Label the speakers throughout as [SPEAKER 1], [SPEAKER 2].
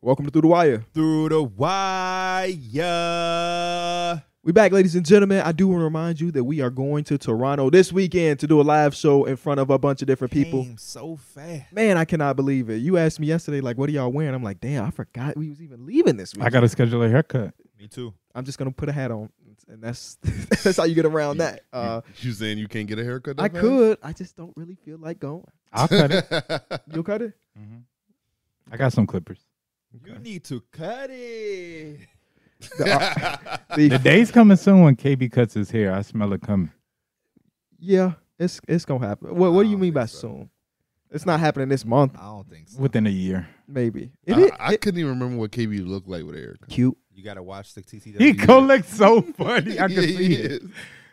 [SPEAKER 1] Welcome to Through the Wire.
[SPEAKER 2] Through the wire.
[SPEAKER 1] We back, ladies and gentlemen. I do want to remind you that we are going to Toronto this weekend to do a live show in front of a bunch of different people.
[SPEAKER 2] Came so fast.
[SPEAKER 1] Man, I cannot believe it. You asked me yesterday, like, what are y'all wearing? I'm like, damn, I forgot we was even leaving this week.
[SPEAKER 3] I gotta schedule a haircut.
[SPEAKER 2] Me too.
[SPEAKER 1] I'm just gonna put a hat on, and that's that's how you get around that. Uh,
[SPEAKER 4] you saying you can't get a haircut? that
[SPEAKER 1] I
[SPEAKER 4] fast?
[SPEAKER 1] could, I just don't really feel like going.
[SPEAKER 3] I'll cut it.
[SPEAKER 1] You'll cut it.
[SPEAKER 3] Mhm. I got some clippers.
[SPEAKER 2] You need to cut it.
[SPEAKER 1] The- uh,
[SPEAKER 3] The
[SPEAKER 1] the-
[SPEAKER 3] day's coming soon when KB cuts his hair. I smell it coming.
[SPEAKER 1] yeah, it's it's gonna happen. What What do
[SPEAKER 2] I
[SPEAKER 1] you
[SPEAKER 2] don't
[SPEAKER 1] mean
[SPEAKER 2] think
[SPEAKER 1] by
[SPEAKER 2] so.
[SPEAKER 1] soon? It's not happening this month,
[SPEAKER 2] I don't think so.
[SPEAKER 3] Within a year,
[SPEAKER 1] maybe.
[SPEAKER 2] Uh,
[SPEAKER 1] It,
[SPEAKER 4] I,
[SPEAKER 1] it-
[SPEAKER 4] I
[SPEAKER 1] it-
[SPEAKER 4] couldn't even remember what KB looked like with a haircut.
[SPEAKER 1] cute.
[SPEAKER 2] You gotta watch the TCW.
[SPEAKER 3] he go look so funny. I can
[SPEAKER 4] Yeah,
[SPEAKER 3] see
[SPEAKER 4] he
[SPEAKER 3] it.
[SPEAKER 4] is.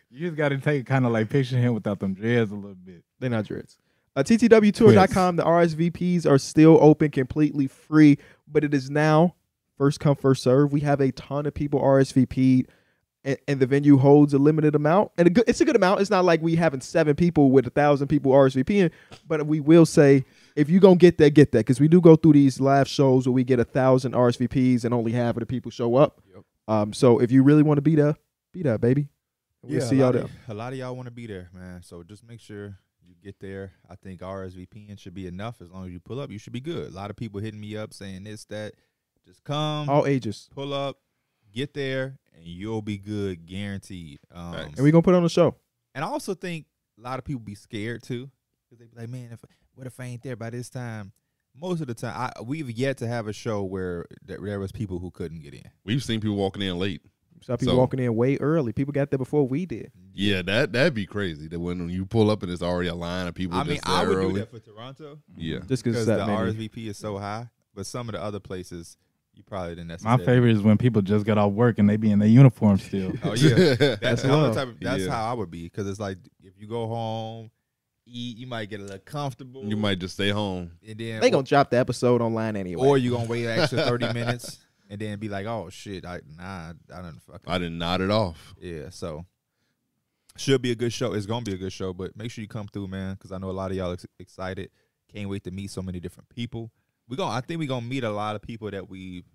[SPEAKER 3] You just gotta take kind of like picture him without them dreads a little bit.
[SPEAKER 1] They're not dreads. Uh, TTWtour.com. The RSVPs are still open, completely free, but it is now first come, first serve. We have a ton of people RSVP'd, and, and the venue holds a limited amount. And a good, it's a good amount. It's not like we having seven people with a thousand people RSVPing, but we will say if you gonna get that, get that, because we do go through these live shows where we get a thousand RSVPs and only half of the people show up.
[SPEAKER 2] Yep.
[SPEAKER 1] Um, so if you really want to be there, be there, baby. We'll
[SPEAKER 2] Yeah,
[SPEAKER 1] see
[SPEAKER 2] a
[SPEAKER 1] y'all
[SPEAKER 2] lot
[SPEAKER 1] there.
[SPEAKER 2] of- A lot of y'all want to be there, man. So just make sure you get there. I think RSVPing should be enough. As long as you pull up, you should be good. A lot of people hitting me up saying this, that. Just come,
[SPEAKER 1] All ages.
[SPEAKER 2] pull up, get there, and you'll be good, guaranteed. Um,
[SPEAKER 4] Facts.
[SPEAKER 1] And we gonna put on a show.
[SPEAKER 2] And I also think a lot of people be scared too, because they be like, "Man, if what if I ain't there by this time?" Most of the time, I, we've yet to have a show where there, there was people who couldn't get in.
[SPEAKER 4] We've seen people walking in late.
[SPEAKER 1] Saw people
[SPEAKER 4] So-
[SPEAKER 1] walking in way early. People got there before we did.
[SPEAKER 4] Yeah, that that'd be crazy. That when you pull up and it's already a line of people.
[SPEAKER 2] I mean,
[SPEAKER 4] just there
[SPEAKER 2] I would
[SPEAKER 4] early.
[SPEAKER 2] do that for Toronto
[SPEAKER 4] Yeah,
[SPEAKER 1] Just because
[SPEAKER 2] because
[SPEAKER 1] that
[SPEAKER 2] the
[SPEAKER 1] many.
[SPEAKER 2] RSVP is so high, but some of the other places you probably didn't
[SPEAKER 3] My
[SPEAKER 2] necessarily.
[SPEAKER 3] favorite is when people just got off work and they be in their uniform still.
[SPEAKER 2] Oh yeah,
[SPEAKER 1] That's
[SPEAKER 2] that's how
[SPEAKER 1] love.
[SPEAKER 2] type of, that's
[SPEAKER 4] Yeah.
[SPEAKER 2] how I would be because it's like if you go home, eat, you might get a little comfortable.
[SPEAKER 4] you might just stay home.
[SPEAKER 2] and then
[SPEAKER 1] They gonna drop the episode online anyway.
[SPEAKER 2] or you gonna wait an extra thirty minutes and then be like, "Oh shit, I nah, I don't fucking
[SPEAKER 4] I didn't nod it off.
[SPEAKER 2] Yeah, so should be a good show. It's gonna be a good show, but make sure you come through, man, because I know a lot of y'all ex- excited. Can't wait to meet so many different people. We gonna, I think we gonna meet a lot of people that we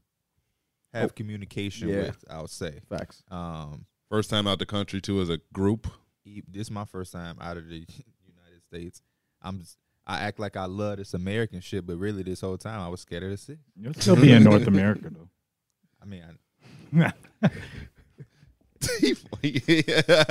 [SPEAKER 2] have communication
[SPEAKER 1] Oh, yeah.
[SPEAKER 2] with. I would say,
[SPEAKER 1] facts.
[SPEAKER 2] um,
[SPEAKER 4] First time out the country too as a group.
[SPEAKER 2] e- this is my first time out of the United States. I'm, s- I act like I love this American shit, but really, this whole time I was scared of the city.
[SPEAKER 3] You'll still be in North America though.
[SPEAKER 2] I mean, I,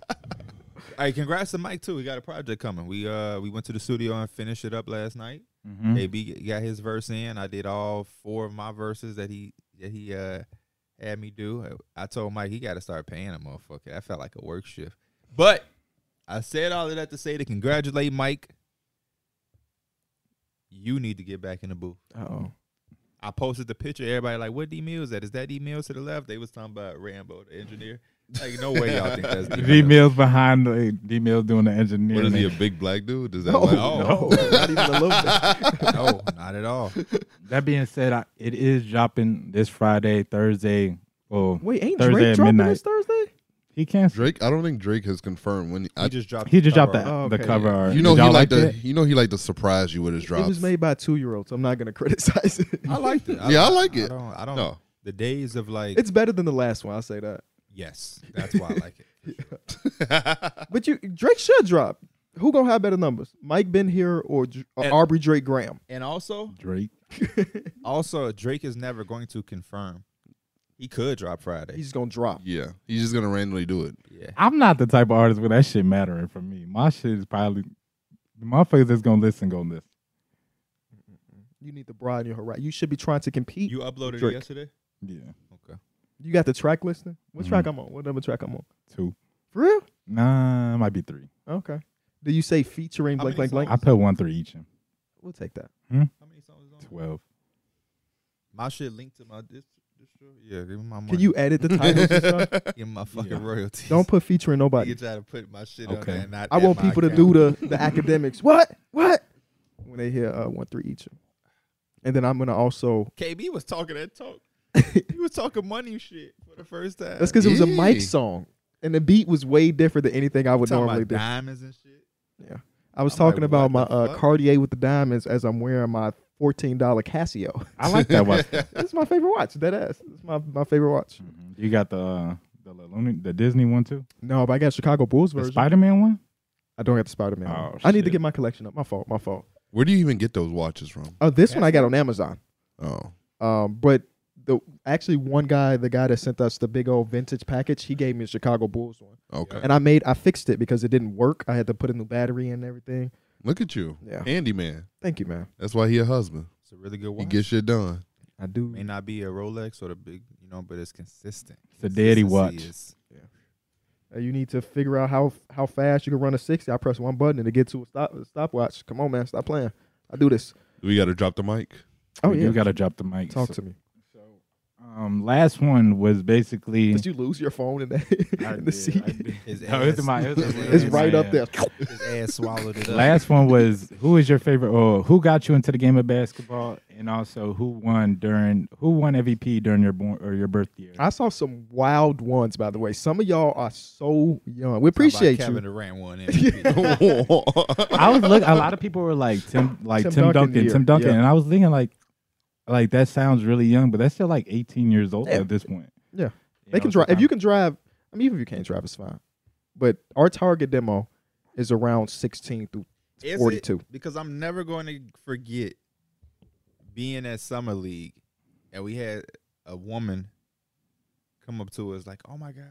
[SPEAKER 2] hey, congrats to Mike too. We got a project coming. We uh, we went to the studio and finished it up last night.
[SPEAKER 3] Mhm.
[SPEAKER 2] AB g- got his verse in. I did all four of my verses that he that he uh had me do. I I told Mike he got to start paying a motherfucker. That felt like a work shift. But I said all of that to say to congratulate Mike. You need to get back in the booth.
[SPEAKER 1] Oh,
[SPEAKER 2] I posted the picture. Everybody like, what D Mills at? Is that D Mills to the left? They was talking about Rambo, the engineer. Like, no way y'all think that's
[SPEAKER 3] D Mills behind the D Mills doing the engineering.
[SPEAKER 4] what is he? A big black dude? Does that?
[SPEAKER 1] no,
[SPEAKER 4] matter?
[SPEAKER 2] Oh.
[SPEAKER 1] no, not even a little bit.
[SPEAKER 2] No, not at all.
[SPEAKER 3] That being said, I, it is dropping this Friday, Thursday. Oh,
[SPEAKER 1] Wait, ain't
[SPEAKER 3] Thursday
[SPEAKER 1] Drake
[SPEAKER 3] at
[SPEAKER 1] dropping
[SPEAKER 3] midnight.
[SPEAKER 1] this Thursday?
[SPEAKER 3] he canceled.
[SPEAKER 4] Drake? I don't think Drake has confirmed when
[SPEAKER 2] He
[SPEAKER 4] I.
[SPEAKER 2] just dropped.
[SPEAKER 3] He just dropped the,
[SPEAKER 2] cover art.
[SPEAKER 1] Oh,
[SPEAKER 3] the
[SPEAKER 1] okay.
[SPEAKER 3] cover art.
[SPEAKER 4] You know
[SPEAKER 3] Did
[SPEAKER 4] he
[SPEAKER 3] y'all
[SPEAKER 4] like to.
[SPEAKER 3] that?
[SPEAKER 4] You know he like to surprise you with his
[SPEAKER 1] It
[SPEAKER 4] drops.
[SPEAKER 1] was made by two year olds. I'm not gonna criticize it.
[SPEAKER 2] I liked it.
[SPEAKER 4] Yeah, I like it.
[SPEAKER 2] don't. I don't.
[SPEAKER 4] no,
[SPEAKER 2] The days of like
[SPEAKER 1] It's better than the last one. I'll say that.
[SPEAKER 2] Yes, that's why I like it.
[SPEAKER 1] But you, Drake should drop. Who gonna have better numbers? Mike Ben here or Dr- or
[SPEAKER 2] And-
[SPEAKER 1] Aubrey Drake Graham?
[SPEAKER 2] And also,
[SPEAKER 3] Drake.
[SPEAKER 2] also Drake is never going to confirm. He could drop Friday.
[SPEAKER 1] He's gonna drop.
[SPEAKER 4] yeah, he's just gonna randomly do it.
[SPEAKER 2] yeah.
[SPEAKER 3] I'm not the type of artist where that shit mattering for me. My shit is probably the motherfuckers that's gonna listen gonna listen.
[SPEAKER 1] You need to broaden your horizon. You should be trying to compete. You,
[SPEAKER 2] You uploaded
[SPEAKER 1] Drake.
[SPEAKER 2] it yesterday.
[SPEAKER 3] Yeah,
[SPEAKER 2] Okay.
[SPEAKER 1] got the track listing. What track
[SPEAKER 3] Mhm.
[SPEAKER 1] I'm on? What number track I'm on?
[SPEAKER 3] two.
[SPEAKER 1] For real?
[SPEAKER 3] Nah, might be three.
[SPEAKER 1] Okay. Do you say featuring
[SPEAKER 2] How
[SPEAKER 1] blank
[SPEAKER 2] many
[SPEAKER 1] blank blank?
[SPEAKER 3] I put one through each and
[SPEAKER 1] We'll take that.
[SPEAKER 2] How many songs is on?
[SPEAKER 3] twelve.
[SPEAKER 2] My shit linked to my dist- distro. Yeah, give me my money.
[SPEAKER 1] Can you edit the titles and stuff?
[SPEAKER 2] give me my fucking
[SPEAKER 3] Yeah.
[SPEAKER 2] royalties?
[SPEAKER 1] Don't put featuring
[SPEAKER 2] you
[SPEAKER 1] nobody.
[SPEAKER 2] try to put my shit on
[SPEAKER 3] Okay.
[SPEAKER 2] there. and not
[SPEAKER 1] I
[SPEAKER 2] at
[SPEAKER 1] want
[SPEAKER 2] my
[SPEAKER 1] people to do
[SPEAKER 2] account.
[SPEAKER 1] the, the academics. What? What? When they hear uh, one three each. And then I'm gonna also
[SPEAKER 2] KB was talking that talk. he was talking money shit for the first time.
[SPEAKER 1] that's because it was a Mike
[SPEAKER 4] Yeah.
[SPEAKER 1] song. And the beat was way different than anything I would
[SPEAKER 2] Talking
[SPEAKER 1] normally
[SPEAKER 2] about
[SPEAKER 1] do.
[SPEAKER 2] diamonds and shit.
[SPEAKER 1] I was
[SPEAKER 2] I'm like,
[SPEAKER 1] talking about my
[SPEAKER 2] what the
[SPEAKER 1] uh,
[SPEAKER 2] fuck?
[SPEAKER 1] Cartier with the diamonds as I'm wearing my fourteen dollar Casio.
[SPEAKER 3] I like that watch.
[SPEAKER 1] this is my favorite watch. Dead ass. This is my, my favorite watch.
[SPEAKER 2] Hmm.
[SPEAKER 3] Mhm. You got the uh, the Looney, the Disney one too.
[SPEAKER 1] No, but I got Chicago Bulls
[SPEAKER 3] The
[SPEAKER 1] version.
[SPEAKER 3] Spider Man one.
[SPEAKER 1] I don't got the Spider Man.
[SPEAKER 3] Oh,
[SPEAKER 1] I need to
[SPEAKER 3] shit.
[SPEAKER 1] get my collection up. My fault. My fault.
[SPEAKER 4] Where do you even get those watches from?
[SPEAKER 1] Oh, this one I got on Amazon.
[SPEAKER 4] Oh,
[SPEAKER 1] Um, but the actually one guy, the guy that sent us the big old vintage package, he gave me a Chicago Bulls one,
[SPEAKER 4] okay.
[SPEAKER 1] and I made I fixed it because it didn't work. I had to put a new battery in and everything.
[SPEAKER 4] Look at you,
[SPEAKER 1] Yeah.
[SPEAKER 4] handy man.
[SPEAKER 1] Thank you, man.
[SPEAKER 4] That's why he a husband.
[SPEAKER 2] It's a really good
[SPEAKER 4] He
[SPEAKER 2] watch.
[SPEAKER 4] gets shit done.
[SPEAKER 1] I do.
[SPEAKER 2] May not be a Rolex or the big, you know, but it's consistent.
[SPEAKER 3] It's a daddy
[SPEAKER 2] Consistency
[SPEAKER 3] watch.
[SPEAKER 2] is-
[SPEAKER 1] Uh, you need to figure out how how fast you can run a sixty. I press one button and it gets to a stop a stopwatch. Come on, man, stop playing. I do this.
[SPEAKER 4] We got to drop the mic.
[SPEAKER 1] Oh
[SPEAKER 3] We
[SPEAKER 1] yeah,
[SPEAKER 3] do gotta drop the mic.
[SPEAKER 1] talk
[SPEAKER 3] So-
[SPEAKER 1] to me.
[SPEAKER 3] Um, last one was basically.
[SPEAKER 1] Did you lose your phone in that
[SPEAKER 3] I
[SPEAKER 1] in the
[SPEAKER 3] did,
[SPEAKER 1] seat?
[SPEAKER 3] I did.
[SPEAKER 2] His
[SPEAKER 3] No, it's
[SPEAKER 2] ass-
[SPEAKER 3] my- it's
[SPEAKER 2] his
[SPEAKER 3] my-
[SPEAKER 1] It's
[SPEAKER 2] ass-
[SPEAKER 1] right up
[SPEAKER 3] man.
[SPEAKER 1] there.
[SPEAKER 2] His ass swallowed it up.
[SPEAKER 3] Last one was who is your favorite or who got you into the game of basketball, and also who won during who won MVP during your born or your birth year.
[SPEAKER 1] I saw some wild ones, by the way. Some of y'all are so young. We
[SPEAKER 2] How about
[SPEAKER 1] appreciate
[SPEAKER 2] Kevin
[SPEAKER 1] you.
[SPEAKER 2] Durant won MVP.
[SPEAKER 3] I was look. A lot of people were like Tim, like
[SPEAKER 1] Tim
[SPEAKER 3] Tim,
[SPEAKER 1] Duncan
[SPEAKER 3] Duncan,
[SPEAKER 1] year.
[SPEAKER 3] Tim Duncan,
[SPEAKER 1] Yeah.
[SPEAKER 3] and I was thinking like, like that sounds really young, but that's still like 18 years old
[SPEAKER 1] Yeah.
[SPEAKER 3] at this point.
[SPEAKER 1] Yeah.
[SPEAKER 3] You
[SPEAKER 1] They
[SPEAKER 3] know,
[SPEAKER 1] can
[SPEAKER 3] so
[SPEAKER 1] drive. If
[SPEAKER 3] I'm-
[SPEAKER 1] you can drive, I mean, even if you can't drive, it's fine. But our target demo is around 16 through
[SPEAKER 2] Is it?
[SPEAKER 1] 42.
[SPEAKER 2] because I'm never going to forget being at summer league, and we had a woman come up to us like, "Oh my gosh,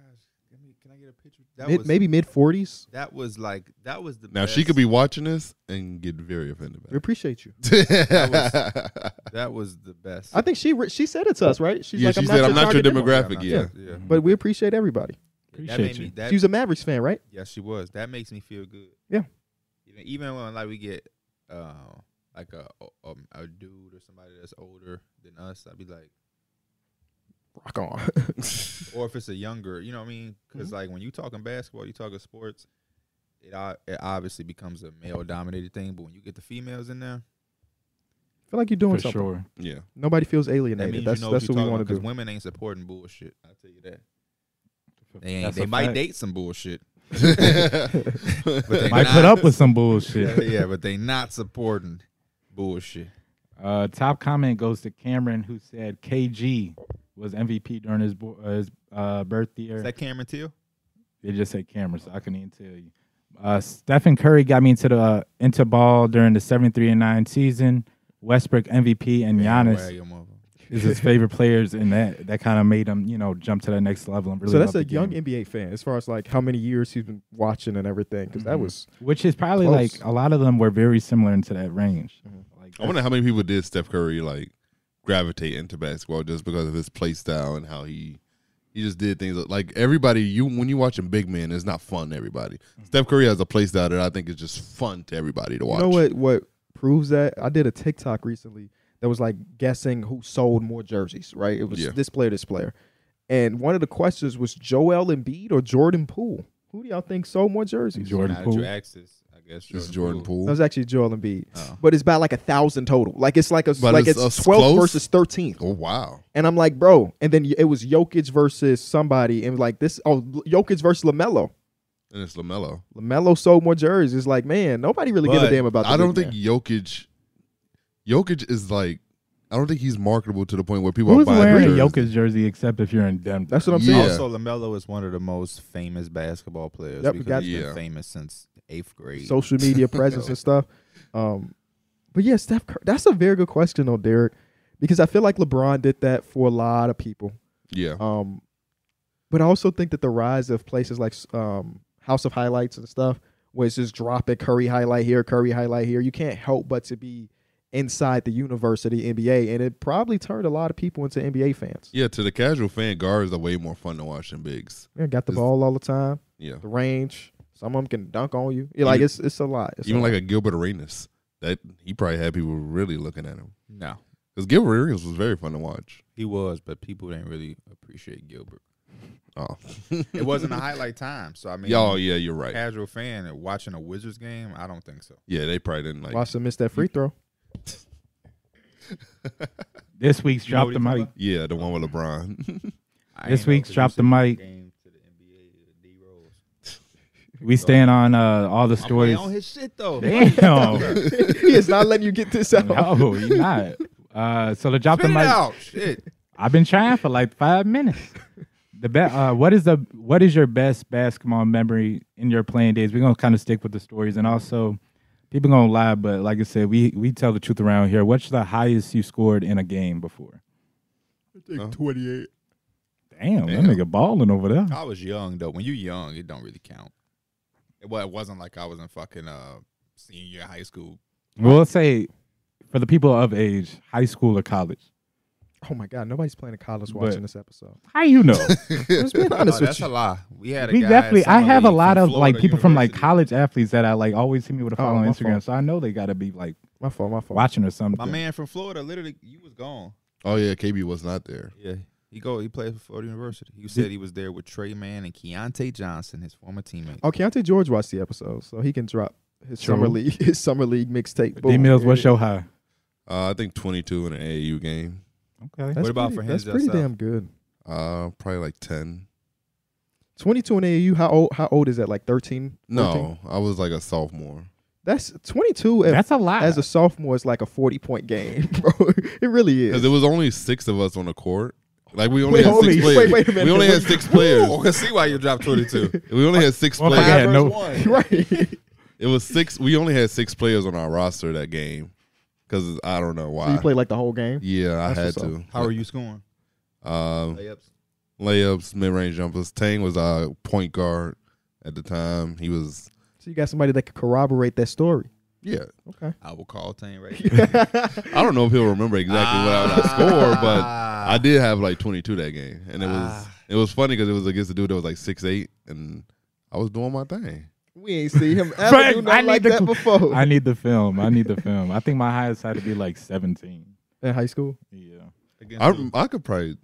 [SPEAKER 2] give me, can I get a picture?" That
[SPEAKER 1] Mid,
[SPEAKER 2] was
[SPEAKER 1] maybe mid 40s.
[SPEAKER 2] that was like that was the
[SPEAKER 4] now she
[SPEAKER 2] best-
[SPEAKER 4] could be watching this and get very offended
[SPEAKER 1] We
[SPEAKER 4] by
[SPEAKER 1] appreciate you.
[SPEAKER 4] it.
[SPEAKER 2] that was the best.
[SPEAKER 1] I think she re- she said it to us, right? She's
[SPEAKER 4] yeah,
[SPEAKER 1] like,
[SPEAKER 4] she
[SPEAKER 1] I'm
[SPEAKER 4] said,
[SPEAKER 1] not
[SPEAKER 4] "I'm
[SPEAKER 1] your
[SPEAKER 4] not your
[SPEAKER 1] target demo.
[SPEAKER 4] demographic
[SPEAKER 2] Yeah,
[SPEAKER 4] yet."
[SPEAKER 2] I'm not- yeah.
[SPEAKER 1] But we appreciate everybody.
[SPEAKER 2] That made
[SPEAKER 3] Appreciate
[SPEAKER 2] me.
[SPEAKER 3] you.
[SPEAKER 2] That,
[SPEAKER 1] She's a Mavericks fan, right?
[SPEAKER 2] yeah, she was. That makes me feel good.
[SPEAKER 1] Yeah.
[SPEAKER 2] Even, even when like we get uh, like a, a a dude or somebody that's older than us, I'd be like.
[SPEAKER 1] Rock on.
[SPEAKER 2] or if it's a younger, you know what I mean? Because like when you talking basketball, you talking sports, it o- it obviously becomes a male dominated thing. But when you get the females in there,
[SPEAKER 1] feel like you're doing
[SPEAKER 3] for
[SPEAKER 1] something.
[SPEAKER 3] sure.
[SPEAKER 4] Yeah,
[SPEAKER 1] Nobody feels
[SPEAKER 2] that means
[SPEAKER 1] alienated. That's
[SPEAKER 2] you know
[SPEAKER 1] that's
[SPEAKER 2] what,
[SPEAKER 1] what
[SPEAKER 2] you
[SPEAKER 1] we want to
[SPEAKER 2] because
[SPEAKER 1] do.
[SPEAKER 2] women ain't supporting bullshit. I will tell you that they ain't,
[SPEAKER 3] That's
[SPEAKER 2] they
[SPEAKER 3] a
[SPEAKER 2] might
[SPEAKER 3] fact.
[SPEAKER 2] date some bullshit.
[SPEAKER 4] but
[SPEAKER 2] they
[SPEAKER 3] Might
[SPEAKER 2] not-
[SPEAKER 3] put up with some
[SPEAKER 2] yeah,
[SPEAKER 3] bullshit.
[SPEAKER 2] yeah, but they not supporting bullshit.
[SPEAKER 3] Uh, top comment goes to Cameron who said KG was MVP during his bo- uh, his uh, birth year.
[SPEAKER 2] Is that Cameron Teal?
[SPEAKER 3] They just say camera, so I couldn't even tell you. Uh, Stephen Curry got me into the uh, into ball during the seven three and nine season. Westbrook MVP and
[SPEAKER 2] Yeah,
[SPEAKER 3] Giannis
[SPEAKER 2] your mother.
[SPEAKER 3] is his favorite players, and that that kind of made him you know jump to that next level. And really
[SPEAKER 1] so that's
[SPEAKER 3] love
[SPEAKER 1] a
[SPEAKER 3] the
[SPEAKER 1] young
[SPEAKER 3] game.
[SPEAKER 1] NBA fan as far as like how many years he's been watching and everything. Because that
[SPEAKER 2] Mm-hmm.
[SPEAKER 1] was
[SPEAKER 3] Mhm. which is probably
[SPEAKER 1] Close.
[SPEAKER 3] like a lot of them were very similar into that range. Like
[SPEAKER 4] I wonder how many people did Steph Curry like gravitate into basketball just because of his play style and how he he just did things like everybody. You when you watching big men, it's not fun. to Everybody, Steph Curry has a play style that I think is just fun to everybody to watch.
[SPEAKER 1] You know what? What proves that? I did a TikTok recently that was like guessing who sold more jerseys. Right? It was
[SPEAKER 4] Yeah.
[SPEAKER 1] this player, this player, and one of the questions was Joel Embiid or Jordan Poole. Who do y'all think sold more jerseys?
[SPEAKER 3] Jordan
[SPEAKER 2] Not at
[SPEAKER 3] Poole.
[SPEAKER 2] your axis, I guess.
[SPEAKER 4] This is Jordan Poole.
[SPEAKER 1] That was actually Joel Embiid,
[SPEAKER 2] Oh.
[SPEAKER 1] but it's about like a thousand total. Like it's like a
[SPEAKER 4] But
[SPEAKER 1] like
[SPEAKER 4] it's
[SPEAKER 1] it's,
[SPEAKER 4] us
[SPEAKER 1] twelve
[SPEAKER 4] close?
[SPEAKER 1] versus thirteen.
[SPEAKER 4] Oh wow!
[SPEAKER 1] And I'm like, bro. And then it was Jokic versus somebody, and like this. Oh, Jokic versus Lamelo.
[SPEAKER 4] And it's Lamelo.
[SPEAKER 1] Lamelo sold more jerseys. It's like, man, nobody really give a
[SPEAKER 2] But
[SPEAKER 1] damn about. The
[SPEAKER 4] I don't
[SPEAKER 1] big
[SPEAKER 4] think
[SPEAKER 1] man.
[SPEAKER 4] Jokic. Jokic is like, I don't think he's marketable to the point where people
[SPEAKER 3] Who's
[SPEAKER 4] are buying
[SPEAKER 3] wearing a
[SPEAKER 4] jerseys.
[SPEAKER 3] Jokic jersey except if you're in Denver?
[SPEAKER 1] that's what I'm
[SPEAKER 4] Yeah.
[SPEAKER 1] saying.
[SPEAKER 2] Also, Lamelo is one of the most famous basketball players
[SPEAKER 1] Yep,
[SPEAKER 2] because
[SPEAKER 1] got-
[SPEAKER 2] he's
[SPEAKER 4] Yeah.
[SPEAKER 2] been famous since eighth grade.
[SPEAKER 1] social media presence and stuff. Um, but yeah, Steph Curry. That's a very good question, though, Derek, because I feel like LeBron did that for a lot of people.
[SPEAKER 4] Yeah,
[SPEAKER 1] Um, but I also think that the rise of places like um, House of Highlights and stuff, where it's just drop it, Curry highlight here, Curry highlight here. You can't help but to be inside the universe of the NBA, and it probably turned a lot of people into NBA fans.
[SPEAKER 4] yeah. To the casual fan, guards are way more fun to watch than bigs.
[SPEAKER 1] Yeah, got the
[SPEAKER 4] Is-
[SPEAKER 1] ball all the time,
[SPEAKER 4] Yeah,
[SPEAKER 1] the range. Some of them can dunk on you. Yeah, like
[SPEAKER 4] Even-
[SPEAKER 1] it's it's a lot. It's a
[SPEAKER 4] even
[SPEAKER 1] lot.
[SPEAKER 4] like a Gilbert Arenas, that he probably had people really looking at him
[SPEAKER 2] no.
[SPEAKER 4] because Gilbert Arenas was very fun to watch.
[SPEAKER 2] He was, but people didn't really appreciate Gilbert.
[SPEAKER 4] Oh,
[SPEAKER 2] It wasn't a highlight time, so I mean,
[SPEAKER 4] y'all, yeah, you're right.
[SPEAKER 2] casual fan watching a Wizards game, I don't think so.
[SPEAKER 4] Yeah, they probably didn't like.
[SPEAKER 1] Watson missed that free throw.
[SPEAKER 3] This week's
[SPEAKER 2] You know
[SPEAKER 3] drop
[SPEAKER 2] what
[SPEAKER 3] the
[SPEAKER 2] he's talking
[SPEAKER 3] mic.
[SPEAKER 2] about?
[SPEAKER 4] Yeah, the one with LeBron.
[SPEAKER 2] I
[SPEAKER 3] This
[SPEAKER 2] ain't know,
[SPEAKER 3] week's
[SPEAKER 2] 'cause you
[SPEAKER 3] Drop the
[SPEAKER 2] said
[SPEAKER 3] Mic.
[SPEAKER 2] game to the NBA, D Rose.
[SPEAKER 3] We stand on uh, all the
[SPEAKER 2] I'm way
[SPEAKER 3] stories.
[SPEAKER 2] on his shit though.
[SPEAKER 3] Damn.
[SPEAKER 1] he is not letting you get this out.
[SPEAKER 3] no, you're not. Uh, so to drop
[SPEAKER 2] Spit
[SPEAKER 3] the
[SPEAKER 2] it
[SPEAKER 3] mic.
[SPEAKER 2] out. Shit.
[SPEAKER 3] I've been trying for like five minutes. The be- uh, what is the what is your best basketball memory in your playing days? We're gonna kind of stick with the stories, and also people gonna lie, but like I said, we we tell the truth around here. What's the highest you scored in a game before?
[SPEAKER 4] Huh?
[SPEAKER 2] 28.
[SPEAKER 3] Damn,
[SPEAKER 4] Damn.
[SPEAKER 3] that nigga balling over there.
[SPEAKER 2] I was young though. When you young, it don't really count. It, well, it wasn't like I was in fucking uh senior year of high school.
[SPEAKER 3] We'll say for the people of age, high school or college.
[SPEAKER 1] Oh my god, nobody's playing a college
[SPEAKER 3] But-
[SPEAKER 1] watching this episode.
[SPEAKER 3] How you know?
[SPEAKER 1] Just being
[SPEAKER 2] Oh,
[SPEAKER 1] honest with
[SPEAKER 2] that's
[SPEAKER 1] you.
[SPEAKER 2] a lie. We had a
[SPEAKER 3] we
[SPEAKER 2] guy at
[SPEAKER 3] definitely. I
[SPEAKER 2] Summer
[SPEAKER 3] have a
[SPEAKER 2] League
[SPEAKER 3] lot
[SPEAKER 2] from
[SPEAKER 3] of like
[SPEAKER 2] Florida
[SPEAKER 3] people from like
[SPEAKER 2] University.
[SPEAKER 3] college athletes that I like always hit me with a
[SPEAKER 1] Oh,
[SPEAKER 3] follow on
[SPEAKER 1] my
[SPEAKER 3] Instagram,
[SPEAKER 1] fault.
[SPEAKER 3] so I know they gotta be like
[SPEAKER 1] My fault, my fault.
[SPEAKER 3] watching or something.
[SPEAKER 2] My man from Florida, literally, you was gone.
[SPEAKER 4] Oh yeah, KB was not there.
[SPEAKER 2] Yeah, he go. He played for Florida University. He said he was there with Trey Mann and Keontae Johnson, his former teammate.
[SPEAKER 1] Oh, Keontae George watched the episode, so he can drop his
[SPEAKER 3] True.
[SPEAKER 1] summer league his summer league mixtape.
[SPEAKER 3] D
[SPEAKER 1] Boom.
[SPEAKER 3] Mills,
[SPEAKER 1] There
[SPEAKER 3] what's
[SPEAKER 1] it is.
[SPEAKER 3] your high?
[SPEAKER 4] Uh, I think 22 in an AAU game.
[SPEAKER 3] Okay.
[SPEAKER 1] That's
[SPEAKER 2] What about
[SPEAKER 1] pretty-
[SPEAKER 2] for
[SPEAKER 1] That's
[SPEAKER 2] Henzo
[SPEAKER 1] pretty
[SPEAKER 2] South?
[SPEAKER 1] damn good.
[SPEAKER 4] Uh, probably like 10.
[SPEAKER 1] Twenty two in AAU. How old? How old is that? Like thirteen?
[SPEAKER 4] No, I was like a sophomore.
[SPEAKER 1] That's twenty two.
[SPEAKER 3] That's a lot.
[SPEAKER 1] As a sophomore, it's like a forty point game, bro. It really
[SPEAKER 4] Because
[SPEAKER 1] is.
[SPEAKER 4] there was only six of us on the court. Like we only
[SPEAKER 1] Wait,
[SPEAKER 4] had
[SPEAKER 1] holy
[SPEAKER 4] six
[SPEAKER 1] shit.
[SPEAKER 4] players.
[SPEAKER 1] Wait, wait a minute.
[SPEAKER 4] We only had
[SPEAKER 1] Wait.
[SPEAKER 4] six
[SPEAKER 2] Players.
[SPEAKER 4] players.
[SPEAKER 2] I can see why you dropped 22.
[SPEAKER 4] We only had six
[SPEAKER 3] Well, if I
[SPEAKER 4] players.
[SPEAKER 3] had no-
[SPEAKER 1] right.
[SPEAKER 4] It was six. We only had six players on our roster that game. Because I don't know
[SPEAKER 1] So you
[SPEAKER 4] why.
[SPEAKER 1] played like the whole game.
[SPEAKER 4] yeah, I had
[SPEAKER 1] That's
[SPEAKER 4] to.
[SPEAKER 2] How are you scoring?
[SPEAKER 4] Um,
[SPEAKER 2] Layups.
[SPEAKER 4] layups, mid range jumpers. Tang was our point guard at the time. He was
[SPEAKER 1] So you got somebody that could corroborate that story.
[SPEAKER 4] yeah.
[SPEAKER 1] Okay.
[SPEAKER 2] I will call Tane right now.
[SPEAKER 1] That's
[SPEAKER 4] I don't know if he'll remember exactly what I what
[SPEAKER 2] Ah.
[SPEAKER 4] I scored, but I did have like 22 that game, and it was
[SPEAKER 2] Ah.
[SPEAKER 4] it was funny because it was against a dude that was like six eight, and I was doing my thing.
[SPEAKER 1] we ain't seen him
[SPEAKER 3] Frank,
[SPEAKER 1] ever do nothing
[SPEAKER 3] I need
[SPEAKER 1] like
[SPEAKER 3] the
[SPEAKER 1] that
[SPEAKER 3] cl-
[SPEAKER 1] before.
[SPEAKER 3] I need the film. I need the film. I think my highest had to be like 17.
[SPEAKER 1] In high school,
[SPEAKER 3] Yeah.
[SPEAKER 2] Against
[SPEAKER 4] I
[SPEAKER 2] who?
[SPEAKER 4] I could probably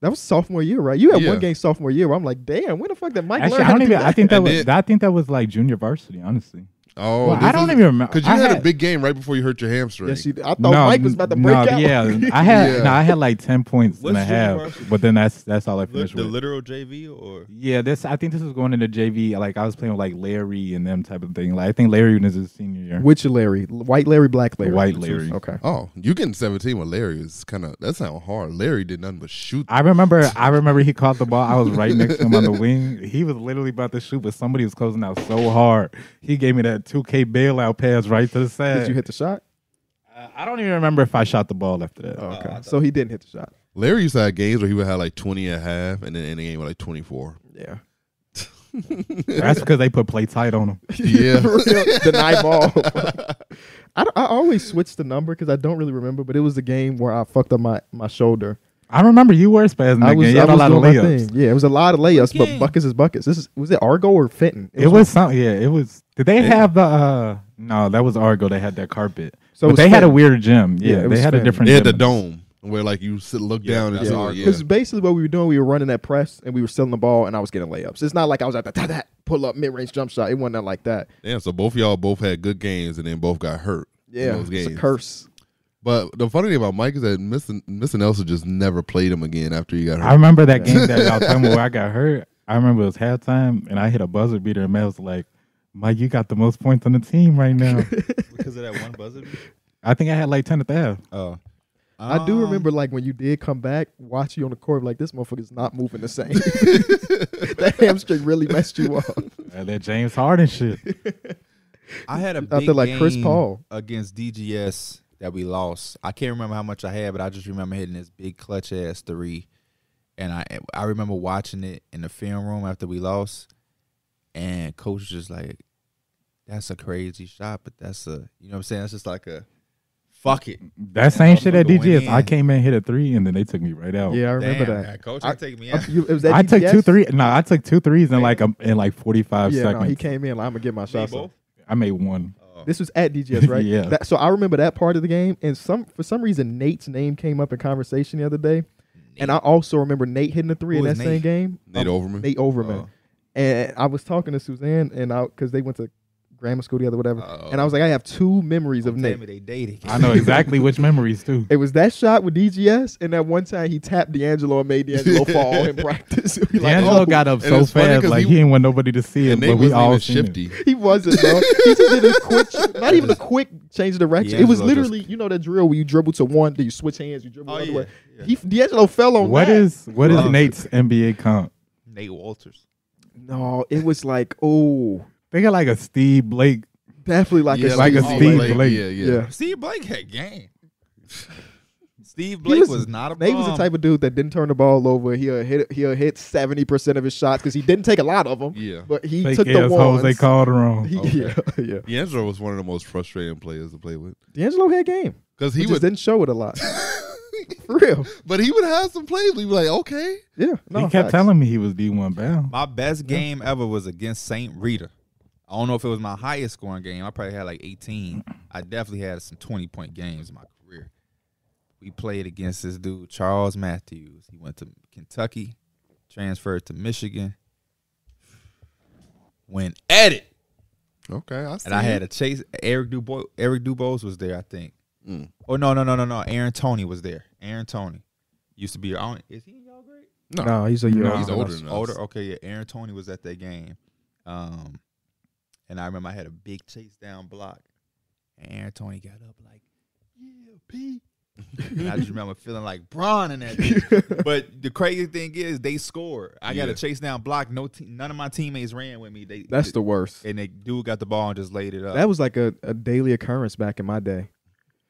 [SPEAKER 1] that was sophomore year, right? You had
[SPEAKER 4] Yeah.
[SPEAKER 1] one game sophomore year. Where I'm like, damn, when the fuck did Mike
[SPEAKER 3] Actually,
[SPEAKER 1] learn
[SPEAKER 3] I
[SPEAKER 1] how
[SPEAKER 3] don't
[SPEAKER 1] to do
[SPEAKER 3] even. I think that
[SPEAKER 4] And
[SPEAKER 3] was.
[SPEAKER 4] then-
[SPEAKER 3] I think that was like junior varsity. Honestly,
[SPEAKER 4] oh
[SPEAKER 3] Well, I don't even remember.
[SPEAKER 4] because you
[SPEAKER 3] I
[SPEAKER 4] had, a big game right before you hurt your hamstring.
[SPEAKER 1] Yes, you, I thought
[SPEAKER 3] No,
[SPEAKER 1] Mike was about to break
[SPEAKER 3] no,
[SPEAKER 1] out.
[SPEAKER 3] Yeah, I had.
[SPEAKER 4] Yeah.
[SPEAKER 3] No, I had like 10 points
[SPEAKER 2] What's
[SPEAKER 3] and a
[SPEAKER 2] junior
[SPEAKER 3] half.
[SPEAKER 2] varsity?
[SPEAKER 3] But then that's that's all I
[SPEAKER 2] Lit-
[SPEAKER 3] finished
[SPEAKER 2] the
[SPEAKER 3] with.
[SPEAKER 2] literal JV or
[SPEAKER 3] yeah, this. I think this was going into JV. Like I was playing with like Larry and them type of thing. Like I think Larry was his senior year.
[SPEAKER 1] Which Larry? White Larry, black Larry.
[SPEAKER 3] white Larry.
[SPEAKER 1] Okay.
[SPEAKER 4] Oh, you getting 17 with Larry is kind of that sound hard. Larry did nothing but shoot.
[SPEAKER 3] I remember. I remember he caught the ball. I was right next to him on the wing. He was literally about to shoot, but somebody was closing out so hard. He gave me that 2K bailout pass right to the side.
[SPEAKER 1] Did you hit the shot?
[SPEAKER 3] Uh, I don't even remember if I shot the ball after that.
[SPEAKER 1] Oh, okay.
[SPEAKER 2] I
[SPEAKER 1] so he didn't hit the shot.
[SPEAKER 4] Larry used to have games where he would have like 20 and a half, and then end the game with like 24.
[SPEAKER 1] Yeah.
[SPEAKER 3] That's because they put play tight on him.
[SPEAKER 4] Yeah.
[SPEAKER 1] Deny ball. I, don't- I always switch the number because I don't really remember, but it was the game where I fuckcked up my, my shoulder.
[SPEAKER 3] I remember you were spazzing
[SPEAKER 1] I
[SPEAKER 3] that
[SPEAKER 1] was,
[SPEAKER 3] game. You
[SPEAKER 1] I
[SPEAKER 3] had a
[SPEAKER 1] was
[SPEAKER 3] lot of
[SPEAKER 1] doing my
[SPEAKER 3] layups.
[SPEAKER 1] thing. Yeah, it was a lot of layups,
[SPEAKER 2] game?
[SPEAKER 1] but buckets is buckets. This is was it Argo or Fenton?
[SPEAKER 3] It was something. Yeah, it was. Did they have the? uh No, that was Argo. They had that carpet.
[SPEAKER 1] So
[SPEAKER 3] So
[SPEAKER 1] it
[SPEAKER 3] but
[SPEAKER 1] was
[SPEAKER 3] they had a
[SPEAKER 1] Fenton.
[SPEAKER 3] weird gym. Yeah,
[SPEAKER 1] it
[SPEAKER 3] they
[SPEAKER 1] was
[SPEAKER 3] had a
[SPEAKER 1] Fenton.
[SPEAKER 3] different.
[SPEAKER 4] they had the
[SPEAKER 3] gym.
[SPEAKER 4] dome where like you sit, look
[SPEAKER 2] Yeah,
[SPEAKER 4] down and
[SPEAKER 2] that's
[SPEAKER 4] see.
[SPEAKER 2] hard.
[SPEAKER 4] Yeah.
[SPEAKER 1] Because basically what we were doing, we were running that press and we were stealing the ball, and I was getting layups. It's not like I was at the ta that pull up mid range jump shot. It wasn't nothing like that.
[SPEAKER 4] Damn, so both of y'all both had good games and then both got hurt. in
[SPEAKER 1] Yeah,
[SPEAKER 4] those
[SPEAKER 1] it's a
[SPEAKER 4] games.
[SPEAKER 1] curse.
[SPEAKER 4] But the funny thing about Mike is that Mr. Mr. Nelson just never played him again after he got
[SPEAKER 3] I
[SPEAKER 4] hurt.
[SPEAKER 3] remember that game that y'all talking about where I got hurt. I remember it was halftime, and I hit a buzzer beater, and Mel was like, "Mike, you got the most points on the team right now."
[SPEAKER 2] because of that one buzzer? beater?
[SPEAKER 3] I think I had like ten at the half.
[SPEAKER 2] Oh,
[SPEAKER 1] I do
[SPEAKER 2] Um,
[SPEAKER 1] remember like when you did come back, watch you on the court, like this motherfucker's not moving the same. that hamstring really messed you up.
[SPEAKER 3] Uh, that James Harden shit.
[SPEAKER 2] I had a
[SPEAKER 1] Out
[SPEAKER 2] big
[SPEAKER 1] there like Chris
[SPEAKER 2] game
[SPEAKER 1] Paul.
[SPEAKER 2] against DGS that we lost. I can't remember how much I had, but I just remember hitting this big clutch ass three, and I I remember watching it in the film room after we lost, and coach was just like, "That's a crazy shot, but that's a you know what I'm saying. That's just like a fuck it.
[SPEAKER 3] That same shit at
[SPEAKER 2] motherfucker went
[SPEAKER 3] DGS. I
[SPEAKER 2] in.
[SPEAKER 3] came in, hit a three, and then they took me right out.
[SPEAKER 1] Yeah, I remember
[SPEAKER 2] Oh, Damn,
[SPEAKER 1] that.
[SPEAKER 2] coach.
[SPEAKER 1] I-
[SPEAKER 2] ain't taking me out.
[SPEAKER 1] Uh, you- it was that
[SPEAKER 3] I took
[SPEAKER 1] DPS?
[SPEAKER 3] two three. No, I took two threes in like a, in like forty five
[SPEAKER 1] Yeah, no,
[SPEAKER 3] seconds.
[SPEAKER 1] he came in. Like, I'm gonna get my
[SPEAKER 2] Me
[SPEAKER 1] shots. up."
[SPEAKER 2] both?
[SPEAKER 3] I made one.
[SPEAKER 2] Oh.
[SPEAKER 1] This was at DGS, right?
[SPEAKER 3] Yeah.
[SPEAKER 1] That- so I remember that part of the game, and some for some reason Nate's name came up in conversation the other day, and I also remember Nate hitting the three
[SPEAKER 2] Who
[SPEAKER 1] in
[SPEAKER 2] is
[SPEAKER 1] that same
[SPEAKER 2] Nate?
[SPEAKER 1] game.
[SPEAKER 4] Nate
[SPEAKER 1] Um,
[SPEAKER 4] Overman.
[SPEAKER 1] Nate Overman.
[SPEAKER 2] Oh.
[SPEAKER 1] And I was talking to Suzanne, and I because they went to grammar school together, whatever.
[SPEAKER 2] Oh.
[SPEAKER 4] Uh-oh.
[SPEAKER 1] and I was like, I have two memories of
[SPEAKER 2] Don't tell
[SPEAKER 1] Nick.
[SPEAKER 2] me they dated.
[SPEAKER 3] I know exactly which memories too.
[SPEAKER 1] It was that shot with DGS, and that one time he tapped D'Angelo and made D'Angelo fall in practice. We like,
[SPEAKER 3] D'Angelo
[SPEAKER 1] oh,
[SPEAKER 3] got up
[SPEAKER 4] and
[SPEAKER 3] so
[SPEAKER 4] it's funny
[SPEAKER 3] fast,
[SPEAKER 4] 'cause
[SPEAKER 3] like
[SPEAKER 4] he-
[SPEAKER 3] he didn't want nobody to see it,
[SPEAKER 4] and they
[SPEAKER 3] but we
[SPEAKER 4] wasn't
[SPEAKER 3] all
[SPEAKER 4] even
[SPEAKER 3] seen it.
[SPEAKER 4] shifty.
[SPEAKER 1] he wasn't, bro. he just did a quick, not even a quick change of direction. it was
[SPEAKER 2] D'Angelo
[SPEAKER 1] literally, you know, that drill where you dribble to one, then you switch hands, you dribble
[SPEAKER 2] Oh,
[SPEAKER 1] the other
[SPEAKER 2] yeah,
[SPEAKER 1] way. He D'Angelo fell on
[SPEAKER 3] What
[SPEAKER 1] that.
[SPEAKER 3] is what is
[SPEAKER 2] Wow.
[SPEAKER 3] Nate's NBA comp?
[SPEAKER 2] Nate Walters.
[SPEAKER 1] no? It was like, oh,
[SPEAKER 3] They got like a Steve Blake.
[SPEAKER 1] definitely like
[SPEAKER 4] Yeah,
[SPEAKER 1] a
[SPEAKER 3] like a
[SPEAKER 1] Steve
[SPEAKER 3] Steve
[SPEAKER 1] Blake.
[SPEAKER 3] Blake.
[SPEAKER 4] Yeah, yeah.
[SPEAKER 1] Yeah.
[SPEAKER 2] Steve Blake had game. Steve
[SPEAKER 1] He
[SPEAKER 2] Blake
[SPEAKER 1] was-
[SPEAKER 2] was, not a.
[SPEAKER 1] Nate was the
[SPEAKER 2] bum.
[SPEAKER 1] type of dude that didn't turn the ball over. He'll hit he'll hit seventy percent of his shots because he didn't take a lot of them,
[SPEAKER 4] Yeah.
[SPEAKER 1] but he
[SPEAKER 3] Fake
[SPEAKER 1] took the
[SPEAKER 3] ass hoes
[SPEAKER 1] ones.
[SPEAKER 3] they called her on.
[SPEAKER 1] He-
[SPEAKER 4] Okay.
[SPEAKER 1] Yeah, yeah.
[SPEAKER 4] D'Angelo was one of the most frustrating players to play with
[SPEAKER 1] D'Angelo had game.
[SPEAKER 4] because
[SPEAKER 1] He
[SPEAKER 4] he
[SPEAKER 1] just
[SPEAKER 4] would,
[SPEAKER 1] didn't show it a lot. For real.
[SPEAKER 4] but he would have some plays. We'd be like, okay,
[SPEAKER 1] Yeah.
[SPEAKER 3] he kept telling me he was D one bound.
[SPEAKER 2] My best game ever was against Saint Rita. I don't know if it was my highest scoring game. I probably had like 18. I definitely had some 20 point games in my career. We played against this dude, Charles Matthews. He went to Kentucky, transferred to Michigan, went at it.
[SPEAKER 4] okay. I see
[SPEAKER 2] And I
[SPEAKER 4] you.
[SPEAKER 2] had a chase. Eric Dubo, Eric Dubose was there, I think.
[SPEAKER 4] Mm.
[SPEAKER 2] Oh no, no, no, no, no. Aaron Tony was there. Aaron Tony used to be. I don't- Is he in y'all grade?
[SPEAKER 4] no.
[SPEAKER 1] No, he's a year
[SPEAKER 3] No,
[SPEAKER 1] older.
[SPEAKER 4] he's
[SPEAKER 2] than
[SPEAKER 4] older
[SPEAKER 2] us.
[SPEAKER 4] than us.
[SPEAKER 2] Older. Okay, yeah. Aaron Tony was at that game, um, and I remember I had a big chase down block, and Aaron Tony got up like, "Yeah, P." and I just remember feeling like Braun in that. bitch. but the crazy thing is, they scored. I got
[SPEAKER 4] Yeah.
[SPEAKER 2] a chase down block. No, te- none of my teammates ran with me. They
[SPEAKER 1] That's the worst.
[SPEAKER 2] and they dude got the ball and just laid it up.
[SPEAKER 1] That was like a, a daily occurrence back in my day.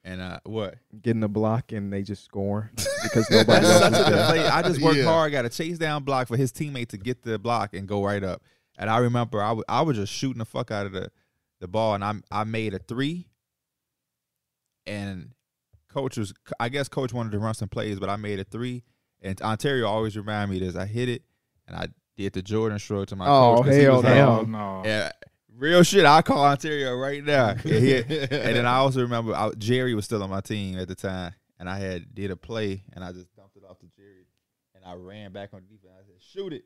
[SPEAKER 2] and uh, what?
[SPEAKER 1] Getting a block and they just scoring because nobody else
[SPEAKER 2] That's such
[SPEAKER 1] was
[SPEAKER 2] a good
[SPEAKER 1] there.
[SPEAKER 2] play. I just worked
[SPEAKER 4] Yeah.
[SPEAKER 2] hard, got a chase down block for his teammate to get the block and go right up. And I remember I wa- I was just shooting the fuck out of the, the ball, and I I made a three. And coach was I guess coach wanted to run some plays, but I made a three. And Ontario always remind me of this. I hit it, and I did the Jordan shrug to my
[SPEAKER 1] Oh,
[SPEAKER 2] coach. 'cause he
[SPEAKER 1] hell
[SPEAKER 2] was
[SPEAKER 1] no.
[SPEAKER 2] like,
[SPEAKER 3] Hell no.
[SPEAKER 2] Yeah, real shit. I call Ontario right now. And, he- and then I also remember I, Jerry was still on my team at the time, and I had did a play, and I just dumped it off to Jerry, and I ran back on defense. I said, "Shoot it,"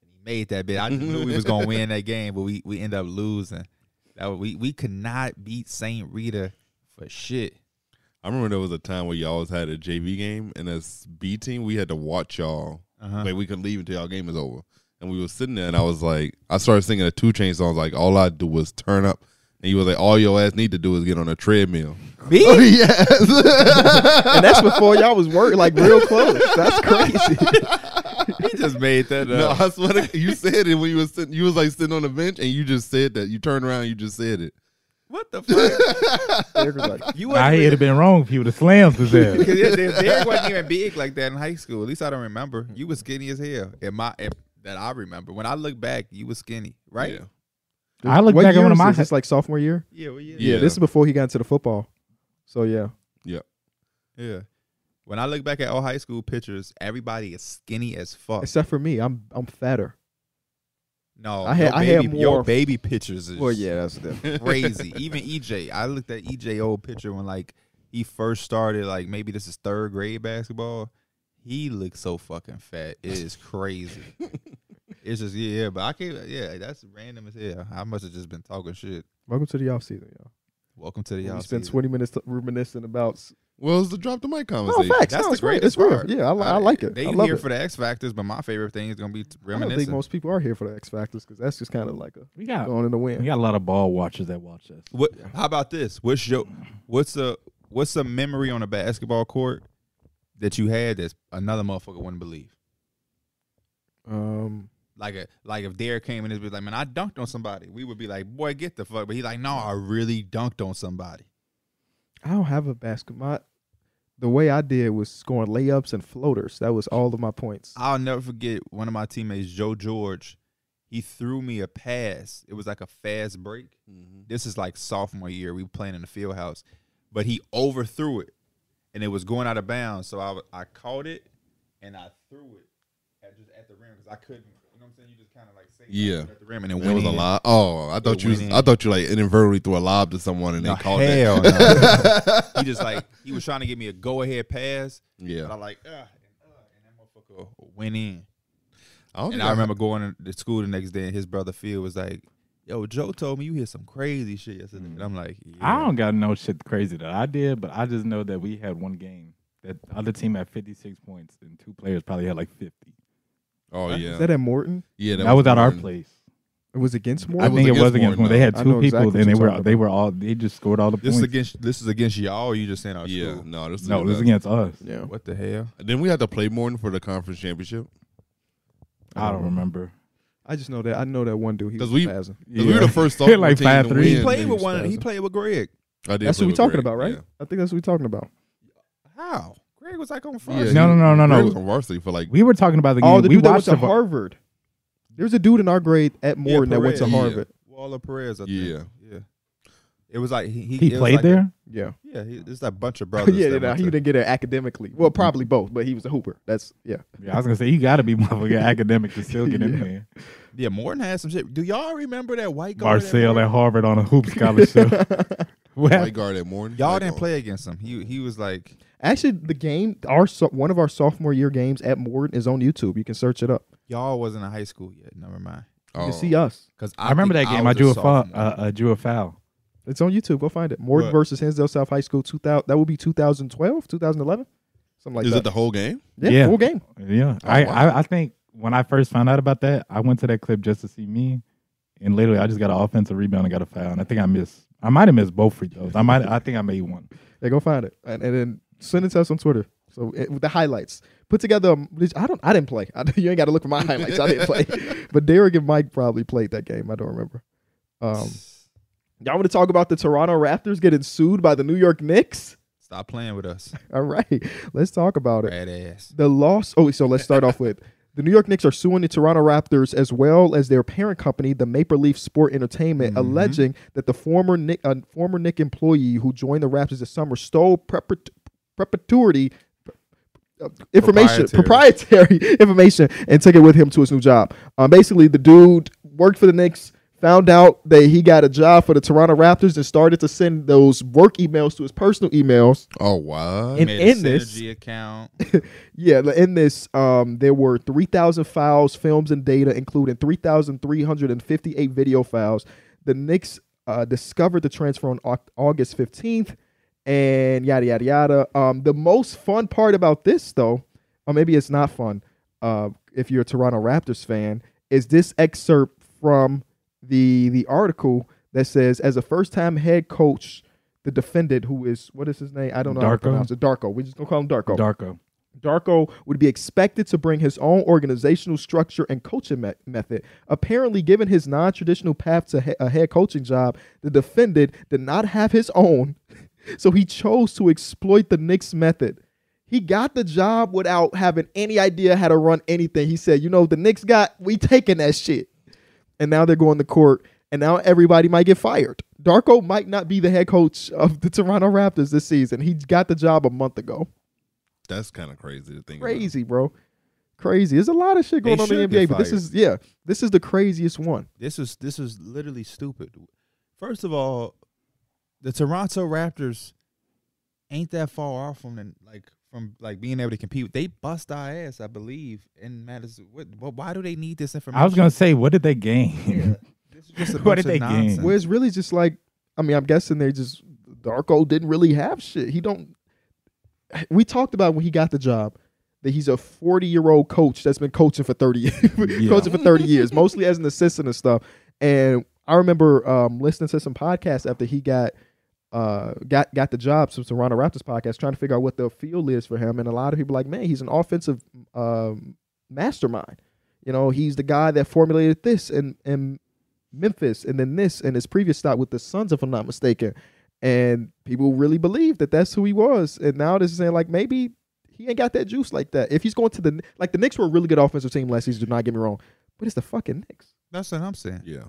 [SPEAKER 2] and he made that bit. I just knew we was gonna win that game, but we we end up losing. That was- we we could not beat Saint Rita for shit.
[SPEAKER 4] I remember there was a time where y'all always had a JV game, and as B team, we had to watch y'all.
[SPEAKER 2] Uh-huh.
[SPEAKER 4] Like we could leave until y'all game is over, and we was sitting there, and I was like, I started singing a two chain song. Like all I do was turn up, and he was like, all your ass need to do is get on a treadmill. Oh,
[SPEAKER 2] Me?
[SPEAKER 4] yes.
[SPEAKER 1] And that's before y'all was working like real close. That's crazy.
[SPEAKER 2] he just made that
[SPEAKER 4] No,
[SPEAKER 2] up.
[SPEAKER 4] I swear to you said it when you was sitting. You was like sitting on the bench, and you just said that. You turned around, you just said it.
[SPEAKER 2] What the fuck?
[SPEAKER 1] Derek was like,
[SPEAKER 2] You
[SPEAKER 3] I it'd have been wrong if he would have slammed his ass.
[SPEAKER 2] Because yeah, Derek- Derek wasn't even big like that in high school. At least I don't remember. You was skinny as hell. In my in- that I remember. When I look back, you was skinny, right?
[SPEAKER 4] Yeah.
[SPEAKER 3] I look
[SPEAKER 1] what
[SPEAKER 3] back at
[SPEAKER 1] year
[SPEAKER 3] one of
[SPEAKER 1] is
[SPEAKER 3] my
[SPEAKER 1] this? This like sophomore year.
[SPEAKER 2] Yeah, well, yeah,
[SPEAKER 1] Yeah.
[SPEAKER 4] Yeah.
[SPEAKER 1] this is before he got into the football. So yeah,
[SPEAKER 2] yeah. When I look back at all high school pictures, everybody is skinny as fuck.
[SPEAKER 1] except for me, I'm I'm fatter.
[SPEAKER 2] No,
[SPEAKER 1] I had-
[SPEAKER 2] your
[SPEAKER 1] I had
[SPEAKER 2] baby,
[SPEAKER 1] more-
[SPEAKER 2] your baby pictures is
[SPEAKER 1] that's the
[SPEAKER 2] crazy. Even EJ, I looked at EJ old picture when like he first started. Like maybe this is third grade basketball. He looked so fucking fat. It is crazy. it's just yeah, yeah, but I can't. Yeah, that's random as hell. I must have just been talking shit.
[SPEAKER 1] Welcome to the off season, y'all.
[SPEAKER 2] Welcome to the
[SPEAKER 1] We
[SPEAKER 2] y'all.
[SPEAKER 1] spent
[SPEAKER 2] season.
[SPEAKER 1] twenty minutes t- reminiscing about. s-
[SPEAKER 4] Well, it's the drop the mic
[SPEAKER 1] No
[SPEAKER 4] conversation.
[SPEAKER 1] facts.
[SPEAKER 2] That's
[SPEAKER 1] no,
[SPEAKER 2] the
[SPEAKER 1] it's real.
[SPEAKER 2] greatest
[SPEAKER 1] It's real.
[SPEAKER 2] part.
[SPEAKER 1] Yeah, I, li- I like it.
[SPEAKER 2] They
[SPEAKER 1] I love
[SPEAKER 2] here
[SPEAKER 1] it.
[SPEAKER 2] for the X factors, but my favorite thing is gonna be t-
[SPEAKER 1] I don't think
[SPEAKER 2] reminiscing.
[SPEAKER 1] most people are here for the X Factors because that's just kind of like a
[SPEAKER 3] We got
[SPEAKER 1] going in the
[SPEAKER 3] we
[SPEAKER 1] wind.
[SPEAKER 3] got a lot of ball watchers that watch us.
[SPEAKER 2] What? How about this? What's your what's a what's a memory on a basketball court that you had that another motherfucker wouldn't believe?
[SPEAKER 1] Um,
[SPEAKER 2] Like a like if Derek came in and was like, man, I dunked on somebody, we would be like, boy, get the fuck. But he like, no, I really dunked on somebody.
[SPEAKER 1] I don't have a basket. My the way I did was scoring layups and floaters. That was all of my points.
[SPEAKER 2] I'll never forget one of my teammates, Joe George. He threw me a pass. It was like a fast break. This is like sophomore year. We were playing in the field house, but he overthrew it, and it was going out of bounds. So I I caught it, and I threw it at just at the rim because I couldn't. You know what I'm saying? You just kind of like say
[SPEAKER 4] Yeah.
[SPEAKER 2] at the rim, and it
[SPEAKER 4] It
[SPEAKER 2] went
[SPEAKER 4] was a
[SPEAKER 2] in.
[SPEAKER 4] lob. Oh, I thought
[SPEAKER 2] It
[SPEAKER 4] you. Was,
[SPEAKER 2] went in.
[SPEAKER 4] I thought you like inadvertently threw a lob to someone and
[SPEAKER 2] No,
[SPEAKER 4] they called
[SPEAKER 2] hell
[SPEAKER 4] that.
[SPEAKER 2] no. he just like he was trying to give me a go ahead pass, but I
[SPEAKER 4] yeah,
[SPEAKER 2] like uh, and, uh, and that motherfucker went in.
[SPEAKER 4] I don't
[SPEAKER 2] And
[SPEAKER 4] think
[SPEAKER 2] I remember going to school the next day, and his brother Phil was like, yo, Joe told me you hit some crazy shit yesterday. And I'm like, yeah.
[SPEAKER 3] I don't got no shit crazy that I did, but I just know that we had one game that the other team had 56 points and two players probably had like 50.
[SPEAKER 4] Oh yeah,
[SPEAKER 1] Is that at Morton?
[SPEAKER 4] yeah.
[SPEAKER 3] That, was at our
[SPEAKER 4] boring.
[SPEAKER 3] place.
[SPEAKER 1] It was against
[SPEAKER 3] I
[SPEAKER 4] I
[SPEAKER 1] Morton.
[SPEAKER 4] was
[SPEAKER 3] think it was
[SPEAKER 4] against
[SPEAKER 3] against
[SPEAKER 4] Morton,
[SPEAKER 3] one. They had
[SPEAKER 1] I
[SPEAKER 3] two
[SPEAKER 1] know
[SPEAKER 3] people
[SPEAKER 1] exactly
[SPEAKER 3] and they
[SPEAKER 1] what
[SPEAKER 3] were
[SPEAKER 1] you're talking
[SPEAKER 3] they were all they just scored all the
[SPEAKER 2] This is
[SPEAKER 3] points.
[SPEAKER 2] against this is against y'all. or you just saying our
[SPEAKER 4] Yeah,
[SPEAKER 2] school?
[SPEAKER 4] no, this
[SPEAKER 3] no,
[SPEAKER 4] is
[SPEAKER 3] this is against us.
[SPEAKER 1] yeah.
[SPEAKER 2] What the hell?
[SPEAKER 4] Then we had to play Morton for the conference championship
[SPEAKER 3] I don't remember.
[SPEAKER 1] I just know that I know that one dude. He
[SPEAKER 4] 'Cause
[SPEAKER 1] was
[SPEAKER 4] we-
[SPEAKER 1] spazzing.
[SPEAKER 4] 'Cause we were the first
[SPEAKER 3] Hit
[SPEAKER 4] Baltimore
[SPEAKER 3] like
[SPEAKER 4] team to
[SPEAKER 3] five three.
[SPEAKER 2] He
[SPEAKER 4] win.
[SPEAKER 2] played
[SPEAKER 1] maybe
[SPEAKER 2] with one. He
[SPEAKER 1] spazzing.
[SPEAKER 2] played with Greg.
[SPEAKER 4] I did
[SPEAKER 1] That's what we're
[SPEAKER 4] play with
[SPEAKER 1] talking
[SPEAKER 4] Greg,
[SPEAKER 1] about, right? I think that's what we're talking about.
[SPEAKER 2] How? Greg was like on
[SPEAKER 4] Yeah.
[SPEAKER 2] first.
[SPEAKER 4] Yeah,
[SPEAKER 3] No,
[SPEAKER 4] he-
[SPEAKER 3] no, no, no,
[SPEAKER 4] Greg
[SPEAKER 3] no.
[SPEAKER 4] was on varsity for like
[SPEAKER 3] We were talking about the game.
[SPEAKER 1] Oh, the
[SPEAKER 3] we
[SPEAKER 1] dude that went to
[SPEAKER 3] the var-
[SPEAKER 1] Harvard. There's a dude in our grade at Morton that went to
[SPEAKER 2] Perez.
[SPEAKER 4] Yeah.
[SPEAKER 1] Harvard.
[SPEAKER 2] Waller Perez. I think.
[SPEAKER 4] Yeah.
[SPEAKER 2] yeah. It was like he, he,
[SPEAKER 3] He
[SPEAKER 2] it was
[SPEAKER 3] played
[SPEAKER 2] like-
[SPEAKER 3] there.
[SPEAKER 1] Yeah.
[SPEAKER 2] Yeah, he, it's that bunch of brothers.
[SPEAKER 1] yeah,
[SPEAKER 2] that
[SPEAKER 1] nah,
[SPEAKER 2] went
[SPEAKER 1] he
[SPEAKER 2] to-
[SPEAKER 1] didn't get it academically. Well, probably both, but he was a hooper. That's yeah.
[SPEAKER 3] Yeah, I was gonna say you got to be motherfucking academic to still get in
[SPEAKER 1] Yeah.
[SPEAKER 3] there.
[SPEAKER 2] Yeah, Morton had some shit. Do y'all remember that white guy?
[SPEAKER 3] Marcel at Harvard on a hoop scholarship. what?
[SPEAKER 4] white guard at Morton.
[SPEAKER 2] Y'all
[SPEAKER 4] Like,
[SPEAKER 2] didn't
[SPEAKER 4] oh,
[SPEAKER 2] play against him. He he was like
[SPEAKER 1] Actually, the game our so, one of our sophomore year games at Morton is on YouTube. You can search it up.
[SPEAKER 2] y'all wasn't in high school yet. Never mind.
[SPEAKER 1] You
[SPEAKER 4] oh.
[SPEAKER 1] can see us.
[SPEAKER 2] Cause I,
[SPEAKER 3] I remember that
[SPEAKER 2] think
[SPEAKER 3] game. I,
[SPEAKER 2] was
[SPEAKER 3] drew a, foul.
[SPEAKER 2] sophomore.
[SPEAKER 3] Uh, uh, drew a foul.
[SPEAKER 1] It's on YouTube. Go find it. Morton
[SPEAKER 2] Right.
[SPEAKER 1] versus Hinsdale South High School. Two thousand. That would be 2012, 2011, something like
[SPEAKER 4] Is it
[SPEAKER 1] that.
[SPEAKER 4] the whole game?
[SPEAKER 1] yeah,
[SPEAKER 3] Yeah.
[SPEAKER 1] full game.
[SPEAKER 3] Yeah, I,
[SPEAKER 4] wow.
[SPEAKER 3] I I think when I first found out about that, I went to that clip just to see me, and literally I just got an offensive rebound and got a foul, and I think I missed. I might have missed both free throws. I might. I think I made one.
[SPEAKER 1] Yeah, go find it, and, and then send it to us on Twitter. So it, with the highlights, put together. um, I don't. I didn't play. I, you ain't got to look for my highlights. I didn't play. But Derek and Mike probably played that game. I don't remember. Um, y'all want to talk about the Toronto Raptors getting sued by the New York Knicks?
[SPEAKER 2] Stop playing with us,
[SPEAKER 1] All right, let's talk about it.
[SPEAKER 2] rat ass.
[SPEAKER 1] The loss. Oh, so let's start off with the New York Knicks are suing the Toronto Raptors as well as their parent company, the Maple Leaf Sport Entertainment, alleging that the former Nick, uh, former Nick employee who joined the Raptors this summer stole preparat- preparatory uh, information, proprietary. information, and took it with him to his new job. Um, basically, the dude worked for the Knicks. Found out that he got a job for the Toronto Raptors and started to send those work emails to his personal emails.
[SPEAKER 4] Oh wow.
[SPEAKER 1] And
[SPEAKER 2] Made a
[SPEAKER 1] in this-
[SPEAKER 2] synergy account.
[SPEAKER 1] Yeah, li- in this, um, there were 3,000 files, films, and data, including 3,358 video files. The Knicks uh, discovered the transfer on Au- August 15th, and yada, yada, yada. Um, the most fun part about this, though, or maybe it's not fun uh, if you're a Toronto Raptors fan, is this excerpt from the the article that says, as a first time head coach, the defendant who is, what is his name? I don't know how to
[SPEAKER 3] Darko?
[SPEAKER 1] pronounce it. Darko. We're just going to call him Darko.
[SPEAKER 3] Darko.
[SPEAKER 1] Darko would be expected to bring his own organizational structure and coaching me- method. Apparently, given his non traditional path to he- a head coaching job, the defendant did not have his own, so he chose to exploit the Knicks method. He got the job without having any idea how to run anything. He said, You know, the Knicks got, we taking that shit. And now they're going to court, and now everybody might get fired. Darko might not be the head coach of the Toronto Raptors this season. He got the job a month ago
[SPEAKER 4] That's kind of crazy to think. about.
[SPEAKER 1] crazy, bro. Crazy. There's a lot of shit going
[SPEAKER 2] They
[SPEAKER 1] on in
[SPEAKER 2] should
[SPEAKER 1] the NBA,
[SPEAKER 2] get
[SPEAKER 1] but this
[SPEAKER 2] fired.
[SPEAKER 1] is yeah, this is the craziest one.
[SPEAKER 2] This is this is literally stupid. First of all, the Toronto Raptors ain't that far off from the, like from like being able to compete. They bust our ass, I believe, in Madison. What, what, why do they need this information?
[SPEAKER 3] I was gonna say, what did they gain?
[SPEAKER 2] This is just a
[SPEAKER 3] What
[SPEAKER 2] bunch
[SPEAKER 3] did
[SPEAKER 2] of
[SPEAKER 3] they gain?
[SPEAKER 2] nonsense.
[SPEAKER 1] Where it's really just like, I mean, I'm guessing they just Darko didn't really have shit. He don't. We talked about when he got the job that he's a 40 year old coach that's been coaching for 30 years, coaching for 30 years, mostly as an assistant and stuff. And I remember um, listening to some podcasts after he got uh, got got the job, some Toronto Raptors podcast, trying to figure out what the field is for him. And a lot of people like, man, he's an offensive um, mastermind. You know, he's the guy that formulated this and and Memphis and then this and his previous stop with the Suns, if I'm not mistaken. And people really believe that that's who he was. And now this is saying like maybe he ain't got that juice like that. If he's going to the like the Knicks were a really good offensive team last season. Do not get me wrong, but it's the fucking Knicks.
[SPEAKER 2] That's what I'm saying.
[SPEAKER 4] Yeah.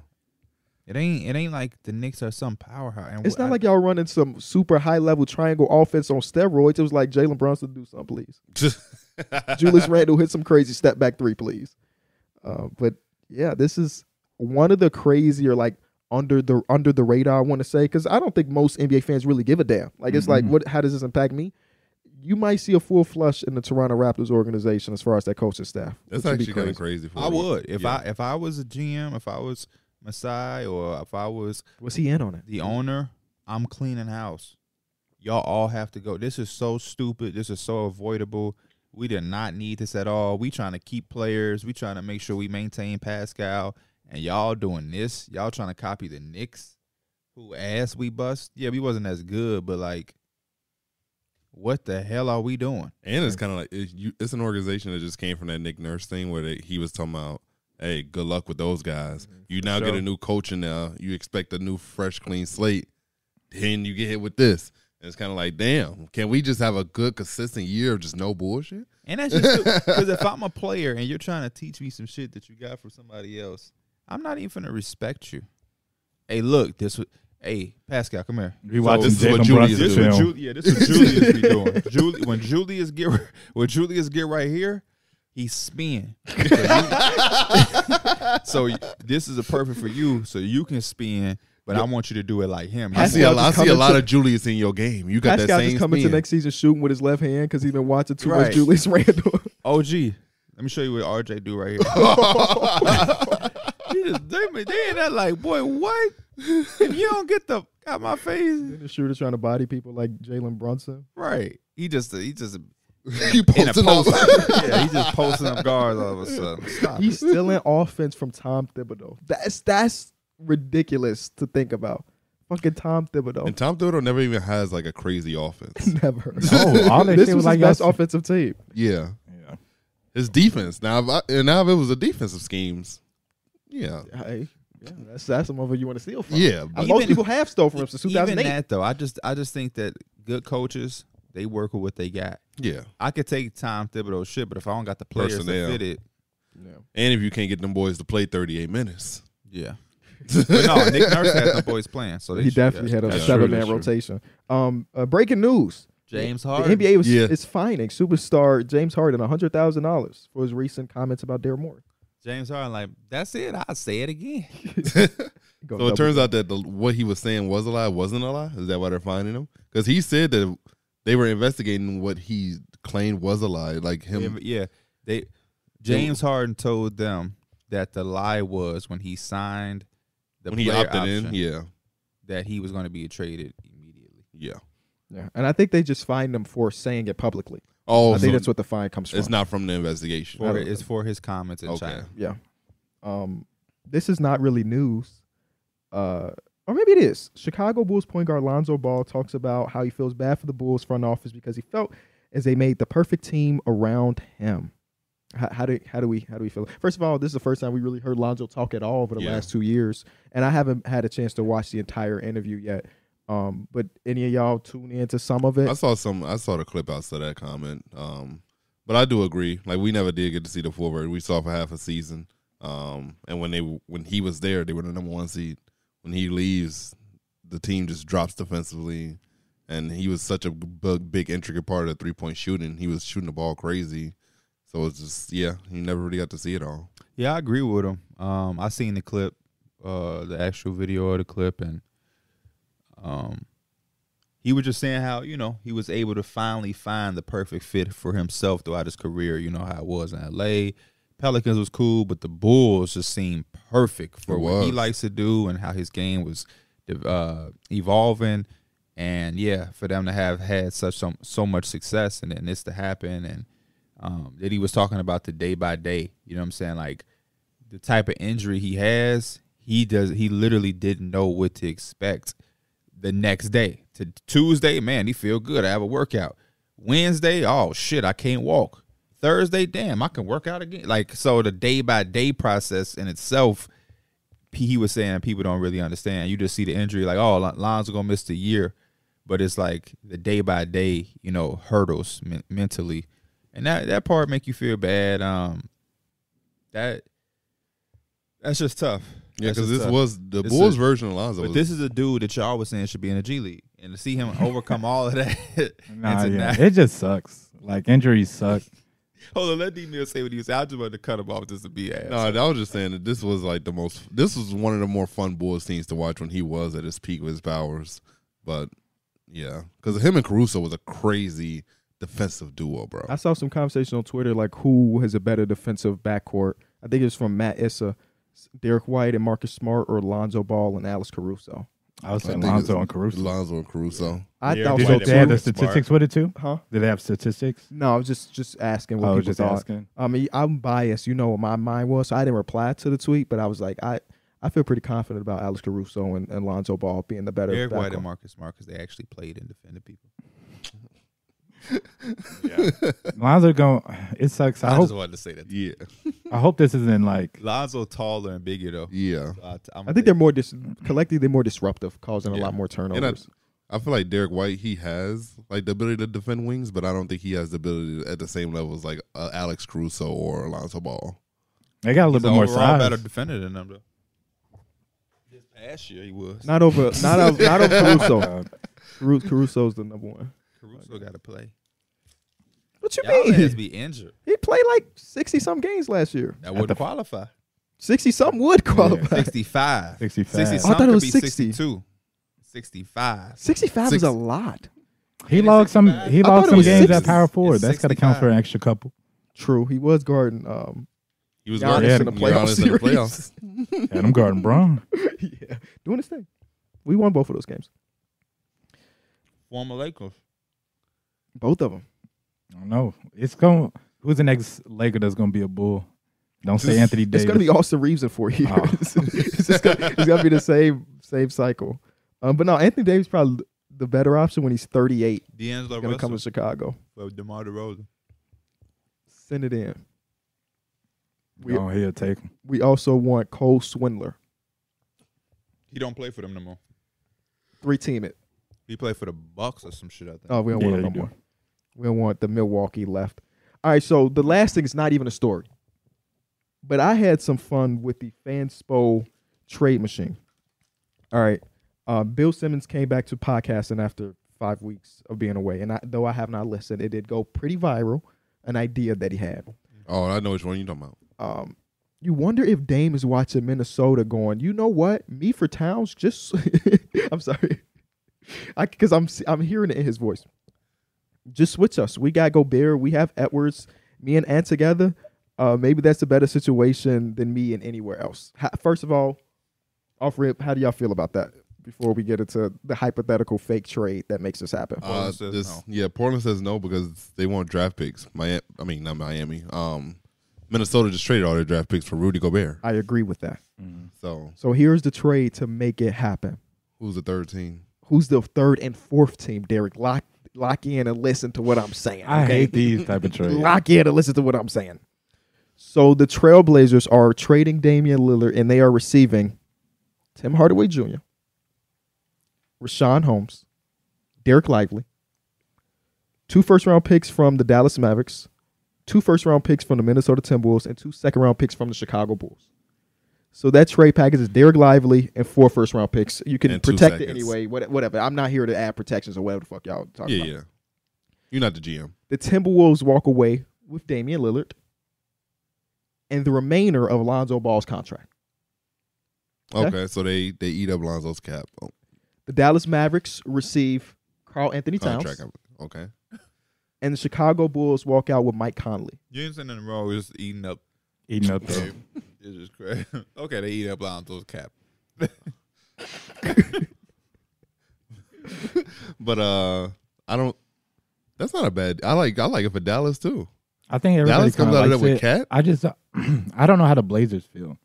[SPEAKER 2] It ain't it ain't like the Knicks are some powerhouse. And
[SPEAKER 1] It's
[SPEAKER 2] wh-
[SPEAKER 1] not
[SPEAKER 2] I-
[SPEAKER 1] like y'all running some super high level triangle offense on steroids. It was like Jalen Brunson do something, please. Julius Randle hit some crazy step back three, please. Uh, but yeah, this is one of the crazier like under the under the radar. I want to say because I don't think most NBA fans really give a damn. Like it's
[SPEAKER 4] Mm-hmm.
[SPEAKER 1] like what? How does this impact me? You might see a full flush in the Toronto Raptors organization as far as their coaching staff.
[SPEAKER 4] That's
[SPEAKER 1] which would be
[SPEAKER 4] actually kind of crazy. For
[SPEAKER 2] I
[SPEAKER 4] me.
[SPEAKER 2] would if
[SPEAKER 4] Yeah.
[SPEAKER 2] I if I was a GM, if I was Masai or if I was
[SPEAKER 1] Was he in on it?
[SPEAKER 2] the owner, I'm cleaning house. Y'all all have to go. This is so stupid. This is so avoidable. We did not need this at all. We trying to keep players. We trying to make sure we maintain Pascal. And y'all doing this. Y'all trying to copy the Knicks, who ass we bust. Yeah, we wasn't as good, but like, what the hell are we doing?
[SPEAKER 4] And it's kind of like it, you, it's an organization that just came from that Nick Nurse thing where they, he was talking about, "Hey, good luck with those guys.
[SPEAKER 1] Mm-hmm.
[SPEAKER 4] You now get
[SPEAKER 2] sure.
[SPEAKER 4] a new coach in there. You expect a new, fresh, clean slate. Then you get hit with this." And it's kind of like, "Damn, can we just have a good, consistent year of just no bullshit?"
[SPEAKER 2] And that's just because if I'm a player and you're trying to teach me some shit that you got from somebody else, I'm not even gonna respect you. Hey, look, this. wa- Hey, Pascal, come here.
[SPEAKER 3] We watching
[SPEAKER 4] this is what
[SPEAKER 3] Jacob Brunson
[SPEAKER 4] Julius did.
[SPEAKER 2] This
[SPEAKER 3] film.
[SPEAKER 2] what Ju- yeah, this what Julius be doing. Juli- when Julius get when Julius get right here, he spin. so you- this is a perfect for you, so you can spin. But I want you to do it like him.
[SPEAKER 4] I see a
[SPEAKER 1] Pascal
[SPEAKER 4] lot.
[SPEAKER 1] just
[SPEAKER 4] I see a
[SPEAKER 1] coming
[SPEAKER 4] lot
[SPEAKER 1] to-
[SPEAKER 4] of Julius in your game. You got
[SPEAKER 1] Pascal
[SPEAKER 4] that
[SPEAKER 1] just
[SPEAKER 4] same
[SPEAKER 1] coming
[SPEAKER 4] spin.
[SPEAKER 1] to next season shooting with his left hand because he's been watching too
[SPEAKER 2] Right.
[SPEAKER 1] much Julius Randle.
[SPEAKER 2] OG, let me show you what RJ do right here. He just they, be- they in that like, boy, what? If you don't get the out my face,
[SPEAKER 1] the shooter's trying to body people like Jalen Brunson.
[SPEAKER 2] right? He just he just
[SPEAKER 4] you
[SPEAKER 2] in a
[SPEAKER 4] posting
[SPEAKER 2] post.
[SPEAKER 4] those.
[SPEAKER 2] yeah, he just posting up guards all of a sudden. Stop.
[SPEAKER 1] He's still in offense from Tom Thibodeau. That's that's ridiculous to think about. Fucking Tom
[SPEAKER 4] And
[SPEAKER 1] Thibodeau.
[SPEAKER 4] Tom Thibodeau never even has like a crazy offense.
[SPEAKER 1] Never.
[SPEAKER 3] Oh, all that
[SPEAKER 1] this
[SPEAKER 3] shit
[SPEAKER 1] was his
[SPEAKER 3] was like
[SPEAKER 1] best
[SPEAKER 3] y'all-
[SPEAKER 1] offensive team.
[SPEAKER 4] yeah,
[SPEAKER 3] Yeah.
[SPEAKER 4] his defense. Now, if I, and now if it was a defensive schemes, yeah,
[SPEAKER 1] Hey, yeah, that's that's some of you want to steal from.
[SPEAKER 4] yeah.
[SPEAKER 1] Uh,
[SPEAKER 4] But
[SPEAKER 1] most
[SPEAKER 2] Even-
[SPEAKER 1] people have stole from him since
[SPEAKER 2] Even
[SPEAKER 1] 2008.
[SPEAKER 2] that though, I just I just think that good coaches they work with what they got.
[SPEAKER 4] yeah.
[SPEAKER 2] I could take Tom Thibodeau shit, but if I don't got the players
[SPEAKER 4] Personnel.
[SPEAKER 2] to fit it,
[SPEAKER 4] And if you can't get them boys to play 38 minutes,
[SPEAKER 2] yeah. But no, Nick Nurse had the boys playing, so they
[SPEAKER 1] He
[SPEAKER 2] should-
[SPEAKER 1] definitely
[SPEAKER 2] yeah.
[SPEAKER 1] had a
[SPEAKER 4] that's
[SPEAKER 1] seven
[SPEAKER 4] true,
[SPEAKER 1] man
[SPEAKER 4] that's true.
[SPEAKER 1] rotation. Um, uh, breaking news:
[SPEAKER 2] James
[SPEAKER 1] The
[SPEAKER 2] Harden.
[SPEAKER 1] NBA was,
[SPEAKER 4] Yeah.
[SPEAKER 1] is fining superstar James Harden hundred thousand dollars for his recent comments about Daryl Moore.
[SPEAKER 2] James Harden, like that's it. I'll say it again.
[SPEAKER 1] Go
[SPEAKER 4] so it
[SPEAKER 1] double-
[SPEAKER 4] turns out that the, what he was saying was a lie, wasn't a lie. Is that why they're finding him? Because he said that they were investigating what he claimed was a lie, like
[SPEAKER 2] Yeah,
[SPEAKER 4] him.
[SPEAKER 2] but yeah, they James Harden told them that the lie was when he signed the
[SPEAKER 4] when he
[SPEAKER 2] player
[SPEAKER 4] opted in,
[SPEAKER 2] option
[SPEAKER 4] yeah,
[SPEAKER 2] that he was going to be traded immediately.
[SPEAKER 4] yeah.
[SPEAKER 1] Yeah, and I think they just fined him for saying it publicly.
[SPEAKER 4] Oh,
[SPEAKER 1] I think
[SPEAKER 4] so
[SPEAKER 1] that's what the fine comes from.
[SPEAKER 4] it's not from the investigation.
[SPEAKER 2] For
[SPEAKER 1] don't
[SPEAKER 2] it's for his comments in
[SPEAKER 4] Okay.
[SPEAKER 2] China.
[SPEAKER 1] yeah. Um, this is not really news. Uh, or maybe it is. Chicago Bulls point guard Lonzo Ball talks about how he feels bad for the Bulls front office because he felt as they made the perfect team around him. How, how do how do we how do we feel? First of all, this is the first time we really heard Lonzo talk at all over the
[SPEAKER 4] Yeah.
[SPEAKER 1] last two years, and I haven't had a chance to watch the entire interview yet. Um, but any of y'all tune in to some of it?
[SPEAKER 4] I saw some. I saw the clip outside that comment. Um, but I do agree. Like we never did get to see the full version. We saw for half a season. Um, and when they when he was there, they were the number one seed. When he leaves, the team just drops defensively. And he was such a big, big intricate part of the three point shooting. He was shooting the ball crazy. So it's just yeah, you never really got to see it all.
[SPEAKER 2] Yeah, I agree with him. Um, I seen the clip, uh, the actual video of the clip, and um, he was just saying how you know he was able to finally find the perfect fit for himself throughout his career. You know how it was in L.A. Pelicans was cool, but the Bulls just seemed perfect for
[SPEAKER 4] It
[SPEAKER 2] what he
[SPEAKER 4] was.
[SPEAKER 2] likes to do and how his game was uh, evolving. And yeah, for them to have had such so, so much success and then this to happen and um, that he was talking about the day by day. You know what I'm saying? Like the type of injury he has, he does. He literally didn't know what to expect the next day. To Tuesday, man, he feel good. I have a workout. Wednesday, oh shit, I can't walk. Thursday, damn, I can work out again. Like so, the day by day process in itself, he he was saying people don't really understand. You just see the injury, like oh, Lon- Lonzo gonna miss the year, but it's like the day by day, you know, hurdles men- mentally, and that that part make you feel bad. Um, that that's just tough.
[SPEAKER 4] Yeah,
[SPEAKER 2] That's just
[SPEAKER 4] because this
[SPEAKER 2] tough.
[SPEAKER 4] was the
[SPEAKER 2] It's
[SPEAKER 4] Bulls
[SPEAKER 2] a-
[SPEAKER 4] version of Lonzo.
[SPEAKER 2] But
[SPEAKER 4] was-
[SPEAKER 2] this is a dude that y'all was saying should be in the G League, and to see him overcome all of that. and
[SPEAKER 3] Nah,
[SPEAKER 2] to
[SPEAKER 3] yeah.
[SPEAKER 2] not-
[SPEAKER 3] It just sucks. Like injuries suck.
[SPEAKER 2] hold on, let D Mill say what he was. saying. I just wanted to cut him off just to be ass.
[SPEAKER 4] No, I was just saying that this was like the most. This was one of the more fun Bulls teams to watch when he was at his peak with his powers. But yeah, because him and Caruso was a crazy defensive duo, bro.
[SPEAKER 1] I saw some conversation on Twitter like who has a better defensive backcourt. I think it was from Matt Issa, Derek White and Marcus Smart or Alonzo Ball and Alice Caruso.
[SPEAKER 3] I was
[SPEAKER 4] I
[SPEAKER 3] saying
[SPEAKER 4] think it's
[SPEAKER 3] Lonzo and Caruso.
[SPEAKER 4] Lonzo and Caruso.
[SPEAKER 1] I
[SPEAKER 2] Yeah,
[SPEAKER 1] thought
[SPEAKER 3] Did
[SPEAKER 2] Lonzo
[SPEAKER 1] so
[SPEAKER 3] you,
[SPEAKER 2] and
[SPEAKER 3] they have
[SPEAKER 1] too.
[SPEAKER 3] the
[SPEAKER 2] Smart.
[SPEAKER 3] statistics with it too?
[SPEAKER 1] Huh?
[SPEAKER 3] Did they have statistics?
[SPEAKER 1] No, I was just just asking what
[SPEAKER 3] I was
[SPEAKER 1] people
[SPEAKER 3] just
[SPEAKER 1] thought.
[SPEAKER 3] asking.
[SPEAKER 1] I mean, I'm biased. You know what my mind was. So I didn't reply to the tweet, but I was like, I, I feel pretty confident about Alex Caruso and, and Lonzo Ball being the better.
[SPEAKER 2] Derek White
[SPEAKER 1] backcourt.
[SPEAKER 2] and Marcus Smart because they actually played and defended people.
[SPEAKER 3] Lonzo going. It sucks. I
[SPEAKER 2] I,
[SPEAKER 3] hope.
[SPEAKER 2] just wanted to say that.
[SPEAKER 4] Yeah,
[SPEAKER 3] I hope this isn't like.
[SPEAKER 2] Lonzo taller and bigger though.
[SPEAKER 4] yeah.
[SPEAKER 2] So I, am
[SPEAKER 1] I think they're more dis- collectively they're more disruptive, causing a
[SPEAKER 4] Yeah.
[SPEAKER 1] lot more
[SPEAKER 4] And I,
[SPEAKER 1] turnovers.
[SPEAKER 4] I feel like Derek White, he has like the ability to defend wings, but I don't think he has the ability at the same level as like uh, Alex Caruso or Alonzo Ball.
[SPEAKER 3] They got a little
[SPEAKER 2] He's
[SPEAKER 3] bit more
[SPEAKER 2] overall better
[SPEAKER 3] size.
[SPEAKER 2] defender than them though. This past year he was.
[SPEAKER 1] Not over, not over, not over Caruso.
[SPEAKER 3] Uh,
[SPEAKER 1] Caru- Caruso's the number one.
[SPEAKER 2] Caruso got to play.
[SPEAKER 1] What you
[SPEAKER 2] Y'all has
[SPEAKER 1] mean?
[SPEAKER 2] be injured.
[SPEAKER 1] He played like sixty some games last year.
[SPEAKER 2] That wouldn't qualify.
[SPEAKER 1] Sixty some would qualify.
[SPEAKER 2] 65.
[SPEAKER 3] 65.
[SPEAKER 2] 60
[SPEAKER 3] I
[SPEAKER 1] thought
[SPEAKER 2] something
[SPEAKER 1] it was
[SPEAKER 2] be
[SPEAKER 1] 60.
[SPEAKER 2] 62. 65.
[SPEAKER 1] Sixty five is
[SPEAKER 4] Six-
[SPEAKER 1] a lot.
[SPEAKER 3] he logged some. He
[SPEAKER 1] I thought
[SPEAKER 3] logged
[SPEAKER 1] it
[SPEAKER 3] some
[SPEAKER 1] was
[SPEAKER 3] games at
[SPEAKER 1] 60.
[SPEAKER 3] power forward.
[SPEAKER 2] It's
[SPEAKER 3] That's got to count
[SPEAKER 2] 65.
[SPEAKER 3] for an extra couple.
[SPEAKER 1] True, he was guarding. Um,
[SPEAKER 4] He was
[SPEAKER 1] Giannis
[SPEAKER 4] guarding
[SPEAKER 3] in the
[SPEAKER 1] playoff
[SPEAKER 4] Giannis in the
[SPEAKER 1] series.
[SPEAKER 4] playoffs.
[SPEAKER 3] And I'm guarding Braun.
[SPEAKER 1] yeah, doing his thing. We won both of those games.
[SPEAKER 2] Former Lakers.
[SPEAKER 1] Both of them.
[SPEAKER 3] I don't know. It's going. Who's the next Laker that's going to be a bull? Don't say Anthony Davis.
[SPEAKER 1] It's gonna be Austin Reeves in four years.
[SPEAKER 3] Oh.
[SPEAKER 1] it's, just gonna, it's gonna be the same same cycle. Um, but no, Anthony Davis probably the better option when he's thirty eight.
[SPEAKER 4] Oh,
[SPEAKER 2] D'Angelo
[SPEAKER 1] Gonna come
[SPEAKER 2] Russell.
[SPEAKER 1] to Chicago.
[SPEAKER 2] for DeMar DeRozan.
[SPEAKER 1] Send it in. We,
[SPEAKER 3] Oh, he'll take him.
[SPEAKER 1] we also want Cole Swindler.
[SPEAKER 2] He don't play for them no more.
[SPEAKER 1] Three team it.
[SPEAKER 2] He played for the Bucks or some shit. I think.
[SPEAKER 1] Oh, we don't
[SPEAKER 3] Yeah,
[SPEAKER 1] want him no
[SPEAKER 3] you do.
[SPEAKER 1] more. We don't want the Milwaukee left. All right, so the last thing is not even a story. But I had some fun with the Fanspo trade machine. All right. Uh, Bill Simmons came back to podcasting after five weeks of being away. And I, though I have not listened, it did go pretty viral, an idea that he had.
[SPEAKER 4] Oh, I know which one you're talking about.
[SPEAKER 1] Um, you wonder if Dame is watching Minnesota going, you know what? Me for Towns, just. I'm sorry. I Because I'm, s- I'm hearing it in his voice. Just switch us. We got Gobert. We have Edwards. Me and Ant together. Uh, maybe that's a better situation than me and anywhere else. Ha- First of all, off rip, how do y'all feel about that? Before we get into the hypothetical fake trade that makes this happen,
[SPEAKER 4] Uh,
[SPEAKER 2] Portland says
[SPEAKER 4] this,
[SPEAKER 2] no.
[SPEAKER 4] Yeah, Portland says no because they want draft picks. Miami, I mean not Miami. Um, Minnesota just traded all their draft picks for Rudy Gobert.
[SPEAKER 1] I agree with that.
[SPEAKER 4] So
[SPEAKER 1] So here's the trade to make it happen.
[SPEAKER 4] who's the third team?
[SPEAKER 1] who's the third and fourth team, Derek. Lock lock in and listen to what I'm saying.
[SPEAKER 3] I
[SPEAKER 1] okay?
[SPEAKER 3] hate these type of trades.
[SPEAKER 1] Lock in and listen to what I'm saying. So the Trailblazers are trading Damian Lillard and they are receiving Tim Hardaway Jr., Rashawn Holmes, Derek Lively, two first round picks from the Dallas Mavericks, two first round picks from the Minnesota Timberwolves, and two second round picks from the Chicago Bulls. So that trade package is Derek Lively and four first round picks. You can
[SPEAKER 4] And two
[SPEAKER 1] protect it
[SPEAKER 4] seconds.
[SPEAKER 1] anyway, what- whatever. I'm not here to add protections or whatever the fuck y'all talking
[SPEAKER 4] Yeah,
[SPEAKER 1] about.
[SPEAKER 4] yeah. You're not the GM.
[SPEAKER 1] The Timberwolves walk away with Damian Lillard and the remainder of Alonzo Ball's contract.
[SPEAKER 4] Okay,
[SPEAKER 1] Okay.
[SPEAKER 4] so they they eat up Lonzo's cap oh,
[SPEAKER 1] The Dallas Mavericks receive Carl Anthony Towns,
[SPEAKER 4] contract. Okay,
[SPEAKER 1] and the Chicago Bulls walk out with Mike Conley.
[SPEAKER 2] Jensen and Rowe is eating up.
[SPEAKER 3] Eating up though.
[SPEAKER 2] It's just crazy. Okay, they eat up Lonzo's cap.
[SPEAKER 4] but uh, I don't. That's not a bad. I like I like it for Dallas too.
[SPEAKER 3] I think everybody
[SPEAKER 4] Dallas
[SPEAKER 3] kind
[SPEAKER 4] comes
[SPEAKER 3] of
[SPEAKER 4] out of there
[SPEAKER 3] likes
[SPEAKER 4] with
[SPEAKER 3] it.
[SPEAKER 4] Cat.
[SPEAKER 3] I just, uh, I don't know how the Blazers feel.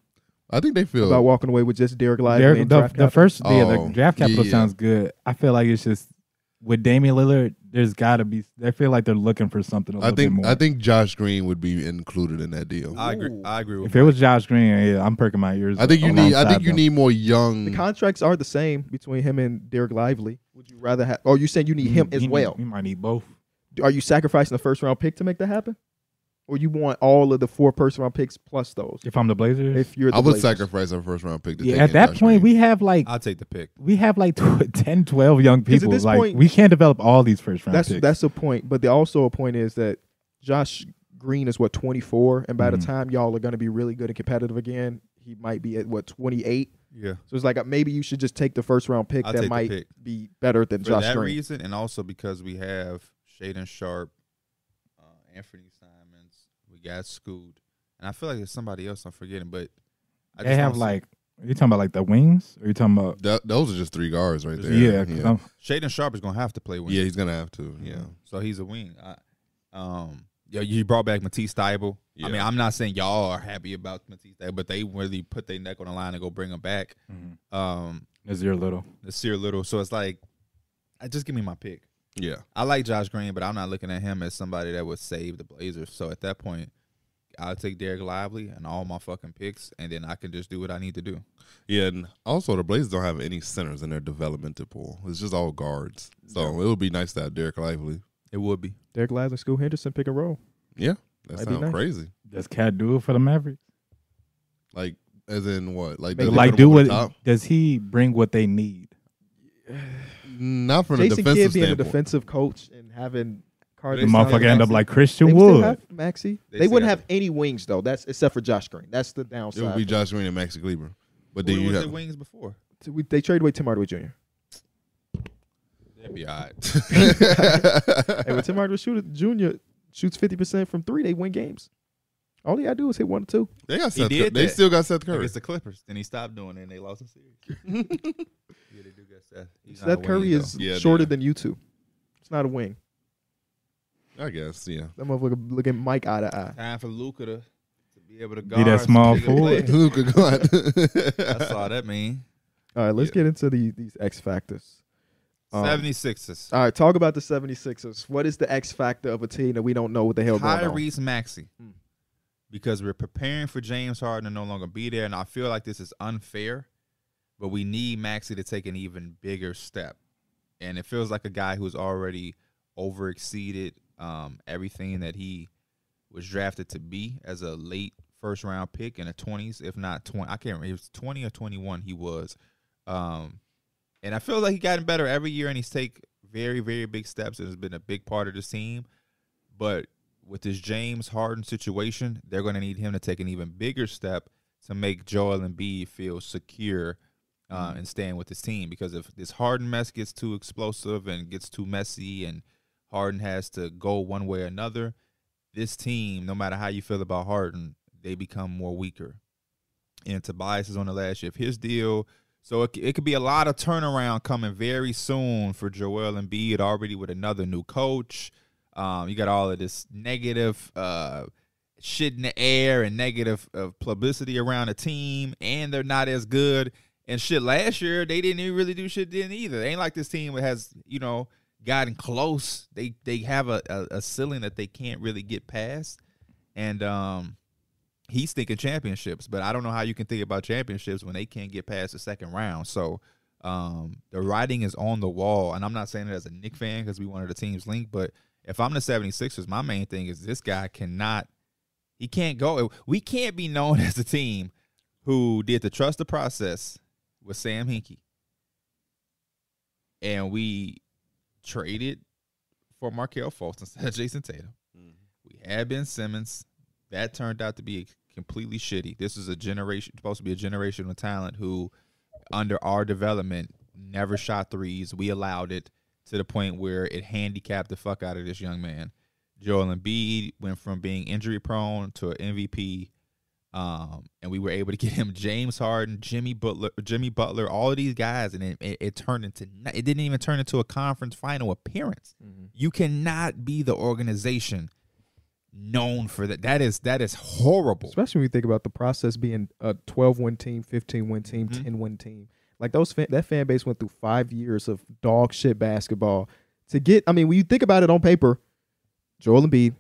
[SPEAKER 4] I think they feel
[SPEAKER 1] About walking away with just Derek Lively.
[SPEAKER 3] Their-
[SPEAKER 1] and
[SPEAKER 3] the,
[SPEAKER 1] draft
[SPEAKER 3] the
[SPEAKER 1] capital.
[SPEAKER 3] first, yeah,
[SPEAKER 4] Oh,
[SPEAKER 3] the draft capital
[SPEAKER 4] yeah.
[SPEAKER 3] sounds good. I feel like it's just with Damian Lillard. There's got to be. They feel like they're looking for something a
[SPEAKER 4] I
[SPEAKER 3] little bit
[SPEAKER 4] think
[SPEAKER 3] more.
[SPEAKER 4] I think Josh Green would be included in that deal.
[SPEAKER 2] I agree.
[SPEAKER 1] Ooh.
[SPEAKER 2] I agree with.
[SPEAKER 3] if it was Josh Green, yeah, I'm perking my ears.
[SPEAKER 4] I think you need. I think you need more young.
[SPEAKER 1] the contracts are the same between him and Derek Lively. Would you rather have? Oh, you saying you need him as well?
[SPEAKER 3] You might need both.
[SPEAKER 1] Are you sacrificing the first round pick to make that happen, or you want all of the four first round picks plus those?
[SPEAKER 3] If I'm the Blazers,
[SPEAKER 1] If you're, the
[SPEAKER 4] I would
[SPEAKER 1] Blazers.
[SPEAKER 4] sacrifice our first round pick. To
[SPEAKER 3] yeah,
[SPEAKER 4] take
[SPEAKER 3] at
[SPEAKER 4] in
[SPEAKER 3] that
[SPEAKER 4] Josh
[SPEAKER 3] point
[SPEAKER 4] Green.
[SPEAKER 3] we have like
[SPEAKER 2] I'll take the pick.
[SPEAKER 3] we have like 10, 12 young
[SPEAKER 1] 'Cause at
[SPEAKER 3] people.
[SPEAKER 1] this
[SPEAKER 3] Like
[SPEAKER 1] point-
[SPEAKER 3] we can't develop all these first round
[SPEAKER 1] That's
[SPEAKER 3] picks.
[SPEAKER 1] that's a point, but the, also a point is that Josh Green is what 24, and by the
[SPEAKER 2] Mm-hmm.
[SPEAKER 3] Mhm.
[SPEAKER 1] time y'all are going to be really good and competitive again, he might be at what 28.
[SPEAKER 2] Yeah.
[SPEAKER 1] So it's like uh, maybe you should just take the first round pick
[SPEAKER 2] I'll take
[SPEAKER 1] that
[SPEAKER 2] the
[SPEAKER 1] might
[SPEAKER 2] pick.
[SPEAKER 1] be better than
[SPEAKER 2] For
[SPEAKER 1] Josh
[SPEAKER 2] that
[SPEAKER 1] Green.
[SPEAKER 2] reason, and also because we have Shaden Sharp, uh, Anthony Simons, we got Scoot, and I feel like there's somebody else I'm forgetting, but I
[SPEAKER 3] They have
[SPEAKER 2] don't see-
[SPEAKER 3] like, are you talking about like the wings? Or are you talking about?
[SPEAKER 4] That, those are just three guards right there.
[SPEAKER 3] Yeah, 'cause
[SPEAKER 4] yeah.
[SPEAKER 3] I'm- Mm-hmm.
[SPEAKER 2] Shaden Sharp is gonna have to play wing.
[SPEAKER 4] Yeah, he's gonna have to. Yeah,
[SPEAKER 2] So he's a wing. I, um, yeah, you brought back Matisse Thybulle. I mean,
[SPEAKER 4] Yeah.
[SPEAKER 2] I'm not saying y'all are happy about Matisse Thybulle, but they really put their neck on the line and go bring him back.
[SPEAKER 4] Mm-hmm.
[SPEAKER 3] Mhm.
[SPEAKER 2] Um,
[SPEAKER 3] Is your little?
[SPEAKER 2] Nasir Little. So it's like, I just give me my pick.
[SPEAKER 4] yeah.
[SPEAKER 2] I like Josh Green, but I'm not looking at him as somebody that would save the Blazers. So at that point, I'll take Derek Lively and all my fucking picks, and then I can just do what I need to do.
[SPEAKER 4] Yeah, and also the Blazers don't have any centers in their developmental pool. It's just all guards. So it would be nice to have Derek Lively.
[SPEAKER 2] It would be.
[SPEAKER 1] Derek Lively, School Henderson, pick and roll.
[SPEAKER 4] Yeah, that
[SPEAKER 1] That'd be
[SPEAKER 4] sounds
[SPEAKER 1] nice.
[SPEAKER 4] crazy.
[SPEAKER 3] Does Cat do it for the Mavericks?
[SPEAKER 4] Like as in what? Like does he
[SPEAKER 3] Like,
[SPEAKER 4] put
[SPEAKER 3] do
[SPEAKER 4] them over
[SPEAKER 3] what?
[SPEAKER 4] the top?
[SPEAKER 3] Does he bring what they need?
[SPEAKER 4] Not from a
[SPEAKER 1] Jason Kidd
[SPEAKER 4] defensive
[SPEAKER 1] being a
[SPEAKER 4] standpoint.
[SPEAKER 1] defensive coach and having Carter.
[SPEAKER 3] The motherfucker end up like
[SPEAKER 1] they
[SPEAKER 3] Christian
[SPEAKER 1] still
[SPEAKER 3] Wood.
[SPEAKER 1] have Maxi.
[SPEAKER 2] They
[SPEAKER 1] They,
[SPEAKER 2] still
[SPEAKER 1] wouldn't
[SPEAKER 2] have-
[SPEAKER 1] have any wings though. That's except for Josh Green. That's the
[SPEAKER 4] it would
[SPEAKER 1] downside.
[SPEAKER 4] be Josh Green and Maxi Kleber. But
[SPEAKER 2] Where
[SPEAKER 4] then you
[SPEAKER 2] was the
[SPEAKER 4] have
[SPEAKER 2] wings before?
[SPEAKER 1] So we- they traded away Tim Hardaway Jr.
[SPEAKER 2] That'd be all right.
[SPEAKER 1] and when Tim Hardaway shooter, Jr. shoots fifty percent from three, they win games. All they gotta do is hit one or two.
[SPEAKER 4] they got Seth.
[SPEAKER 2] did
[SPEAKER 4] Cur- they
[SPEAKER 2] that.
[SPEAKER 4] still got Seth Curry.
[SPEAKER 2] Against the Clippers. Then he stopped doing it, and they lost the series. yeah, they do get Seth. He's not a
[SPEAKER 1] Seth
[SPEAKER 2] wing,
[SPEAKER 1] Curry is
[SPEAKER 4] though. Yeah, they
[SPEAKER 1] shorter
[SPEAKER 4] are.
[SPEAKER 1] than you two. It's not a wing.
[SPEAKER 4] I guess. Yeah.
[SPEAKER 1] That motherfucker looking Mike eye to eye.
[SPEAKER 2] though. Time for Luca to, to be able to
[SPEAKER 3] Be that
[SPEAKER 2] guard.
[SPEAKER 3] small
[SPEAKER 2] some bigger
[SPEAKER 3] forward.
[SPEAKER 2] play.
[SPEAKER 4] Luca gone.
[SPEAKER 2] I saw that mean.
[SPEAKER 1] All right, let's
[SPEAKER 4] Yeah.
[SPEAKER 1] get into the, these X factors. Um,
[SPEAKER 2] 76ers.
[SPEAKER 1] All right, talk about the 76ers. What is the X factor of a team that we don't know what the hell going on?
[SPEAKER 2] Tyrese Maxey.
[SPEAKER 1] Hmm.
[SPEAKER 2] Because we're preparing for James Harden to no longer be there, and I feel like this is unfair, but we need Maxey to take an even bigger step. And it feels like a guy who's already over exceeded um, everything that he was drafted to be as a late first round pick in the 20s, if not 20. I can't remember. It was 20 or 21 he was. Um, and I feel like he gotten better every year, and he's take very, very big steps, and has been a big part of the team. But with this James Harden situation, they're going to need him to take an even bigger step to make Joel Embiid feel secure uh, and staying with his team. Because if this Harden mess gets too explosive and gets too messy, and Harden has to go one way or another, this team, no matter how you feel about Harden, they become more weaker. And Tobias is on the last year of his deal. So it, c- it could be a lot of turnaround coming very soon for Joel Embiid already with another new coach. Um, you got all of this negative uh, shit in the air and negative uh, publicity around the team, and they're not as good. And shit, last year they didn't even really do shit then either. They ain't like this team that has you know gotten close. They they have a, a, a ceiling that they can't really get past, and um, he's thinking championships. But I don't know how you can think about championships when they can't get past the second round. So. Um, the writing is on the wall, and I'm not saying it as a Nick fan because we wanted the team's link, but if I'm the 76ers, my main thing is this guy cannot, he can't go. We can't be known as a team who did the trust the process with Sam Hinkie. And we traded for Markel Fultz instead of Jason Tatum. We had Ben Simmons. That turned out to be completely shitty. This is a generation supposed to be a generational talent who, under our development, never shot threes. We allowed it to the point where it handicapped the fuck out of this young man. Joel Embiid went from being injury prone to an MVP. Um, and we were able to get him James Harden, Jimmy Butler, Jimmy Butler, all of these guys, and it, it, it turned into no- it didn't even turn into a conference final appearance. You cannot be the organization known for that. That is that is horrible.
[SPEAKER 1] Especially when you think about the process being a 12 win team, 15 win team,
[SPEAKER 2] Mhm.
[SPEAKER 1] 10 win team. Like those fan, that fan base went through five years of dog shit basketball to get. I mean, when you think about it on paper, Joel Embiid,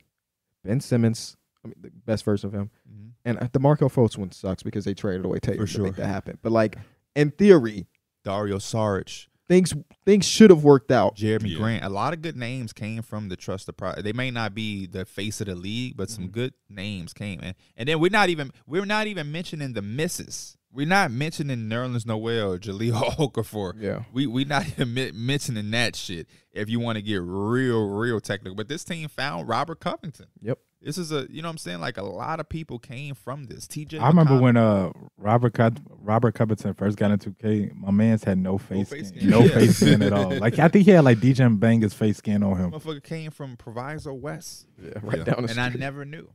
[SPEAKER 1] Ben Simmons, I mean, the best version of him,
[SPEAKER 2] Mhm.
[SPEAKER 1] and uh, the Marco Fultz one sucks because they traded away Tatum
[SPEAKER 2] For
[SPEAKER 1] to make
[SPEAKER 2] sure.
[SPEAKER 1] that happen. But like in theory,
[SPEAKER 2] Dario Saric,
[SPEAKER 1] things things should have worked out.
[SPEAKER 2] Jeremy
[SPEAKER 4] Yeah.
[SPEAKER 2] Grant. A lot of good names came from the trust the pro. They may not be the face of the league, but some good names came. And and then we're not even we're not even mentioning the misses. We're not mentioning Nerlens Noel, Jaleel Okafor.
[SPEAKER 1] Yeah.
[SPEAKER 2] We we not even men- mentioning that shit. If you want to get real real technical, but this team found Robert Covington.
[SPEAKER 1] Yep.
[SPEAKER 2] This is a you know what I'm saying like a lot of people came from this. TJ.
[SPEAKER 3] I remember
[SPEAKER 2] McConnell.
[SPEAKER 3] when uh Robert Cov- Robert Covington first got into K. My man's had no face,
[SPEAKER 2] face
[SPEAKER 3] skin,
[SPEAKER 2] skin.
[SPEAKER 3] no
[SPEAKER 2] Yeah.
[SPEAKER 3] face skin at all. Like I think he had like DJ Banga's face skin on him.
[SPEAKER 2] motherfucker came from Proviso West.
[SPEAKER 1] Yeah, right
[SPEAKER 4] Yeah.
[SPEAKER 1] down the
[SPEAKER 2] and I
[SPEAKER 1] street.
[SPEAKER 2] never knew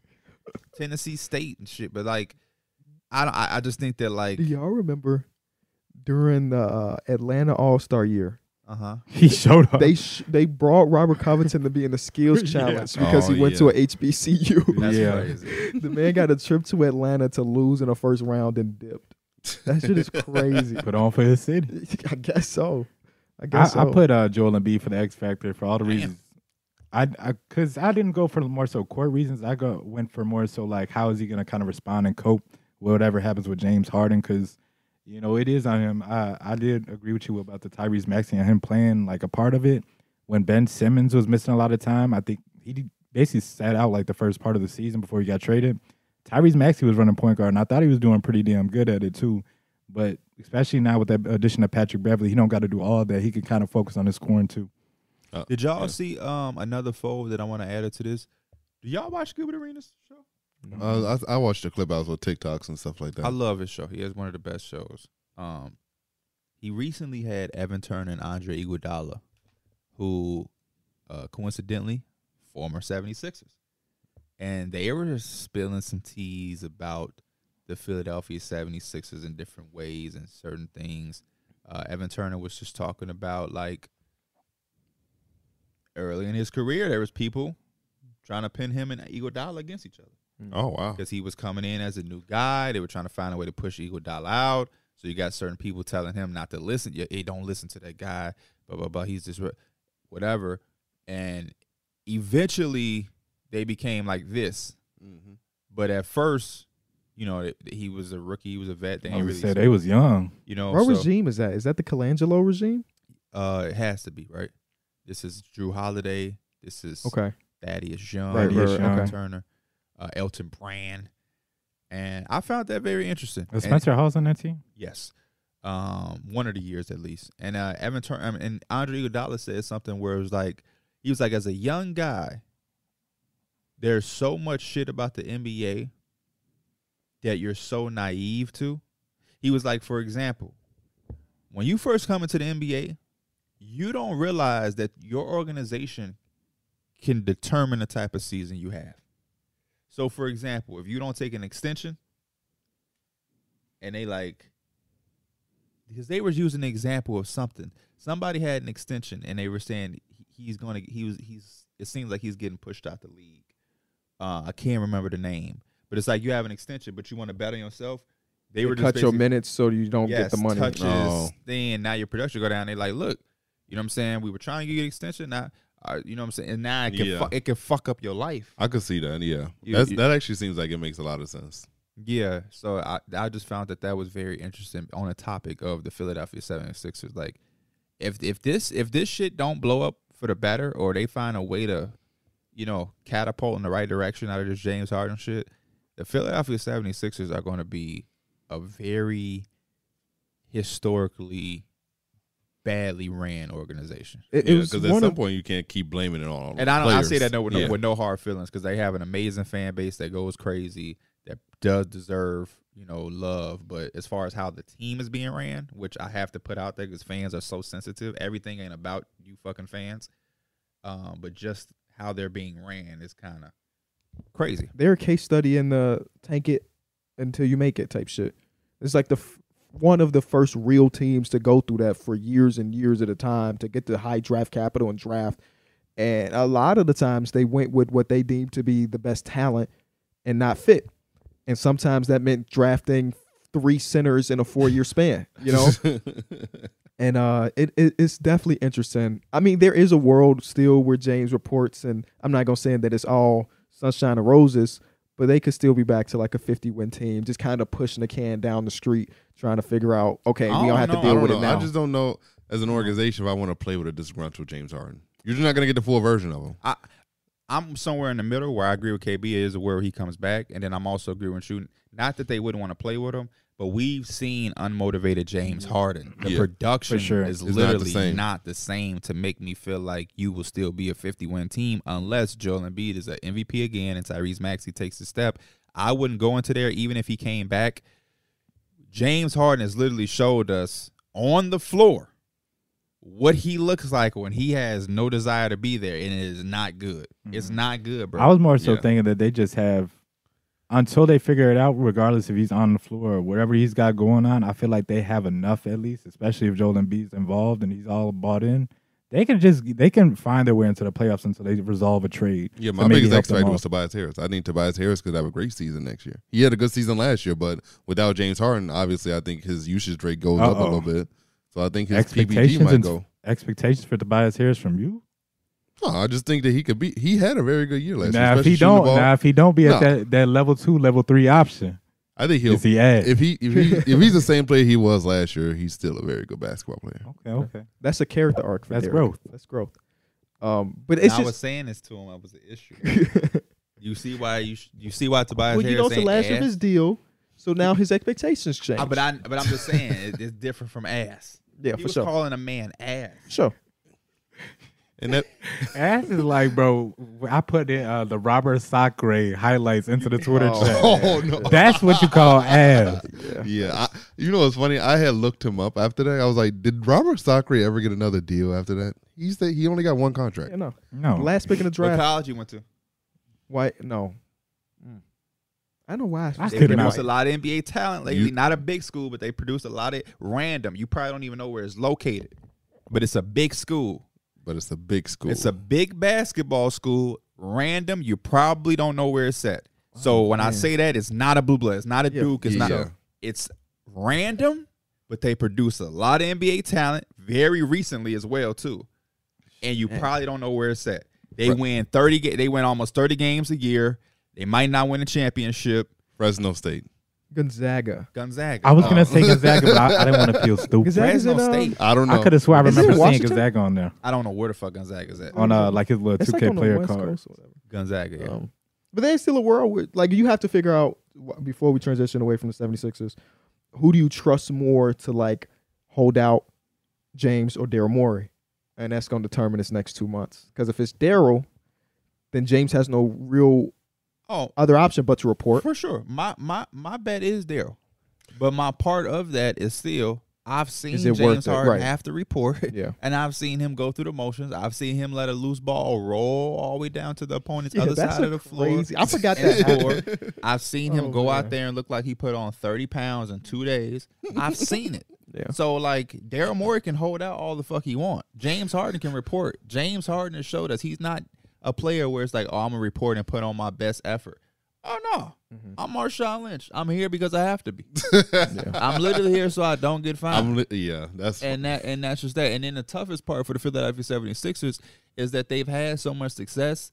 [SPEAKER 2] Tennessee State and shit. But like, I don't, I, I just think that like
[SPEAKER 1] Do y'all remember during the uh, Atlanta All Star year?
[SPEAKER 2] uh huh.
[SPEAKER 3] He showed up.
[SPEAKER 1] They sh- they brought Robert Covington to be in the skills
[SPEAKER 3] Yeah.
[SPEAKER 1] challenge because
[SPEAKER 4] Oh,
[SPEAKER 1] he went
[SPEAKER 4] yeah.
[SPEAKER 1] to a HBCU.
[SPEAKER 2] That's
[SPEAKER 3] Yeah.
[SPEAKER 2] crazy.
[SPEAKER 1] the man got a trip to Atlanta to lose in the first round and dipped. That shit is crazy.
[SPEAKER 3] put on for his city.
[SPEAKER 1] I guess so. I
[SPEAKER 3] I,
[SPEAKER 1] guess
[SPEAKER 3] I
[SPEAKER 1] so.
[SPEAKER 3] put uh, Joel and B for the X Factor for all the reasons. I, I, cause I didn't go for more so court reasons. I go went for more so like how is he gonna kind of respond and cope with whatever happens with James Harden? Cause you know it is on him. I, I did agree with you about the Tyrese Maxey and him playing like a part of it. When Ben Simmons was missing a lot of time, I think he did- basically sat out like the first part of the season before he got traded. Tyrese Maxey was running point guard, and I thought he was doing pretty damn good at it too. But especially now with that addition of Patrick Beverly, he don't got to do all that. He can kind of focus on his scoring too.
[SPEAKER 2] Did y'all
[SPEAKER 4] Yeah.
[SPEAKER 2] see um another fold that I want to add to this? Do y'all watch Gilbert Arenas show?
[SPEAKER 4] Uh, I, I watched the clip out with TikToks and stuff like that.
[SPEAKER 2] I love his show. He has one of the best shows. Um, he recently had Evan Turner and Andre Iguodala, who, uh, coincidentally, former 76ers. And they were spilling some teas about the Philadelphia 76ers in different ways and certain things. Uh, Evan Turner was just talking about, like, early in his career, there was people trying to pin him and Iguodala against each other
[SPEAKER 4] oh wow.
[SPEAKER 2] because he was coming in as a new guy. They were trying to find a way to push Iguodala out. So you got certain people telling him not to listen. Yeah, hey, don't listen to that guy. Blah blah blah. He's just re- whatever. And eventually they became like this.
[SPEAKER 4] Mhm.
[SPEAKER 2] But at first, you know, it- he was a rookie. He was a vet. They
[SPEAKER 3] I
[SPEAKER 2] ain't
[SPEAKER 3] would
[SPEAKER 2] really,
[SPEAKER 3] say they was young.
[SPEAKER 2] you know,
[SPEAKER 1] what
[SPEAKER 2] Oh, so,
[SPEAKER 1] regime is that? Is that the Colangelo regime?
[SPEAKER 2] uh, it has to be right. This is Drew Holiday. This is
[SPEAKER 1] Okay.
[SPEAKER 2] Thaddeus Young,
[SPEAKER 1] Right,
[SPEAKER 3] Thaddeus
[SPEAKER 1] right,
[SPEAKER 3] Young.
[SPEAKER 1] okay.
[SPEAKER 2] Turner, uh, Elton Brand, and I found that very interesting.
[SPEAKER 3] Was
[SPEAKER 2] And-
[SPEAKER 3] Spencer Hall's on that team?
[SPEAKER 2] Yes. Um, one of the years at least. And uh Evan Turner and Andre Iguodala said something where it was like he was like as a young guy, there's so much shit about the NBA that you're so naive to. He was like, for example, when you first come into the NBA, you don't realize that your organization can determine the type of season you have. So for example, if you don't take an extension, and they like because they was using an example of something. Somebody had an extension and they were saying he- he's going to he was he's it seems like he's getting pushed out the league. Uh, I can't remember the name, but it's like you have an extension, but you want to bet on yourself. They, were just
[SPEAKER 1] cut your
[SPEAKER 2] basically-
[SPEAKER 1] minutes so you don't
[SPEAKER 2] yes,
[SPEAKER 1] get the money.
[SPEAKER 2] touches.
[SPEAKER 1] Oh.
[SPEAKER 4] No.
[SPEAKER 2] Then now your production go down. They like, look, you know what I'm saying? We were trying to get an extension. Now, uh, you know what I'm saying? And now it can
[SPEAKER 4] Yeah.
[SPEAKER 2] fu- it can fuck up your life.
[SPEAKER 4] I could see that. Yeah,
[SPEAKER 2] You-
[SPEAKER 4] That's,
[SPEAKER 2] you-
[SPEAKER 4] that actually seems like it makes a lot of sense.
[SPEAKER 2] Yeah, so I I just found that that was very interesting on a topic of the Philadelphia 76ers. Like if if this if this shit don't blow up for the better or they find a way to you know catapult in the right direction out of this James Harden shit, the Philadelphia 76ers are going to be a very historically badly ran organization.
[SPEAKER 1] It, it
[SPEAKER 4] Yeah,
[SPEAKER 1] was
[SPEAKER 4] because at
[SPEAKER 1] one
[SPEAKER 4] some
[SPEAKER 1] of,
[SPEAKER 4] point you can't keep blaming it on.
[SPEAKER 2] And I don't I say
[SPEAKER 4] Um, players.
[SPEAKER 2] that no with,
[SPEAKER 4] Yeah.
[SPEAKER 2] no with no hard feelings because they have an amazing fan base that goes crazy that does deserve you know love. But as far as how the team is being ran, which I have to put out there because fans are so sensitive, everything ain't about you fucking fans. Um, but just how they're being ran is kind of crazy.
[SPEAKER 1] they're a case study in the tank it until you make it type shit. It's like the f- one of the first real teams to go through that for years and years at a time to get the high draft capital and draft. And a lot of the times they went with what they deemed to be the best talent and not fit. And sometimes that meant drafting three centers in a four year span, you know? and uh, it, it it's definitely interesting. I mean, there is a world still where James reports, and I'm not gonna say that it's all sunshine and roses, but they could still be back to like a 50 win team, just kind of pushing the can down the street, trying to figure out, okay,
[SPEAKER 2] I
[SPEAKER 1] we
[SPEAKER 2] don't
[SPEAKER 1] don't have
[SPEAKER 2] know.
[SPEAKER 1] to
[SPEAKER 4] I
[SPEAKER 1] deal
[SPEAKER 4] don't
[SPEAKER 1] with
[SPEAKER 4] know.
[SPEAKER 1] it now.
[SPEAKER 4] I just don't know as an organization if I want to play with a disgruntled James Harden. You're just not gonna get the full version of him.
[SPEAKER 2] I I'm somewhere in the middle where I agree with KB is where he comes back, and then I'm also agreeing with you. Not that they wouldn't want to play with him, but we've seen unmotivated James Harden. The
[SPEAKER 4] Yeah,
[SPEAKER 2] production
[SPEAKER 3] for sure.
[SPEAKER 2] is
[SPEAKER 4] It's not the
[SPEAKER 2] literally not the,
[SPEAKER 4] same.
[SPEAKER 2] same to make me feel like you will still be a 50 win team unless Joel Embiid is an MVP again and Tyrese Maxey takes a step. I wouldn't go into there even if he came back. James Harden has literally showed us on the floor what he looks like when he has no desire to be there, and it is not good. It's
[SPEAKER 1] Mm-hmm.
[SPEAKER 3] Mhm.
[SPEAKER 2] not good, bro.
[SPEAKER 3] I was more so
[SPEAKER 4] Yeah.
[SPEAKER 3] thinking that they just have until they figure it out, regardless if he's on the floor or whatever he's got going on, I feel like they have enough at least, especially if Joel Embiid's involved and he's all bought in. They can just they can find their way into the playoffs until they resolve a trade.
[SPEAKER 4] Yeah,
[SPEAKER 3] to
[SPEAKER 4] my
[SPEAKER 3] maybe
[SPEAKER 4] biggest
[SPEAKER 3] help
[SPEAKER 4] X
[SPEAKER 3] them
[SPEAKER 4] factor
[SPEAKER 3] out.
[SPEAKER 4] was Tobias Harris. I think Tobias Harris could have a great season next year. He had a good season last year, but without James Harden, obviously, I think his usage rate goes up a
[SPEAKER 3] Uh-oh.
[SPEAKER 4] little bit. So I think his PBD
[SPEAKER 3] expectations
[SPEAKER 4] might
[SPEAKER 3] and
[SPEAKER 4] go.
[SPEAKER 3] expectations for Tobias Harris from you.
[SPEAKER 4] No, I just think that he could be. He had a very good year last year.
[SPEAKER 3] Now if
[SPEAKER 4] especially
[SPEAKER 3] he
[SPEAKER 4] shooting the
[SPEAKER 3] don't,
[SPEAKER 4] ball.
[SPEAKER 3] now if he don't be at
[SPEAKER 4] Nah.
[SPEAKER 3] that, that level two, level three option,
[SPEAKER 4] I think he'll.
[SPEAKER 3] is he at?
[SPEAKER 4] if he if he if he's the same player he was last year, he's still a very good basketball player.
[SPEAKER 3] okay, okay.
[SPEAKER 1] That's a character arc for
[SPEAKER 3] That's
[SPEAKER 1] Derek.
[SPEAKER 3] growth.
[SPEAKER 1] That's growth. Um, but
[SPEAKER 2] And
[SPEAKER 1] it's
[SPEAKER 2] I was
[SPEAKER 1] just
[SPEAKER 2] saying this to him. I was an issue. you see why you sh- you see why Tobias
[SPEAKER 1] well, you
[SPEAKER 2] Harris
[SPEAKER 1] know, it's the
[SPEAKER 2] ain't
[SPEAKER 1] last year
[SPEAKER 2] ass?
[SPEAKER 1] of his deal, so now his expectations change.
[SPEAKER 2] Uh, but I but I'm just saying it, it's different from ass.
[SPEAKER 1] yeah,
[SPEAKER 2] he
[SPEAKER 1] for
[SPEAKER 2] was
[SPEAKER 1] sure,
[SPEAKER 2] calling a man ass.
[SPEAKER 1] sure.
[SPEAKER 4] And that
[SPEAKER 3] Ass is like, bro. I put in, uh, the Robert Sacre highlights into the Twitter
[SPEAKER 1] Oh.
[SPEAKER 3] chat.
[SPEAKER 4] oh no,
[SPEAKER 3] That's what you call ass.
[SPEAKER 4] yeah. I, you know what's funny? I had looked him up after that. I was like, did Robert Sacre ever get another deal after that? He said he only got one contract.
[SPEAKER 1] You know,
[SPEAKER 2] Oh.
[SPEAKER 3] No,
[SPEAKER 1] last pick in the
[SPEAKER 2] What
[SPEAKER 1] draft.
[SPEAKER 2] college you went to?
[SPEAKER 1] Why? No,
[SPEAKER 2] Hmm.
[SPEAKER 1] Mm. I don't know why.
[SPEAKER 3] I
[SPEAKER 1] said
[SPEAKER 2] They
[SPEAKER 3] could
[SPEAKER 1] that.
[SPEAKER 3] not.
[SPEAKER 2] produce a lot of NBA talent lately.
[SPEAKER 4] You-
[SPEAKER 2] Not a big school, but they produce a lot of random. You probably don't even know where it's located, but it's a big school.
[SPEAKER 4] But it's a big school.
[SPEAKER 2] It's a big basketball school. Random. You probably don't know where it's at. So when I
[SPEAKER 1] man.
[SPEAKER 2] say that, it's not a blue blood. It's not a
[SPEAKER 1] Yeah.
[SPEAKER 2] Duke. It's
[SPEAKER 4] Oh, Yeah.
[SPEAKER 2] not. It's random, but they produce a lot of NBA talent very recently as well too. And you
[SPEAKER 1] Man.
[SPEAKER 2] probably don't know where it's at. They win thirty. ga- They win almost thirty games a year. They might not win a championship.
[SPEAKER 4] Fresno State.
[SPEAKER 1] Gonzaga.
[SPEAKER 2] Gonzaga. Uh,
[SPEAKER 3] I was
[SPEAKER 4] Oh.
[SPEAKER 3] gonna say Gonzaga, but I, I didn't want to feel stupid.
[SPEAKER 1] Gonzaga?
[SPEAKER 2] Fresno
[SPEAKER 1] Gonzaga's
[SPEAKER 3] uh,
[SPEAKER 1] in, um,
[SPEAKER 2] State.
[SPEAKER 4] I don't know.
[SPEAKER 3] I could have sworn I
[SPEAKER 1] Is it
[SPEAKER 3] remember
[SPEAKER 1] in
[SPEAKER 3] seeing
[SPEAKER 1] Washington?
[SPEAKER 3] Gonzaga on there
[SPEAKER 2] I don't know where the fuck Gonzaga's at.
[SPEAKER 3] on uh like his little
[SPEAKER 1] It's
[SPEAKER 3] two
[SPEAKER 1] like
[SPEAKER 3] K
[SPEAKER 1] on the
[SPEAKER 3] player
[SPEAKER 1] West
[SPEAKER 3] card.
[SPEAKER 1] Coast or whatever.
[SPEAKER 2] Gonzaga.
[SPEAKER 4] Oh.
[SPEAKER 2] yeah.
[SPEAKER 1] Um, but there's still a world where, like, you have to figure out wh- before we transition away from the 76ers, who do you trust more to, like, hold out James or Daryl Morey? And that's going to determine his next two months. Because if it's Daryl, then James has no real
[SPEAKER 2] Oh,
[SPEAKER 1] other option but to report.
[SPEAKER 2] for sure. My my my bet is Daryl, but my part of that is still I've seen
[SPEAKER 1] Is it worth
[SPEAKER 2] James
[SPEAKER 1] it?
[SPEAKER 2] Harden
[SPEAKER 1] Right.
[SPEAKER 2] have to report,
[SPEAKER 1] Yeah.
[SPEAKER 2] and I've seen him go through the motions. I've seen him let a loose ball roll all the way down to the opponent's
[SPEAKER 1] Yeah,
[SPEAKER 2] other
[SPEAKER 1] that's
[SPEAKER 2] side
[SPEAKER 1] a
[SPEAKER 2] of the
[SPEAKER 1] crazy-
[SPEAKER 2] floor.
[SPEAKER 1] I forgot
[SPEAKER 2] and
[SPEAKER 1] that
[SPEAKER 2] score.
[SPEAKER 1] happened.
[SPEAKER 2] I've seen him
[SPEAKER 1] Oh,
[SPEAKER 2] go out
[SPEAKER 1] man.
[SPEAKER 2] there and look like he put on thirty pounds in two days. I've seen it.
[SPEAKER 1] Yeah.
[SPEAKER 2] So like Daryl Morey can hold out all the fuck he want. James Harden can report. James Harden has showed us he's not a player where it's like, oh, I'm gonna report and put on my best effort. Oh no,
[SPEAKER 1] Mm-hmm.
[SPEAKER 2] I'm Marshawn Lynch. I'm here because I have to be. I'm literally here so I don't get fined.
[SPEAKER 4] I'm li- yeah, that's
[SPEAKER 2] and that and that's just that. And then the toughest part for the Philadelphia 76ers is that they've had so much success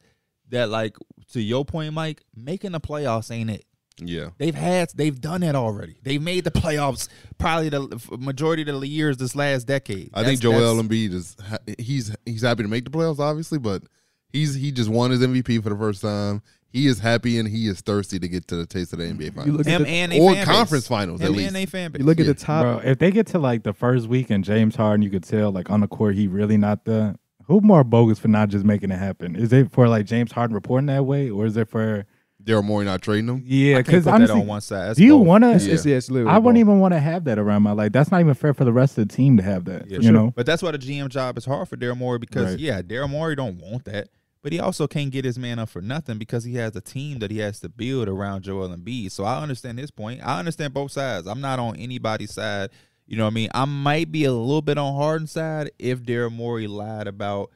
[SPEAKER 2] that like to your point, Mike, making the playoffs ain't it.
[SPEAKER 4] yeah.
[SPEAKER 2] They've had they've done that already. They've made the playoffs probably the f- majority of the years this last decade.
[SPEAKER 4] I
[SPEAKER 2] That's-
[SPEAKER 4] think Joel
[SPEAKER 2] that's-
[SPEAKER 4] Embiid is ha- he's he's happy to make the playoffs, obviously, but he's he just won his MVP for the first time. He is happy and he is thirsty to get to the taste of the NBA
[SPEAKER 1] You
[SPEAKER 4] finals.
[SPEAKER 1] look, at
[SPEAKER 2] him
[SPEAKER 1] the,
[SPEAKER 2] and
[SPEAKER 4] or
[SPEAKER 2] they fan
[SPEAKER 4] conference
[SPEAKER 2] base.
[SPEAKER 4] finals, at
[SPEAKER 2] him
[SPEAKER 4] least.
[SPEAKER 2] and they fan base.
[SPEAKER 1] you look at
[SPEAKER 4] Yeah.
[SPEAKER 1] the top.
[SPEAKER 3] Bro, if they get to like the first week and James Harden, you could tell like on the court he really not the who more bogus for not just making it happen. Is it for like James Harden reporting that way, or is it for
[SPEAKER 4] Daryl Morey not trading him.
[SPEAKER 3] yeah?
[SPEAKER 2] I can't
[SPEAKER 3] Because
[SPEAKER 2] put
[SPEAKER 3] honestly,
[SPEAKER 2] that on one side. That's
[SPEAKER 3] do you
[SPEAKER 2] both.
[SPEAKER 3] want
[SPEAKER 1] It's,
[SPEAKER 3] to?
[SPEAKER 1] it's, it's literally
[SPEAKER 3] I wouldn't
[SPEAKER 1] both.
[SPEAKER 3] even want to have that around my life. That's not even fair for the rest of the team to have that.
[SPEAKER 2] Yeah,
[SPEAKER 3] you
[SPEAKER 2] sure.
[SPEAKER 3] know,
[SPEAKER 2] But that's why the GM job is hard for Daryl Morey because
[SPEAKER 3] Right.
[SPEAKER 2] yeah, Daryl Morey don't want that, but he also can't get his man up for nothing because he has a team that he has to build around Joel Embiid. So I understand his point. I understand both sides. I'm not on anybody's side. You know what I mean? I might be a little bit on Harden's side if Daryl Morey lied about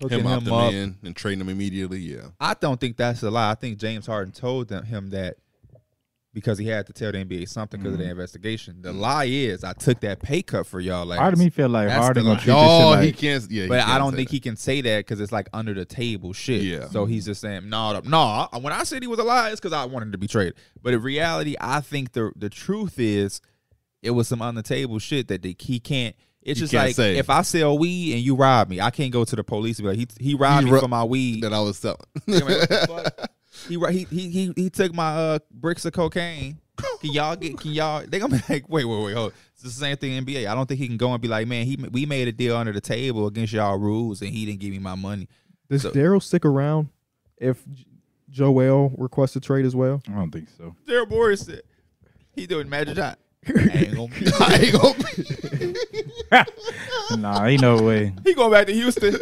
[SPEAKER 2] hooking
[SPEAKER 4] Him
[SPEAKER 2] him,
[SPEAKER 4] off the
[SPEAKER 2] up.
[SPEAKER 4] man and trading him immediately. Yeah,
[SPEAKER 2] I don't think that's a lie. I think James Harden told them, him that because he had to tell the NBA something because of the investigation. The lie is I took that pay cut for y'all. Like,
[SPEAKER 3] part of me feel like
[SPEAKER 2] That's
[SPEAKER 3] Harden
[SPEAKER 2] the
[SPEAKER 3] gonna
[SPEAKER 2] line.
[SPEAKER 3] treat this shit
[SPEAKER 4] oh,
[SPEAKER 3] like,
[SPEAKER 4] he can't. Yeah, he
[SPEAKER 2] But I
[SPEAKER 4] can't
[SPEAKER 2] don't
[SPEAKER 4] say
[SPEAKER 2] think
[SPEAKER 4] that.
[SPEAKER 2] he can say that because it's like under the table shit.
[SPEAKER 4] Yeah.
[SPEAKER 2] So he's just saying, no, no. Nah. When I said he was a lie, it's because I wanted to be traded. But in reality, I think the the truth is it was some on the table shit that the, he can't. It's
[SPEAKER 4] You
[SPEAKER 2] just
[SPEAKER 4] can't
[SPEAKER 2] like
[SPEAKER 4] say.
[SPEAKER 2] if I sell weed and you rob me, I can't go to the police and be like, he, he robbed
[SPEAKER 4] He
[SPEAKER 2] me
[SPEAKER 4] ro-
[SPEAKER 2] for my weed.
[SPEAKER 4] that I was selling.
[SPEAKER 2] You know what I mean? What the fuck? He, ro- he he he he took my uh, bricks of cocaine. Can y'all get? Can y'all? They gonna be like, wait, wait, wait, hold. It's the same thing in NBA. I don't think he can go and be like, man, he we made a deal under the table against y'all rules, and he didn't give me my money.
[SPEAKER 1] Does
[SPEAKER 2] So-
[SPEAKER 1] Daryl stick around if J- Joel requests a trade as well?
[SPEAKER 3] I don't think so.
[SPEAKER 2] Daryl Morey said he doing magic shot.
[SPEAKER 4] I ain't gonna-
[SPEAKER 3] nah, ain't no way.
[SPEAKER 2] he going back to Houston.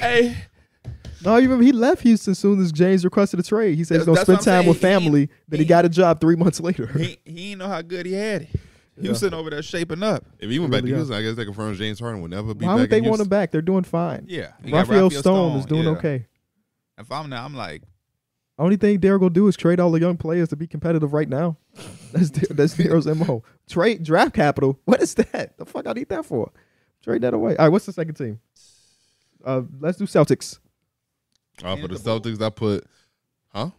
[SPEAKER 2] hey,
[SPEAKER 1] No, you remember he left Houston soon as James requested a trade. He said he's gonna
[SPEAKER 2] That's what
[SPEAKER 1] spend
[SPEAKER 2] I'm
[SPEAKER 1] time with
[SPEAKER 2] saying. He-
[SPEAKER 1] family. then he,
[SPEAKER 2] he-
[SPEAKER 1] got a job three months later.
[SPEAKER 2] He he ain't know how good he had it. Houston over there shaping up.
[SPEAKER 4] If he went back to
[SPEAKER 1] Really are.
[SPEAKER 4] Houston, I guess that confirms James Harden will never be
[SPEAKER 1] Why
[SPEAKER 4] back.
[SPEAKER 1] would they
[SPEAKER 4] in
[SPEAKER 1] want him
[SPEAKER 4] Houston.
[SPEAKER 1] back? They're doing fine.
[SPEAKER 2] Yeah, you got
[SPEAKER 1] Raphael, Stone, is doing
[SPEAKER 2] yeah.
[SPEAKER 1] okay.
[SPEAKER 2] If I'm now, I'm like,
[SPEAKER 1] Only thing Daryl gonna do is trade all the young players to be competitive right now. That's Dar- that's Daryl's mo. Trade draft capital. What is that? The fuck I need that for? Trade that away. All right, what's the second team? Uh, let's do Celtics.
[SPEAKER 4] Uh, for the
[SPEAKER 2] Ain't the ball.
[SPEAKER 4] Celtics, I put huh?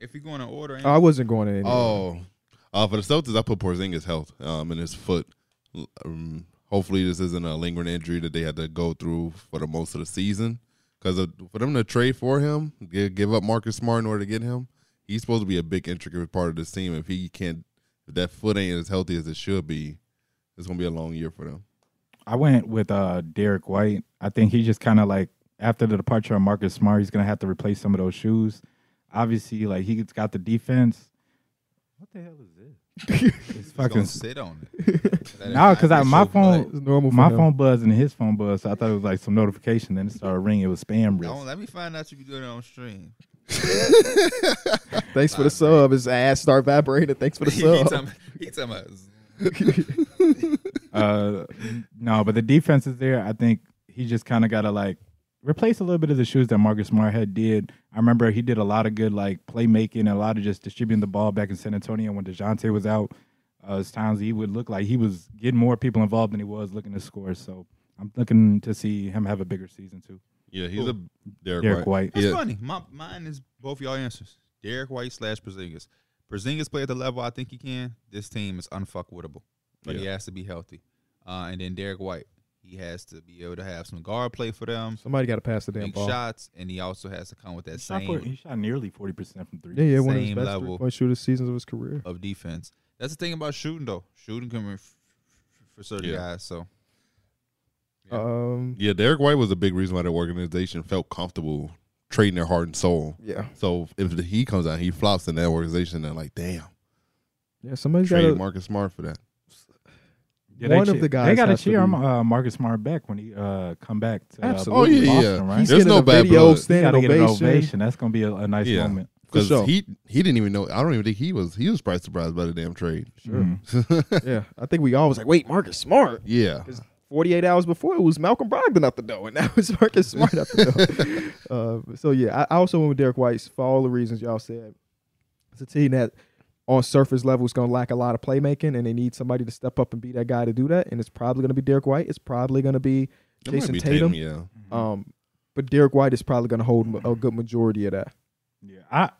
[SPEAKER 2] if you're going to order, ain't
[SPEAKER 1] I wasn't going in.
[SPEAKER 4] Oh, uh, for the Celtics, I put Porzingis' health um, in his foot. L- Um, hopefully, this isn't a lingering injury that they had to go through for the most of the season. Because for them to trade for him, give, give up Marcus Smart in order to get him, he's supposed to be a big intricate part of this team. If he can't, if that foot ain't as healthy as it should be, it's gonna be a long year for them.
[SPEAKER 3] I went with uh, Derek White. I think he just kind of like after the departure of Marcus Smart, he's gonna have to replace some of those shoes. Obviously, like he's got the defense. What the hell is this? it's
[SPEAKER 2] he's
[SPEAKER 3] fucking
[SPEAKER 2] gonna sit on it. That ain't
[SPEAKER 3] no, because
[SPEAKER 2] not
[SPEAKER 3] my
[SPEAKER 2] official,
[SPEAKER 3] phone,
[SPEAKER 1] It's normal. For
[SPEAKER 3] my
[SPEAKER 1] him.
[SPEAKER 3] phone buzzed and his phone buzzed. So I thought it was like some notification. Then it started ringing. It was spam
[SPEAKER 2] but-
[SPEAKER 3] risk.
[SPEAKER 2] Don't let me find out if you do it on stream.
[SPEAKER 1] Thanks for the sub. His ass start vibrating. Thanks for the
[SPEAKER 2] he, talking,
[SPEAKER 1] sub.
[SPEAKER 2] about- he talking about
[SPEAKER 3] uh, no, but the defense is there. I think he just kind of got to like replace a little bit of the shoes that Marcus Smart had did. I remember he did a lot of good like playmaking, and a lot of just distributing the ball back in San Antonio when Dejounte was out. Uh, as times he would look like he was getting more people involved than he was looking to score. So I'm looking to see him have a bigger season too.
[SPEAKER 4] Yeah, he's a Derek,
[SPEAKER 3] Derek White.
[SPEAKER 2] It's
[SPEAKER 4] Yeah.
[SPEAKER 2] funny. My, mine is both y'all answers. Derek White slash Porzingis. Porzingis play at the level I think he can. This team is unfuckwittable, but he
[SPEAKER 4] Yeah.
[SPEAKER 2] has to be healthy. Uh, and then Derek White, he has to be able to have some guard play for them,
[SPEAKER 1] Somebody got to pass the damn
[SPEAKER 2] big
[SPEAKER 1] ball.
[SPEAKER 2] shots, and he also has to come with
[SPEAKER 3] He
[SPEAKER 2] that
[SPEAKER 3] shot, for-
[SPEAKER 2] same
[SPEAKER 3] he shot nearly 40% from three.
[SPEAKER 1] Yeah, yeah, one of his
[SPEAKER 2] Same
[SPEAKER 1] best
[SPEAKER 2] level.
[SPEAKER 1] three-point shooter seasons of his career.
[SPEAKER 2] of defense. That's the thing about shooting though. Shooting can be f- f- for certain
[SPEAKER 4] Yeah.
[SPEAKER 2] guys. So Yeah.
[SPEAKER 1] Um,
[SPEAKER 4] Yeah, Derek White was a big reason why the organization felt comfortable trading their heart and soul.
[SPEAKER 1] yeah,
[SPEAKER 4] So if he comes out, he flops in that organization. They're like, damn,
[SPEAKER 1] yeah. Somebody's got
[SPEAKER 4] trade
[SPEAKER 1] to.
[SPEAKER 4] Marcus Smart for that.
[SPEAKER 3] Yeah, they
[SPEAKER 1] One of
[SPEAKER 3] cheer-
[SPEAKER 1] the
[SPEAKER 3] They
[SPEAKER 1] guys
[SPEAKER 3] got to
[SPEAKER 1] has to
[SPEAKER 3] cheer
[SPEAKER 1] be-
[SPEAKER 3] uh, Marcus Smart back when he uh, come back to uh,
[SPEAKER 1] Absolutely. Oh,
[SPEAKER 4] yeah, yeah,
[SPEAKER 3] Boston,
[SPEAKER 4] yeah.
[SPEAKER 3] right?
[SPEAKER 1] He's
[SPEAKER 4] There's
[SPEAKER 1] getting
[SPEAKER 4] no
[SPEAKER 1] a
[SPEAKER 4] bad
[SPEAKER 1] video
[SPEAKER 4] blood.
[SPEAKER 3] got
[SPEAKER 1] standing
[SPEAKER 3] to get an
[SPEAKER 1] ovation.
[SPEAKER 3] ovation. That's gonna be a, a nice
[SPEAKER 4] Yeah.
[SPEAKER 3] moment.
[SPEAKER 1] For
[SPEAKER 4] Because
[SPEAKER 1] sure.
[SPEAKER 4] he he didn't even know. I don't even think he was. He was probably surprised by the damn trade.
[SPEAKER 1] Sure.
[SPEAKER 3] Mhm.
[SPEAKER 1] yeah, I think we all was like, wait, Marcus Smart.
[SPEAKER 4] Yeah,
[SPEAKER 1] 48 hours before it was Malcolm Brogdon out the door, and now it's Marcus Smart out the door. uh, so yeah, I, I also went with Derek White for all the reasons y'all said. It's a team that on surface level is going to lack a lot of playmaking, and they need somebody to step up and be that guy to do that. And it's probably going to be Derek White. It's probably going to be
[SPEAKER 4] It might
[SPEAKER 1] Jason
[SPEAKER 4] be
[SPEAKER 1] Tatum.
[SPEAKER 4] Yeah,
[SPEAKER 1] Um, but Derek White is probably going to hold ma- a good majority of that.
[SPEAKER 3] Yeah, I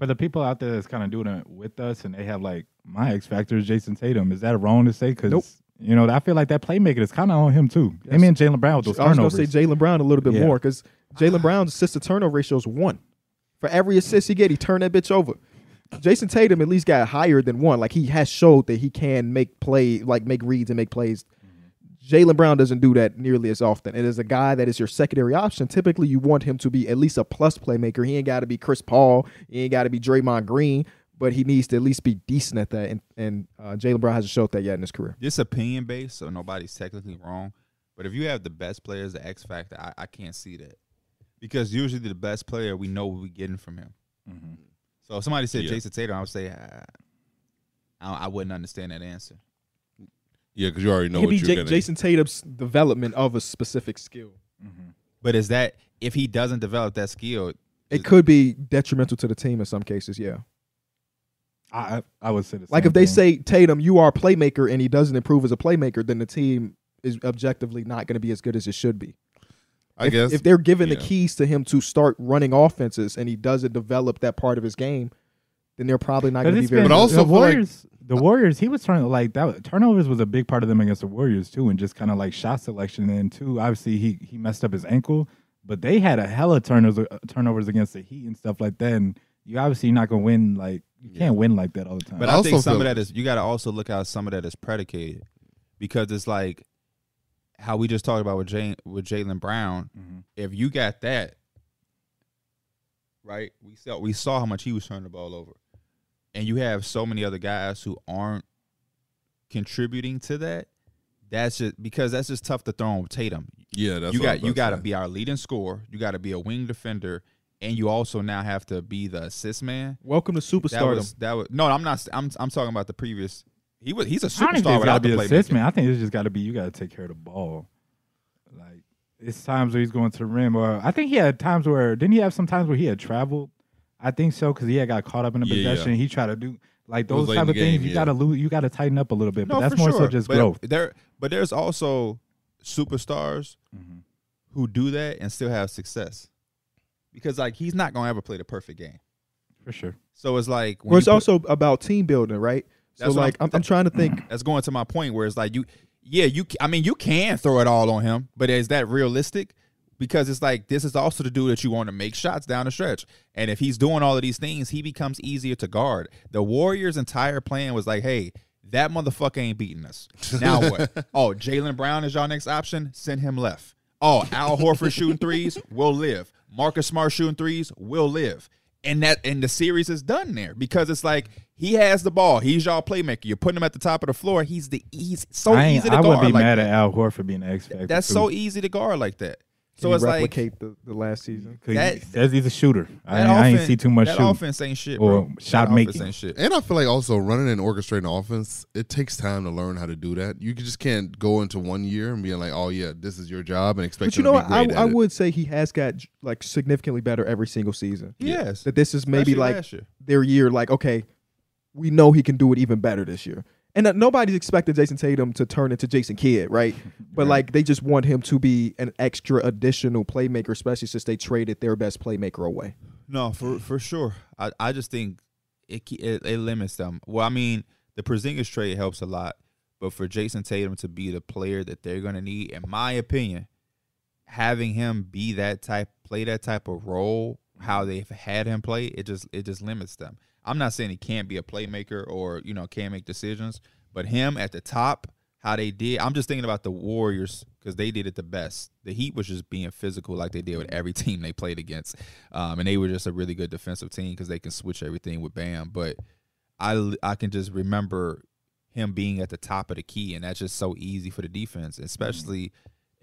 [SPEAKER 3] for the people out there that's kind of doing it with us, and they have like my X factor is Jason Tatum. Is that wrong to say? Because
[SPEAKER 1] Nope.
[SPEAKER 3] you know, I feel like that playmaker is kind of on him too.
[SPEAKER 1] Yes.
[SPEAKER 3] Him and Jalen Brown with those
[SPEAKER 1] I was going
[SPEAKER 3] turnovers.
[SPEAKER 1] to say Jalen Brown a little bit
[SPEAKER 3] Yeah.
[SPEAKER 1] more because Jalen Brown's assist to turnover ratio is one. For every assist he get, he turn that bitch over. Jason Tatum at least got higher than one. Like he has showed that he can make play, like make reads and make plays.
[SPEAKER 3] Mm-hmm.
[SPEAKER 1] Jalen Brown doesn't do that nearly as often. And as a guy that is your secondary option, typically you want him to be at least a plus playmaker. He ain't got to be Chris Paul. He ain't got to be Draymond Green, but he needs to at least be decent at that. And and uh, Jalen Brown hasn't showed that yet in his career.
[SPEAKER 2] this opinion based, so nobody's technically wrong. But if you have the best players, the X factor, I, I can't see that because usually the best player we know what we're getting from him.
[SPEAKER 3] Mhm.
[SPEAKER 2] So if somebody said
[SPEAKER 4] Mm-hmm. Yeah.
[SPEAKER 2] Jason Tatum, I would say uh, I, I wouldn't understand that answer.
[SPEAKER 4] yeah, because you already know
[SPEAKER 1] It'd
[SPEAKER 4] what
[SPEAKER 1] be
[SPEAKER 4] you're
[SPEAKER 1] Ja-
[SPEAKER 4] gonna.
[SPEAKER 1] Jason Tatum's development of a specific skill.
[SPEAKER 2] But is that if he doesn't develop that skill?
[SPEAKER 1] It could be detrimental to the team in some cases, yeah.
[SPEAKER 3] I, I I would say the
[SPEAKER 1] Like
[SPEAKER 3] same
[SPEAKER 1] if they
[SPEAKER 3] thing.
[SPEAKER 1] say Tatum, you are a playmaker and he doesn't improve as a playmaker, then the team is objectively not going to be as good as it should be.
[SPEAKER 4] I
[SPEAKER 1] if,
[SPEAKER 4] guess
[SPEAKER 1] if they're giving the
[SPEAKER 4] yeah.
[SPEAKER 1] keys to him to start running offenses and he doesn't develop that part of his game, then they're probably not going to be
[SPEAKER 3] it's
[SPEAKER 1] very
[SPEAKER 3] been-
[SPEAKER 4] But also
[SPEAKER 3] the
[SPEAKER 4] feel like-
[SPEAKER 3] Warriors, the Warriors, he was trying to like that. Turnovers was a big part of them against the Warriors too, and just kind of like shot selection. And then, too, obviously he he messed up his ankle, but they had a hella turnovers uh, turnovers against the Heat and stuff like that. And you obviously not gonna win like you can't win like that all the time.
[SPEAKER 2] But
[SPEAKER 4] I
[SPEAKER 2] I,
[SPEAKER 4] also
[SPEAKER 2] think some of
[SPEAKER 4] feel-
[SPEAKER 2] that is you got to also look how some of that is predicated because it's like how we just talked about with Jane, with Jalen Brown.
[SPEAKER 3] Mhm.
[SPEAKER 2] if you got that, right? We saw we saw how much he was turning the ball over, and you have so many other guys who aren't contributing to that. That's just because that's just tough to throw on Tatum.
[SPEAKER 4] Yeah, that's
[SPEAKER 2] you
[SPEAKER 4] what I
[SPEAKER 2] got
[SPEAKER 4] was
[SPEAKER 2] you
[SPEAKER 4] about
[SPEAKER 2] got
[SPEAKER 4] to
[SPEAKER 2] to
[SPEAKER 4] say.
[SPEAKER 2] be our leading scorer. You got to be a wing defender, and you also now have to be the assist man.
[SPEAKER 1] Welcome to
[SPEAKER 2] That was
[SPEAKER 1] superstardom.
[SPEAKER 2] that was no. I'm not. I'm I'm talking about the previous. He was he's a
[SPEAKER 3] I don't think
[SPEAKER 2] superstar
[SPEAKER 3] it's gotta
[SPEAKER 2] without the
[SPEAKER 3] be
[SPEAKER 2] playmaking.
[SPEAKER 3] assist, man. I think it's just gotta be you gotta take care of the ball. Like it's times where he's going to the rim, or I think he had times where didn't he have some times where he had traveled? I think so because he had got caught up in the
[SPEAKER 4] Yeah, yeah.
[SPEAKER 3] possession. He tried to do like
[SPEAKER 4] was
[SPEAKER 3] those
[SPEAKER 4] late
[SPEAKER 3] type
[SPEAKER 4] in
[SPEAKER 3] of
[SPEAKER 4] the
[SPEAKER 3] things.
[SPEAKER 4] game,
[SPEAKER 3] You
[SPEAKER 4] yeah.
[SPEAKER 3] gotta lose, you gotta tighten up a little bit. but that's
[SPEAKER 2] for
[SPEAKER 3] more so
[SPEAKER 2] sure.
[SPEAKER 3] just
[SPEAKER 2] but
[SPEAKER 3] growth.
[SPEAKER 2] There, but there's also superstars
[SPEAKER 3] Mhm.
[SPEAKER 2] who do that and still have success, because like he's not gonna ever play the perfect game.
[SPEAKER 3] For sure.
[SPEAKER 2] So it's like when
[SPEAKER 1] Well, it's
[SPEAKER 2] you put-
[SPEAKER 1] also about team building, right? So
[SPEAKER 2] That's what
[SPEAKER 1] like I'm,
[SPEAKER 2] I'm-
[SPEAKER 1] I'm trying to think.
[SPEAKER 2] that's going to my point where it's like you, yeah, you. c- I mean, you can throw it all on him, but is that realistic? Because it's like this is also the dude that you want to make shots down the stretch, and if he's doing all of these things, he becomes easier to guard. The Warriors' entire plan was like, hey. That motherfucker ain't beating us. Now what? oh, Jalen Brown is your next option. Send him left. Oh, Al Horford shooting threes, will live. Marcus Smart shooting threes, will live. And that and the series is done there because it's like he has the ball. He's y'all playmaker. You're putting him at the top of the floor. He's the he's so
[SPEAKER 3] I, ain't,
[SPEAKER 2] easy to
[SPEAKER 3] I
[SPEAKER 2] guard.
[SPEAKER 3] wouldn't be
[SPEAKER 2] like
[SPEAKER 3] mad at
[SPEAKER 2] that.
[SPEAKER 3] Al Horford being an X Factor.
[SPEAKER 2] That's
[SPEAKER 3] too,
[SPEAKER 2] so easy to guard like that. So
[SPEAKER 1] Can you
[SPEAKER 2] it's like
[SPEAKER 1] replicate the, the last season.
[SPEAKER 3] 'cause
[SPEAKER 2] that-
[SPEAKER 3] that's he's a shooter. I,
[SPEAKER 2] that
[SPEAKER 3] I ain't
[SPEAKER 2] offense-
[SPEAKER 3] see too much
[SPEAKER 2] That
[SPEAKER 3] shooting.
[SPEAKER 2] offense ain't shit,
[SPEAKER 3] Or
[SPEAKER 2] bro. That
[SPEAKER 3] shot
[SPEAKER 2] offense
[SPEAKER 3] making.
[SPEAKER 2] ain't shit.
[SPEAKER 4] And I feel like also running and orchestrating offense, it takes time to learn how to do that. You just can't go into one year and being like, "Oh yeah, this is your job," and expect.
[SPEAKER 1] But you
[SPEAKER 4] them
[SPEAKER 1] know,
[SPEAKER 4] to
[SPEAKER 1] what?
[SPEAKER 4] be
[SPEAKER 1] I,
[SPEAKER 4] great
[SPEAKER 1] I
[SPEAKER 4] at it.
[SPEAKER 1] would say he has got like significantly better every single season.
[SPEAKER 2] Yes,
[SPEAKER 1] That this is maybe
[SPEAKER 2] Especially
[SPEAKER 1] like
[SPEAKER 2] last year.
[SPEAKER 1] their year. Like, okay, we know he can do it even better this year. And that nobody's expecting Jason Tatum to turn into Jason Kidd, right? But like, they just want him to be an extra additional playmaker, especially since they traded their best playmaker away.
[SPEAKER 2] No, for for sure. I, I just think it, ke- it it limits them. Well, I mean, the Porzingis trade helps a lot, but for Jason Tatum to be the player that they're gonna need, in my opinion, having him be that type, play that type of role, how they've had him play, it just it just limits them. I'm not saying he can't be a playmaker or you know can't make decisions, but him at the top, how they did. I'm just thinking about the Warriors because they did it the best. The Heat was just being physical like they did with every team they played against, um, and they were just a really good defensive team because they can switch everything with Bam. But I I can just remember him being at the top of the key, and that's just so easy for the defense, especially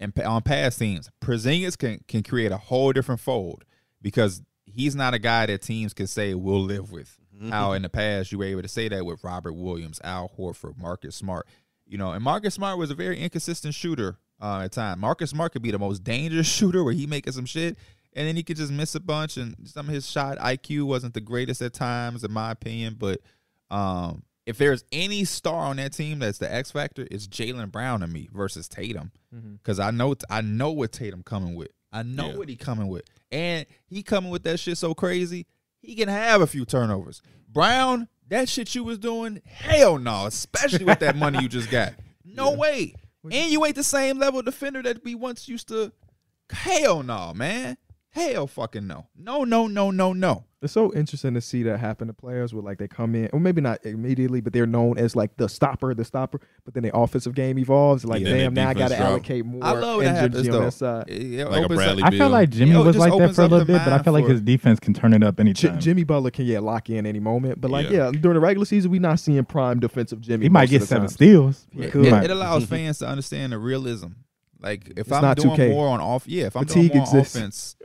[SPEAKER 2] and pa- on pass teams. Przingis can can create a whole different fold because he's not a guy that teams can say we'll live with. How in the past you were able to say that with Robert Williams, Al Horford, Marcus Smart, you know, and Marcus Smart was a very inconsistent shooter uh, at times. Marcus Smart could be the most dangerous shooter where he making some shit, and then he could just miss a bunch. And some of his shot IQ wasn't the greatest at times, in my opinion, but um, if there's any star on that team that's the X factor, it's Jalen Brown to me versus Tatum, because I know I know what Tatum coming with. I know
[SPEAKER 4] Yeah.
[SPEAKER 2] what he coming with, and he coming with that shit so crazy. He can have a few turnovers. Brown, that shit you was doing, hell no, especially with that money you just got. No way. And you ain't the same level defender that we once used to. Hell no, man. Hell fucking no. No, no, no, no, no.
[SPEAKER 1] It's so interesting to see that happen to players where like they come in, or maybe not immediately, but they're known as like the stopper, the stopper. But then the offensive game evolves. Like,
[SPEAKER 4] Yeah,
[SPEAKER 1] damn,
[SPEAKER 4] their
[SPEAKER 1] now I got
[SPEAKER 4] defense
[SPEAKER 1] to
[SPEAKER 4] drop.
[SPEAKER 1] allocate more
[SPEAKER 2] I love that happens
[SPEAKER 1] energy on that
[SPEAKER 2] though.
[SPEAKER 1] side.
[SPEAKER 2] It- it
[SPEAKER 4] Like a
[SPEAKER 2] opens up-
[SPEAKER 4] Bradley
[SPEAKER 3] I feel
[SPEAKER 4] Beal.
[SPEAKER 3] like Jimmy
[SPEAKER 2] Yo, it
[SPEAKER 3] was
[SPEAKER 2] just
[SPEAKER 3] like that
[SPEAKER 2] opens
[SPEAKER 3] for a
[SPEAKER 2] up
[SPEAKER 3] little
[SPEAKER 2] the
[SPEAKER 3] bit, but I
[SPEAKER 2] mind
[SPEAKER 3] feel like
[SPEAKER 2] for-
[SPEAKER 3] his defense can turn it up
[SPEAKER 1] J-
[SPEAKER 3] anytime.
[SPEAKER 1] Jimmy Butler can yeah lock in any moment, but like yeah,
[SPEAKER 4] Yeah.
[SPEAKER 1] during the regular season we not seeing prime defensive Jimmy.
[SPEAKER 3] he might
[SPEAKER 1] most of
[SPEAKER 3] get
[SPEAKER 1] the
[SPEAKER 3] seven
[SPEAKER 1] time.
[SPEAKER 3] steals. He
[SPEAKER 2] It,
[SPEAKER 3] could.
[SPEAKER 2] it-
[SPEAKER 3] Might-
[SPEAKER 2] it allows fans to understand the realism. Like if
[SPEAKER 1] It's
[SPEAKER 2] I'm
[SPEAKER 1] not
[SPEAKER 2] doing
[SPEAKER 1] 2K.
[SPEAKER 2] more on off, yeah, if I'm
[SPEAKER 1] Fatigue
[SPEAKER 2] doing more on
[SPEAKER 1] exists.
[SPEAKER 2] offense,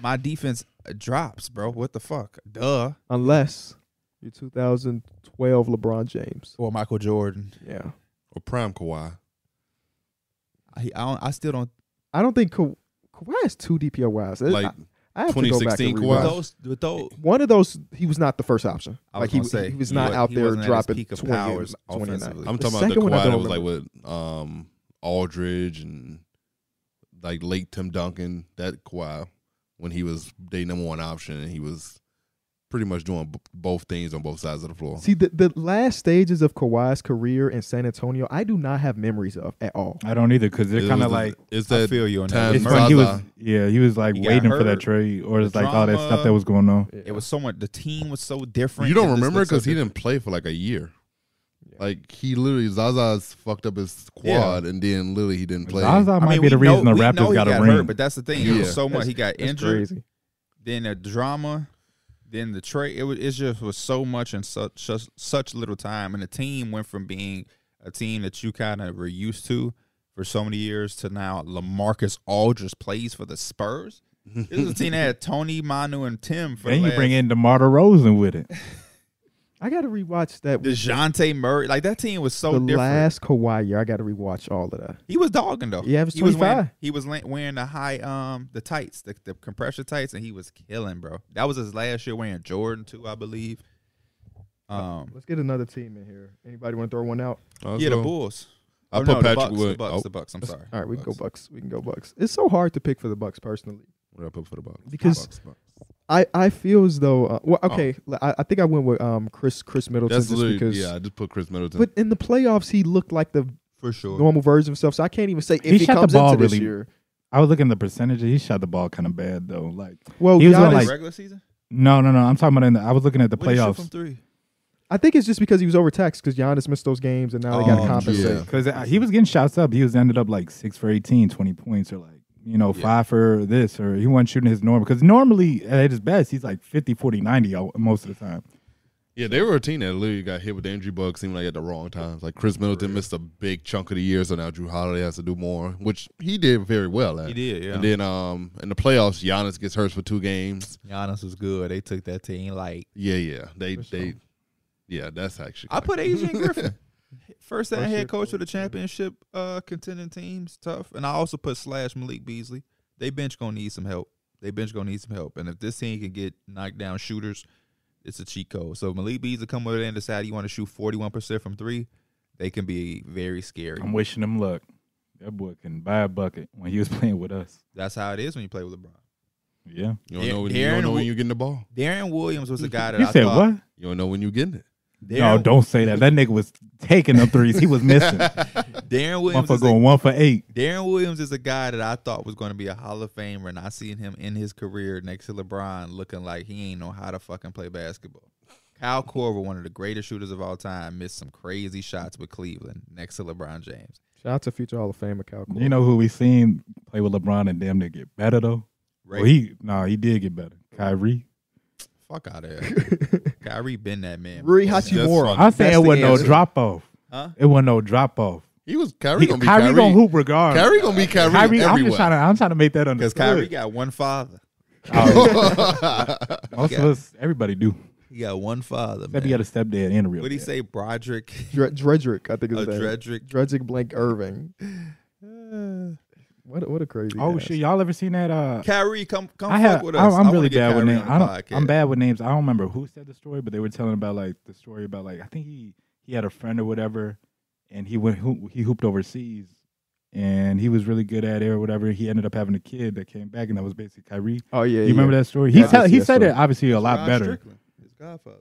[SPEAKER 2] my defense uh, drops, bro. What the fuck? Duh.
[SPEAKER 1] Unless you're 2012 LeBron James.
[SPEAKER 2] Or Michael Jordan.
[SPEAKER 1] Yeah,
[SPEAKER 4] Or prime Kawhi.
[SPEAKER 2] I I, don't, I still don't.
[SPEAKER 1] I don't think Ka- Kawhi is too DPOY wise. It-
[SPEAKER 4] Like
[SPEAKER 1] I, I have to go back
[SPEAKER 4] 2016
[SPEAKER 1] and
[SPEAKER 4] Kawhi?
[SPEAKER 2] With
[SPEAKER 1] rewatch.
[SPEAKER 2] those, with those,
[SPEAKER 1] One of those, he was not the first option.
[SPEAKER 2] I
[SPEAKER 1] like
[SPEAKER 2] was
[SPEAKER 1] he,
[SPEAKER 2] gonna say,
[SPEAKER 1] he was
[SPEAKER 2] he
[SPEAKER 1] not
[SPEAKER 2] wa-
[SPEAKER 1] out
[SPEAKER 2] he
[SPEAKER 1] there
[SPEAKER 2] wasn't at his
[SPEAKER 1] dropping
[SPEAKER 2] peak of
[SPEAKER 1] 20
[SPEAKER 2] powers offensively.
[SPEAKER 4] I'm
[SPEAKER 1] The
[SPEAKER 4] talking about the
[SPEAKER 1] second one I
[SPEAKER 4] Kawhi that
[SPEAKER 1] don't
[SPEAKER 4] was like with um Aldridge and like late Tim Duncan. That Kawhi when he was day number one option and he was pretty much doing b- both things on both sides of the floor.
[SPEAKER 1] See the, the last stages of Kawhi's career in San Antonio, I do not have memories of at all.
[SPEAKER 3] I don't either because
[SPEAKER 4] It
[SPEAKER 3] they're kind
[SPEAKER 4] was
[SPEAKER 3] of
[SPEAKER 4] the-
[SPEAKER 3] like
[SPEAKER 4] it's
[SPEAKER 2] I
[SPEAKER 4] that
[SPEAKER 2] feel you on that.
[SPEAKER 4] time
[SPEAKER 3] it's
[SPEAKER 2] It,
[SPEAKER 4] Zaza.
[SPEAKER 3] when he was yeah he was like
[SPEAKER 2] He got
[SPEAKER 3] waiting for that
[SPEAKER 2] hurt.
[SPEAKER 3] trade or
[SPEAKER 2] The
[SPEAKER 3] it's like all that stuff
[SPEAKER 2] drama.
[SPEAKER 3] that was going on.
[SPEAKER 1] Yeah.
[SPEAKER 2] was so much. The team was so different.
[SPEAKER 4] You
[SPEAKER 2] It
[SPEAKER 4] don't
[SPEAKER 2] just
[SPEAKER 4] remember
[SPEAKER 2] looked so
[SPEAKER 4] because he
[SPEAKER 2] different.
[SPEAKER 4] didn't play for like a year.
[SPEAKER 1] Yeah.
[SPEAKER 4] Like he literally Zaza's fucked up his quad, and then literally he didn't play.
[SPEAKER 3] Zaza might be
[SPEAKER 2] we
[SPEAKER 3] the reason
[SPEAKER 2] know,
[SPEAKER 3] the
[SPEAKER 2] we know
[SPEAKER 3] Raptors
[SPEAKER 2] he
[SPEAKER 3] got a
[SPEAKER 2] hurt,
[SPEAKER 3] ring.
[SPEAKER 2] but that's the thing. It
[SPEAKER 4] Yeah.
[SPEAKER 2] was so much. He got
[SPEAKER 1] That's
[SPEAKER 2] injured.
[SPEAKER 1] crazy.
[SPEAKER 2] then the drama, then the trade. It was it just was so much in such such, such little time, and the team went from being a team that you kind of were used to for so many years to now Lamarcus Aldridge plays for the Spurs. This is a team that had Tony, Manu, and Tim for the
[SPEAKER 3] Then you
[SPEAKER 2] last-
[SPEAKER 3] bring in DeMar DeRozan with it.
[SPEAKER 1] I got to rewatch that.
[SPEAKER 2] DeJounte Murray. Like that team was so
[SPEAKER 1] the
[SPEAKER 2] different.
[SPEAKER 1] last Kawhi year, I got to rewatch all of that.
[SPEAKER 2] He was dogging though.
[SPEAKER 1] Yeah, it was
[SPEAKER 2] he was wearing,
[SPEAKER 1] 25.
[SPEAKER 2] he was la- wearing the high um the tights, the, the compression tights, and he was killing, bro. That was his last year wearing Jordan too, I believe. Um,
[SPEAKER 1] Let's get another team in here. Anybody want to throw one out?
[SPEAKER 4] Let's
[SPEAKER 2] yeah, the
[SPEAKER 4] go.
[SPEAKER 2] Bulls.
[SPEAKER 4] I
[SPEAKER 2] Or
[SPEAKER 4] put
[SPEAKER 2] no, the
[SPEAKER 4] Patrick
[SPEAKER 2] Bucks,
[SPEAKER 4] Wood.
[SPEAKER 2] The Bucks.
[SPEAKER 4] oh,
[SPEAKER 2] The Bucks. I'm sorry.
[SPEAKER 1] All right, we can go
[SPEAKER 2] Bucks.
[SPEAKER 1] Bucks. We can go Bucks. It's so hard to pick for the Bucks personally.
[SPEAKER 4] what did I put for the Bucks?
[SPEAKER 1] Because-
[SPEAKER 4] Bucks, Bucks.
[SPEAKER 1] I, I feel as though uh, well
[SPEAKER 4] Oh.
[SPEAKER 1] okay li- I, I think I went with um Chris Chris Middleton
[SPEAKER 4] that's
[SPEAKER 1] just
[SPEAKER 4] literally
[SPEAKER 1] because
[SPEAKER 4] yeah. I just put Chris Middleton.
[SPEAKER 1] but in the playoffs he looked like the
[SPEAKER 2] for sure.
[SPEAKER 1] normal version of himself so I can't even say if
[SPEAKER 3] He
[SPEAKER 1] he,
[SPEAKER 3] shot the
[SPEAKER 1] comes
[SPEAKER 3] ball
[SPEAKER 1] into this
[SPEAKER 3] really-
[SPEAKER 1] year
[SPEAKER 3] I was looking at the percentages. He shot the ball kind of bad though. Like
[SPEAKER 1] well
[SPEAKER 3] He was on,
[SPEAKER 1] Giannis,
[SPEAKER 3] like-
[SPEAKER 2] regular season.
[SPEAKER 3] no, no, no. I'm talking about in the. I was looking at the
[SPEAKER 2] What did he shoot
[SPEAKER 3] playoffs
[SPEAKER 2] from three.
[SPEAKER 1] I think it's just because he was overtaxed because Giannis missed those games and now they got
[SPEAKER 2] Oh,
[SPEAKER 1] to compensate
[SPEAKER 4] yeah.
[SPEAKER 3] because uh, he was getting shots up. He was ended up like six for 18, 20 points, or like you know
[SPEAKER 2] Yeah.
[SPEAKER 3] five for this, or he wasn't shooting his normal. Because normally at his best, he's like 50, 40, 90 all- uh, most of the time.
[SPEAKER 4] yeah, they were a team that literally got hit with the injury bug. Seemed like at the wrong times. Like Chris Middleton missed a big chunk of the year, so now Drew Holiday has to do more, which he did very well at.
[SPEAKER 2] He did. Yeah.
[SPEAKER 4] And then um in the playoffs, Giannis gets hurt for two games.
[SPEAKER 2] Giannis was good. They took that team like
[SPEAKER 4] Yeah, yeah. They
[SPEAKER 1] For sure.
[SPEAKER 4] they yeah, that's actually
[SPEAKER 2] I put Adrian Griffin. First time
[SPEAKER 1] First year
[SPEAKER 2] head coach of the
[SPEAKER 1] coach, yeah.
[SPEAKER 2] championship uh, contending teams, tough. And I also put slash Malik Beasley. They bench gonna need some help. They bench gonna need some help. And if this team can get knocked down shooters, it's a cheat code. So if Malik Beasley come over there and decide you want to shoot forty one percent from three, they can be very scary.
[SPEAKER 3] I'm wishing him luck. That boy can buy a bucket when he was playing with us.
[SPEAKER 2] That's how it is when you play with LeBron.
[SPEAKER 3] Yeah,
[SPEAKER 4] You don't know when you
[SPEAKER 2] Darren
[SPEAKER 4] don't know when
[SPEAKER 2] Wo-
[SPEAKER 4] you're getting the ball.
[SPEAKER 2] Darren Williams was a guy that
[SPEAKER 3] you
[SPEAKER 2] I
[SPEAKER 3] said
[SPEAKER 2] thought,
[SPEAKER 3] what?
[SPEAKER 4] You don't know when you're getting it.
[SPEAKER 3] No,
[SPEAKER 2] Darren,
[SPEAKER 3] don't say that. That nigga was taking them threes. He was missing.
[SPEAKER 2] Darren
[SPEAKER 3] one
[SPEAKER 2] Williams
[SPEAKER 3] for
[SPEAKER 2] is a
[SPEAKER 3] going one for eight.
[SPEAKER 2] Darren Williams is a guy that I thought was going to be a Hall of Famer, and I seen him in his career next to LeBron looking like he ain't know how to fucking play basketball. Kyle Korver, one of the greatest shooters of all time, missed some crazy shots with Cleveland next to LeBron James.
[SPEAKER 1] shout out to future Hall of Famer Cal Corver.
[SPEAKER 3] You know who we seen play with LeBron and damn near get better though.
[SPEAKER 2] Right?
[SPEAKER 3] Well, he no, he did get better. Kyrie.
[SPEAKER 2] Fuck out of here. Kyrie been that man.
[SPEAKER 1] Rui
[SPEAKER 2] before.
[SPEAKER 4] Hachimura.
[SPEAKER 1] Hachimura
[SPEAKER 3] I say
[SPEAKER 1] That's
[SPEAKER 3] it
[SPEAKER 1] the
[SPEAKER 3] wasn't no
[SPEAKER 1] answer.
[SPEAKER 3] drop off.
[SPEAKER 2] Huh?
[SPEAKER 3] It wasn't no drop off.
[SPEAKER 4] He was Kyrie
[SPEAKER 3] He-
[SPEAKER 4] gonna
[SPEAKER 3] Kyrie,
[SPEAKER 4] be Kyrie.
[SPEAKER 3] gonna hoop regardless.
[SPEAKER 4] Kyrie gonna be Kyrie,
[SPEAKER 3] Kyrie I'm just
[SPEAKER 4] everywhere.
[SPEAKER 3] trying to I'm trying to make that
[SPEAKER 2] Because
[SPEAKER 3] understood.
[SPEAKER 2] Kyrie got one father.
[SPEAKER 3] Oh, most
[SPEAKER 2] Yeah.
[SPEAKER 3] of us, everybody do.
[SPEAKER 2] He got one father.
[SPEAKER 3] Except you got a stepdad and a real.
[SPEAKER 2] What do you
[SPEAKER 3] dad.
[SPEAKER 2] say, Broderick?
[SPEAKER 1] Dre- Dredrick I think
[SPEAKER 2] Uh,
[SPEAKER 1] is that
[SPEAKER 2] Dredrick.
[SPEAKER 1] Dredrick Blank Irving what a, what a crazy
[SPEAKER 3] Oh
[SPEAKER 1] ass.
[SPEAKER 3] shit, y'all ever seen that? Uh,
[SPEAKER 2] Kyrie, come come
[SPEAKER 3] I
[SPEAKER 2] fuck
[SPEAKER 3] have.
[SPEAKER 2] with
[SPEAKER 3] I'm-
[SPEAKER 2] us.
[SPEAKER 3] I'm
[SPEAKER 2] I wanna
[SPEAKER 3] really
[SPEAKER 2] get
[SPEAKER 3] bad with
[SPEAKER 2] Kyrie
[SPEAKER 3] names.
[SPEAKER 2] on the
[SPEAKER 3] I don't.
[SPEAKER 2] podcast.
[SPEAKER 3] I'm bad with names. I don't remember who said the story, but they were telling about like the story about like I think he he had a friend or whatever, and he went ho- he hooped overseas, and he was really good at it or whatever. He ended up having a kid that came back, and that was basically Kyrie.
[SPEAKER 1] oh yeah
[SPEAKER 3] you remember that story? He
[SPEAKER 1] Yeah, I
[SPEAKER 3] tell,
[SPEAKER 1] see
[SPEAKER 3] he
[SPEAKER 1] that
[SPEAKER 3] said
[SPEAKER 1] story.
[SPEAKER 3] it obviously a lot
[SPEAKER 2] Ron
[SPEAKER 3] better.
[SPEAKER 2] Strickland, his godfather.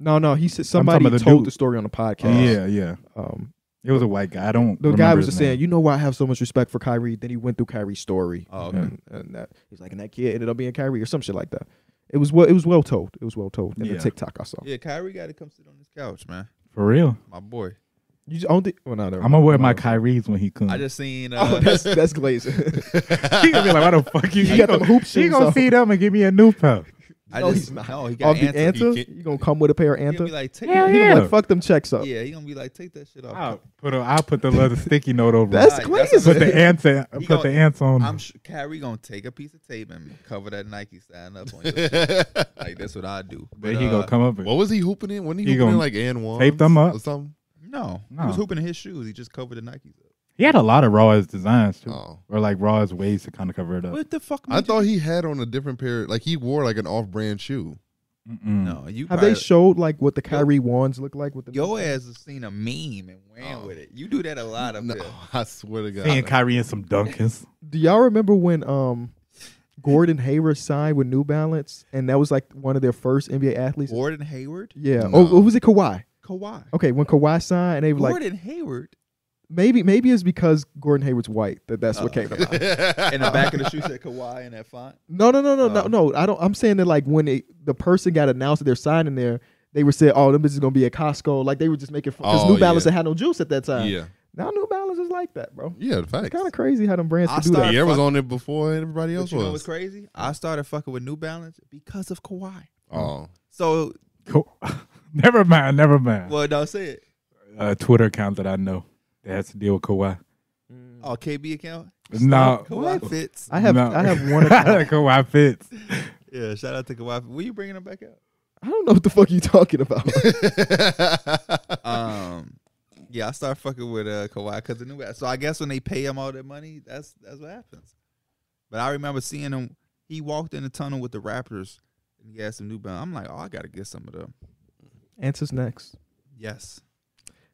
[SPEAKER 1] no no he said
[SPEAKER 3] I'm talking
[SPEAKER 1] somebody
[SPEAKER 3] about the
[SPEAKER 1] told
[SPEAKER 3] dude. Oh,
[SPEAKER 1] the story on the podcast
[SPEAKER 3] Yeah, yeah.
[SPEAKER 1] um
[SPEAKER 3] It was a white guy. I don't.
[SPEAKER 1] the guy
[SPEAKER 3] remember
[SPEAKER 1] was
[SPEAKER 3] his
[SPEAKER 1] just
[SPEAKER 3] name.
[SPEAKER 1] saying, you know why I have so much respect for Kyrie. Then he went through Kyrie's story,
[SPEAKER 2] Oh,
[SPEAKER 3] okay.
[SPEAKER 1] and, and that he's like, and that kid ended up being Kyrie or some shit like that. It was well, it was well told. It was well told in
[SPEAKER 3] Yeah.
[SPEAKER 1] the TikTok I saw.
[SPEAKER 2] Yeah, Kyrie got to come sit on this couch, man.
[SPEAKER 3] for real.
[SPEAKER 2] My boy.
[SPEAKER 1] You just, I don't think. Well, no, never
[SPEAKER 3] I'm gonna
[SPEAKER 1] mind.
[SPEAKER 3] wear my
[SPEAKER 1] Never mind.
[SPEAKER 3] Kyries when he comes.
[SPEAKER 2] I just seen. Uh,
[SPEAKER 1] Oh, that's that's glazing.
[SPEAKER 3] he gonna be like, why the fuck you?
[SPEAKER 1] you got them hoop
[SPEAKER 3] She
[SPEAKER 1] shoes.
[SPEAKER 3] gonna
[SPEAKER 1] on.
[SPEAKER 3] see them and give me a new pair.
[SPEAKER 2] I
[SPEAKER 1] No,
[SPEAKER 2] just,
[SPEAKER 1] he's not.
[SPEAKER 3] Oh,
[SPEAKER 2] No, he
[SPEAKER 1] Off
[SPEAKER 2] got
[SPEAKER 1] the
[SPEAKER 2] Anta.
[SPEAKER 1] Anta,
[SPEAKER 4] He
[SPEAKER 1] you gonna come with a pair of
[SPEAKER 2] He gonna be
[SPEAKER 1] Anta?
[SPEAKER 2] like, take
[SPEAKER 3] Hell
[SPEAKER 2] that.
[SPEAKER 1] He gonna be
[SPEAKER 3] Yeah.
[SPEAKER 1] like, fuck them checks up.
[SPEAKER 2] Yeah, he gonna be like, take that shit off.
[SPEAKER 3] I'll put a, I'll put the leather sticky note over.
[SPEAKER 1] That's
[SPEAKER 2] Right, that's
[SPEAKER 1] glazing.
[SPEAKER 3] put the ants in,
[SPEAKER 2] He
[SPEAKER 3] put
[SPEAKER 2] gonna-
[SPEAKER 3] the ants on.
[SPEAKER 2] I'm sure Kyrie gonna take a piece of tape and cover that Nike sign up on your like that's what I do. uh,
[SPEAKER 3] but he gonna come up.
[SPEAKER 4] what was he hooping in? When he,
[SPEAKER 3] He
[SPEAKER 4] hooping in
[SPEAKER 3] gonna
[SPEAKER 4] like and one
[SPEAKER 3] tape them up?
[SPEAKER 4] or something?
[SPEAKER 2] No,
[SPEAKER 3] No.
[SPEAKER 2] he was hooping in his shoes. He just covered the Nikes up.
[SPEAKER 3] he had a lot of raw as designs too,
[SPEAKER 4] Oh.
[SPEAKER 3] or like raw as ways to kind of cover it up.
[SPEAKER 2] What the fuck?
[SPEAKER 4] I
[SPEAKER 2] made you-
[SPEAKER 4] thought he had on a different pair. Like he wore like an off-brand shoe.
[SPEAKER 3] Mm-mm.
[SPEAKER 2] No, you.
[SPEAKER 1] Have
[SPEAKER 2] probably-
[SPEAKER 1] they showed like what the Kyrie wands look like with the?
[SPEAKER 2] Your ass has seen a meme and ran
[SPEAKER 4] Oh.
[SPEAKER 2] with it. You do that a lot up
[SPEAKER 4] No,
[SPEAKER 2] there.
[SPEAKER 4] I swear to
[SPEAKER 3] seeing
[SPEAKER 4] God.
[SPEAKER 3] Kyrie in some Dunkins.
[SPEAKER 1] Do y'all remember when um Gordon Hayward signed with New Balance and that was like one of their first NBA athletes?
[SPEAKER 2] Gordon Hayward,
[SPEAKER 1] Yeah.
[SPEAKER 4] No.
[SPEAKER 1] Oh, was it Kawhi?
[SPEAKER 2] Kawhi,
[SPEAKER 1] Okay, when Kawhi signed, and they were like,
[SPEAKER 2] Gordon Hayward
[SPEAKER 1] maybe maybe it's because Gordon Hayward's white that that's what
[SPEAKER 2] Oh,
[SPEAKER 1] came to mind.
[SPEAKER 2] in the back of the shoe said Kawhi in that font.
[SPEAKER 1] No, no, no, no, no,
[SPEAKER 2] Oh.
[SPEAKER 1] no. I don't. I'm saying that like when it, the person got announced that they're signing there, they were saying, "Oh, them bitches gonna be at Costco." Like they were just making fun because
[SPEAKER 4] Oh,
[SPEAKER 1] New Balance
[SPEAKER 4] yeah.
[SPEAKER 1] had no juice at that time.
[SPEAKER 4] yeah,
[SPEAKER 1] Now New Balance is like that, bro.
[SPEAKER 4] yeah, the
[SPEAKER 1] It's
[SPEAKER 4] facts.
[SPEAKER 1] kind of crazy how them brands
[SPEAKER 2] I
[SPEAKER 1] can do
[SPEAKER 2] started-
[SPEAKER 1] that.
[SPEAKER 4] Pierre was on it before everybody
[SPEAKER 2] But
[SPEAKER 4] else
[SPEAKER 2] you know
[SPEAKER 4] was.
[SPEAKER 2] what's crazy? I started fucking with New Balance because of Kawhi.
[SPEAKER 4] Oh,
[SPEAKER 2] So,
[SPEAKER 3] Cool. never mind, Uh, never mind.
[SPEAKER 2] well, don't say it.
[SPEAKER 3] A Twitter account that I know that has to deal with Kawhi.
[SPEAKER 2] Oh, KB account.
[SPEAKER 3] No.
[SPEAKER 2] Kawhi fits.
[SPEAKER 1] I have
[SPEAKER 3] No.
[SPEAKER 1] I have one. account.
[SPEAKER 3] Kawhi fits.
[SPEAKER 2] Yeah, shout out to Kawhi. When you bringing him back up?
[SPEAKER 1] I don't know what the fuck you talking about.
[SPEAKER 2] Um, yeah, I start fucking with uh, Kawhi because the new guy. So I guess when they pay him all that money, that's that's what happens. But I remember seeing him. He walked in the tunnel with the Raptors, and he had some new balance. I'm like, oh, I gotta get some of them.
[SPEAKER 1] Answers next.
[SPEAKER 2] Yes,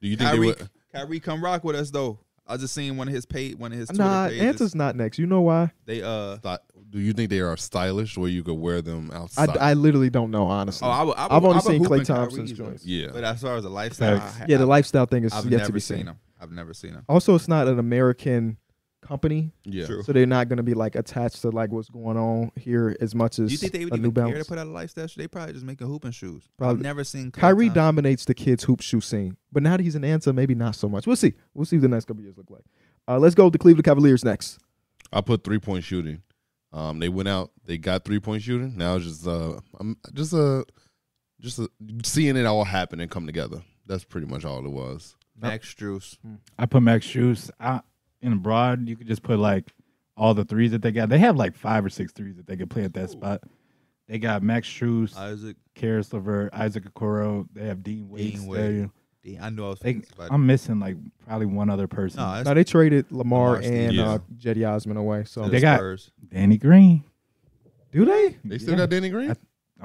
[SPEAKER 4] Do you think they
[SPEAKER 2] Kyrie,
[SPEAKER 4] would?
[SPEAKER 2] Kyrie, come rock with us though. I just seen one of his paid one of his Twitter
[SPEAKER 1] Nah,
[SPEAKER 2] pages.
[SPEAKER 1] answers not next. You know why?
[SPEAKER 2] They uh,
[SPEAKER 4] thought- Do you think they are stylish where you could wear them
[SPEAKER 1] I,
[SPEAKER 4] outside?
[SPEAKER 1] I literally don't know honestly.
[SPEAKER 2] oh, I, would- I,
[SPEAKER 1] I've only
[SPEAKER 2] have
[SPEAKER 1] seen Klay Thompson's joints.
[SPEAKER 4] yeah,
[SPEAKER 2] but as far as a lifestyle, I,
[SPEAKER 3] Facts.
[SPEAKER 2] ha-
[SPEAKER 1] yeah, the lifestyle thing is
[SPEAKER 2] I've
[SPEAKER 1] yet
[SPEAKER 2] never
[SPEAKER 1] to be
[SPEAKER 2] seen
[SPEAKER 1] seen.
[SPEAKER 2] him. I've never seen him.
[SPEAKER 1] Also, it's not an American company,
[SPEAKER 4] yeah.
[SPEAKER 2] True.
[SPEAKER 1] so they're not going to be like attached to like what's going on here as much as
[SPEAKER 2] Do you think they would
[SPEAKER 1] a New
[SPEAKER 2] even care to
[SPEAKER 1] Balance.
[SPEAKER 2] put out a lifestyle? shoe? They probably just making hooping shoes. I've
[SPEAKER 1] Probably.
[SPEAKER 2] never seen Klay
[SPEAKER 1] Kyrie
[SPEAKER 2] Thompson.
[SPEAKER 1] dominates the kids hoop shoe scene, but now that he's an answer, maybe not so much. We'll see. We'll see what the next couple years look like. Uh, let's go with the Cleveland Cavaliers next.
[SPEAKER 4] I put three point shooting. Um, they went out, they got three point shooting. Now it's just uh, I'm just uh, just uh, seeing it all happen and come together. That's pretty much all it was.
[SPEAKER 2] Max Struess.
[SPEAKER 3] I put Max Shoes. I in abroad, you could just put like all the threes that they got. They have like five or six threes that they could play at that spot. They got Max Shoes,
[SPEAKER 2] Isaac.
[SPEAKER 3] Karis LeVert, Isaac Okoro. They have Dean Wade.
[SPEAKER 2] Dean
[SPEAKER 3] still.
[SPEAKER 2] Wade. Dean, I know I was
[SPEAKER 3] They,
[SPEAKER 2] thinking about
[SPEAKER 3] I'm missing like probably one other person.
[SPEAKER 2] No, that's
[SPEAKER 1] Now they traded Lamar
[SPEAKER 2] Lamar's
[SPEAKER 1] and
[SPEAKER 4] the-
[SPEAKER 1] uh, Jetty Osman away. So
[SPEAKER 2] that's
[SPEAKER 3] They got-
[SPEAKER 2] Spurs.
[SPEAKER 3] Danny Green.
[SPEAKER 1] do they?
[SPEAKER 4] They still
[SPEAKER 3] Yeah.
[SPEAKER 4] got Danny Green.
[SPEAKER 3] I-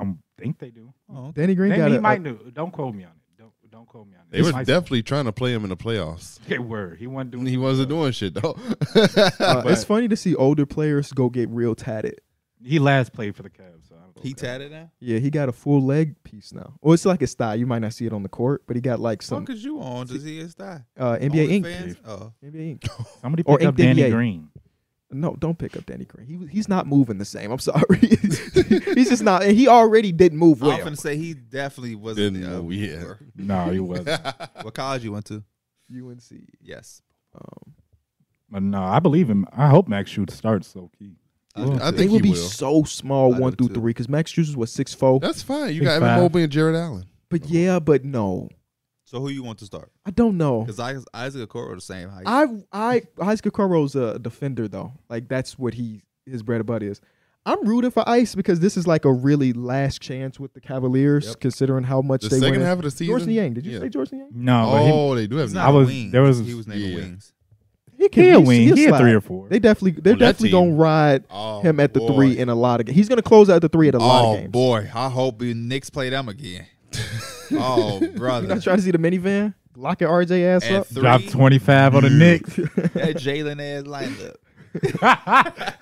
[SPEAKER 3] I think they do.
[SPEAKER 2] Oh, okay.
[SPEAKER 1] Danny Green
[SPEAKER 3] They,
[SPEAKER 1] got
[SPEAKER 3] he
[SPEAKER 1] a- uh,
[SPEAKER 3] might do. Don't quote me on it. Don't don't quote me on it.
[SPEAKER 4] they were
[SPEAKER 3] Might-
[SPEAKER 4] definitely trying to play him in the playoffs.
[SPEAKER 3] They were. He wasn't doing.
[SPEAKER 4] He wasn't doing shit though.
[SPEAKER 1] uh,
[SPEAKER 3] but-
[SPEAKER 1] it's funny to see older players go get real tatted.
[SPEAKER 3] He last played for the Cavs. So I don't
[SPEAKER 2] He tatted now.
[SPEAKER 1] Yeah, he got a full leg piece now. Well, it's like a style. You might not see it on the court, but he got like some
[SPEAKER 2] Fuck is you on to see his die?
[SPEAKER 1] uh, NBA ink.
[SPEAKER 2] OnlyFans? Oh,
[SPEAKER 1] NBA ink.
[SPEAKER 3] Somebody
[SPEAKER 1] Or
[SPEAKER 3] pick up
[SPEAKER 1] inked
[SPEAKER 3] Danny
[SPEAKER 1] NBA.
[SPEAKER 3] Green.
[SPEAKER 1] No, don't pick up Danny Green. He was- he's not moving the same. I'm sorry. he's just not. And he already didn't move
[SPEAKER 2] I'm
[SPEAKER 1] well.
[SPEAKER 2] gonna say he definitely wasn't.
[SPEAKER 4] Didn't
[SPEAKER 2] uh,
[SPEAKER 4] know, yeah.
[SPEAKER 2] or-
[SPEAKER 3] No, he wasn't.
[SPEAKER 2] What college you went to?
[SPEAKER 1] UNC.
[SPEAKER 2] Yes.
[SPEAKER 1] Um,
[SPEAKER 3] But no, I believe him. I hope Max Shoot starts low key.
[SPEAKER 4] I think
[SPEAKER 1] they
[SPEAKER 4] he
[SPEAKER 1] will be
[SPEAKER 4] will.
[SPEAKER 1] so small
[SPEAKER 2] I
[SPEAKER 1] one
[SPEAKER 2] do
[SPEAKER 1] through
[SPEAKER 2] too.
[SPEAKER 1] three because Max Juice was six four.
[SPEAKER 4] That's fine. You
[SPEAKER 3] Big
[SPEAKER 4] got Evan
[SPEAKER 3] five.
[SPEAKER 4] Mobley and Jared Allen.
[SPEAKER 1] But yeah, but no,
[SPEAKER 2] So who you want to start?
[SPEAKER 1] I don't know.
[SPEAKER 2] Because Isaac Okoro the same height.
[SPEAKER 1] I I Isaac Okoro's uh, a defender though. Like that's what he his bread and butter is. I'm rooting for Ice because this is like a really last chance with the Cavaliers,
[SPEAKER 2] Yep.
[SPEAKER 1] considering how much
[SPEAKER 4] The
[SPEAKER 1] they
[SPEAKER 4] second
[SPEAKER 1] went.
[SPEAKER 4] half of the season.
[SPEAKER 1] Jordan Yang, did you
[SPEAKER 4] Yeah.
[SPEAKER 1] say Jordan Yang?
[SPEAKER 3] No, but he,
[SPEAKER 4] Oh, they do have.
[SPEAKER 2] He's
[SPEAKER 3] I
[SPEAKER 2] not
[SPEAKER 3] was-
[SPEAKER 2] wings.
[SPEAKER 3] there was-
[SPEAKER 2] he was naming
[SPEAKER 4] yeah.
[SPEAKER 2] wings.
[SPEAKER 1] He
[SPEAKER 3] he a
[SPEAKER 1] he's-
[SPEAKER 3] wing. He a
[SPEAKER 1] slide.
[SPEAKER 3] three or four.
[SPEAKER 1] They definitely they're
[SPEAKER 4] On that
[SPEAKER 1] definitely
[SPEAKER 4] team.
[SPEAKER 1] gonna ride
[SPEAKER 4] Oh,
[SPEAKER 1] him at the
[SPEAKER 4] boy.
[SPEAKER 1] three in a lot of games. He's gonna close out the three at a lot
[SPEAKER 2] Oh
[SPEAKER 1] of games.
[SPEAKER 2] boy, I hope the Knicks play them again. oh
[SPEAKER 1] You
[SPEAKER 2] brother,
[SPEAKER 1] not trying to see the minivan locking RJ ass
[SPEAKER 2] At
[SPEAKER 1] up?
[SPEAKER 2] three,
[SPEAKER 3] Drop twenty five on the Knicks.
[SPEAKER 2] that Jalen ass lineup.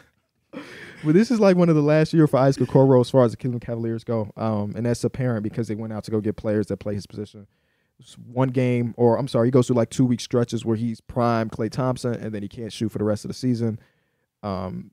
[SPEAKER 1] But this is like one of the last year for Isaac Okoro as far as the Cleveland Cavaliers go, um, and that's apparent because they went out to go get players that play his position. It's one game, or I'm sorry, he goes through like two week stretches where he's prime Clay Thompson, and then he can't shoot for the rest of the season. Um,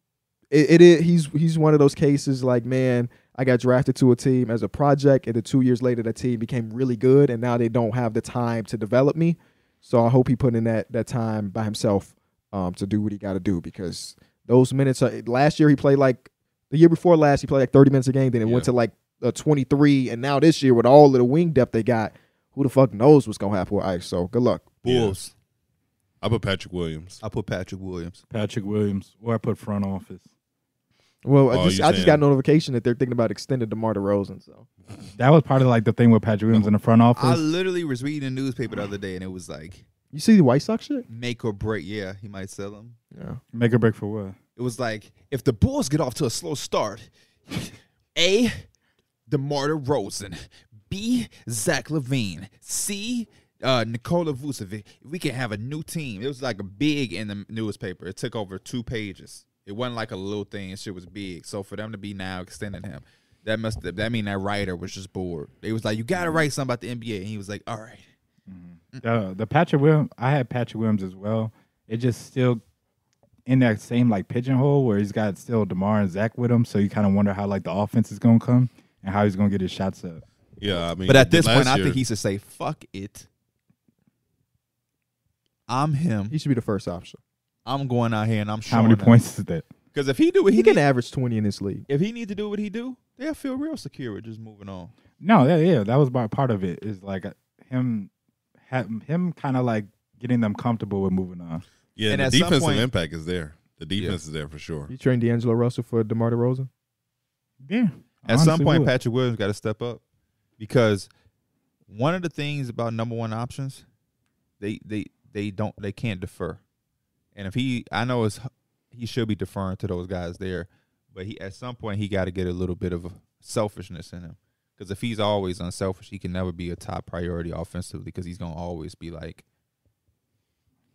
[SPEAKER 1] it, it is he's he's one of those cases like man, I got drafted to a team as a project, and then two years later that team became really good, and now they don't have the time to develop me. So I hope he put in that that time by himself um, to do what he got to do because those minutes. Are, last year he played like the year before last he played like thirty minutes a game. Then it went to like uh, twenty three, and now this year with all of the wing depth they got, who the fuck knows what's gonna happen with Ice? So good luck.
[SPEAKER 2] Bulls.
[SPEAKER 4] I put Patrick Williams.
[SPEAKER 2] I put Patrick Williams.
[SPEAKER 3] Patrick Williams, or I put front office.
[SPEAKER 1] Well, I
[SPEAKER 4] Oh,
[SPEAKER 1] just
[SPEAKER 4] you
[SPEAKER 1] I just
[SPEAKER 4] saying-
[SPEAKER 1] got notification that they're thinking about extending DeMar DeRozan. So
[SPEAKER 3] That was part of like the thing with Patrick Williams in the front
[SPEAKER 2] I
[SPEAKER 3] office.
[SPEAKER 2] literally was reading the newspaper the other day, and it was like
[SPEAKER 1] you see the White Sox shit?
[SPEAKER 2] make or break. Yeah, he might sell him.
[SPEAKER 1] Yeah.
[SPEAKER 3] Make a break for what?
[SPEAKER 2] It was like if the Bulls get off to a slow start, A. DeMar DeRozan, B. Zach Levine, C. Uh, Nikola Vucevic. We can have a new team. It was like a big in the newspaper. It took over two pages. It wasn't like a little thing. Shit was big. So for them to be now extending him, that must that mean that writer was just bored. They was like, you gotta write something about the NBA, and he was like, all right. Mm.
[SPEAKER 3] The the Patrick Williams. I had Patrick Williams as well. It just still in that same like pigeonhole where he's got still Demar and Zach with him. So you kind of wonder how like the offense is gonna come and how he's gonna get his shots up.
[SPEAKER 4] Yeah, I mean,
[SPEAKER 2] But at this point,
[SPEAKER 4] last
[SPEAKER 2] I
[SPEAKER 4] year-
[SPEAKER 2] think he should say, fuck it. I'm him.
[SPEAKER 1] He should be the first option.
[SPEAKER 2] I'm going out here and I'm
[SPEAKER 3] How
[SPEAKER 2] showing
[SPEAKER 3] many points is that?
[SPEAKER 2] Because if he do what
[SPEAKER 1] He,
[SPEAKER 2] he,
[SPEAKER 1] can
[SPEAKER 2] need-
[SPEAKER 1] average twenty in this league.
[SPEAKER 2] if he need to do what he do, they'll feel real secure with just moving on.
[SPEAKER 3] No, yeah, yeah, that was my part of it. Is like uh, him, ha- him, kind of like getting them comfortable with moving on.
[SPEAKER 4] Yeah,
[SPEAKER 2] And
[SPEAKER 4] the
[SPEAKER 2] at some
[SPEAKER 4] defensive
[SPEAKER 2] point-
[SPEAKER 4] impact is there. The defense is there for sure.
[SPEAKER 1] You trained D'Angelo Russell for DeMar DeRozan?
[SPEAKER 3] Yeah.
[SPEAKER 2] At some point,
[SPEAKER 3] Pat.
[SPEAKER 2] Patrick Williams got to step up because one of the things about number one options, they they they don't they can't defer, and if he I know it's he should be deferring to those guys there, but he at some point he got to get a little bit of selfishness in him because if he's always unselfish, he can never be a top priority offensively because he's gonna always be like.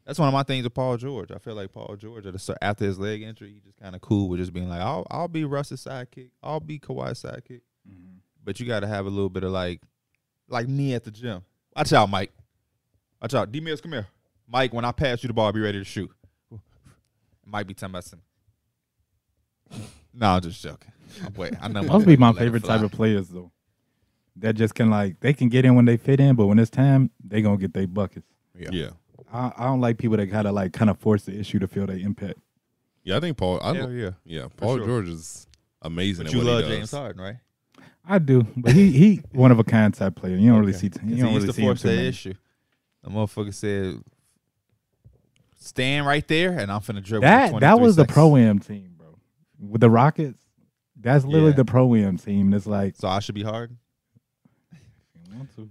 [SPEAKER 2] That's one of my things with Paul George. I feel like Paul George, at a cer- after his leg injury, he just kind of cool with just being like, "I'll I'll be Russ's sidekick, I'll be Kawhi's sidekick." but you got to have a little bit of like, like me at the gym. Watch out, Mike. Watch out, D Mills, come here, Mike. When I pass you the ball, be ready to shoot. Might be talking about some. No, I'm just joking. I'm Wait, I know.
[SPEAKER 3] Those be my favorite type of players though. That just can like they can get in when they fit in, but when it's time, they gonna get their buckets.
[SPEAKER 2] Yeah.
[SPEAKER 4] Yeah. yeah.
[SPEAKER 3] I, I don't like people that gotta like kind of force the issue to feel their impact.
[SPEAKER 4] I think Paul I
[SPEAKER 2] Hell yeah.
[SPEAKER 4] yeah, Paul
[SPEAKER 2] sure.
[SPEAKER 4] George is amazing
[SPEAKER 2] But
[SPEAKER 4] at
[SPEAKER 2] you
[SPEAKER 4] what
[SPEAKER 2] love
[SPEAKER 4] he does.
[SPEAKER 2] James Harden, right?
[SPEAKER 3] I do, but he he one of a kind type player. You don't really
[SPEAKER 2] Okay.
[SPEAKER 3] see
[SPEAKER 2] Because
[SPEAKER 3] you don't
[SPEAKER 2] he used
[SPEAKER 3] really
[SPEAKER 2] to
[SPEAKER 3] see him
[SPEAKER 2] force
[SPEAKER 3] too
[SPEAKER 2] that
[SPEAKER 3] much.
[SPEAKER 2] issue. The motherfucker said, "Stand right there, and I'm finna dribble." for
[SPEAKER 3] That that
[SPEAKER 2] 23
[SPEAKER 3] was the
[SPEAKER 2] seconds."
[SPEAKER 3] pro am team, bro. With the Rockets, that's literally
[SPEAKER 2] Yeah.
[SPEAKER 3] the pro am team. That's like
[SPEAKER 2] So I should be Harden.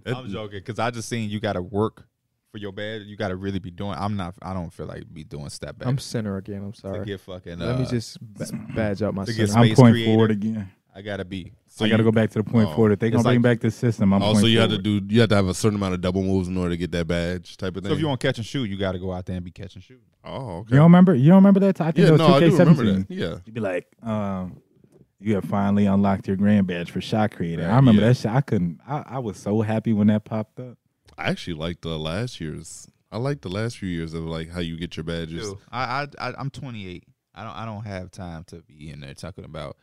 [SPEAKER 4] That-
[SPEAKER 2] I'm joking because I just seen you got to work for your bad. You got to really be doing. I'm not. I don't feel like be doing step back.
[SPEAKER 1] I'm center again. I'm
[SPEAKER 2] to
[SPEAKER 1] sorry.
[SPEAKER 2] get fucking.
[SPEAKER 1] Let
[SPEAKER 2] uh,
[SPEAKER 1] me just ba- badge up my
[SPEAKER 2] to get
[SPEAKER 1] center.
[SPEAKER 2] space
[SPEAKER 3] I'm point
[SPEAKER 2] creator.
[SPEAKER 3] forward again.
[SPEAKER 2] I gotta be.
[SPEAKER 4] So
[SPEAKER 3] I got to go
[SPEAKER 4] you-
[SPEAKER 3] back to the point
[SPEAKER 4] oh,
[SPEAKER 3] forward. If they gonna
[SPEAKER 2] it's like-
[SPEAKER 3] bring back this system, I'm
[SPEAKER 4] Also,
[SPEAKER 3] point
[SPEAKER 4] you had to
[SPEAKER 3] forward.
[SPEAKER 4] do you had to have a certain amount of double moves in order to get that badge type of thing.
[SPEAKER 2] So if you want to catch and shoot, you got to go out there and be catching shoot.
[SPEAKER 4] oh,
[SPEAKER 3] You
[SPEAKER 4] okay.
[SPEAKER 3] don't remember? You don't remember that? time? I think
[SPEAKER 4] Yeah,
[SPEAKER 3] it was
[SPEAKER 4] no, I do
[SPEAKER 3] 2K17.
[SPEAKER 4] remember that. Yeah,
[SPEAKER 3] You'd be like, um, you have finally unlocked your grand badge for shot creator. I
[SPEAKER 4] Right,
[SPEAKER 3] remember
[SPEAKER 4] yeah.
[SPEAKER 3] that shit. I couldn't. I, I was so happy when that popped up.
[SPEAKER 4] I actually like the last year's. I like the last few years of like how you get your badges.
[SPEAKER 2] Dude, I, I, I I'm 28. I don't I don't have time to be in there talking about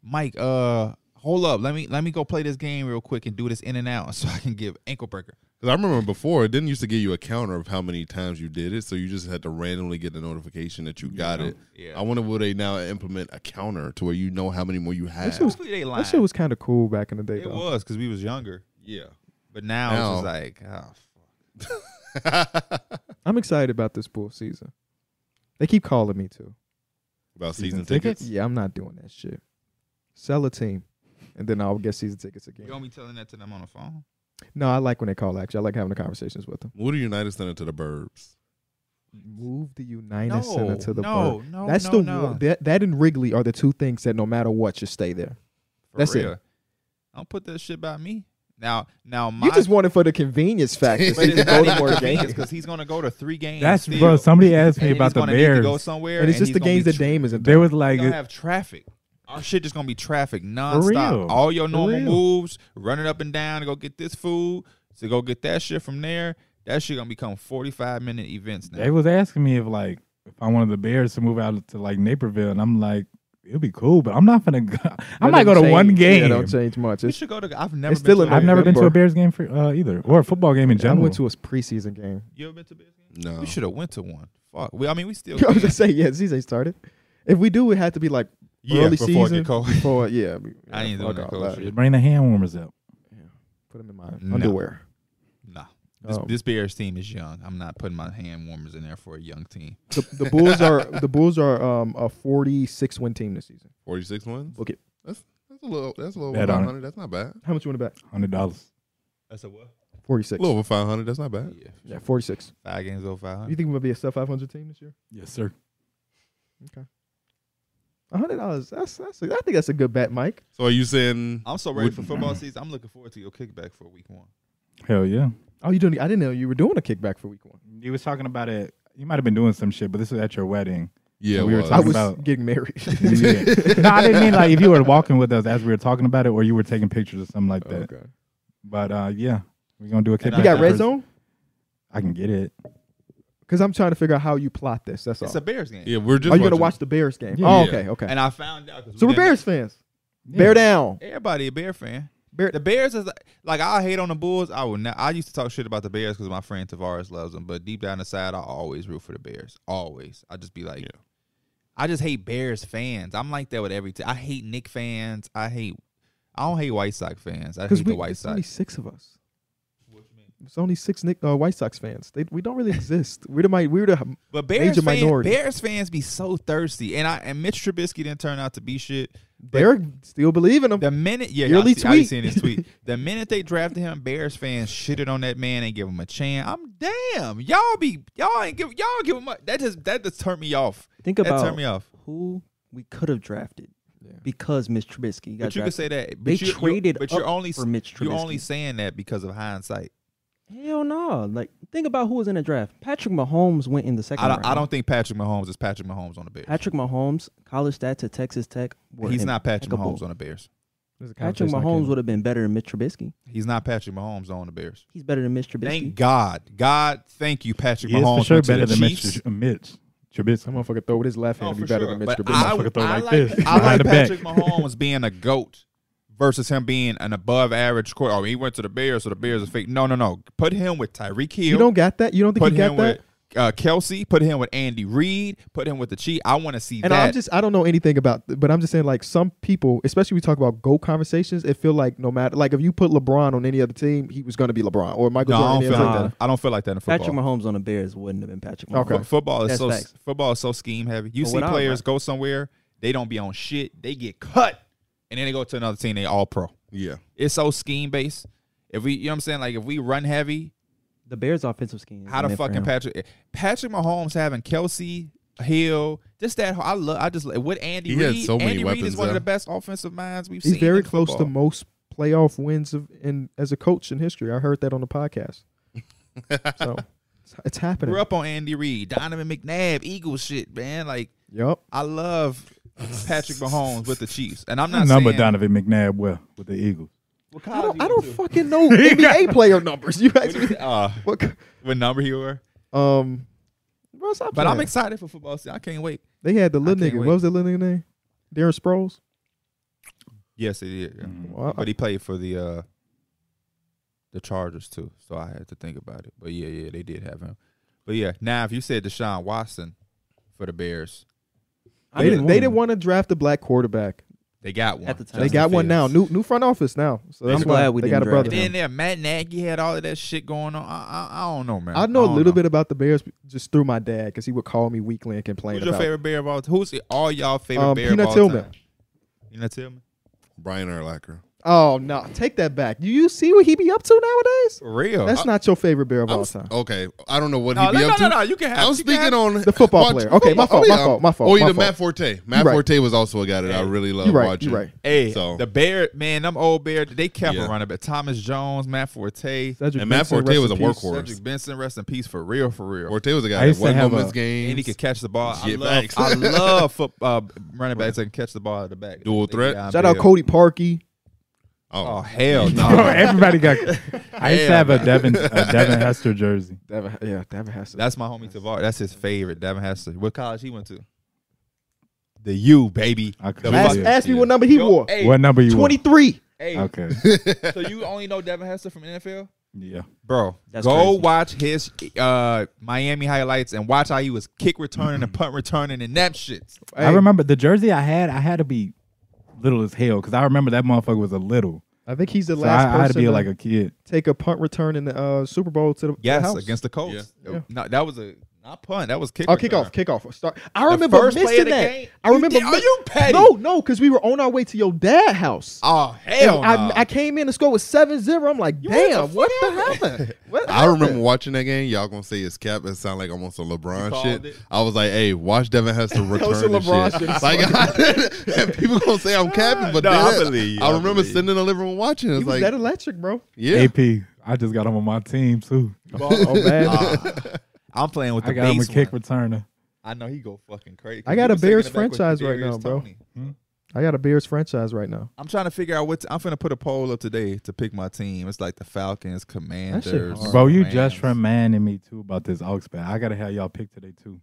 [SPEAKER 2] Mike. Uh, hold up. Let me let me go play this game real quick and do this in and out so I can give ankle breaker.
[SPEAKER 4] Because I remember before it didn't used to give you a counter of how many times you did it, so you just had to randomly get the notification that you got it.
[SPEAKER 2] Yeah.
[SPEAKER 4] I wonder will they now implement a counter to where you know how many more you have?
[SPEAKER 1] shit was-
[SPEAKER 2] Hopefully they lying.
[SPEAKER 1] That shit was kind of cool back in the day,
[SPEAKER 2] it
[SPEAKER 1] though.
[SPEAKER 2] was because we was younger,
[SPEAKER 4] yeah.
[SPEAKER 2] but now, it's just
[SPEAKER 4] Now-
[SPEAKER 2] like oh,
[SPEAKER 1] I'm excited about this bull season. They keep calling me to.
[SPEAKER 4] About
[SPEAKER 3] Season
[SPEAKER 4] season,
[SPEAKER 3] tickets?
[SPEAKER 4] tickets.
[SPEAKER 1] Yeah, I'm not doing that shit. Sell a team, and then I'll get season tickets
[SPEAKER 2] you
[SPEAKER 1] again.
[SPEAKER 2] gonna be telling that to them on the phone?
[SPEAKER 1] No, I like when they call. Actually, I like having the conversations with them.
[SPEAKER 4] What do United Center to the Burbs?
[SPEAKER 1] Move the United Center to the
[SPEAKER 2] no,
[SPEAKER 1] bar.
[SPEAKER 2] no,
[SPEAKER 1] That's
[SPEAKER 2] no,
[SPEAKER 1] the
[SPEAKER 2] no.
[SPEAKER 1] one- that that and Wrigley are the two things that no matter what should stay there.
[SPEAKER 2] For
[SPEAKER 1] That's it.
[SPEAKER 2] real. Don't put that shit by me. Now, now my
[SPEAKER 1] You just want it for the convenience factor.
[SPEAKER 2] but
[SPEAKER 1] since
[SPEAKER 2] it's
[SPEAKER 1] you
[SPEAKER 2] not
[SPEAKER 1] go to
[SPEAKER 2] even
[SPEAKER 1] more
[SPEAKER 2] convenience
[SPEAKER 1] games.
[SPEAKER 2] because he's gonna go to three games.
[SPEAKER 3] That's
[SPEAKER 2] still.
[SPEAKER 3] bro. Somebody asked me
[SPEAKER 2] And he's
[SPEAKER 3] about the
[SPEAKER 2] gonna need to go
[SPEAKER 3] Bears.
[SPEAKER 2] somewhere,
[SPEAKER 1] And it's just
[SPEAKER 2] he's
[SPEAKER 1] the
[SPEAKER 2] gonna
[SPEAKER 1] games
[SPEAKER 2] be
[SPEAKER 1] that Dame isn't.
[SPEAKER 3] There was
[SPEAKER 2] They
[SPEAKER 3] like
[SPEAKER 2] don't have traffic. Our shit just gonna be traffic
[SPEAKER 3] real.
[SPEAKER 2] nonstop. All your normal
[SPEAKER 3] real.
[SPEAKER 2] moves, running up and down to go get this food, to go get that shit from there. That shit gonna become forty five minute events now.
[SPEAKER 3] they was asking me if like if I wanted the Bears to move out to like Naperville, and I'm like, it'd be cool, but I'm not gonna. Go, I
[SPEAKER 1] That
[SPEAKER 3] might go to
[SPEAKER 1] don't
[SPEAKER 3] one
[SPEAKER 1] change.
[SPEAKER 3] game.
[SPEAKER 1] Yeah, don't change much.
[SPEAKER 2] we
[SPEAKER 1] It's-
[SPEAKER 2] should go to. I've never.
[SPEAKER 1] it's
[SPEAKER 2] been
[SPEAKER 1] still
[SPEAKER 2] to
[SPEAKER 1] in
[SPEAKER 2] a-
[SPEAKER 3] I've never been to a
[SPEAKER 1] Denver.
[SPEAKER 3] Bears game for uh, either or a football game in
[SPEAKER 1] I
[SPEAKER 3] general.
[SPEAKER 1] went to a preseason game.
[SPEAKER 2] You ever been to a Bears game?
[SPEAKER 4] No.
[SPEAKER 2] We should have went to one. Fuck. We. I mean, we still.
[SPEAKER 1] I was
[SPEAKER 2] can.
[SPEAKER 1] gonna say yeah. Season started. If we do, it had to be like
[SPEAKER 2] Yeah,
[SPEAKER 1] early
[SPEAKER 2] before it
[SPEAKER 1] season
[SPEAKER 2] get cold.
[SPEAKER 1] before. Yeah, we-
[SPEAKER 2] I ain't
[SPEAKER 1] yeah,
[SPEAKER 2] doing
[SPEAKER 1] fuck
[SPEAKER 2] that
[SPEAKER 1] all
[SPEAKER 2] cold shit.
[SPEAKER 3] Just bring the hand warmers up.
[SPEAKER 1] Put them in my
[SPEAKER 2] No.
[SPEAKER 1] underwear.
[SPEAKER 2] Nah. This,
[SPEAKER 1] Um,
[SPEAKER 2] this Bears team is young. I'm not putting my hand warmers in there for a young team.
[SPEAKER 1] The, the Bulls are the Bulls are um, a forty-six win team this season.
[SPEAKER 4] Forty six wins.
[SPEAKER 1] Look it.
[SPEAKER 4] That's that's a little that's a little
[SPEAKER 3] Bet
[SPEAKER 4] over
[SPEAKER 3] on it.
[SPEAKER 4] five hundred. That's not bad.
[SPEAKER 1] How much you want to bet?
[SPEAKER 3] Hundred dollars.
[SPEAKER 2] That's a what?
[SPEAKER 1] Forty-six.
[SPEAKER 4] A little over five hundred. That's not bad.
[SPEAKER 2] Yeah.
[SPEAKER 1] Yeah, forty-six.
[SPEAKER 2] Five games over five
[SPEAKER 1] You
[SPEAKER 2] hundred.
[SPEAKER 1] think we'll be a sub five hundred team this year?
[SPEAKER 3] Yes, sir.
[SPEAKER 1] hundred dollars. That's that's. A, I think that's a good bet, Mike.
[SPEAKER 4] So are you saying
[SPEAKER 2] I'm so ready for
[SPEAKER 3] Would-
[SPEAKER 2] football season. I'm looking forward to your kickback for week one.
[SPEAKER 3] Hell yeah.
[SPEAKER 1] Oh, you doing? I didn't know you were doing a kickback for week one.
[SPEAKER 3] You was talking about it. You might have been doing some shit, but this was at your wedding.
[SPEAKER 4] yeah?
[SPEAKER 3] We were
[SPEAKER 4] well,
[SPEAKER 1] I
[SPEAKER 3] talking
[SPEAKER 1] was
[SPEAKER 3] about-
[SPEAKER 1] getting married.
[SPEAKER 3] Yeah. no, I didn't mean like if you were walking with us as we were talking about it, or you were taking pictures or something like that.
[SPEAKER 1] okay.
[SPEAKER 3] But uh, yeah, we're gonna do a
[SPEAKER 2] And
[SPEAKER 3] kickback.
[SPEAKER 2] I
[SPEAKER 1] You got
[SPEAKER 2] got
[SPEAKER 1] red
[SPEAKER 2] res-
[SPEAKER 3] first.
[SPEAKER 1] zone?
[SPEAKER 3] I can get it.
[SPEAKER 1] Because I'm trying to figure out how you plot this. That's all.
[SPEAKER 2] It's a Bears game.
[SPEAKER 4] yeah, we're just
[SPEAKER 1] Are you gonna
[SPEAKER 4] watching-
[SPEAKER 1] watch the Bears game?
[SPEAKER 3] Yeah.
[SPEAKER 1] Oh,
[SPEAKER 4] Yeah.
[SPEAKER 1] okay, okay.
[SPEAKER 2] And I found out because
[SPEAKER 1] so we're Bears fans. Bear down.
[SPEAKER 2] Everybody a Bear fan.
[SPEAKER 1] Bear,
[SPEAKER 2] The Bears is like, like I hate on the Bulls. I will not. I used to talk shit about the Bears because my friend Tavares loves them, but deep down inside, I always root for the Bears. Always, I just be like,
[SPEAKER 4] Yeah.
[SPEAKER 2] I just hate Bears fans. I'm like that with every team. I hate Nick fans. I hate. I don't hate White Sox fans. I hate
[SPEAKER 1] we,
[SPEAKER 2] the White
[SPEAKER 1] there's only
[SPEAKER 2] Sox.
[SPEAKER 1] six of us.
[SPEAKER 2] What you mean?
[SPEAKER 1] It's only six Nick, uh, White Sox fans. They, we don't really exist. We're the mi- we're the
[SPEAKER 2] But Bears
[SPEAKER 1] Major
[SPEAKER 2] fans,
[SPEAKER 1] minority.
[SPEAKER 2] Bears fans be so thirsty, and I and Mitch Trubisky didn't turn out to be shit.
[SPEAKER 1] Derek still believe in them.
[SPEAKER 2] The minute yeah,
[SPEAKER 1] Yearly
[SPEAKER 2] I see, I be
[SPEAKER 1] tweet.
[SPEAKER 2] seeing his tweet. the minute they drafted him, Bears fans shitted on that man and give him a chance. I'm damn y'all be y'all ain't give y'all give him a, that just that just turned me off.
[SPEAKER 5] Think
[SPEAKER 2] That
[SPEAKER 5] about
[SPEAKER 2] turned me off.
[SPEAKER 5] who we could have drafted
[SPEAKER 2] Yeah.
[SPEAKER 5] because Mitch Trubisky got
[SPEAKER 2] But you could
[SPEAKER 5] drafted.
[SPEAKER 2] say that. But
[SPEAKER 5] They
[SPEAKER 2] you, you-
[SPEAKER 5] traded
[SPEAKER 2] But you're
[SPEAKER 5] up
[SPEAKER 2] only
[SPEAKER 5] for Mitch Trubisky.
[SPEAKER 2] you're only saying that because of hindsight.
[SPEAKER 5] Hell no! Like think about who was in the draft. Patrick Mahomes went in the second
[SPEAKER 2] I don't,
[SPEAKER 5] round.
[SPEAKER 2] I don't think Patrick Mahomes is Patrick Mahomes on the Bears.
[SPEAKER 5] Patrick Mahomes, college stats at Texas Tech. were
[SPEAKER 2] He's not Patrick
[SPEAKER 5] impeccable.
[SPEAKER 2] Mahomes on the Bears.
[SPEAKER 5] Patrick Mahomes would have been better than Mitch Trubisky.
[SPEAKER 2] He's not Patrick Mahomes on the Bears.
[SPEAKER 5] He's better than Mitch Trubisky.
[SPEAKER 2] Thank God. God, thank you, Patrick
[SPEAKER 3] He is
[SPEAKER 2] Mahomes.
[SPEAKER 3] for sure
[SPEAKER 2] went to
[SPEAKER 3] better
[SPEAKER 2] the
[SPEAKER 3] than Mitch,
[SPEAKER 2] Chiefs.
[SPEAKER 3] Tr- Mitch Trubisky.
[SPEAKER 1] That motherfucker throw with his left hand.
[SPEAKER 2] Oh,
[SPEAKER 1] be
[SPEAKER 2] for
[SPEAKER 1] better
[SPEAKER 2] sure.
[SPEAKER 1] than Mitch
[SPEAKER 2] But
[SPEAKER 1] Trubisky.
[SPEAKER 2] I,
[SPEAKER 3] Motherfucker
[SPEAKER 2] would-
[SPEAKER 3] throw
[SPEAKER 2] I
[SPEAKER 3] like
[SPEAKER 2] like,
[SPEAKER 3] this
[SPEAKER 2] I like
[SPEAKER 3] behind the back.
[SPEAKER 2] Patrick Mahomes being a goat versus him being an above average quarter. Oh, he went to the Bears, so the Bears are fake. No, no, no. Put him with Tyreek Hill.
[SPEAKER 1] you don't got that. You don't think
[SPEAKER 2] put
[SPEAKER 1] you
[SPEAKER 2] him
[SPEAKER 1] got that?
[SPEAKER 2] with uh, Kelsey. Put him with Andy Reid. Put him with the Chiefs. I want to see
[SPEAKER 1] and
[SPEAKER 2] that.
[SPEAKER 1] I'm just I don't know anything about, but I'm just saying like some people, especially we talk about goal conversations, it feel like no matter like if you put LeBron on any other team, he was going to be LeBron or Michael
[SPEAKER 2] no, I don't
[SPEAKER 1] Jordan. any
[SPEAKER 2] feel
[SPEAKER 1] other
[SPEAKER 5] Nah.
[SPEAKER 2] like
[SPEAKER 1] team.
[SPEAKER 2] that. I don't feel like that in football.
[SPEAKER 5] Patrick Mahomes on the Bears wouldn't have been Patrick Mahomes.
[SPEAKER 1] Okay.
[SPEAKER 2] Fo- Football is
[SPEAKER 5] That's
[SPEAKER 2] so
[SPEAKER 5] facts.
[SPEAKER 2] football is so scheme heavy. You
[SPEAKER 5] But
[SPEAKER 2] see
[SPEAKER 5] what I-
[SPEAKER 2] players go somewhere, they don't be on shit. They get cut, and then they go to another team. They all pro.
[SPEAKER 4] Yeah.
[SPEAKER 2] It's so scheme based. If we, you know what I'm saying, like if we run heavy,
[SPEAKER 5] The Bears' offensive scheme.
[SPEAKER 2] how the
[SPEAKER 5] isn't meant for
[SPEAKER 2] fucking
[SPEAKER 5] him.
[SPEAKER 2] Patrick Patrick Mahomes having Kelsey Hill, just that whole- I love. I just what Andy
[SPEAKER 4] He
[SPEAKER 2] Reid.
[SPEAKER 4] had so many
[SPEAKER 2] Andy Reid is
[SPEAKER 4] weapons,
[SPEAKER 2] one of
[SPEAKER 4] though.
[SPEAKER 2] the best offensive minds we've
[SPEAKER 1] He's
[SPEAKER 2] seen.
[SPEAKER 1] very
[SPEAKER 2] in
[SPEAKER 1] close to
[SPEAKER 2] football.
[SPEAKER 1] most playoff wins of in as a coach in history. I heard that on the podcast. so it's, it's happening.
[SPEAKER 2] Grew up on Andy Reid, Donovan McNabb, Eagles shit, man. Like
[SPEAKER 1] Yep.
[SPEAKER 2] I love Patrick Mahomes with the Chiefs, and I'm
[SPEAKER 3] I
[SPEAKER 2] not
[SPEAKER 3] number
[SPEAKER 2] saying
[SPEAKER 3] Donovan McNabb well with the Eagles.
[SPEAKER 1] I don't, I don't fucking know NBA player numbers. You asked me
[SPEAKER 2] uh,
[SPEAKER 1] what?
[SPEAKER 2] what number he were.
[SPEAKER 1] Um, bro, stop
[SPEAKER 2] But I'm
[SPEAKER 1] playing.
[SPEAKER 2] excited for football season. I can't wait.
[SPEAKER 1] they had the
[SPEAKER 2] I
[SPEAKER 1] little
[SPEAKER 2] can't
[SPEAKER 1] nigga.
[SPEAKER 2] wait.
[SPEAKER 1] What was the little nigga name? Darren Sproles.
[SPEAKER 2] Yes, it is. yeah.
[SPEAKER 5] Mm-hmm.
[SPEAKER 1] Well, I-
[SPEAKER 2] But he played for the uh the Chargers too, so I had to think about it. But yeah, yeah, they did have him. But yeah, now if you said Deshaun Watson for the Bears,
[SPEAKER 5] I
[SPEAKER 1] they didn't. They
[SPEAKER 5] want
[SPEAKER 1] didn't
[SPEAKER 5] him.
[SPEAKER 1] want to draft a black quarterback.
[SPEAKER 2] they got one
[SPEAKER 5] At the time.
[SPEAKER 1] they
[SPEAKER 2] Justin
[SPEAKER 1] got one now.
[SPEAKER 2] Fields.
[SPEAKER 1] New new front office now. So that's
[SPEAKER 5] I'm
[SPEAKER 1] why
[SPEAKER 5] glad we
[SPEAKER 1] they
[SPEAKER 5] didn't
[SPEAKER 1] got a
[SPEAKER 5] draft
[SPEAKER 1] brother.
[SPEAKER 2] Then
[SPEAKER 5] him.
[SPEAKER 2] there, Matt Nagy had all of that shit going on. I, I, I don't know, man.
[SPEAKER 1] I know a
[SPEAKER 2] don't
[SPEAKER 1] little bit about the Bears just through my dad because he would call me weekly and complain
[SPEAKER 2] Who's your
[SPEAKER 1] about.
[SPEAKER 2] favorite Bear of all? Who's the- all y'all favorite
[SPEAKER 1] Um,
[SPEAKER 2] Bear
[SPEAKER 1] Peanut
[SPEAKER 2] of all
[SPEAKER 1] Tillman.
[SPEAKER 2] time? Peanut Tillman.
[SPEAKER 4] Brian Erlacher.
[SPEAKER 1] Oh no, take that back. Do you see what he be up to nowadays?
[SPEAKER 2] For real. Uh,
[SPEAKER 1] That's not your favorite Bear of
[SPEAKER 4] I'm
[SPEAKER 1] all
[SPEAKER 4] s-
[SPEAKER 1] time.
[SPEAKER 4] Okay. I don't know what
[SPEAKER 2] no,
[SPEAKER 4] he'd be
[SPEAKER 2] no,
[SPEAKER 4] up
[SPEAKER 2] no,
[SPEAKER 4] to.
[SPEAKER 2] no, You can have.
[SPEAKER 4] I'm
[SPEAKER 2] you can have-
[SPEAKER 4] speaking on
[SPEAKER 1] The football
[SPEAKER 4] watch-
[SPEAKER 1] player. Okay, my
[SPEAKER 4] football.
[SPEAKER 1] fault, my
[SPEAKER 4] yeah.
[SPEAKER 1] fault, my fault,
[SPEAKER 4] Oh,
[SPEAKER 1] my
[SPEAKER 4] yeah, the
[SPEAKER 1] fault.
[SPEAKER 4] Matt Forte. Matt
[SPEAKER 1] right.
[SPEAKER 4] Forte was also a guy that I really love
[SPEAKER 1] You right.
[SPEAKER 4] watching.
[SPEAKER 1] You right.
[SPEAKER 2] Hey,
[SPEAKER 4] So-
[SPEAKER 2] the Bear, man, them old Bear, they kept
[SPEAKER 4] Yeah.
[SPEAKER 2] a running back. Thomas Jones, Matt Forte,
[SPEAKER 1] Cedric
[SPEAKER 4] And Matt
[SPEAKER 1] Benson,
[SPEAKER 4] Forte
[SPEAKER 1] rest
[SPEAKER 4] was
[SPEAKER 1] in
[SPEAKER 4] a
[SPEAKER 1] peace.
[SPEAKER 4] workhorse.
[SPEAKER 2] Cedric Benson, rest in peace, for real, for real.
[SPEAKER 4] Forte was a
[SPEAKER 3] I
[SPEAKER 4] guy that
[SPEAKER 3] used to
[SPEAKER 4] won
[SPEAKER 3] have
[SPEAKER 4] moments
[SPEAKER 3] a-
[SPEAKER 4] games.
[SPEAKER 2] and he could catch the ball. I
[SPEAKER 4] Yeah,
[SPEAKER 2] love,
[SPEAKER 4] facts.
[SPEAKER 2] I love foot, uh, running backs that can catch the ball at the back.
[SPEAKER 4] Dual
[SPEAKER 2] They
[SPEAKER 4] threat.
[SPEAKER 2] down
[SPEAKER 1] Shout out
[SPEAKER 2] field.
[SPEAKER 1] Cody Parkey.
[SPEAKER 2] Oh
[SPEAKER 4] oh,
[SPEAKER 2] hell no!
[SPEAKER 3] Bro, everybody got. I used to have a
[SPEAKER 2] Hell,
[SPEAKER 3] Devin, a Devin Hester jersey.
[SPEAKER 1] Devin, yeah, Devin has to.
[SPEAKER 2] That's my homie Tavares. That's his favorite. Devin Hester. What college he went to? The U, baby.
[SPEAKER 3] I could-
[SPEAKER 1] ask,
[SPEAKER 3] yeah.
[SPEAKER 1] ask me what number he
[SPEAKER 2] Yo,
[SPEAKER 1] wore.
[SPEAKER 2] Hey,
[SPEAKER 3] What number you want?
[SPEAKER 1] Twenty three.
[SPEAKER 2] hey,
[SPEAKER 3] Okay.
[SPEAKER 2] so you only know Devin Hester from NFL?
[SPEAKER 3] Yeah.
[SPEAKER 2] Bro,
[SPEAKER 5] That's
[SPEAKER 2] go
[SPEAKER 5] crazy.
[SPEAKER 2] watch his uh, Miami highlights and watch how he was kick returning and punt returning and that shit.
[SPEAKER 3] I remember the jersey I had. I had to be little as hell because I remember that motherfucker was a little.
[SPEAKER 1] I think he's the
[SPEAKER 3] So
[SPEAKER 1] last
[SPEAKER 3] I, I had to
[SPEAKER 1] person
[SPEAKER 3] be
[SPEAKER 1] to
[SPEAKER 3] like a kid.
[SPEAKER 1] take a punt return in the uh, Super Bowl to the
[SPEAKER 2] Yes,
[SPEAKER 1] the house.
[SPEAKER 2] against the Colts.
[SPEAKER 1] Yeah. Yeah.
[SPEAKER 2] No, that was a not punt. That was kick.
[SPEAKER 1] Oh,
[SPEAKER 2] return.
[SPEAKER 1] kickoff, kickoff. Start. I
[SPEAKER 2] The
[SPEAKER 1] remember
[SPEAKER 2] first play
[SPEAKER 1] missing
[SPEAKER 2] of the
[SPEAKER 1] that.
[SPEAKER 2] game?
[SPEAKER 1] I
[SPEAKER 2] You
[SPEAKER 1] remember.
[SPEAKER 2] did- are
[SPEAKER 1] mi-
[SPEAKER 2] you petty?
[SPEAKER 1] No, no, because we were on our way to your dad house.
[SPEAKER 2] Oh
[SPEAKER 1] And
[SPEAKER 2] hell!
[SPEAKER 1] I,
[SPEAKER 2] no.
[SPEAKER 1] I came in to score with 7-0. I'm like,
[SPEAKER 2] what the
[SPEAKER 1] damn,
[SPEAKER 2] fuck
[SPEAKER 1] what the happened? What
[SPEAKER 4] I remember
[SPEAKER 1] happened?
[SPEAKER 4] watching that game. Y'all gonna say it's cap. It sound like almost a LeBron
[SPEAKER 2] called
[SPEAKER 4] shit.
[SPEAKER 2] it.
[SPEAKER 4] I was like, "Hey, watch Devin Hester return
[SPEAKER 1] was a
[SPEAKER 4] and
[SPEAKER 1] LeBron
[SPEAKER 4] shit."
[SPEAKER 1] shit.
[SPEAKER 4] Like, and people gonna say I'm capping, but
[SPEAKER 2] No, I
[SPEAKER 4] then
[SPEAKER 2] believe you. I
[SPEAKER 4] I remember
[SPEAKER 2] believe you.
[SPEAKER 4] sitting in the living room watching.
[SPEAKER 1] He
[SPEAKER 4] It's
[SPEAKER 1] was
[SPEAKER 4] like,
[SPEAKER 1] that electric, bro.
[SPEAKER 4] yeah,
[SPEAKER 3] AP. I just got him on my team too.
[SPEAKER 1] Oh, man.
[SPEAKER 2] I'm playing with the
[SPEAKER 3] I got him a
[SPEAKER 2] base
[SPEAKER 3] kick
[SPEAKER 2] one.
[SPEAKER 3] returner.
[SPEAKER 2] I know he go fucking crazy.
[SPEAKER 1] I got a
[SPEAKER 2] He was taking
[SPEAKER 1] Bears
[SPEAKER 2] it back with
[SPEAKER 1] franchise right
[SPEAKER 2] Kadarius
[SPEAKER 1] now, bro.
[SPEAKER 2] Toney.
[SPEAKER 1] I got a Bears franchise right now.
[SPEAKER 2] I'm trying to figure out what I'm finna put a poll up today to pick my team. It's like the Falcons, Commanders.
[SPEAKER 4] Oh,
[SPEAKER 1] hard.
[SPEAKER 3] Bro, you
[SPEAKER 2] Rams.
[SPEAKER 3] just reminded me too about this aux bet. I gotta have y'all pick today too.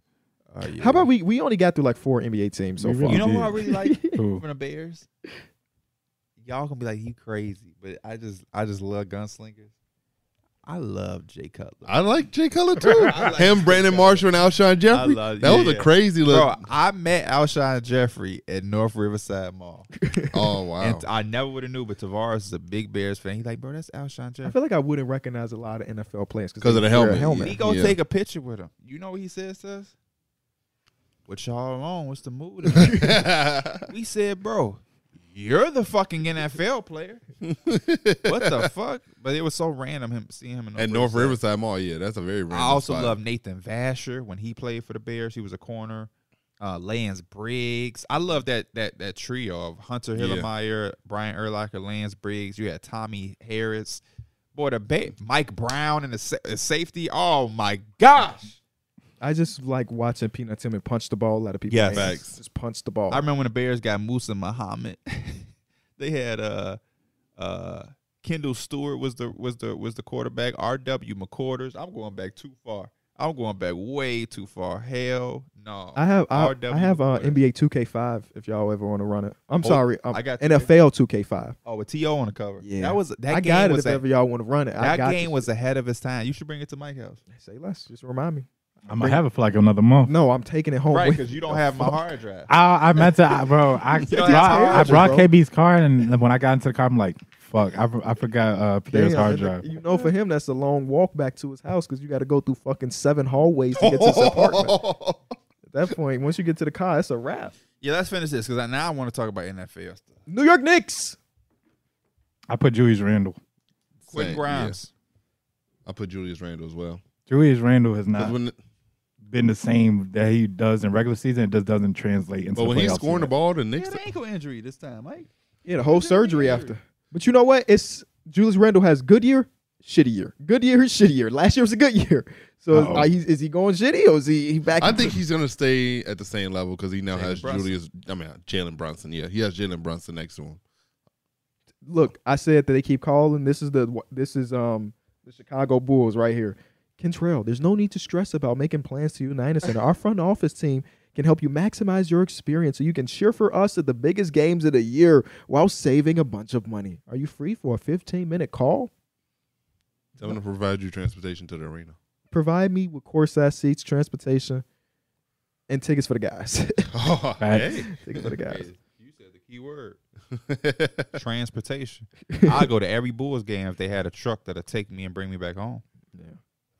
[SPEAKER 2] Oh, yeah.
[SPEAKER 1] How about we we only got through like four NBA teams so
[SPEAKER 3] We
[SPEAKER 1] far.
[SPEAKER 3] really-
[SPEAKER 2] You know who
[SPEAKER 3] did.
[SPEAKER 2] I really like
[SPEAKER 3] Who?
[SPEAKER 2] from the Bears? Y'all gonna be like, you crazy, but I just I just love gunslingers. I love Jay Cutler.
[SPEAKER 4] I like Jay Cutler too. Him, Brandon Marshall, and Alshon Jeffrey.
[SPEAKER 2] love-
[SPEAKER 4] that
[SPEAKER 2] yeah,
[SPEAKER 4] was a
[SPEAKER 2] yeah.
[SPEAKER 4] crazy
[SPEAKER 2] Bro,
[SPEAKER 4] look.
[SPEAKER 2] I met Alshon Jeffrey at North Riverside Mall.
[SPEAKER 4] Oh wow.
[SPEAKER 2] And I never would have knew, but Tavares is a big Bears fan. He's like, bro, that's Alshon
[SPEAKER 1] I
[SPEAKER 2] Jeffrey.
[SPEAKER 1] feel like I wouldn't recognize a lot of NFL players
[SPEAKER 4] 'Cause
[SPEAKER 1] they
[SPEAKER 4] of the
[SPEAKER 1] wear a
[SPEAKER 4] helmet.
[SPEAKER 2] He
[SPEAKER 1] helmet.
[SPEAKER 2] gonna
[SPEAKER 4] Yeah.
[SPEAKER 2] take a picture with him. You know what he says to us? What y'all on? What's the mood? tonight?" we said, bro, you're the fucking NFL player. what the fuck? But it was so random him seeing him in North
[SPEAKER 4] At North Riverside Mall, yeah, that's a very random
[SPEAKER 2] I also
[SPEAKER 4] spot.
[SPEAKER 2] love Nathan Vasher when he played for the Bears. He was a corner. Uh, Lance Briggs. I love that that that trio of Hunter
[SPEAKER 4] Yeah.
[SPEAKER 2] Hillemeyer, Brian Erlacher, Lance Briggs. You had Tommy Harris. Boy, the ba- Mike Brown and the sa- the safety. Oh my gosh!
[SPEAKER 1] I just like watching Peanut Timmy punch the ball. A lot of people,
[SPEAKER 2] Yeah,
[SPEAKER 1] hands.
[SPEAKER 4] facts.
[SPEAKER 1] just punch the
[SPEAKER 4] Oh.
[SPEAKER 1] ball.
[SPEAKER 2] I remember when the Bears got Musa Muhammad. they had uh uh Kendall Stewart was the was the was the quarterback. R.W. McCorders. I'm going back too far. I'm going back way too far. Hell no.
[SPEAKER 1] I have I,
[SPEAKER 2] RW
[SPEAKER 1] I have uh, NBA
[SPEAKER 2] McCorders.
[SPEAKER 1] 2K5 if y'all ever want to run it. I'm sorry. Um,
[SPEAKER 2] Oh, I got you.
[SPEAKER 1] NFL 2K5.
[SPEAKER 2] Oh, with T.O. on the cover.
[SPEAKER 1] Yeah.
[SPEAKER 2] That was that
[SPEAKER 1] I
[SPEAKER 2] game
[SPEAKER 1] got it
[SPEAKER 2] was
[SPEAKER 1] if
[SPEAKER 2] a-
[SPEAKER 1] ever y'all want to run it. I
[SPEAKER 2] that
[SPEAKER 1] got you.
[SPEAKER 2] game was ahead of its time. You should bring it to Mike house.
[SPEAKER 1] Say less. Just remind me.
[SPEAKER 3] I'm gonna have it for like another month.
[SPEAKER 1] No, I'm taking it home.
[SPEAKER 2] Right,
[SPEAKER 1] with
[SPEAKER 2] because you
[SPEAKER 1] me.
[SPEAKER 2] don't
[SPEAKER 1] The
[SPEAKER 2] have my
[SPEAKER 1] fuck?
[SPEAKER 2] hard drive.
[SPEAKER 3] I, I meant to, I, bro. I
[SPEAKER 2] don't have
[SPEAKER 3] brought, I
[SPEAKER 1] to
[SPEAKER 3] brought
[SPEAKER 1] charge it,
[SPEAKER 3] KB's car, and when I got into the car, I'm like, "Fuck, I, I forgot uh, Pierre's
[SPEAKER 1] Damn,
[SPEAKER 3] hard
[SPEAKER 1] and
[SPEAKER 3] drive."
[SPEAKER 1] You know, for him, that's a long walk back to his house because you got to go through fucking seven hallways to get to his apartment. At that point, once you get to the car, it's a wrap.
[SPEAKER 2] Yeah, let's finish this because now I want to talk about NFL stuff.
[SPEAKER 1] New York Knicks.
[SPEAKER 3] I put Julius Randle.
[SPEAKER 2] Quick
[SPEAKER 4] Same,
[SPEAKER 2] Grimes.
[SPEAKER 4] I put Julius Randle as well.
[SPEAKER 3] Julius Randle has
[SPEAKER 4] 'Cause
[SPEAKER 3] not
[SPEAKER 4] when-
[SPEAKER 3] been the same that he does in regular season. It just doesn't translate into.
[SPEAKER 4] but when he's
[SPEAKER 3] playoffs
[SPEAKER 4] scoring the
[SPEAKER 3] yet.
[SPEAKER 4] ball, the
[SPEAKER 2] He
[SPEAKER 4] Knicks.
[SPEAKER 2] had an ankle injury this time, Mike.
[SPEAKER 1] Yeah, the whole surgery after. But you know what? It's Julius Randle has good year, shitty year. Good year, shitty year. Last year was a good year. So is,
[SPEAKER 3] Uh-oh.
[SPEAKER 1] like, he's, is he going shitty or is he, he back?
[SPEAKER 4] I
[SPEAKER 1] into-
[SPEAKER 4] think he's gonna stay at the same level because he now
[SPEAKER 2] Jalen
[SPEAKER 4] has
[SPEAKER 2] Brunson.
[SPEAKER 4] Julius. I mean Jalen Brunson. Yeah, he has Jalen Brunson next to him.
[SPEAKER 1] look, I said that they keep calling. This is the this is um the Chicago Bulls right here. Kentrell, there's no need to stress about making plans to unite us. Center. Our front office team can help you maximize your experience so you can cheer for us at the biggest games of the year while saving a bunch of money. Are you free for a 15 minute call?
[SPEAKER 4] Tell him to provide you transportation to the arena.
[SPEAKER 1] Provide me with course size seats, transportation, and tickets for the guys.
[SPEAKER 4] Oh,
[SPEAKER 3] Facts.
[SPEAKER 1] tickets for the guys.
[SPEAKER 2] You said the key word.
[SPEAKER 4] hey.
[SPEAKER 2] Transportation. I'd go to every Bulls game if they had a truck that'll take me and bring me back home.
[SPEAKER 1] Yeah.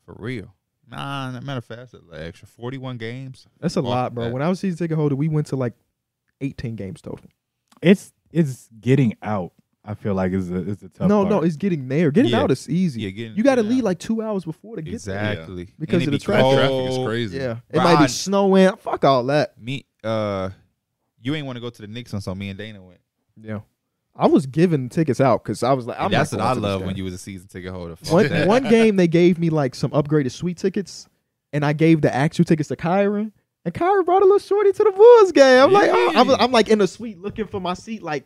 [SPEAKER 2] For real. Nah, matter of fact, that's an extra 41 games.
[SPEAKER 1] That's a
[SPEAKER 2] Off
[SPEAKER 1] lot, bro.
[SPEAKER 2] that.
[SPEAKER 1] When I was season ticket holder, we went to like 18 games total.
[SPEAKER 3] it's it's getting out. I feel like is a is a tough.
[SPEAKER 1] no,
[SPEAKER 3] part.
[SPEAKER 1] no, it's getting there. Getting
[SPEAKER 2] Yeah.
[SPEAKER 1] out is easy.
[SPEAKER 2] Yeah, getting-
[SPEAKER 1] you got to
[SPEAKER 2] yeah.
[SPEAKER 1] leave like two hours before to get
[SPEAKER 2] Exactly. And
[SPEAKER 1] Because
[SPEAKER 2] it
[SPEAKER 1] of the
[SPEAKER 2] be
[SPEAKER 1] traffic.
[SPEAKER 4] That traffic is
[SPEAKER 2] cold.
[SPEAKER 4] crazy.
[SPEAKER 1] there. Yeah, it
[SPEAKER 2] Bro,
[SPEAKER 1] might
[SPEAKER 2] I-
[SPEAKER 1] be snowing. Fuck all that.
[SPEAKER 2] me uh you ain't want to go to the Knicks and so me and Dana went.
[SPEAKER 1] Yeah, I was giving tickets out because I was like, I'm
[SPEAKER 2] And that's
[SPEAKER 1] not going
[SPEAKER 2] what I
[SPEAKER 1] to this
[SPEAKER 2] love when
[SPEAKER 1] game.
[SPEAKER 2] you was a season ticket holder. Fuck
[SPEAKER 1] One,
[SPEAKER 2] that.
[SPEAKER 1] one game they gave me like some upgraded sweet tickets, and I gave the actual tickets to Kyron, and Kyron brought a little shorty to the Bulls game. I'm like, oh, I'm,
[SPEAKER 2] Yeah.
[SPEAKER 1] I'm like in the suite looking for my seat. Like,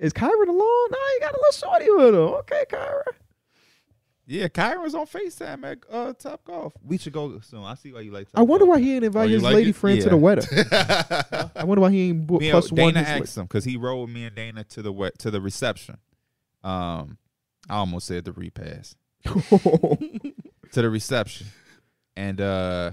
[SPEAKER 1] is Kyron alone? No, he got a little shorty with him. Okay, Kyron.
[SPEAKER 2] Yeah, Kyron was on FaceTime at uh, Top Golf. We should go soon. I see why you like Top
[SPEAKER 1] I wonder why he ain't invite
[SPEAKER 4] Oh, you
[SPEAKER 1] his
[SPEAKER 4] like
[SPEAKER 1] lady
[SPEAKER 4] it?
[SPEAKER 1] friend to the
[SPEAKER 2] Yeah.
[SPEAKER 1] wedding. I wonder why he ain't bu-
[SPEAKER 2] Me and-
[SPEAKER 1] plus one.
[SPEAKER 2] Dana
[SPEAKER 1] his li-
[SPEAKER 2] asked him because he rode me and Dana to the we- to the reception. Um, I almost said the repass to the reception, and uh,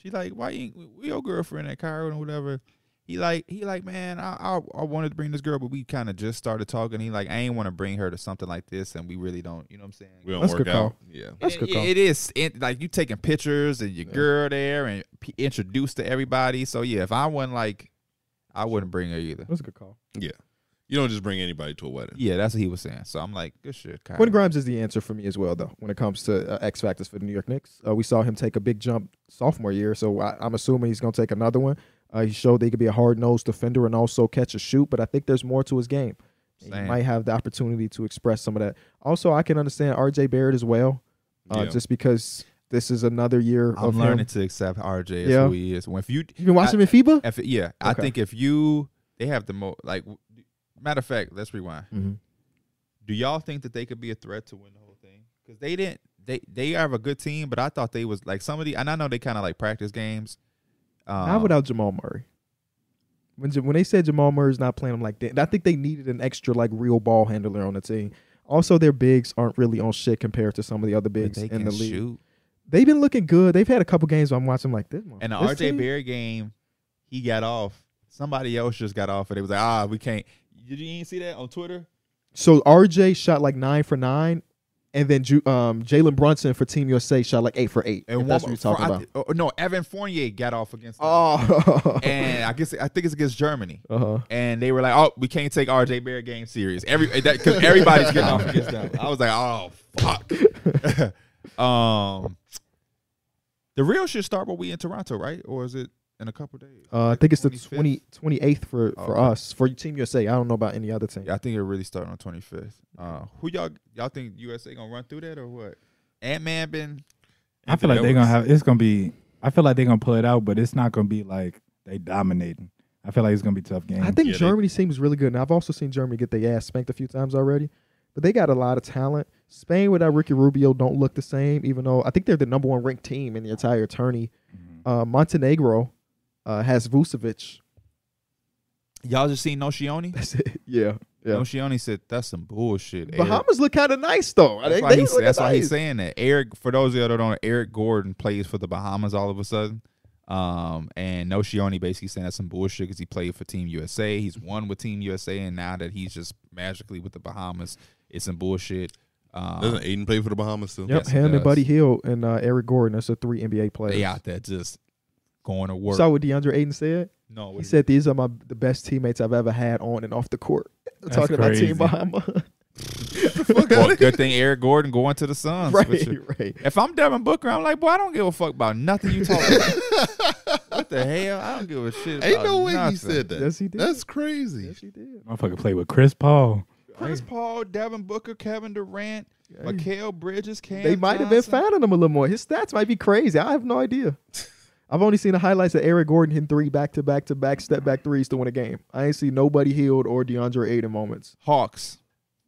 [SPEAKER 2] she like, why you ain't we your girlfriend at Cairo and whatever? He like he like man, I I, I wanted to bring this girl, but we kind of just started talking. He like I ain't want to bring her to something like this, and we really don't, you know what I'm saying?
[SPEAKER 4] We don't
[SPEAKER 1] That's a
[SPEAKER 4] work
[SPEAKER 1] good
[SPEAKER 4] out.
[SPEAKER 1] call.
[SPEAKER 4] Yeah.
[SPEAKER 1] That's
[SPEAKER 2] It-
[SPEAKER 1] good
[SPEAKER 2] it-
[SPEAKER 1] call.
[SPEAKER 2] it is it, like you taking pictures and your girl there and p- introduced to everybody. So yeah, if I wasn't like, I wouldn't bring her either.
[SPEAKER 1] That's a good call.
[SPEAKER 4] You don't just bring anybody to a wedding.
[SPEAKER 2] Yeah, that's what he was saying. So I'm like, good shit, Kyrie.
[SPEAKER 1] Quinn Grimes is the answer for me as well, though, when it comes to uh, X factors for the New York Knicks. Uh, we saw him take a big jump sophomore year, so I, I'm assuming he's going to take another one. Uh, he showed that he could be a hard nosed defender and also catch a shoot, but I think there's more to his game. And He
[SPEAKER 2] Same.
[SPEAKER 1] might have the opportunity to express some of that. Also, I can understand RJ Barrett as well, uh,
[SPEAKER 4] Yeah.
[SPEAKER 1] just because this is another year
[SPEAKER 2] I'm
[SPEAKER 1] of
[SPEAKER 2] learning
[SPEAKER 1] him.
[SPEAKER 2] to accept RJ as
[SPEAKER 1] Yeah.
[SPEAKER 2] who he is. When if you,
[SPEAKER 1] You've been watching him in FIBA?
[SPEAKER 2] if yeah, I
[SPEAKER 1] Okay.
[SPEAKER 2] think if you, they have the most. Like, w- matter of fact, let's rewind.
[SPEAKER 1] Mhm.
[SPEAKER 2] Do y'all think that they could be a threat to win the whole thing? Because they didn't. They they have a good team, but I thought they was like somebody. And I know they kind of like practice games. Um,
[SPEAKER 1] Not without Jamal Murray. When Ja- when they said Jamal Murray's not playing, I'm like, damn. I think they needed an extra like real ball handler on the team. Also, their bigs aren't really on shit compared to some of the other
[SPEAKER 2] But
[SPEAKER 1] bigs
[SPEAKER 2] they
[SPEAKER 1] in
[SPEAKER 2] can
[SPEAKER 1] the league.
[SPEAKER 2] shoot.
[SPEAKER 1] They've been looking good. They've had a couple games where I'm watching like this.
[SPEAKER 2] And the
[SPEAKER 1] this
[SPEAKER 2] RJ
[SPEAKER 1] team-
[SPEAKER 2] Barrett game, he got off. Somebody else just got off, and it was like, ah, we can't. Did you ain't see that on Twitter?
[SPEAKER 1] So RJ shot like nine for nine, and then Ju- um, Jalen Brunson for Team USA shot like eight for eight. if
[SPEAKER 2] And one
[SPEAKER 1] that's
[SPEAKER 2] more-
[SPEAKER 1] what you're talking
[SPEAKER 2] I
[SPEAKER 1] about.
[SPEAKER 2] thi- oh, no, Evan Fournier got off against. them.
[SPEAKER 1] Oh.
[SPEAKER 2] And I guess I think it's against Germany.
[SPEAKER 1] uh huh.
[SPEAKER 2] and they were like, "Oh, we can't take RJ Barrett game serious." Every that because everybody's getting off against them. I was like, "Oh fuck." um, the real should start when we in Toronto, right? Or is it in a couple days?
[SPEAKER 1] Uh, I think it's the
[SPEAKER 2] 25th?
[SPEAKER 1] 20, 28th for, for
[SPEAKER 2] Okay.
[SPEAKER 1] us for Team USA. I don't know about any other team.
[SPEAKER 2] Yeah, I think it really starting on twenty fifth. Uh, who y'all y'all think USA gonna run through that or what? Ant Man been.
[SPEAKER 3] I feel like they're gonna have. It's gonna be. I feel like they're gonna pull it out, but it's not gonna be like they dominating. I feel like it's gonna be tough game.
[SPEAKER 1] I think
[SPEAKER 4] Yeah, they-
[SPEAKER 1] Germany seems really good, and I've also seen Germany get their ass spanked a few times already. But they got a lot of talent. Spain without Ricky Rubio don't look the same, even though I think they're the number one ranked team in the entire tourney. Uh, Montenegro uh, has Vucevic.
[SPEAKER 2] Y'all just seen Nocioni.
[SPEAKER 1] That's it. Yeah, yeah.
[SPEAKER 2] Nocioni said that's some bullshit. Eric."
[SPEAKER 1] Bahamas look kind of nice though.
[SPEAKER 2] That's,
[SPEAKER 1] They-
[SPEAKER 2] why,
[SPEAKER 1] they
[SPEAKER 2] he's,
[SPEAKER 1] look
[SPEAKER 2] that's why he's
[SPEAKER 1] nice.
[SPEAKER 2] saying that. Eric, for those of you that don't know, Eric Gordon plays for the Bahamas all of a sudden. Um, and Nocioni basically saying that's some bullshit because he played for Team USA. He's won with Team USA, and now that he's just magically with the Bahamas, it's some bullshit. Um,
[SPEAKER 4] Doesn't Aiden play for the Bahamas too?
[SPEAKER 1] Yep,
[SPEAKER 2] Yes, it
[SPEAKER 1] him
[SPEAKER 2] does.
[SPEAKER 1] and Buddy Hill and uh, Eric Gordon. That's the three NBA players.
[SPEAKER 2] they out there just going to work. Oh,
[SPEAKER 1] Saw what DeAndre Ayton said.
[SPEAKER 2] no,
[SPEAKER 1] He
[SPEAKER 2] what-
[SPEAKER 1] said these are my the best teammates I've ever had on and off the court.
[SPEAKER 3] That's
[SPEAKER 1] Talking
[SPEAKER 3] crazy.
[SPEAKER 1] about Team Bahama.
[SPEAKER 2] well, good thing Eric Gordon going to the Suns. which-
[SPEAKER 1] right, right.
[SPEAKER 2] If I'm Devin Booker, I'm like, boy, I don't give a fuck about nothing you talking about. what the hell? I don't give a shit.
[SPEAKER 4] Ain't
[SPEAKER 2] about
[SPEAKER 4] no way he
[SPEAKER 2] nothing.
[SPEAKER 4] said that.
[SPEAKER 1] Yes, he did.
[SPEAKER 4] That's crazy.
[SPEAKER 1] Yes, he did.
[SPEAKER 3] Motherfucker play with Chris Paul.
[SPEAKER 2] Chris Paul, Devin Booker, Kevin Durant, Mikael Bridges, Cam.
[SPEAKER 1] They might have been
[SPEAKER 2] Johnson.
[SPEAKER 1] fouling him a little more. His stats might be crazy. I have no idea. I've only seen the highlights of Eric Gordon hitting three back to back to back step back threes to win a game. I ain't seen nobody healed or DeAndre Ayton moments.
[SPEAKER 2] Hawks.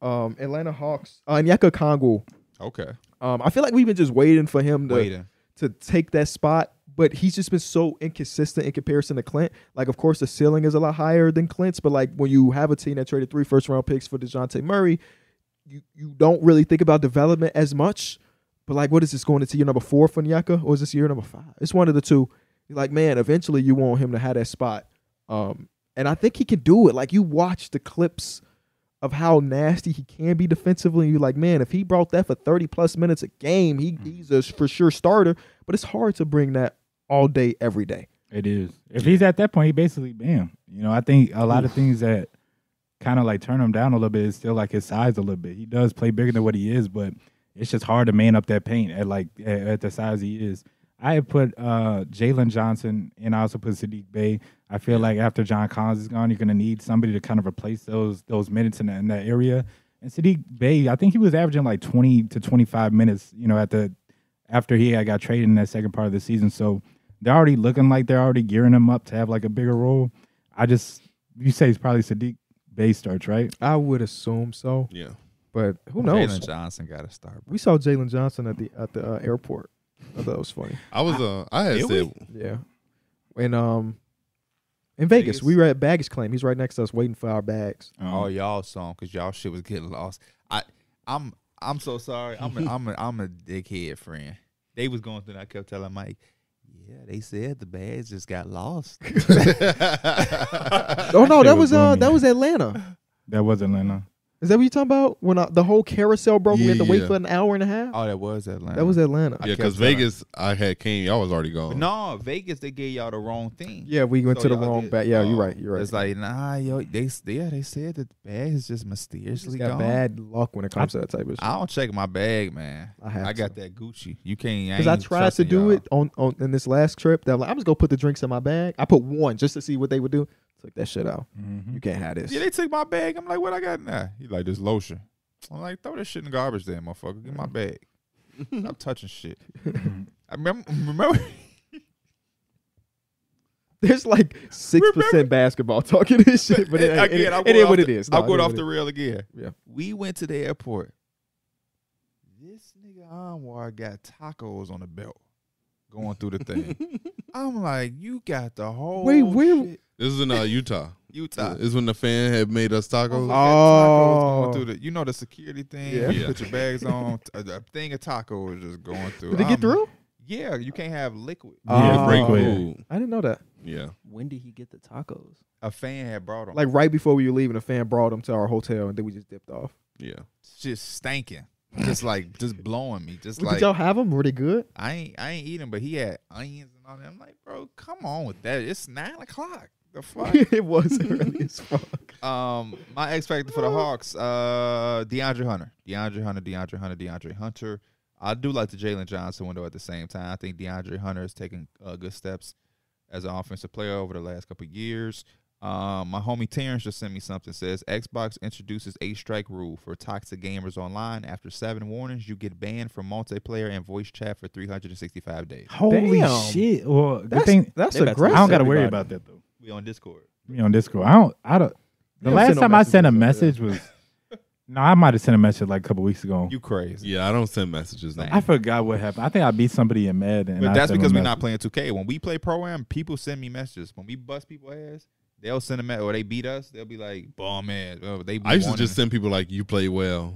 [SPEAKER 1] Um, Atlanta Hawks, uh, Nyeka Kongwu.
[SPEAKER 2] Okay.
[SPEAKER 1] Um, I feel like we've been just waiting for him to
[SPEAKER 2] Waiting.
[SPEAKER 1] to take that spot, but he's just been so inconsistent in comparison to Clint. Like, of course, the ceiling is a lot higher than Clint's, but like when you have a team that traded three first round picks for DeJounte Murray, you, you don't really think about development as much. But like, what is this going into year number four for Nyaka? Or is this year number five? It's one of the two. You're like, man, eventually you want him to have that spot. Um, and I think he can do it. Like you watch the clips of how nasty he can be defensively, and you're like, man, if he brought that for 30 plus minutes a game, he, he's a for sure starter. But it's hard to bring that all day, every day.
[SPEAKER 3] It is. If he's at that point, he basically bam. You know, I think a lot of things that kind of like turn him down a little bit is still like his size a little bit. He does play bigger than what he is, but it's just hard to man up that paint at like at, at the size he is. I had put uh, Jalen Johnson and I also put Sadiq Bay. I feel like after John Collins is gone, you're gonna need somebody to kind of replace those those minutes in that, in that area. And Sadiq Bay, I think he was averaging like 20 to 25 minutes, you know, at the after he had got traded in that second part of the season. So they're already looking like they're already gearing him up to have like a bigger role. I just you say it's probably Sadiq Bay starts, right?
[SPEAKER 1] I would assume so,
[SPEAKER 4] Yeah.
[SPEAKER 1] but who
[SPEAKER 2] Jalen Johnson got to start.
[SPEAKER 1] We saw Jalen Johnson at the at the uh, airport. I thought it was funny.
[SPEAKER 4] I was uh I had
[SPEAKER 2] Did
[SPEAKER 4] said
[SPEAKER 1] Yeah, and um, in Vegas,
[SPEAKER 2] Vegas?
[SPEAKER 1] we were at baggage claim. He's right next to us, waiting for our bags.
[SPEAKER 2] All y'all song because y'all shit was getting lost. I, I'm, I'm so sorry. I'm, a, I'm, a, I'm a dickhead friend. They was going through. and I kept telling Mike, yeah, they said the bags just got lost.
[SPEAKER 1] Oh no,
[SPEAKER 3] They
[SPEAKER 1] that
[SPEAKER 3] were
[SPEAKER 1] was uh,
[SPEAKER 3] booming.
[SPEAKER 1] that was Atlanta.
[SPEAKER 3] That was Atlanta.
[SPEAKER 1] Is that what you talking about? When uh, the whole carousel broke, we had to wait
[SPEAKER 4] Yeah.
[SPEAKER 1] for an hour and a half.
[SPEAKER 2] oh, that was Atlanta.
[SPEAKER 1] That was Atlanta.
[SPEAKER 4] yeah,
[SPEAKER 2] kept
[SPEAKER 4] because
[SPEAKER 2] telling-
[SPEAKER 4] Vegas I had came, y'all was already gone.
[SPEAKER 2] No, Vegas. They gave y'all the wrong thing.
[SPEAKER 1] Yeah, we went
[SPEAKER 2] So
[SPEAKER 1] to the
[SPEAKER 2] y'all
[SPEAKER 1] wrong
[SPEAKER 2] did-
[SPEAKER 1] bag. Yeah, you're
[SPEAKER 2] oh,
[SPEAKER 1] right. You're right.
[SPEAKER 2] It's like nah, yo, they yeah, they said that the bag is just mysteriously
[SPEAKER 1] He's got
[SPEAKER 2] gone.
[SPEAKER 1] bad luck when it comes to that type of shit.
[SPEAKER 2] I don't check my bag, man.
[SPEAKER 1] I have
[SPEAKER 2] I got
[SPEAKER 1] to.
[SPEAKER 2] that Gucci. You can't
[SPEAKER 1] Because I tried to do it on, on in this last trip. That I'm like, I'm just gonna put the drinks in my bag. I put one just to see what they would do. Took that shit out.
[SPEAKER 2] Mm-hmm.
[SPEAKER 1] You can't have this.
[SPEAKER 2] Yeah, they took my bag. I'm like, what I got now? He like this lotion. I'm like, throw this shit in the garbage, then, motherfucker. Get my bag. Stop touching shit. I remember, remember
[SPEAKER 1] There's like six percent basketball talking this shit, but it, ain't-
[SPEAKER 2] again.
[SPEAKER 1] it,
[SPEAKER 2] I'm
[SPEAKER 1] it
[SPEAKER 2] going
[SPEAKER 1] ain't
[SPEAKER 2] off
[SPEAKER 1] what
[SPEAKER 2] the-
[SPEAKER 1] it is.
[SPEAKER 2] I'm
[SPEAKER 1] No, it
[SPEAKER 2] going
[SPEAKER 1] ain't
[SPEAKER 2] off
[SPEAKER 1] what
[SPEAKER 2] the
[SPEAKER 1] it-
[SPEAKER 2] rail again.
[SPEAKER 1] Yeah.
[SPEAKER 2] we went to the airport. This nigga Anwar got tacos on the belt going through the thing. I'm like, you got the whole
[SPEAKER 1] where-
[SPEAKER 2] shit.
[SPEAKER 4] This is in uh, Utah.
[SPEAKER 2] Utah.
[SPEAKER 4] This is when the fan had made us tacos.
[SPEAKER 1] Oh.
[SPEAKER 2] Tacos going through the, you know, the security thing.
[SPEAKER 1] Yeah.
[SPEAKER 2] You
[SPEAKER 4] Yeah.
[SPEAKER 2] put your bags on. t- A, a thing of tacos just going through.
[SPEAKER 1] Oh. Did it get
[SPEAKER 2] I'm-
[SPEAKER 1] through?
[SPEAKER 2] Yeah, you can't have liquid.
[SPEAKER 1] Oh.
[SPEAKER 4] Yeah, break
[SPEAKER 3] Yeah.
[SPEAKER 4] food.
[SPEAKER 1] I didn't know that.
[SPEAKER 4] Yeah.
[SPEAKER 5] When did he get the tacos?
[SPEAKER 2] a fan had brought them.
[SPEAKER 1] Like right before we were leaving, a fan brought them to our hotel, and then we just dipped off.
[SPEAKER 4] Yeah.
[SPEAKER 2] just stanking, just like just blowing me, just
[SPEAKER 1] Did
[SPEAKER 2] like
[SPEAKER 1] y'all have them? Were they good?
[SPEAKER 2] I ain't I ain't eating, but he had onions and all that. I'm like, bro, come on with that. It's nine o'clock. The fuck.
[SPEAKER 1] it was early as fuck.
[SPEAKER 2] um, my X factor for the Hawks, uh, DeAndre Hunter, DeAndre Hunter, DeAndre Hunter, DeAndre Hunter. I do like the Jalen Johnson window at the same time. I think DeAndre Hunter has taken uh, good steps as an offensive player over the last couple of years. Um, my homie Terrence just sent me something. Says Xbox introduces a strike rule for toxic gamers online. After seven warnings, you get banned from multiplayer and voice chat for 365 days.
[SPEAKER 3] Holy
[SPEAKER 1] Damn.
[SPEAKER 3] shit! Well, good
[SPEAKER 1] That's
[SPEAKER 3] thing
[SPEAKER 1] that's
[SPEAKER 5] They about to-
[SPEAKER 3] I
[SPEAKER 1] aggressive.
[SPEAKER 3] don't got to worry about that though.
[SPEAKER 2] We on Discord.
[SPEAKER 3] Me on Discord. I don't. I don't. The
[SPEAKER 1] don't
[SPEAKER 3] last
[SPEAKER 1] send no
[SPEAKER 3] time I sent a
[SPEAKER 1] messages
[SPEAKER 3] message was. No, I might have sent a message like a couple weeks ago.
[SPEAKER 2] You crazy?
[SPEAKER 4] Yeah. I don't send messages now.
[SPEAKER 3] I forgot what happened. I think I beat somebody in Madden. and
[SPEAKER 2] But
[SPEAKER 3] I
[SPEAKER 2] that's
[SPEAKER 3] sent them
[SPEAKER 2] because
[SPEAKER 3] a
[SPEAKER 2] we're not
[SPEAKER 3] message.
[SPEAKER 2] playing 2K. When we play pro am, people send me messages. When we bust people ass, they'll send a message or they beat us. They'll be like, "Bum ass." Oh, they be
[SPEAKER 4] I used to
[SPEAKER 2] wanting-
[SPEAKER 4] just send people like, "You play well."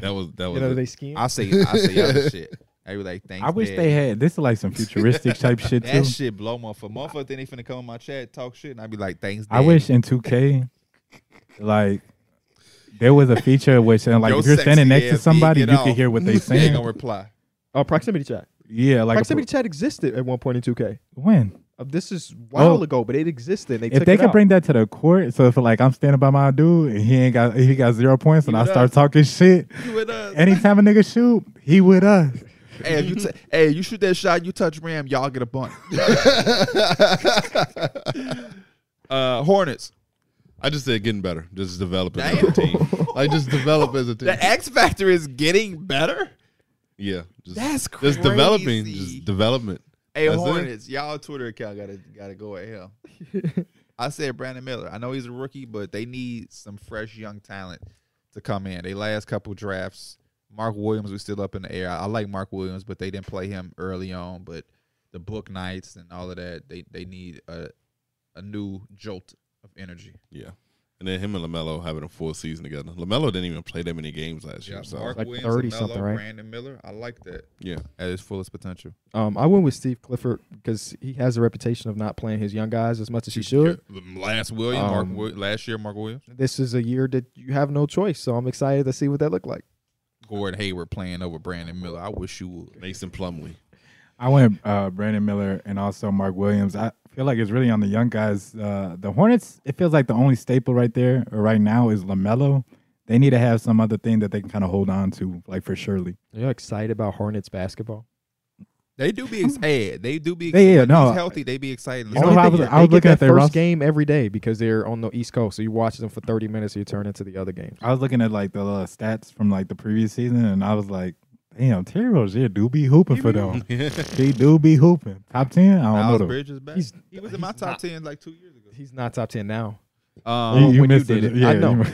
[SPEAKER 4] That was that
[SPEAKER 1] You
[SPEAKER 4] was.
[SPEAKER 1] know
[SPEAKER 4] it.
[SPEAKER 1] they skin.
[SPEAKER 2] I say, I say other shit. I be like, "Thanks."
[SPEAKER 3] I wish
[SPEAKER 2] Dad."
[SPEAKER 3] they had. This is like some futuristic type shit
[SPEAKER 2] That
[SPEAKER 3] too.
[SPEAKER 2] shit blow motherfucker. Motherfucker, then they finna come in my chat talk shit, and I be like, "Thanks."
[SPEAKER 3] I
[SPEAKER 2] Dad."
[SPEAKER 3] wish in 2K, like there was a feature which, uh, like,
[SPEAKER 2] Yo,
[SPEAKER 3] if you're
[SPEAKER 2] sexy
[SPEAKER 3] standing next
[SPEAKER 2] ass
[SPEAKER 3] to somebody, you
[SPEAKER 2] beat it
[SPEAKER 3] can
[SPEAKER 2] off.
[SPEAKER 3] hear what they
[SPEAKER 2] they ain't
[SPEAKER 3] saying.
[SPEAKER 2] gonna reply.
[SPEAKER 1] Oh, proximity chat.
[SPEAKER 3] yeah, like a
[SPEAKER 1] proximity chat existed at one point in 2K.
[SPEAKER 3] pro- when
[SPEAKER 1] Uh, This is while
[SPEAKER 3] Oh.
[SPEAKER 1] ago, but it existed. They
[SPEAKER 3] if
[SPEAKER 1] took
[SPEAKER 3] they
[SPEAKER 1] it
[SPEAKER 3] could
[SPEAKER 1] out.
[SPEAKER 3] bring that to the court. So if like I'm standing by my dude and he ain't got he got zero points, and
[SPEAKER 2] He
[SPEAKER 3] I
[SPEAKER 2] with
[SPEAKER 3] start
[SPEAKER 2] us.
[SPEAKER 3] talking shit,
[SPEAKER 2] You with us?
[SPEAKER 3] anytime a nigga shoot, he with us.
[SPEAKER 2] hey, if you t- hey, you shoot that shot, you touch Ram, y'all get a bunt. uh, Hornets.
[SPEAKER 4] I just said getting better, just developing as
[SPEAKER 2] Damn.
[SPEAKER 4] a team. Like just develop as a team.
[SPEAKER 2] The X factor is getting better.
[SPEAKER 4] yeah, just
[SPEAKER 2] That's
[SPEAKER 4] just developing,
[SPEAKER 2] crazy.
[SPEAKER 4] just development.
[SPEAKER 2] Hey
[SPEAKER 4] That's it?
[SPEAKER 2] Hornets, y'all Twitter account gotta gotta go at him. I said Brandon Miller. I know he's a rookie, but they need some fresh young talent to come in. They last couple drafts. Mark Williams was still up in the air. I, I like Mark Williams, but they didn't play him early on. But the book nights and all of that, they they need a a new jolt of energy.
[SPEAKER 4] Yeah, and then him and Lamelo having a full season together. Lamelo didn't even play that many games last year, so
[SPEAKER 2] Mark
[SPEAKER 1] Like
[SPEAKER 2] Williams,
[SPEAKER 1] 30
[SPEAKER 2] LaMelo,
[SPEAKER 1] something, right?
[SPEAKER 2] Brandon Miller. I like that
[SPEAKER 4] yeah,
[SPEAKER 2] at his fullest potential.
[SPEAKER 1] Um, I went with Steve Clifford because he has a reputation of not playing his young guys as much as he should.
[SPEAKER 2] Last Williams,
[SPEAKER 1] Mark Um,
[SPEAKER 2] Mark
[SPEAKER 1] Wi-
[SPEAKER 2] last year Mark Williams,
[SPEAKER 1] This is a year that you have no choice, so I'm excited to see what that looked like.
[SPEAKER 2] Gordon Hayward playing over Brandon Miller. I wish you would.
[SPEAKER 4] Mason Plumley.
[SPEAKER 3] I went uh, Brandon Miller and also Mark Williams. I feel like it's really on the young guys. Uh, the Hornets, it feels like the only staple right there or right now is LaMelo. They need to have some other thing that they can kind of hold on to, like for surely.
[SPEAKER 1] Are you excited about Hornets basketball?
[SPEAKER 2] They do be ex- hey, they do be
[SPEAKER 3] They- yeah,
[SPEAKER 2] when
[SPEAKER 3] no.
[SPEAKER 2] he's healthy. They be exciting.
[SPEAKER 3] You know what Oh, I was-
[SPEAKER 1] they,
[SPEAKER 3] I was
[SPEAKER 1] get
[SPEAKER 3] looking
[SPEAKER 1] that
[SPEAKER 3] at their
[SPEAKER 1] first
[SPEAKER 3] roster.
[SPEAKER 1] game every day because they're on the East Coast, so you watch them for 30 minutes, you turn into the other game.
[SPEAKER 3] I was looking at like the uh, stats from like the previous season, and I was like, "Damn, Terry Rozier do be hooping for them. he do be hooping. Top ten? I don't
[SPEAKER 2] Miles
[SPEAKER 3] know though.
[SPEAKER 2] Bridges back.
[SPEAKER 1] He's-
[SPEAKER 2] he was in my
[SPEAKER 1] he's
[SPEAKER 2] top
[SPEAKER 1] not-
[SPEAKER 2] ten like two years ago.
[SPEAKER 1] He's not top 10 now.
[SPEAKER 2] Um,
[SPEAKER 1] You- you missed it. I know.
[SPEAKER 3] you-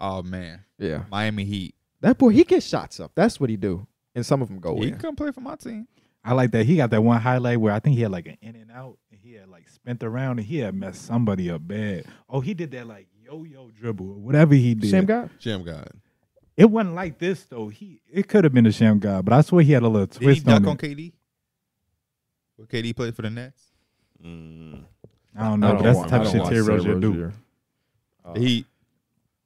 [SPEAKER 2] oh man,
[SPEAKER 1] Yeah,
[SPEAKER 2] Miami Heat.
[SPEAKER 1] that boy he gets shots up. That's what he do, and some of them
[SPEAKER 3] Oh,
[SPEAKER 1] go
[SPEAKER 2] he
[SPEAKER 1] in.
[SPEAKER 2] come play for my team.
[SPEAKER 3] I like that. He got that one highlight where I think he had like an in and out, and he had like spent around, and he had messed somebody up bad. Oh, he did that like yo yo dribble or whatever he did.
[SPEAKER 1] Same guy.
[SPEAKER 4] Jam God.
[SPEAKER 3] It wasn't like this though. He it could have been a sham guy, but I swear he had a little
[SPEAKER 2] Did he
[SPEAKER 3] twist on
[SPEAKER 2] dunk
[SPEAKER 3] it.
[SPEAKER 2] on KD? Well, KD played for the Nets.
[SPEAKER 4] Mm.
[SPEAKER 3] I don't know. but that's the type of shit Terry Rozier do.
[SPEAKER 2] The Heat.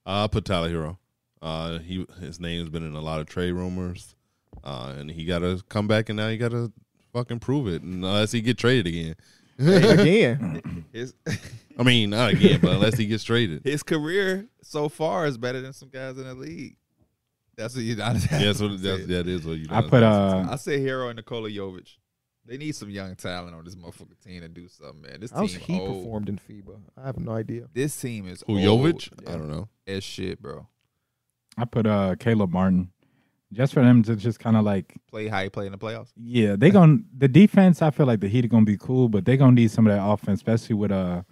[SPEAKER 4] Uh, I put Tyler Hero. Uh, he his name's been in a lot of trade rumors, uh, and he got to come back, and now he got to fucking prove it unless he get traded again.
[SPEAKER 1] again.
[SPEAKER 2] His
[SPEAKER 4] I mean, not again, but unless he gets traded.
[SPEAKER 2] his career so far is better than some guys in the league. That's what you.
[SPEAKER 4] Yeah, so that's, that is what you.
[SPEAKER 3] I put uh,
[SPEAKER 2] I say Hero and Nikola Jovic. They need some young talent on this motherfucking team to do something, man. This
[SPEAKER 1] How
[SPEAKER 2] team
[SPEAKER 1] he
[SPEAKER 2] old.
[SPEAKER 1] performed in FIBA? I have no idea.
[SPEAKER 2] This team is
[SPEAKER 4] who
[SPEAKER 2] old
[SPEAKER 4] Jovic?
[SPEAKER 3] Oh,
[SPEAKER 4] I don't know.
[SPEAKER 2] as shit, bro.
[SPEAKER 3] I put uh Caleb Martin, just for them to just kind of like
[SPEAKER 2] Play how you play in the playoffs.
[SPEAKER 3] Yeah, they gon' the defense. I feel like the Heat are gonna be cool, but they gonna need some of that offense, especially with uh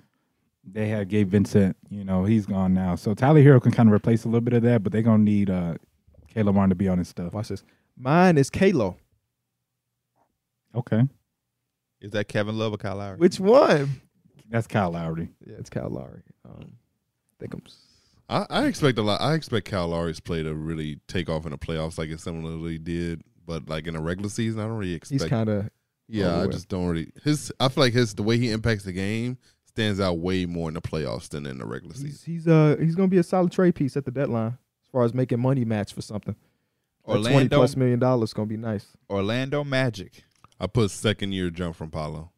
[SPEAKER 3] they have Gabe Vincent. You know he's gone now, so Tyler Hero can kind of replace a little bit of that, but they gonna need uh Caleb Martin to be on his stuff.
[SPEAKER 1] Watch this. Mine is Kalo.
[SPEAKER 3] Okay,
[SPEAKER 2] Is that Kevin Love or Kyle Lowry?
[SPEAKER 1] Which one?
[SPEAKER 3] that's Kyle Lowry.
[SPEAKER 1] Yeah, it's Kyle Lowry. Um, Thickums.
[SPEAKER 4] I, I expect a lot. I expect Kyle Lowry's play to really take off in the playoffs, like it similarly did. But like in a regular season, I don't really expect.
[SPEAKER 1] He's kind of
[SPEAKER 4] yeah, I
[SPEAKER 1] overwhelmed.
[SPEAKER 4] just don't really. His I feel like his the way he impacts the game stands out way more in the playoffs than in the regular
[SPEAKER 1] he's,
[SPEAKER 4] season.
[SPEAKER 1] he's uh he's gonna be a solid trade piece at the deadline as far as making money match for something. That twenty
[SPEAKER 2] Orlando,
[SPEAKER 1] plus million dollars gonna be nice.
[SPEAKER 2] Orlando Magic.
[SPEAKER 4] I put second year jump from Paolo.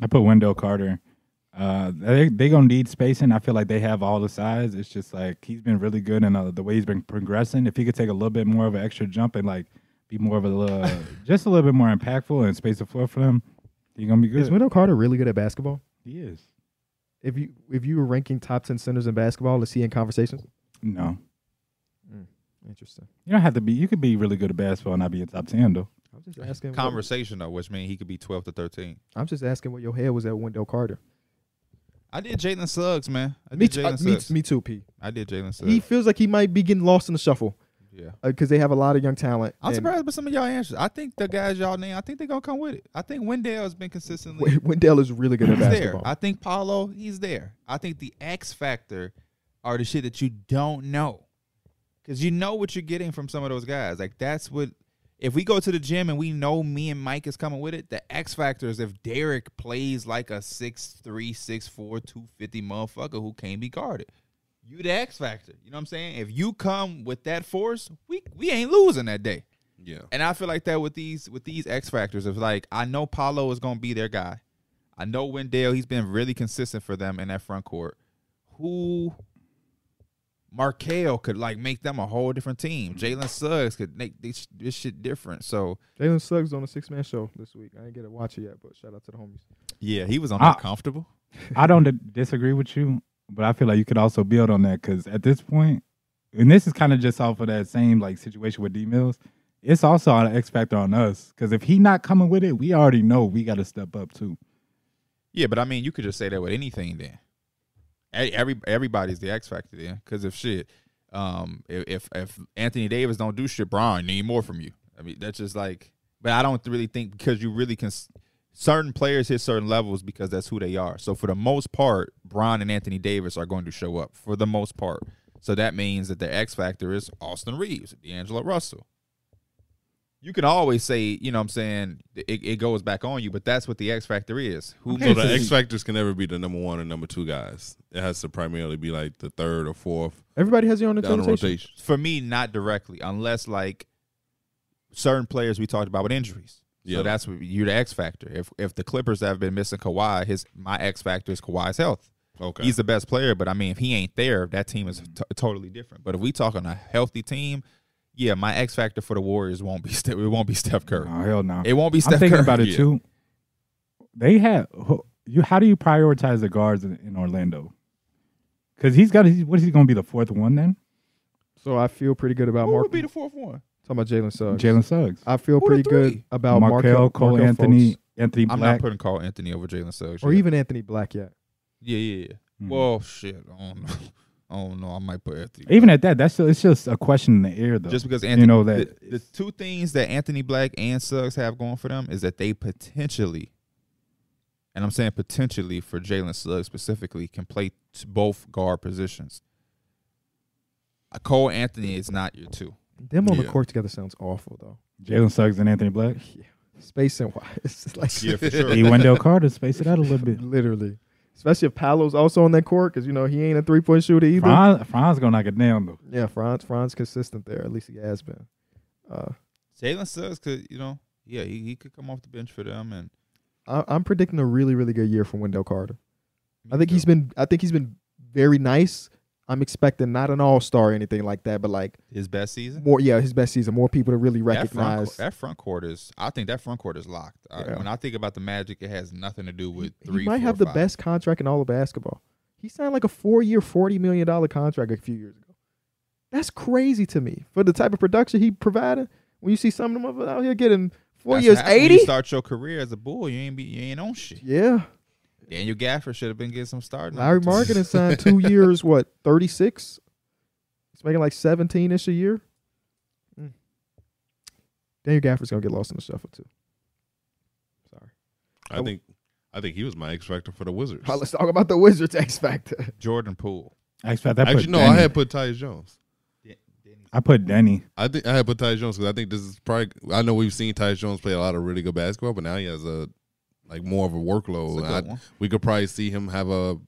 [SPEAKER 3] I put Wendell Carter. Uh, they they gonna need spacing. I feel like they have all the size. It's just like he's been really good and uh, the way he's been progressing. If he could take a little bit more of an extra jump and like be more of a little, just a little bit more impactful and space the floor for them, he's gonna be good.
[SPEAKER 1] Is Wendell Carter really good at basketball?
[SPEAKER 3] he is.
[SPEAKER 1] If you if you were ranking top ten centers in basketball, is he in conversations?
[SPEAKER 3] No,
[SPEAKER 1] Hmm, Interesting.
[SPEAKER 3] you don't have to be. You could be really good at basketball and not be a top ten though.
[SPEAKER 1] I'm just asking. what-
[SPEAKER 2] Conversation though, which means he could be twelve to thirteen.
[SPEAKER 1] I'm just asking what your head was at Wendell Carter.
[SPEAKER 2] I did Jalen Suggs, man. I
[SPEAKER 1] Me
[SPEAKER 2] did
[SPEAKER 1] too.
[SPEAKER 2] Jalen
[SPEAKER 1] uh, me,
[SPEAKER 2] Suggs.
[SPEAKER 1] me too. P.
[SPEAKER 2] I did Jalen Suggs.
[SPEAKER 1] He feels like he might be getting lost in the shuffle
[SPEAKER 2] yeah.
[SPEAKER 1] because they have a lot of young talent.
[SPEAKER 2] I'm
[SPEAKER 1] and
[SPEAKER 2] surprised by some of y'all answers. I think the guys y'all name, I think they're gonna come with it. I think Wendell's been consistently
[SPEAKER 1] W- Wendell is really good at
[SPEAKER 2] he's
[SPEAKER 1] basketball.
[SPEAKER 2] there. I think Paolo, he's there. I think the X factor are the shit that you don't know. Cause you know what you're getting from some of those guys. Like that's what if we go to the gym and we know me and Mike is coming with it, the X factor is if Derek plays like a 6'3, 6'4, 250 motherfucker who can't be guarded. You the X factor. You know what I'm saying? If you come with that force, we we ain't losing that day.
[SPEAKER 4] Yeah,
[SPEAKER 2] And I feel like that with these with these X factors of like I know Paolo is gonna be their guy. I know Wendell, he's been really consistent for them in that front court. Who Markel could like make them a whole different team. Jalen Suggs could make this this shit different. So
[SPEAKER 1] Jalen Suggs on a six man show this week. I ain't get to watch it yet, but shout out to the homies.
[SPEAKER 2] yeah, he was on
[SPEAKER 3] Ah.
[SPEAKER 2] uncomfortable.
[SPEAKER 3] I don't d- disagree with you, but I feel like you could also build on that because at this point, and this is kind of just off of that same like situation with D Mills. It's also an X factor on us because if he not coming with it, we already know we got to step up too.
[SPEAKER 2] Yeah, but I mean you could just say that with anything then. E- Every everybody's the X factor then. Cause if shit, um if if, if Anthony Davis don't do shit, Brian need more from you. I mean, that's just like but I don't really think because you really can certain players hit certain levels because that's who they are. So for the most part, Bron and Anthony Davis are going to show up for the most part. So that means that the X factor is Austin Reeves, D'Angelo Russell. You can always say, you know what I'm saying, it, it goes back on you, but that's what the X factor is. Who
[SPEAKER 4] so the
[SPEAKER 2] makes-
[SPEAKER 4] X factors can never be the number one or number two guys. It has to primarily be like the third or fourth
[SPEAKER 1] Everybody has their own
[SPEAKER 4] down the
[SPEAKER 1] interpretation.
[SPEAKER 4] rotation.
[SPEAKER 2] for me, not directly, unless like certain players we talked about with injuries.
[SPEAKER 4] Yeah.
[SPEAKER 2] So that's what you're the X factor. If if the Clippers have been missing Kawhi, his my X factor is Kawhi's health.
[SPEAKER 4] Okay,
[SPEAKER 2] He's the best player, but I mean, if he ain't there, that team is t- totally different. But if we talking a healthy team, yeah, my X factor for the Warriors won't be Ste- it won't be Steph
[SPEAKER 3] Oh
[SPEAKER 2] Curry.
[SPEAKER 3] hell no!
[SPEAKER 2] It won't be Steph
[SPEAKER 3] I'm thinking
[SPEAKER 2] Curry.
[SPEAKER 3] about it
[SPEAKER 4] yeah.
[SPEAKER 3] too. They have who- you. How do you prioritize the guards in, in Orlando? Because he's got. What is he going to be the fourth one then?
[SPEAKER 1] So I feel pretty good about
[SPEAKER 2] Who
[SPEAKER 1] Mark.
[SPEAKER 2] would be the fourth one?
[SPEAKER 1] talking about Jalen Suggs.
[SPEAKER 3] Jalen Suggs,
[SPEAKER 1] I feel
[SPEAKER 2] Who the
[SPEAKER 1] pretty good
[SPEAKER 2] three?
[SPEAKER 1] about
[SPEAKER 3] Markel,
[SPEAKER 1] Markel,
[SPEAKER 3] Cole
[SPEAKER 1] Markel
[SPEAKER 3] Anthony,
[SPEAKER 1] Fultz.
[SPEAKER 3] Anthony
[SPEAKER 2] I'm
[SPEAKER 3] Black.
[SPEAKER 2] not putting Carl Anthony over Jalen Suggs.
[SPEAKER 1] or
[SPEAKER 2] yet.
[SPEAKER 1] even Anthony Black yet.
[SPEAKER 2] yeah, yeah. yeah.
[SPEAKER 3] Hmm.
[SPEAKER 2] Well, shit, I don't know. I don't know. I might put Anthony.
[SPEAKER 3] even at that, that's still, it's just a question in the air though.
[SPEAKER 2] Just because Anthony,
[SPEAKER 3] know that
[SPEAKER 2] the, the two things that Anthony Black and Suggs have going for them is that they potentially, and I'm saying potentially for Jalen Suggs specifically, can play t- both guard positions. Uh, Cole Anthony is not your two.
[SPEAKER 1] Them on the
[SPEAKER 4] Yeah.
[SPEAKER 1] court together sounds awful though.
[SPEAKER 3] Jalen Suggs and Anthony Black.
[SPEAKER 1] Spacing wise, it's like
[SPEAKER 2] Yeah, for sure.
[SPEAKER 3] Hey, Wendell Carter, space it out a little bit.
[SPEAKER 1] literally. Especially if Paolo's also on that court because you know he ain't a three point shooter either.
[SPEAKER 3] Franz, Franz gonna knock it down though.
[SPEAKER 1] Yeah, Franz Franz consistent there. At least he has been. Uh,
[SPEAKER 2] Jalen Suggs could, you know, yeah, he, he could come off the bench for them, and
[SPEAKER 1] I, I'm predicting a really really good year from Wendell Carter. I think
[SPEAKER 2] he's.
[SPEAKER 1] he's been I think he's been very nice. I'm expecting not an all star or anything like that, but like
[SPEAKER 2] his best season.
[SPEAKER 1] more yeah his best season, more people to really
[SPEAKER 2] That front,
[SPEAKER 1] recognize.
[SPEAKER 2] cour- that front court is, I think that front court is locked. I-
[SPEAKER 1] Yeah.
[SPEAKER 2] when I think about the Magic, it has nothing to do with
[SPEAKER 1] He-
[SPEAKER 2] three.
[SPEAKER 1] he might
[SPEAKER 2] four,
[SPEAKER 1] have the
[SPEAKER 2] five.
[SPEAKER 1] best contract in all of basketball. He signed like a four year, forty million dollar contract a few years ago. That's crazy to me for the type of production he provided. When you see some of them out here getting four
[SPEAKER 2] That's
[SPEAKER 1] years,
[SPEAKER 2] half when
[SPEAKER 1] eighty.
[SPEAKER 2] You start your career as a bull, you ain't be, you ain't on shit.
[SPEAKER 1] yeah,
[SPEAKER 2] Daniel Gafford should have been getting some starting.
[SPEAKER 1] Larry
[SPEAKER 2] opportunities.
[SPEAKER 1] Marketing signed two years, what thirty six? He's making like seventeen ish a year. Mm. Daniel Gafford's gonna get lost in the shuffle too. Sorry.
[SPEAKER 4] I think I think he was my X factor for the Wizards.
[SPEAKER 1] All right, let's talk about the Wizards X Factor.
[SPEAKER 2] Jordan Poole.
[SPEAKER 3] I expect I put
[SPEAKER 4] Actually, no,
[SPEAKER 3] Danny.
[SPEAKER 4] I had put Tyus Jones.
[SPEAKER 3] I put Danny.
[SPEAKER 4] I think I had put Tyus Jones because I think this is probably. I know we've seen Tyus Jones play a lot of really good basketball, but now he has a like more of a
[SPEAKER 2] It's a
[SPEAKER 4] workload.
[SPEAKER 2] good
[SPEAKER 4] I-
[SPEAKER 2] one.
[SPEAKER 4] we could probably see him have a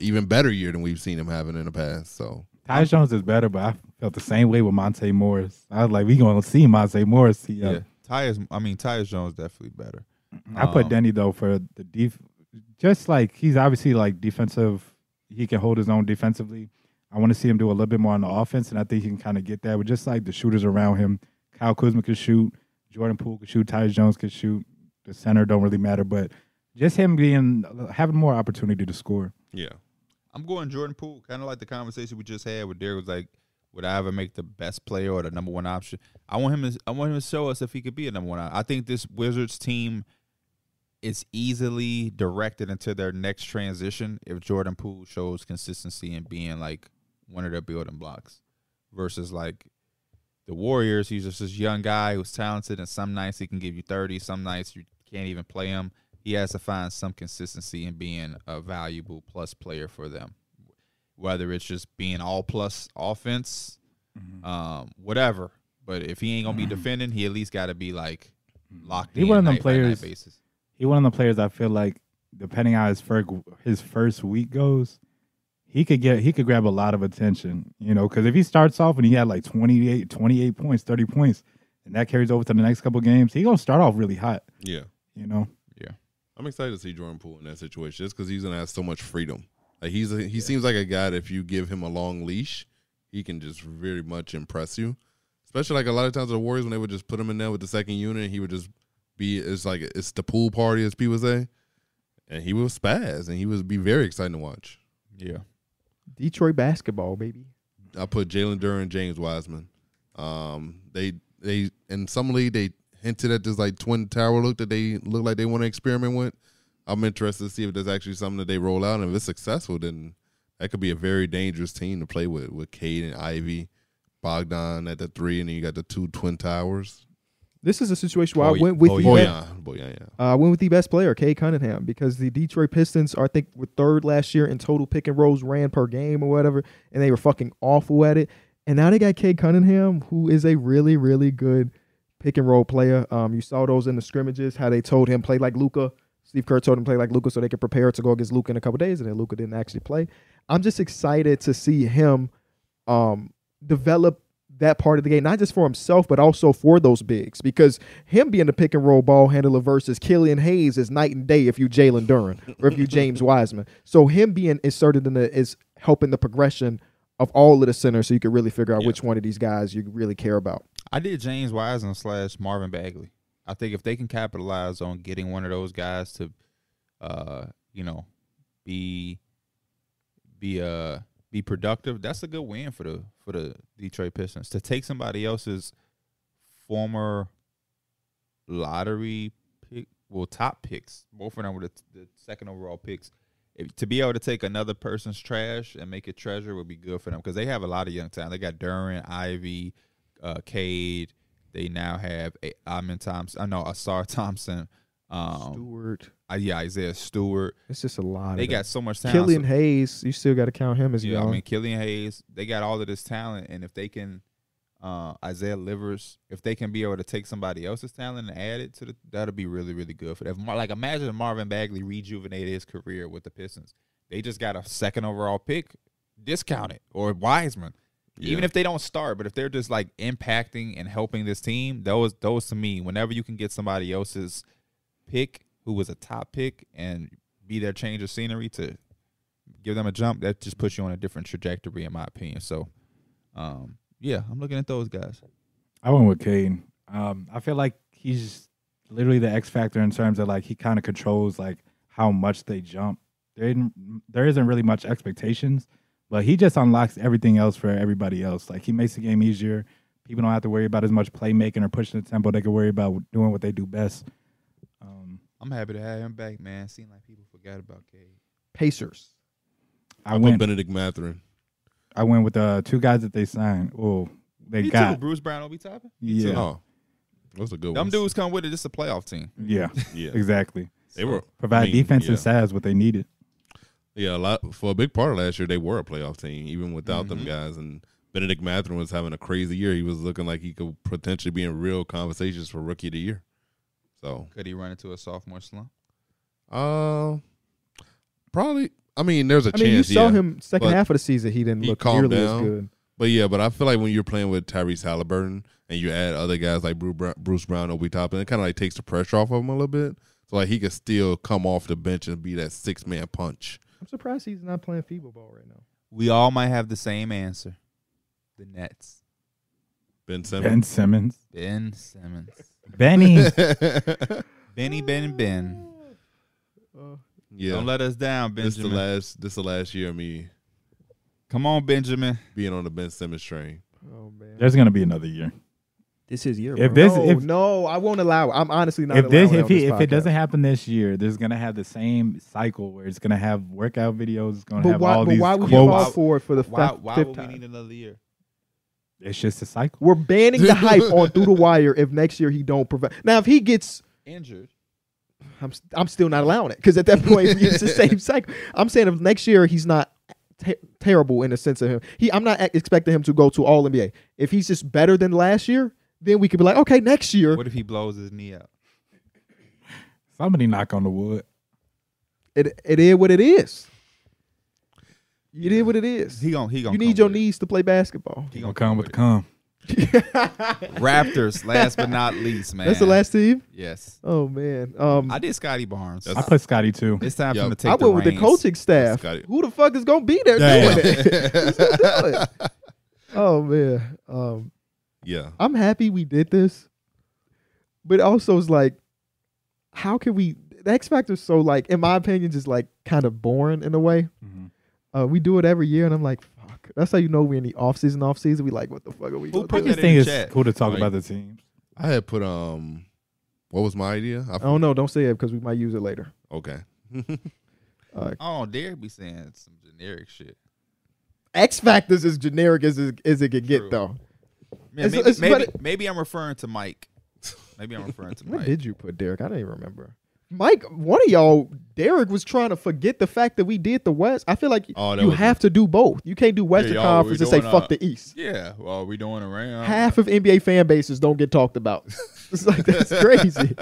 [SPEAKER 4] even better year than we've seen him having in the past. So
[SPEAKER 3] Tyus Jones is better, but I felt the same way with Monte Morris. I was like, we gonna see Monte Morris. He,
[SPEAKER 2] Yeah.
[SPEAKER 3] uh,
[SPEAKER 2] Tyus, I mean, Tyus Jones definitely better.
[SPEAKER 3] I put
[SPEAKER 2] Um,
[SPEAKER 3] Danny though for the def. Just like he's obviously like defensive, he can hold his own defensively. I want to see him do a little bit more on the offense, and I think he can kind of get that with just like the shooters around him. Kyle Kuzma could shoot, Jordan Poole could shoot, Tyus Jones could shoot. The center don't really matter, but just him being having more opportunity to score.
[SPEAKER 4] yeah,
[SPEAKER 2] I'm going Jordan Poole, kind of like the conversation we just had with Derek was like, would I ever make the best player or the number one option? I want him to, I want him to show us if he could be a number one. op- I think this Wizards team is easily directed into their next transition if Jordan Poole shows consistency in being like one of their building blocks versus like the Warriors. He's just this young guy who's talented, and some nights he can give you 30, some nights you can't even play him. He has to find some consistency in being a valuable plus player for them, whether it's just being all plus offense, um, whatever. But if he ain't gonna be defending, he at least got to be like locked
[SPEAKER 3] He
[SPEAKER 2] in.
[SPEAKER 3] one of them
[SPEAKER 2] night by night
[SPEAKER 3] players-
[SPEAKER 2] Basis.
[SPEAKER 3] He one of the players I feel like, depending on how his first his first week goes, he could get he could grab a lot of attention. You know, because if he starts off and he had like 28, 28 points, thirty points, and that carries over to the next couple games, he gonna start off really hot.
[SPEAKER 4] yeah.
[SPEAKER 3] You know,
[SPEAKER 4] I'm excited to see Jordan Poole in that situation just because he's gonna have so much freedom. Like he's a, he seems like a guy that if you give him a long leash, he can just very much impress you. Especially like a lot of times the Warriors when they would just put him in there with the second unit, and he would just be it's like it's the pool party as people say, and he would spaz and he would be very exciting to watch.
[SPEAKER 2] Yeah.
[SPEAKER 1] Detroit basketball, baby.
[SPEAKER 4] I put Jalen Duran, James Wiseman. Um, they they in some league they hinted at this like twin tower look that they look like they want to experiment with. I'm interested to see if there's actually something that they roll out, and if it's successful, then that could be a very dangerous team to play with with Cade and Ivy, Bogdan at the three, and then you got the two twin towers.
[SPEAKER 1] This is a situation where
[SPEAKER 2] Boy-
[SPEAKER 1] I went with
[SPEAKER 2] Boyan.
[SPEAKER 1] the
[SPEAKER 2] Boyan.
[SPEAKER 1] best-
[SPEAKER 4] Boyan, Boyan, oh, yeah.
[SPEAKER 1] uh, I went with the best player, Kay Cunningham, because the Detroit Pistons are I think were third last year in total pick and rolls ran per game or whatever, and they were fucking awful at it. And now they got Kay Cunningham, who is a really really good pick and roll player. Um, you saw those in the scrimmages how they told him play like Luca. Steve Kerr told him play like Luca so they could prepare to go against Luca in a couple days, and then Luca didn't actually play. I'm just excited to see him um, develop that part of the game, not just for himself, but also for those bigs. Because him being the pick and roll ball handler versus Killian Hayes is night and day if you Jalen Duran or if you James Wiseman. So him being inserted in the is helping the progression of all of the centers so you can really figure out which one of these guys you really care about.
[SPEAKER 2] I did James Wiseman slash Marvin Bagley. I think if they can capitalize on getting one of those guys to, uh, you know, be, be uh, be productive, that's a good win for the for the Detroit Pistons to take somebody else's former lottery pick, well, top picks. Both of them were the, the second overall picks. If, to be able to take another person's trash and make it treasure would be good for them because they have a lot of young talent. They got Duran, Ivy, uh, Cade. They now have a, Amin Thompson. I know Asar Thompson. Um,
[SPEAKER 1] Stewart.
[SPEAKER 2] I, yeah, Isaiah Stewart.
[SPEAKER 1] It's just a lot.
[SPEAKER 2] They
[SPEAKER 1] of them.
[SPEAKER 2] got so much talent.
[SPEAKER 1] Killian
[SPEAKER 2] So-
[SPEAKER 1] Hayes, you still gotta count him as
[SPEAKER 2] yeah,
[SPEAKER 1] young.
[SPEAKER 2] I mean Killian Hayes. They got all of this talent, and if they can, uh, Isaiah Livers, if they can be able to take somebody else's talent and add it to the, that'll be really really good for them. Mar- Like imagine if Marvin Bagley rejuvenated his career with the Pistons. They just got a second overall pick, discounted or Wiseman. Even if they don't start, but if they're just like impacting and helping this team, those those to me, whenever you can get somebody else's pick who was a top pick and be their change of scenery to give them a jump, that just puts you on a different trajectory, in my opinion. So, um, yeah, I'm looking at those guys.
[SPEAKER 3] I went with Cade. Um, I feel like he's literally the X factor in terms of like he kind of controls like how much they jump. There isn't, there isn't really much expectations, but he just unlocks everything else for everybody else. Like he makes the game easier. People don't have to worry about as much playmaking or pushing the tempo. They can worry about doing what they do best. Um,
[SPEAKER 2] I'm happy to have him back, man. Seemed like people forgot about Cade.
[SPEAKER 1] Pacers.
[SPEAKER 3] I
[SPEAKER 4] I put
[SPEAKER 3] went.
[SPEAKER 4] Benedict Mathurin.
[SPEAKER 3] I went with uh, two guys that they signed. Oh, they
[SPEAKER 2] Me
[SPEAKER 3] got
[SPEAKER 2] too. Bruce Brown, Obi Toppin.
[SPEAKER 3] yeah,
[SPEAKER 4] Oh, that's a good
[SPEAKER 2] Them
[SPEAKER 4] one.
[SPEAKER 2] dudes come with it. It's a playoff team.
[SPEAKER 3] yeah,
[SPEAKER 4] yeah.
[SPEAKER 3] exactly.
[SPEAKER 4] They were
[SPEAKER 3] Provide
[SPEAKER 4] I mean,
[SPEAKER 3] defense
[SPEAKER 4] yeah.
[SPEAKER 3] and size what they needed.
[SPEAKER 4] Yeah, a lot for a big part of last year they were a playoff team, even without them
[SPEAKER 1] Mm-hmm.
[SPEAKER 4] guys. And Benedict Mathurin was having a crazy year. He was looking like he could potentially be in real conversations for rookie of the year. So
[SPEAKER 2] Could he run into a sophomore slump?
[SPEAKER 4] uh probably I mean there's a
[SPEAKER 1] I
[SPEAKER 4] chance
[SPEAKER 1] mean, you saw
[SPEAKER 4] yeah.
[SPEAKER 1] him second
[SPEAKER 4] but
[SPEAKER 1] half of the season. He didn't
[SPEAKER 4] he
[SPEAKER 1] look
[SPEAKER 4] calmed
[SPEAKER 1] nearly as
[SPEAKER 4] down.
[SPEAKER 1] good.
[SPEAKER 4] But yeah, but I feel like when you're playing with Tyrese Halliburton and you add other guys like Bru- Bru- Bruce Brown, Obi Toppin, it kind of like takes the pressure off of him a little bit. So like he could still come off the bench and be that six man punch.
[SPEAKER 1] I'm surprised he's not playing feeble ball right now.
[SPEAKER 2] We all might have the same answer. The Nets.
[SPEAKER 4] Ben
[SPEAKER 3] Ben
[SPEAKER 4] Simmons.
[SPEAKER 3] Simmons,
[SPEAKER 2] Ben Simmons.
[SPEAKER 3] Benny.
[SPEAKER 2] Benny, Ben, Ben.
[SPEAKER 4] yeah,
[SPEAKER 1] Oh,
[SPEAKER 2] Don't let us down,
[SPEAKER 4] this the
[SPEAKER 2] Benjamin.
[SPEAKER 4] last. This the last year of me
[SPEAKER 2] Come on, Benjamin.
[SPEAKER 4] being on the Ben Simmons train.
[SPEAKER 1] Oh man.
[SPEAKER 3] There's gonna be another year.
[SPEAKER 5] This is year.
[SPEAKER 3] If
[SPEAKER 5] bro.
[SPEAKER 3] this,
[SPEAKER 1] no,
[SPEAKER 3] if,
[SPEAKER 1] no, I won't allow. it. I'm honestly not.
[SPEAKER 3] if this,
[SPEAKER 1] allowing
[SPEAKER 3] if
[SPEAKER 1] it on
[SPEAKER 3] he, if it
[SPEAKER 1] podcast.
[SPEAKER 3] doesn't happen this year, there's gonna have the same cycle where it's gonna have workout videos. It's gonna
[SPEAKER 1] but
[SPEAKER 3] have
[SPEAKER 1] why?
[SPEAKER 3] all
[SPEAKER 1] But
[SPEAKER 3] these
[SPEAKER 1] why would you
[SPEAKER 3] quotes.
[SPEAKER 1] fall for it for the
[SPEAKER 2] Why,
[SPEAKER 1] fifth,
[SPEAKER 2] why
[SPEAKER 1] fifth
[SPEAKER 2] would we
[SPEAKER 1] time?
[SPEAKER 2] need another year?
[SPEAKER 3] It's just a cycle.
[SPEAKER 1] We're banning the hype on through the wire if next year he don't provide. Now, if he gets,
[SPEAKER 2] Injured.
[SPEAKER 1] I'm s- I'm still not allowing it because at that point it's the same cycle. I'm saying if next year he's not te- terrible in the sense of him, he I'm not expecting him to go to All NBA. If he's just better than last year, then we could be like, okay, next year
[SPEAKER 2] What if he blows his knee out?
[SPEAKER 3] Somebody knock on the wood.
[SPEAKER 1] it it is what it is. It is what it is.
[SPEAKER 2] He gon' he gon'
[SPEAKER 1] You
[SPEAKER 2] come
[SPEAKER 1] need your
[SPEAKER 2] with it.
[SPEAKER 1] knees to play basketball.
[SPEAKER 2] He
[SPEAKER 3] He
[SPEAKER 2] gonna
[SPEAKER 3] gonna
[SPEAKER 2] come
[SPEAKER 3] come with
[SPEAKER 2] with
[SPEAKER 3] the come.
[SPEAKER 2] Raptors, last but not least, man.
[SPEAKER 1] That's the last team.
[SPEAKER 2] Yes.
[SPEAKER 1] Oh man, um,
[SPEAKER 2] I did Scotty Barnes.
[SPEAKER 3] I
[SPEAKER 4] That's-
[SPEAKER 3] put Scotty too.
[SPEAKER 2] it's time for him to
[SPEAKER 4] Yup.
[SPEAKER 2] take
[SPEAKER 1] I
[SPEAKER 2] the
[SPEAKER 1] went with the
[SPEAKER 2] reins.
[SPEAKER 1] coaching staff.
[SPEAKER 4] Scotty.
[SPEAKER 1] Who the fuck is gonna be there doing it? Who's gonna do it? Oh man, um,
[SPEAKER 4] yeah,
[SPEAKER 1] I'm happy we did this, but also it's like, how can we? The X Factor is so like, in my opinion, just like kind of boring in a way.
[SPEAKER 3] Mhm.
[SPEAKER 1] Uh, we do it every year, and I'm like, fuck. That's how you know we're in the off season. Off season, we like, what the fuck are we
[SPEAKER 2] Who
[SPEAKER 1] doing?
[SPEAKER 2] put
[SPEAKER 3] I
[SPEAKER 2] that
[SPEAKER 3] just think
[SPEAKER 2] in
[SPEAKER 3] it's
[SPEAKER 2] the chat.
[SPEAKER 3] cool to talk
[SPEAKER 4] Like-
[SPEAKER 3] about the teams.
[SPEAKER 4] I had put um, what was my idea? I
[SPEAKER 1] I don't know. Don't say it because we might use it later.
[SPEAKER 4] okay.
[SPEAKER 1] Uh,
[SPEAKER 2] I don't dare be saying some generic shit.
[SPEAKER 1] X Factor's as generic as it, as it could get,
[SPEAKER 2] True.
[SPEAKER 1] though.
[SPEAKER 2] Man,
[SPEAKER 1] It's-
[SPEAKER 2] maybe,
[SPEAKER 1] it's
[SPEAKER 2] maybe,
[SPEAKER 1] better-
[SPEAKER 2] maybe I'm referring to Mike. Maybe I'm referring to
[SPEAKER 1] What
[SPEAKER 2] Mike.
[SPEAKER 1] did you put, Derek? I don't even remember. Mike, one of y'all, Derek was trying to forget the fact that we did the West. I feel like
[SPEAKER 4] Oh, that
[SPEAKER 1] you
[SPEAKER 4] was-
[SPEAKER 1] have to do both. You can't do Western
[SPEAKER 2] y'all, we
[SPEAKER 1] Conference and say
[SPEAKER 2] doing, uh,
[SPEAKER 1] fuck the East.
[SPEAKER 2] yeah, well, we doing around.
[SPEAKER 1] Half of NBA fan bases don't get talked about. it's like that's crazy.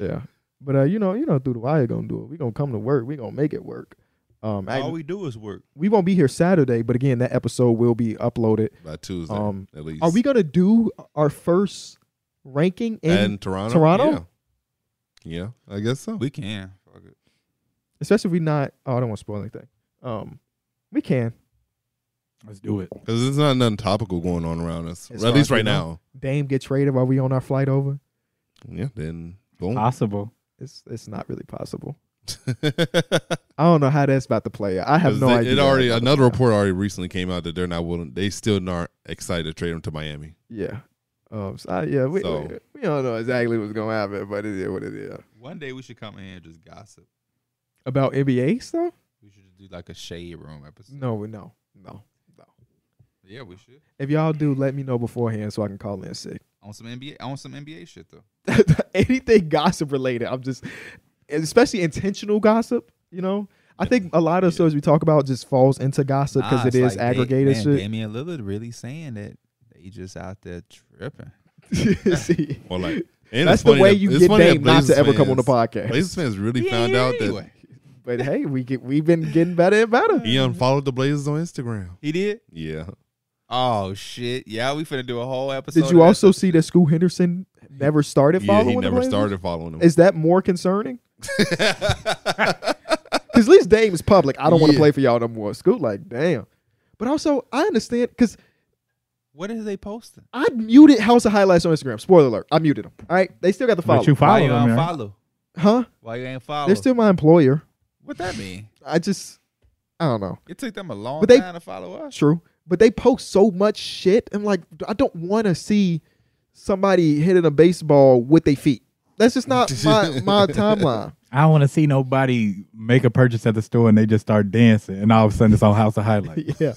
[SPEAKER 1] yeah, but uh, you know, you know, through the wire gonna do it. We gonna come to work. We gonna make it work. Um,
[SPEAKER 2] All
[SPEAKER 1] and we-,
[SPEAKER 2] we do is work.
[SPEAKER 1] won't be here Saturday, but again, that episode will be uploaded.
[SPEAKER 4] By Tuesday,
[SPEAKER 1] Um,
[SPEAKER 4] at least.
[SPEAKER 1] Are we gonna do our first ranking? In,
[SPEAKER 4] and Toronto?
[SPEAKER 1] Toronto?
[SPEAKER 4] Yeah. yeah, I guess so.
[SPEAKER 2] We can. Fuck it.
[SPEAKER 1] especially if we not. Oh, I don't want to spoil anything. Um, we can.
[SPEAKER 3] Let's do it.
[SPEAKER 4] Because there's not nothing topical going on around us,
[SPEAKER 1] It's
[SPEAKER 4] at least
[SPEAKER 1] fine,
[SPEAKER 4] right
[SPEAKER 1] you know.
[SPEAKER 4] now.
[SPEAKER 1] Dame get traded while we on our flight over.
[SPEAKER 4] Yeah, then boom.
[SPEAKER 3] Possible.
[SPEAKER 1] It's it's not really possible. I don't know how that's about to play out. I have no
[SPEAKER 4] Because they-
[SPEAKER 1] idea.
[SPEAKER 4] It already
[SPEAKER 1] how that's
[SPEAKER 4] another
[SPEAKER 1] about to play out.
[SPEAKER 4] report already recently came out that they're not willing. They still not excited to trade him to Miami.
[SPEAKER 1] Yeah. Um. So I, yeah. We,
[SPEAKER 4] So-
[SPEAKER 1] we we don't know exactly what's gonna happen, but it is what it is.
[SPEAKER 2] One day we should come in here and just gossip.
[SPEAKER 1] About NBA stuff?
[SPEAKER 2] We should do like a shade room episode.
[SPEAKER 1] No. we- No. No.
[SPEAKER 2] Yeah, we should.
[SPEAKER 1] If y'all do, let me know beforehand so I can call in sick.
[SPEAKER 2] On some NBA, on some NBA shit though.
[SPEAKER 1] Anything gossip related, I'm just, especially intentional gossip. You know, I think a lot of stories we talk about just falls into gossip because it is aggregated
[SPEAKER 2] man,
[SPEAKER 1] shit.
[SPEAKER 2] Damian Lillard really saying that they just out there tripping.
[SPEAKER 1] See,
[SPEAKER 4] Or like, and
[SPEAKER 1] that's
[SPEAKER 4] it's
[SPEAKER 1] the
[SPEAKER 4] funny
[SPEAKER 1] way
[SPEAKER 4] that-
[SPEAKER 1] you
[SPEAKER 4] it's
[SPEAKER 1] get
[SPEAKER 4] funny that
[SPEAKER 1] Dame not to
[SPEAKER 4] Blazers
[SPEAKER 1] ever come on the
[SPEAKER 4] fans-
[SPEAKER 1] podcast.
[SPEAKER 4] Blazers fans really found out that
[SPEAKER 1] But hey, we get we've been getting better and better.
[SPEAKER 4] he unfollowed the Blazers on Instagram.
[SPEAKER 2] He did.
[SPEAKER 4] Yeah,
[SPEAKER 2] Oh shit! Yeah, we finna do a whole episode.
[SPEAKER 1] Did you
[SPEAKER 2] of that.
[SPEAKER 1] also see that School Henderson never started
[SPEAKER 4] yeah,
[SPEAKER 1] following?
[SPEAKER 4] he
[SPEAKER 1] the
[SPEAKER 4] never
[SPEAKER 1] Blazers?
[SPEAKER 4] started following him.
[SPEAKER 1] Is that more concerning? Because at least Dame is public. I don't want to
[SPEAKER 4] Yeah.
[SPEAKER 1] play for y'all no more. Scoot, like, damn. But also, I understand because
[SPEAKER 2] What is they posting?
[SPEAKER 1] I muted House of Highlights on Instagram. Spoiler alert, I muted them. All right, they still got the follow.
[SPEAKER 3] But you
[SPEAKER 2] Why
[SPEAKER 3] follow
[SPEAKER 2] you
[SPEAKER 3] them,
[SPEAKER 2] don't
[SPEAKER 3] man.
[SPEAKER 2] follow?
[SPEAKER 1] huh?
[SPEAKER 2] Why you ain't follow?
[SPEAKER 1] They're still my employer.
[SPEAKER 2] what that mean?
[SPEAKER 1] I just, I don't know.
[SPEAKER 2] It took them a long
[SPEAKER 1] But they-
[SPEAKER 2] time to follow us.
[SPEAKER 1] True, but they post so much shit. I'm like, I don't want to see somebody hitting a baseball with their feet. That's just not my my timeline.
[SPEAKER 3] I don't want to see nobody make a purchase at the store and they just start dancing, and all of a sudden it's on House of Highlights.
[SPEAKER 1] Yeah.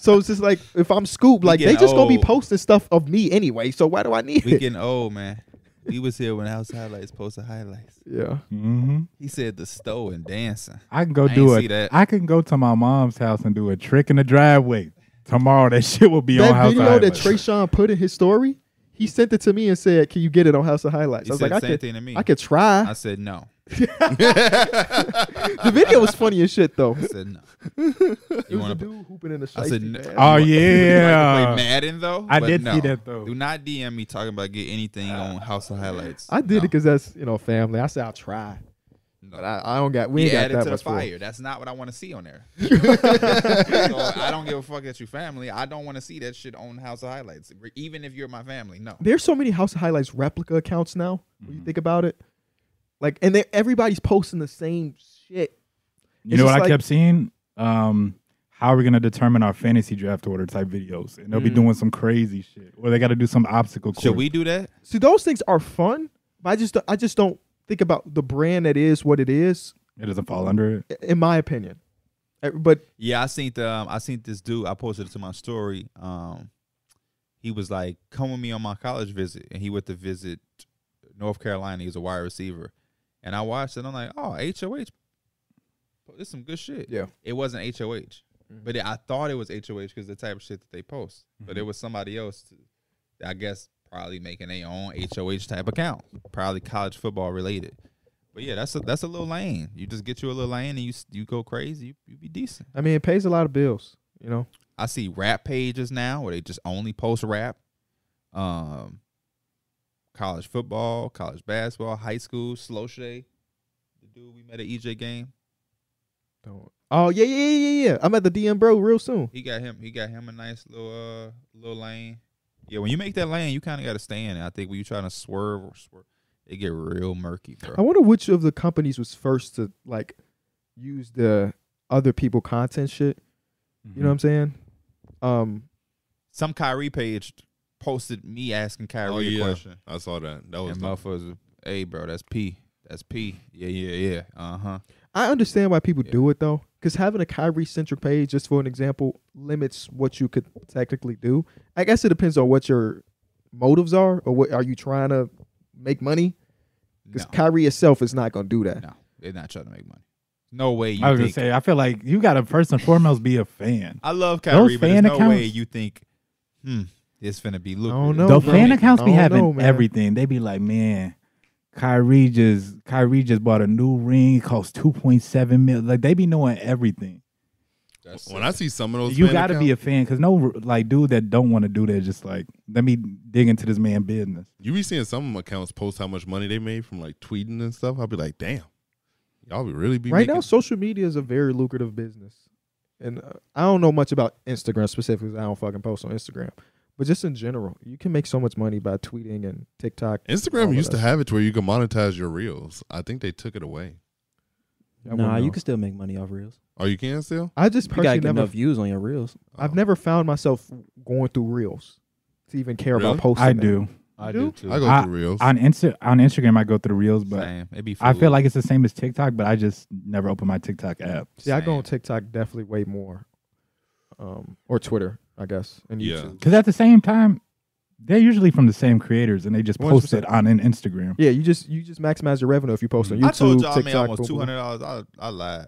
[SPEAKER 1] so it's just like if I'm Scoop, like they
[SPEAKER 2] getting
[SPEAKER 1] just gonna be
[SPEAKER 2] old.
[SPEAKER 1] posting stuff of me anyway. So why do I need
[SPEAKER 2] We
[SPEAKER 1] it?
[SPEAKER 2] getting old, man. we was here when House Highlights posted highlights.
[SPEAKER 1] Yeah.
[SPEAKER 3] hmm
[SPEAKER 2] He said the stove and dancing.
[SPEAKER 3] I can go
[SPEAKER 2] I
[SPEAKER 3] do
[SPEAKER 2] ain't
[SPEAKER 3] it.
[SPEAKER 2] see that.
[SPEAKER 3] I can go to my mom's house and do a trick in the driveway tomorrow. That shit will be on
[SPEAKER 1] that
[SPEAKER 3] house.
[SPEAKER 1] video that
[SPEAKER 3] Highlights.
[SPEAKER 1] Trayshawn put in his story, he sent it to me and said, "Can you get it on House of Highlights?"
[SPEAKER 2] He
[SPEAKER 1] I was
[SPEAKER 2] said
[SPEAKER 1] like, "I
[SPEAKER 2] the same
[SPEAKER 1] could,
[SPEAKER 2] thing to me.
[SPEAKER 1] I could try."
[SPEAKER 2] I said no.
[SPEAKER 1] the video was funny as shit though.
[SPEAKER 2] I said no.
[SPEAKER 1] It
[SPEAKER 2] You
[SPEAKER 1] was a
[SPEAKER 2] want to?
[SPEAKER 1] dude hooping in the
[SPEAKER 2] I said
[SPEAKER 1] shiesty,
[SPEAKER 2] no.
[SPEAKER 1] man.
[SPEAKER 3] Oh
[SPEAKER 2] Play
[SPEAKER 3] yeah,
[SPEAKER 2] Madden though.
[SPEAKER 3] I
[SPEAKER 2] But
[SPEAKER 3] did
[SPEAKER 2] no.
[SPEAKER 3] see that though.
[SPEAKER 2] Do not DM me talking about get anything on House of Highlights.
[SPEAKER 1] I did it
[SPEAKER 2] No.
[SPEAKER 1] because that's you know family. I said I'll try,
[SPEAKER 2] No.
[SPEAKER 1] but I, I don't got we
[SPEAKER 2] You
[SPEAKER 1] ain't got
[SPEAKER 2] added
[SPEAKER 1] that
[SPEAKER 2] to the
[SPEAKER 1] much for it.
[SPEAKER 2] fire. That's not what I want to see on there. so I don't give a fuck that you family. I don't want to see that shit on House of Highlights, even if you're my family. No.
[SPEAKER 1] There's so many House of Highlights replica accounts now. When you think about it, like and they, everybody's posting the same shit.
[SPEAKER 3] You
[SPEAKER 1] It's
[SPEAKER 3] know what
[SPEAKER 1] just
[SPEAKER 3] I
[SPEAKER 1] like-
[SPEAKER 3] kept seeing? Um, how are we gonna determine our fantasy draft order type videos? And they'll be
[SPEAKER 1] Mm.
[SPEAKER 3] doing some crazy shit, or they got to do some obstacle course.
[SPEAKER 2] Should we do that?
[SPEAKER 1] See, those things are fun, but I just I just don't think about the brand that is what it is,
[SPEAKER 3] It doesn't fall under it.
[SPEAKER 1] i- in my opinion. Uh, But
[SPEAKER 2] Yeah, I seen the um, I seen this dude. I posted it to my story. Um, he was like, "Come with me on my college visit," and he went to visit North Carolina. He was a wide receiver, and I watched it. I'm like, "Oh, HOH, this is some good shit."
[SPEAKER 1] Yeah.
[SPEAKER 2] it wasn't HOH, but it, I thought it was HOH because the type of shit that they post. But it was somebody else. that I guess probably making their own HOH type account, probably college football related. But yeah, that's a that's a little lane. You just get you a little lane and you s- you go crazy. You, you be decent.
[SPEAKER 1] I mean, it pays a lot of bills, you know.
[SPEAKER 2] I see rap pages now where they just only post rap. Um, college football, college basketball, high school, slow Shay, the dude we met at EJ game.
[SPEAKER 1] Don't. Oh yeah, yeah, yeah, yeah, yeah. I'm at the DM bro real soon.
[SPEAKER 2] He got him. He got him a nice little uh little lane. Yeah, when you make that lane, you kind of got to stay in it. I think when you trying to swerve or swerve, it get real murky,
[SPEAKER 1] I
[SPEAKER 2] bro.
[SPEAKER 1] wonder which of the companies was first to like use the other people content shit. You
[SPEAKER 3] Mm-hmm.
[SPEAKER 1] know what I'm saying? Um,
[SPEAKER 2] Some Kyrie page posted me asking Kyrie
[SPEAKER 4] oh
[SPEAKER 2] a
[SPEAKER 4] yeah,
[SPEAKER 2] question.
[SPEAKER 4] I saw that. That was
[SPEAKER 2] And motherfuckers, hey, bro, that's P. That's P. Yeah, yeah, yeah. Uh huh.
[SPEAKER 1] I understand why people
[SPEAKER 2] Yeah.
[SPEAKER 1] do it though, because having a Kyrie centric page, just for an example, limits what you could technically do. I guess it depends on what your motives are, or what are you trying to make money? Because Kyrie itself is not going to do that.
[SPEAKER 2] No, they're not trying to make money. No way you
[SPEAKER 3] I was gonna
[SPEAKER 2] think.
[SPEAKER 3] say, I feel like you gotta first and foremost be a fan.
[SPEAKER 2] I love
[SPEAKER 3] Those
[SPEAKER 2] Kyrie, but there's
[SPEAKER 3] fan
[SPEAKER 2] no way
[SPEAKER 3] accounts-
[SPEAKER 2] you think, hmm, it's finna be
[SPEAKER 1] I
[SPEAKER 2] lucrative.
[SPEAKER 1] don't know.
[SPEAKER 3] the
[SPEAKER 1] bro.
[SPEAKER 3] fan accounts be
[SPEAKER 1] I don't
[SPEAKER 3] having
[SPEAKER 1] know, man.
[SPEAKER 3] everything. They be like, man, Kyrie just Kyrie just bought a new ring. It costs two point seven mil. Like they be knowing everything.
[SPEAKER 4] when I see some of those.
[SPEAKER 3] you
[SPEAKER 4] fan
[SPEAKER 3] got to be a
[SPEAKER 4] accounts,
[SPEAKER 3] fan because no like dude that don't want to do that just like let me dig into this man business.
[SPEAKER 4] you be seeing some accounts post how much money they made from like tweeting and stuff. I'll be like, damn, y'all would really be
[SPEAKER 1] Right now,
[SPEAKER 4] making-
[SPEAKER 1] social media is a very lucrative business, and uh, I don't know much about Instagram specifically. 'cause I don't fucking post on Instagram, but just in general, you can make so much money by tweeting and TikTok. all
[SPEAKER 4] Instagram
[SPEAKER 1] of
[SPEAKER 4] used to
[SPEAKER 1] that
[SPEAKER 4] have it to where you could monetize your reels. I think they took it away.
[SPEAKER 1] shit. I
[SPEAKER 5] nah,
[SPEAKER 1] wouldn't
[SPEAKER 5] you
[SPEAKER 1] know.
[SPEAKER 5] can still make money off reels.
[SPEAKER 4] Oh, you can still. Oh.
[SPEAKER 1] I just
[SPEAKER 5] You gotta
[SPEAKER 1] personally
[SPEAKER 5] get
[SPEAKER 1] never
[SPEAKER 5] enough uh, views on your reels.
[SPEAKER 1] I've never found myself going through reels to even care
[SPEAKER 4] Really?
[SPEAKER 1] about posting.
[SPEAKER 3] I
[SPEAKER 1] it.
[SPEAKER 3] do
[SPEAKER 2] I
[SPEAKER 1] do
[SPEAKER 2] too.
[SPEAKER 4] I go
[SPEAKER 3] I-
[SPEAKER 4] through reels.
[SPEAKER 3] on Insta on Instagram. I go through the reels, but
[SPEAKER 2] Same. It be
[SPEAKER 3] I
[SPEAKER 2] food.
[SPEAKER 3] feel like it's the same as TikTok. But I just never open my TikTok app.
[SPEAKER 1] See, I go on
[SPEAKER 2] Same.
[SPEAKER 1] TikTok definitely way more, um, or Twitter, I guess, and
[SPEAKER 4] Yeah.
[SPEAKER 1] YouTube.
[SPEAKER 3] Because at the same time, they're usually from the same creators, and they just post it
[SPEAKER 1] 100%.
[SPEAKER 3] on an Instagram.
[SPEAKER 1] Yeah, you just you just maximize your revenue if you post on
[SPEAKER 4] Mhm.
[SPEAKER 1] YouTube,
[SPEAKER 2] Mm-hmm. I told y'all I made
[SPEAKER 1] TikTok,
[SPEAKER 2] almost
[SPEAKER 1] boom,
[SPEAKER 2] two
[SPEAKER 1] boom.
[SPEAKER 2] hundred dollars. I, I lied.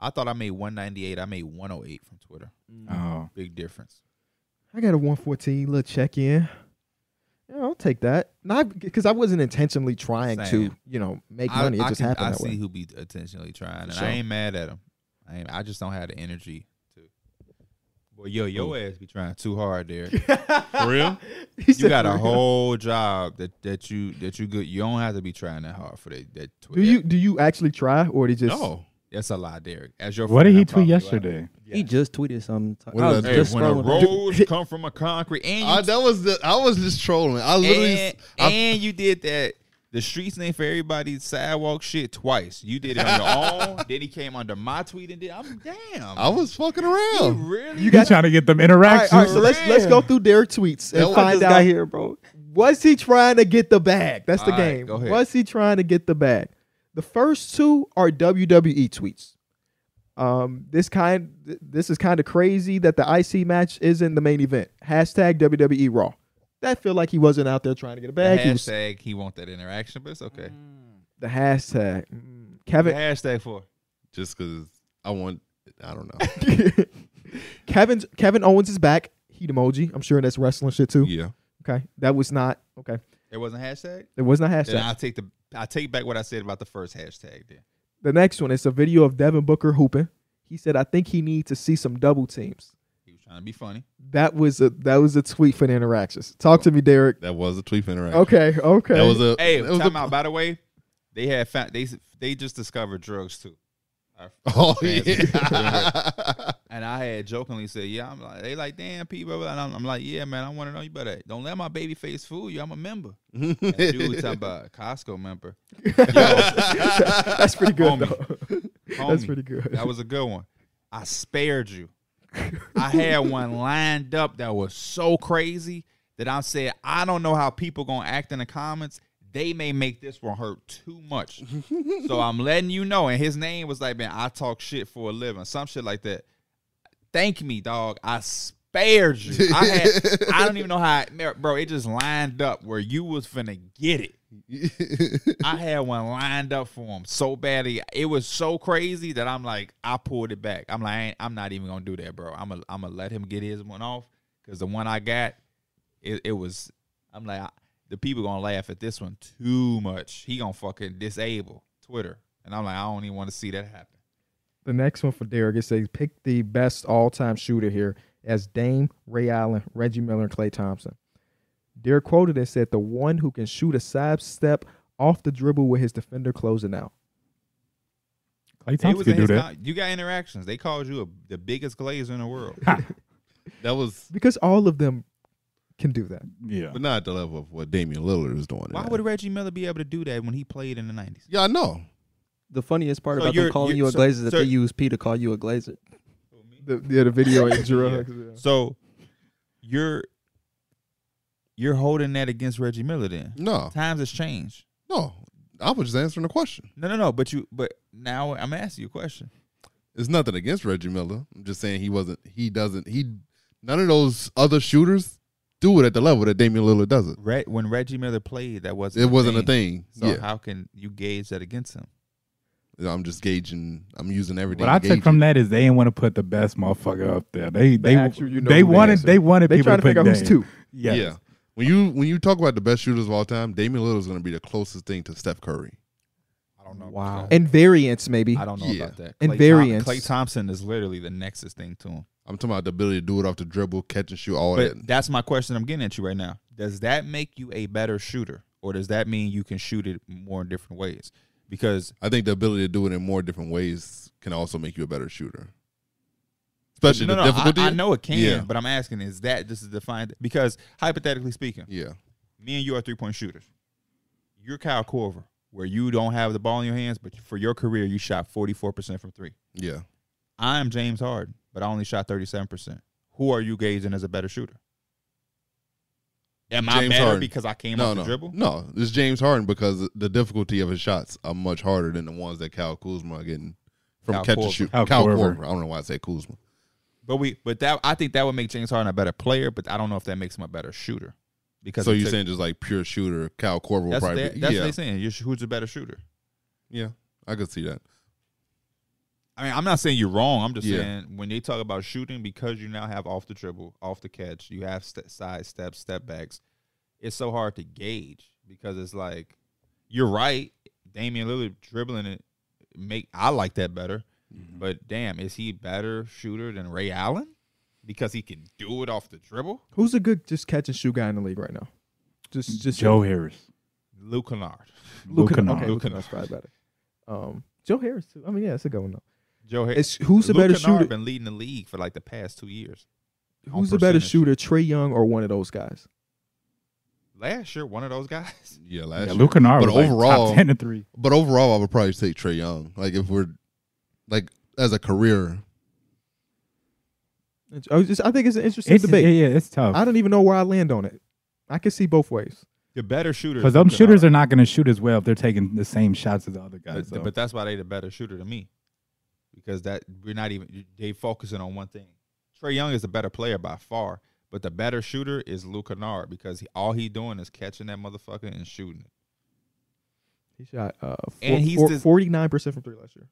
[SPEAKER 2] I thought I made one ninety eight. I made one oh eight from Twitter.
[SPEAKER 5] Mm.
[SPEAKER 3] Oh,
[SPEAKER 2] Big difference.
[SPEAKER 1] I got a one fourteen little check in. Yeah, I'll take that. Not because I wasn't intentionally trying
[SPEAKER 2] Same.
[SPEAKER 1] to, you know, make
[SPEAKER 2] I,
[SPEAKER 1] money. It
[SPEAKER 2] I
[SPEAKER 1] just
[SPEAKER 2] can-
[SPEAKER 1] happened
[SPEAKER 2] I
[SPEAKER 1] that
[SPEAKER 2] see
[SPEAKER 1] way.
[SPEAKER 2] who be intentionally trying, and
[SPEAKER 1] Sure.
[SPEAKER 2] I ain't mad at him. I ain't, I just don't have the energy to. Boy, yo, your ass be trying too hard there.
[SPEAKER 4] For real?
[SPEAKER 1] He
[SPEAKER 2] you
[SPEAKER 1] said,
[SPEAKER 2] got a
[SPEAKER 1] "Real."
[SPEAKER 2] whole job that that you that you good. You don't have to be trying that hard for that. That
[SPEAKER 1] Do
[SPEAKER 2] Twitter.
[SPEAKER 1] you do you actually try or did you just
[SPEAKER 4] No.
[SPEAKER 2] That's a lie, Derek. As your
[SPEAKER 3] what did
[SPEAKER 2] friend,
[SPEAKER 3] he
[SPEAKER 2] I'm
[SPEAKER 3] tweet
[SPEAKER 2] probably lying.
[SPEAKER 3] yesterday?
[SPEAKER 2] Yeah.
[SPEAKER 5] He just tweeted something.
[SPEAKER 4] What
[SPEAKER 5] I
[SPEAKER 4] did
[SPEAKER 5] was
[SPEAKER 4] I do?
[SPEAKER 5] just
[SPEAKER 2] Hey, when a
[SPEAKER 5] scrolling.
[SPEAKER 2] rose come from a concrete, and you
[SPEAKER 4] I, that was the, I was just trolling. I literally.
[SPEAKER 2] and,
[SPEAKER 4] I-
[SPEAKER 2] and you did that. The streets name for everybody sidewalk shit twice. You did it on your own. Then he came under my tweet and did. I'm damn.
[SPEAKER 4] I was fucking
[SPEAKER 2] you
[SPEAKER 4] around.
[SPEAKER 2] really.
[SPEAKER 1] You
[SPEAKER 3] You
[SPEAKER 1] got
[SPEAKER 3] trying to get them
[SPEAKER 1] All right,
[SPEAKER 3] interactions?
[SPEAKER 1] all right, so let's let's go through Derek tweets
[SPEAKER 4] That
[SPEAKER 1] and
[SPEAKER 4] was-
[SPEAKER 1] find out here, bro. Was he trying to get the bag? That's the
[SPEAKER 2] All right,
[SPEAKER 1] game.
[SPEAKER 2] go ahead.
[SPEAKER 1] was he trying to get the bag? The first two are WWE tweets. Um, this kind, th- this is kind of crazy that the IC match isn't the main event. Hashtag WWE E Raw. That feel like he wasn't out there trying to get a
[SPEAKER 2] The
[SPEAKER 1] bag. He was-
[SPEAKER 2] hashtag he want that interaction, but it's okay.
[SPEAKER 1] Mm. the hashtag. Mm.
[SPEAKER 2] The
[SPEAKER 1] Kevin
[SPEAKER 2] hashtag for
[SPEAKER 4] just because I want. I don't know.
[SPEAKER 1] Kevin's Kevin Owens is back. Heat emoji. I'm sure that's wrestling shit too.
[SPEAKER 4] yeah,
[SPEAKER 1] Okay. That was not okay.
[SPEAKER 2] it wasn't hashtag.
[SPEAKER 1] It was not
[SPEAKER 2] Then
[SPEAKER 1] hashtag.
[SPEAKER 2] I take the I take back what I said about the first hashtag. Then
[SPEAKER 1] the next one is a video of Devin Booker hooping. He said, I think he needs to see some double teams.
[SPEAKER 2] he was trying to be funny.
[SPEAKER 1] That was a that was a tweet for the interactions. Talk to me, Derek.
[SPEAKER 4] that was a tweet interaction.
[SPEAKER 1] Okay, okay.
[SPEAKER 4] That was a.
[SPEAKER 2] Hey,
[SPEAKER 4] that was
[SPEAKER 2] time
[SPEAKER 4] a-
[SPEAKER 2] out. By the way, they had found they they just discovered drugs too. Our-
[SPEAKER 4] Oh
[SPEAKER 2] fans.
[SPEAKER 4] yeah.
[SPEAKER 2] And I had jokingly said, "Yeah." I'm like, they like, "Damn, people," and I'm, I'm like, "Yeah, man. I want to know. You better don't let my baby face fool you. I'm a member." And dude, talking about a Costco member.
[SPEAKER 1] That's pretty good
[SPEAKER 2] Homie.
[SPEAKER 1] though. That's
[SPEAKER 2] Homie,
[SPEAKER 1] pretty good.
[SPEAKER 2] That was a good one. I spared you. I had one lined up that was so crazy that I said, I don't know how people gonna act in the comments. They may make this one hurt too much. so I'm letting you know. And his name was like, man, I talk shit for a living, some shit like that. Thank me, dog. I spared you. I had, I don't even know how, I, bro. It just lined up where you was finna get it. I had one lined up for him so badly. It was so crazy that I'm like, I pulled it back. I'm like, I ain't- I'm not even gonna do that, bro. I'm gonna I'm gonna let him get his one off because the one I got, it, it was. I'm like, I, the people gonna laugh at this one too much. He gonna fucking disable Twitter, and I'm like, I don't even want to see that happen.
[SPEAKER 1] The next one for Derek it says pick the best all time shooter here as Dame, Ray Allen, Reggie Miller, and Clay Thompson. Derek quoted and said the one who can shoot a side step off the dribble with his defender closing out.
[SPEAKER 3] Clay
[SPEAKER 2] He
[SPEAKER 3] Thompson
[SPEAKER 2] was in
[SPEAKER 3] could do
[SPEAKER 2] his
[SPEAKER 3] that.
[SPEAKER 2] con- you got interactions. They called you a, the biggest glazer in the world.
[SPEAKER 4] that was,
[SPEAKER 1] Because all of them can do that.
[SPEAKER 3] yeah.
[SPEAKER 4] but not at the level of what Damian Lillard is doing.
[SPEAKER 2] Why would Reggie Miller be able to do that when he played in the '90s?
[SPEAKER 4] Yeah, I know.
[SPEAKER 5] The funniest part
[SPEAKER 2] So
[SPEAKER 5] about
[SPEAKER 2] you're-
[SPEAKER 5] them calling
[SPEAKER 2] you're-
[SPEAKER 5] you a
[SPEAKER 2] so-
[SPEAKER 5] glazer is that
[SPEAKER 2] so-
[SPEAKER 5] they use P to call you a glazer.
[SPEAKER 1] The, yeah, the video and drugs. yeah.
[SPEAKER 2] So you're you're holding that against Reggie Miller then.
[SPEAKER 4] No,
[SPEAKER 2] Times has changed.
[SPEAKER 4] no. I was just answering the question.
[SPEAKER 2] No, no, no. But you but now I'm asking you a question.
[SPEAKER 4] It's nothing against Reggie Miller. I'm just saying he wasn't. He doesn't. He none of those other shooters do it at the level that Damian Lillard does it.
[SPEAKER 2] Re- when Reggie Miller played, that wasn't
[SPEAKER 4] It wasn't a thing.
[SPEAKER 2] So
[SPEAKER 4] yeah,
[SPEAKER 2] how can you gauge that against him?
[SPEAKER 4] I'm just gauging. I'm using everything.
[SPEAKER 3] What I
[SPEAKER 4] to
[SPEAKER 3] took
[SPEAKER 4] gauge
[SPEAKER 3] from
[SPEAKER 4] it.
[SPEAKER 3] that is they didn't want to put the best motherfucker up there. They they
[SPEAKER 1] actual, you know
[SPEAKER 3] they
[SPEAKER 1] who the
[SPEAKER 3] wanted
[SPEAKER 1] answer.
[SPEAKER 3] they wanted
[SPEAKER 1] They
[SPEAKER 3] people
[SPEAKER 1] trying
[SPEAKER 3] to
[SPEAKER 1] to
[SPEAKER 3] pick
[SPEAKER 1] figure out who's
[SPEAKER 3] Dame.
[SPEAKER 1] two.
[SPEAKER 3] Yes.
[SPEAKER 4] Yeah. When you when you talk about the best shooters of all time, Damian Lillard is going to be the closest thing to Steph Curry.
[SPEAKER 2] I don't know.
[SPEAKER 5] Wow.
[SPEAKER 2] about that.
[SPEAKER 1] And variants, maybe.
[SPEAKER 2] I don't know
[SPEAKER 4] Yeah.
[SPEAKER 2] about that.
[SPEAKER 1] And
[SPEAKER 2] Klay Thom-
[SPEAKER 1] variance.
[SPEAKER 2] Klay Thompson is literally the nexus thing to him.
[SPEAKER 4] I'm talking about the ability to do it off the dribble, catch and shoot, all
[SPEAKER 2] But
[SPEAKER 4] that.
[SPEAKER 2] that's my question I'm getting at you right now. Does that make you a better shooter? Or does that mean you can shoot it more in different ways? Because
[SPEAKER 4] I think the ability to do it in more different ways can also make you a better shooter. Especially
[SPEAKER 2] no,
[SPEAKER 4] the
[SPEAKER 2] no,
[SPEAKER 4] difficulty.
[SPEAKER 2] I, I know it can,
[SPEAKER 4] Yeah.
[SPEAKER 2] but I'm asking, is that just to define? Because hypothetically speaking,
[SPEAKER 4] Yeah.
[SPEAKER 2] me and you are three point shooters. You're Kyle Corver, where you don't have the ball in your hands, but for your career, you shot 44% from three.
[SPEAKER 4] Yeah.
[SPEAKER 2] I'm James Harden, but I only shot 37%. Who are you gauging as a better shooter? Am I
[SPEAKER 4] James
[SPEAKER 2] better
[SPEAKER 4] Harden.
[SPEAKER 2] because I came
[SPEAKER 4] No,
[SPEAKER 2] off the
[SPEAKER 4] no.
[SPEAKER 2] dribble?
[SPEAKER 4] No. It's James Harden because the difficulty of his shots are much harder than the ones that Cal Kuzma are getting from
[SPEAKER 2] Kyle
[SPEAKER 4] catch
[SPEAKER 2] Korver.
[SPEAKER 4] and shoot.
[SPEAKER 3] Kyle
[SPEAKER 4] Kyle
[SPEAKER 3] Korver.
[SPEAKER 4] Korver. I don't know why I say Kuzma.
[SPEAKER 2] But we, but that I think that would make James Harden a better player, but I don't know if that makes him a better shooter. Because
[SPEAKER 4] So
[SPEAKER 2] it
[SPEAKER 4] you're
[SPEAKER 2] took-
[SPEAKER 4] saying just like pure shooter, Cal Korver will
[SPEAKER 2] that's, what
[SPEAKER 4] probably
[SPEAKER 2] they,
[SPEAKER 4] be-
[SPEAKER 2] that's
[SPEAKER 4] yeah.
[SPEAKER 2] what they're saying. You're, who's the better shooter?
[SPEAKER 4] yeah. I could see that.
[SPEAKER 2] I mean, I'm not saying you're wrong. I'm just
[SPEAKER 4] Yeah.
[SPEAKER 2] saying when they talk about shooting, because you now have off the dribble, off the catch, you have st- side steps, step backs. It's so hard to gauge because it's like you're right. Damian Lillard dribbling it make I like that better,
[SPEAKER 1] Mm-hmm.
[SPEAKER 2] but damn, is he better shooter than Ray Allen because he can do it off the dribble?
[SPEAKER 1] Who's a good just catch and shoot guy in the league right now? Just just
[SPEAKER 3] Joe Harris.
[SPEAKER 2] Luke Kennard,
[SPEAKER 3] Luke
[SPEAKER 1] Kennard.
[SPEAKER 3] Kennard.
[SPEAKER 1] Okay, Luke
[SPEAKER 2] Luke
[SPEAKER 1] Kennard's probably better. Um, Joe Harris too. I mean, yeah, it's a good one though.
[SPEAKER 2] Joe Harris.
[SPEAKER 1] It's who's the better shooter?
[SPEAKER 2] Been leading the league for like the past two years. on
[SPEAKER 1] Who's the better
[SPEAKER 2] percentage.
[SPEAKER 1] shooter, Trey Young or one of those guys?
[SPEAKER 2] Last year, one of those guys.
[SPEAKER 4] Yeah, last
[SPEAKER 3] Yeah,
[SPEAKER 4] year.
[SPEAKER 3] Luke Kennard
[SPEAKER 4] But
[SPEAKER 3] was like
[SPEAKER 4] overall-
[SPEAKER 3] top ten and three.
[SPEAKER 4] But overall, I would probably say Trey Young. Like if we're like as a career,
[SPEAKER 1] I, was just, I think it's an interesting
[SPEAKER 3] It's, yeah,
[SPEAKER 1] debate.
[SPEAKER 3] yeah, it's
[SPEAKER 1] I
[SPEAKER 3] tough
[SPEAKER 1] don't even know where I land on it. I can see both ways.
[SPEAKER 2] The better shooter.
[SPEAKER 3] because them shooters are not going to shoot as well if they're taking the same shots as the other
[SPEAKER 2] But,
[SPEAKER 3] guys. so.
[SPEAKER 2] but that's why they the better shooter than me, because that we're not even they focusing on one thing. Trey Young is a better player by far, But the better shooter is Luke Kennard because he, all he doing is catching that motherfucker and shooting it.
[SPEAKER 1] He shot uh,
[SPEAKER 2] And he's this-
[SPEAKER 1] forty nine percent from three last year,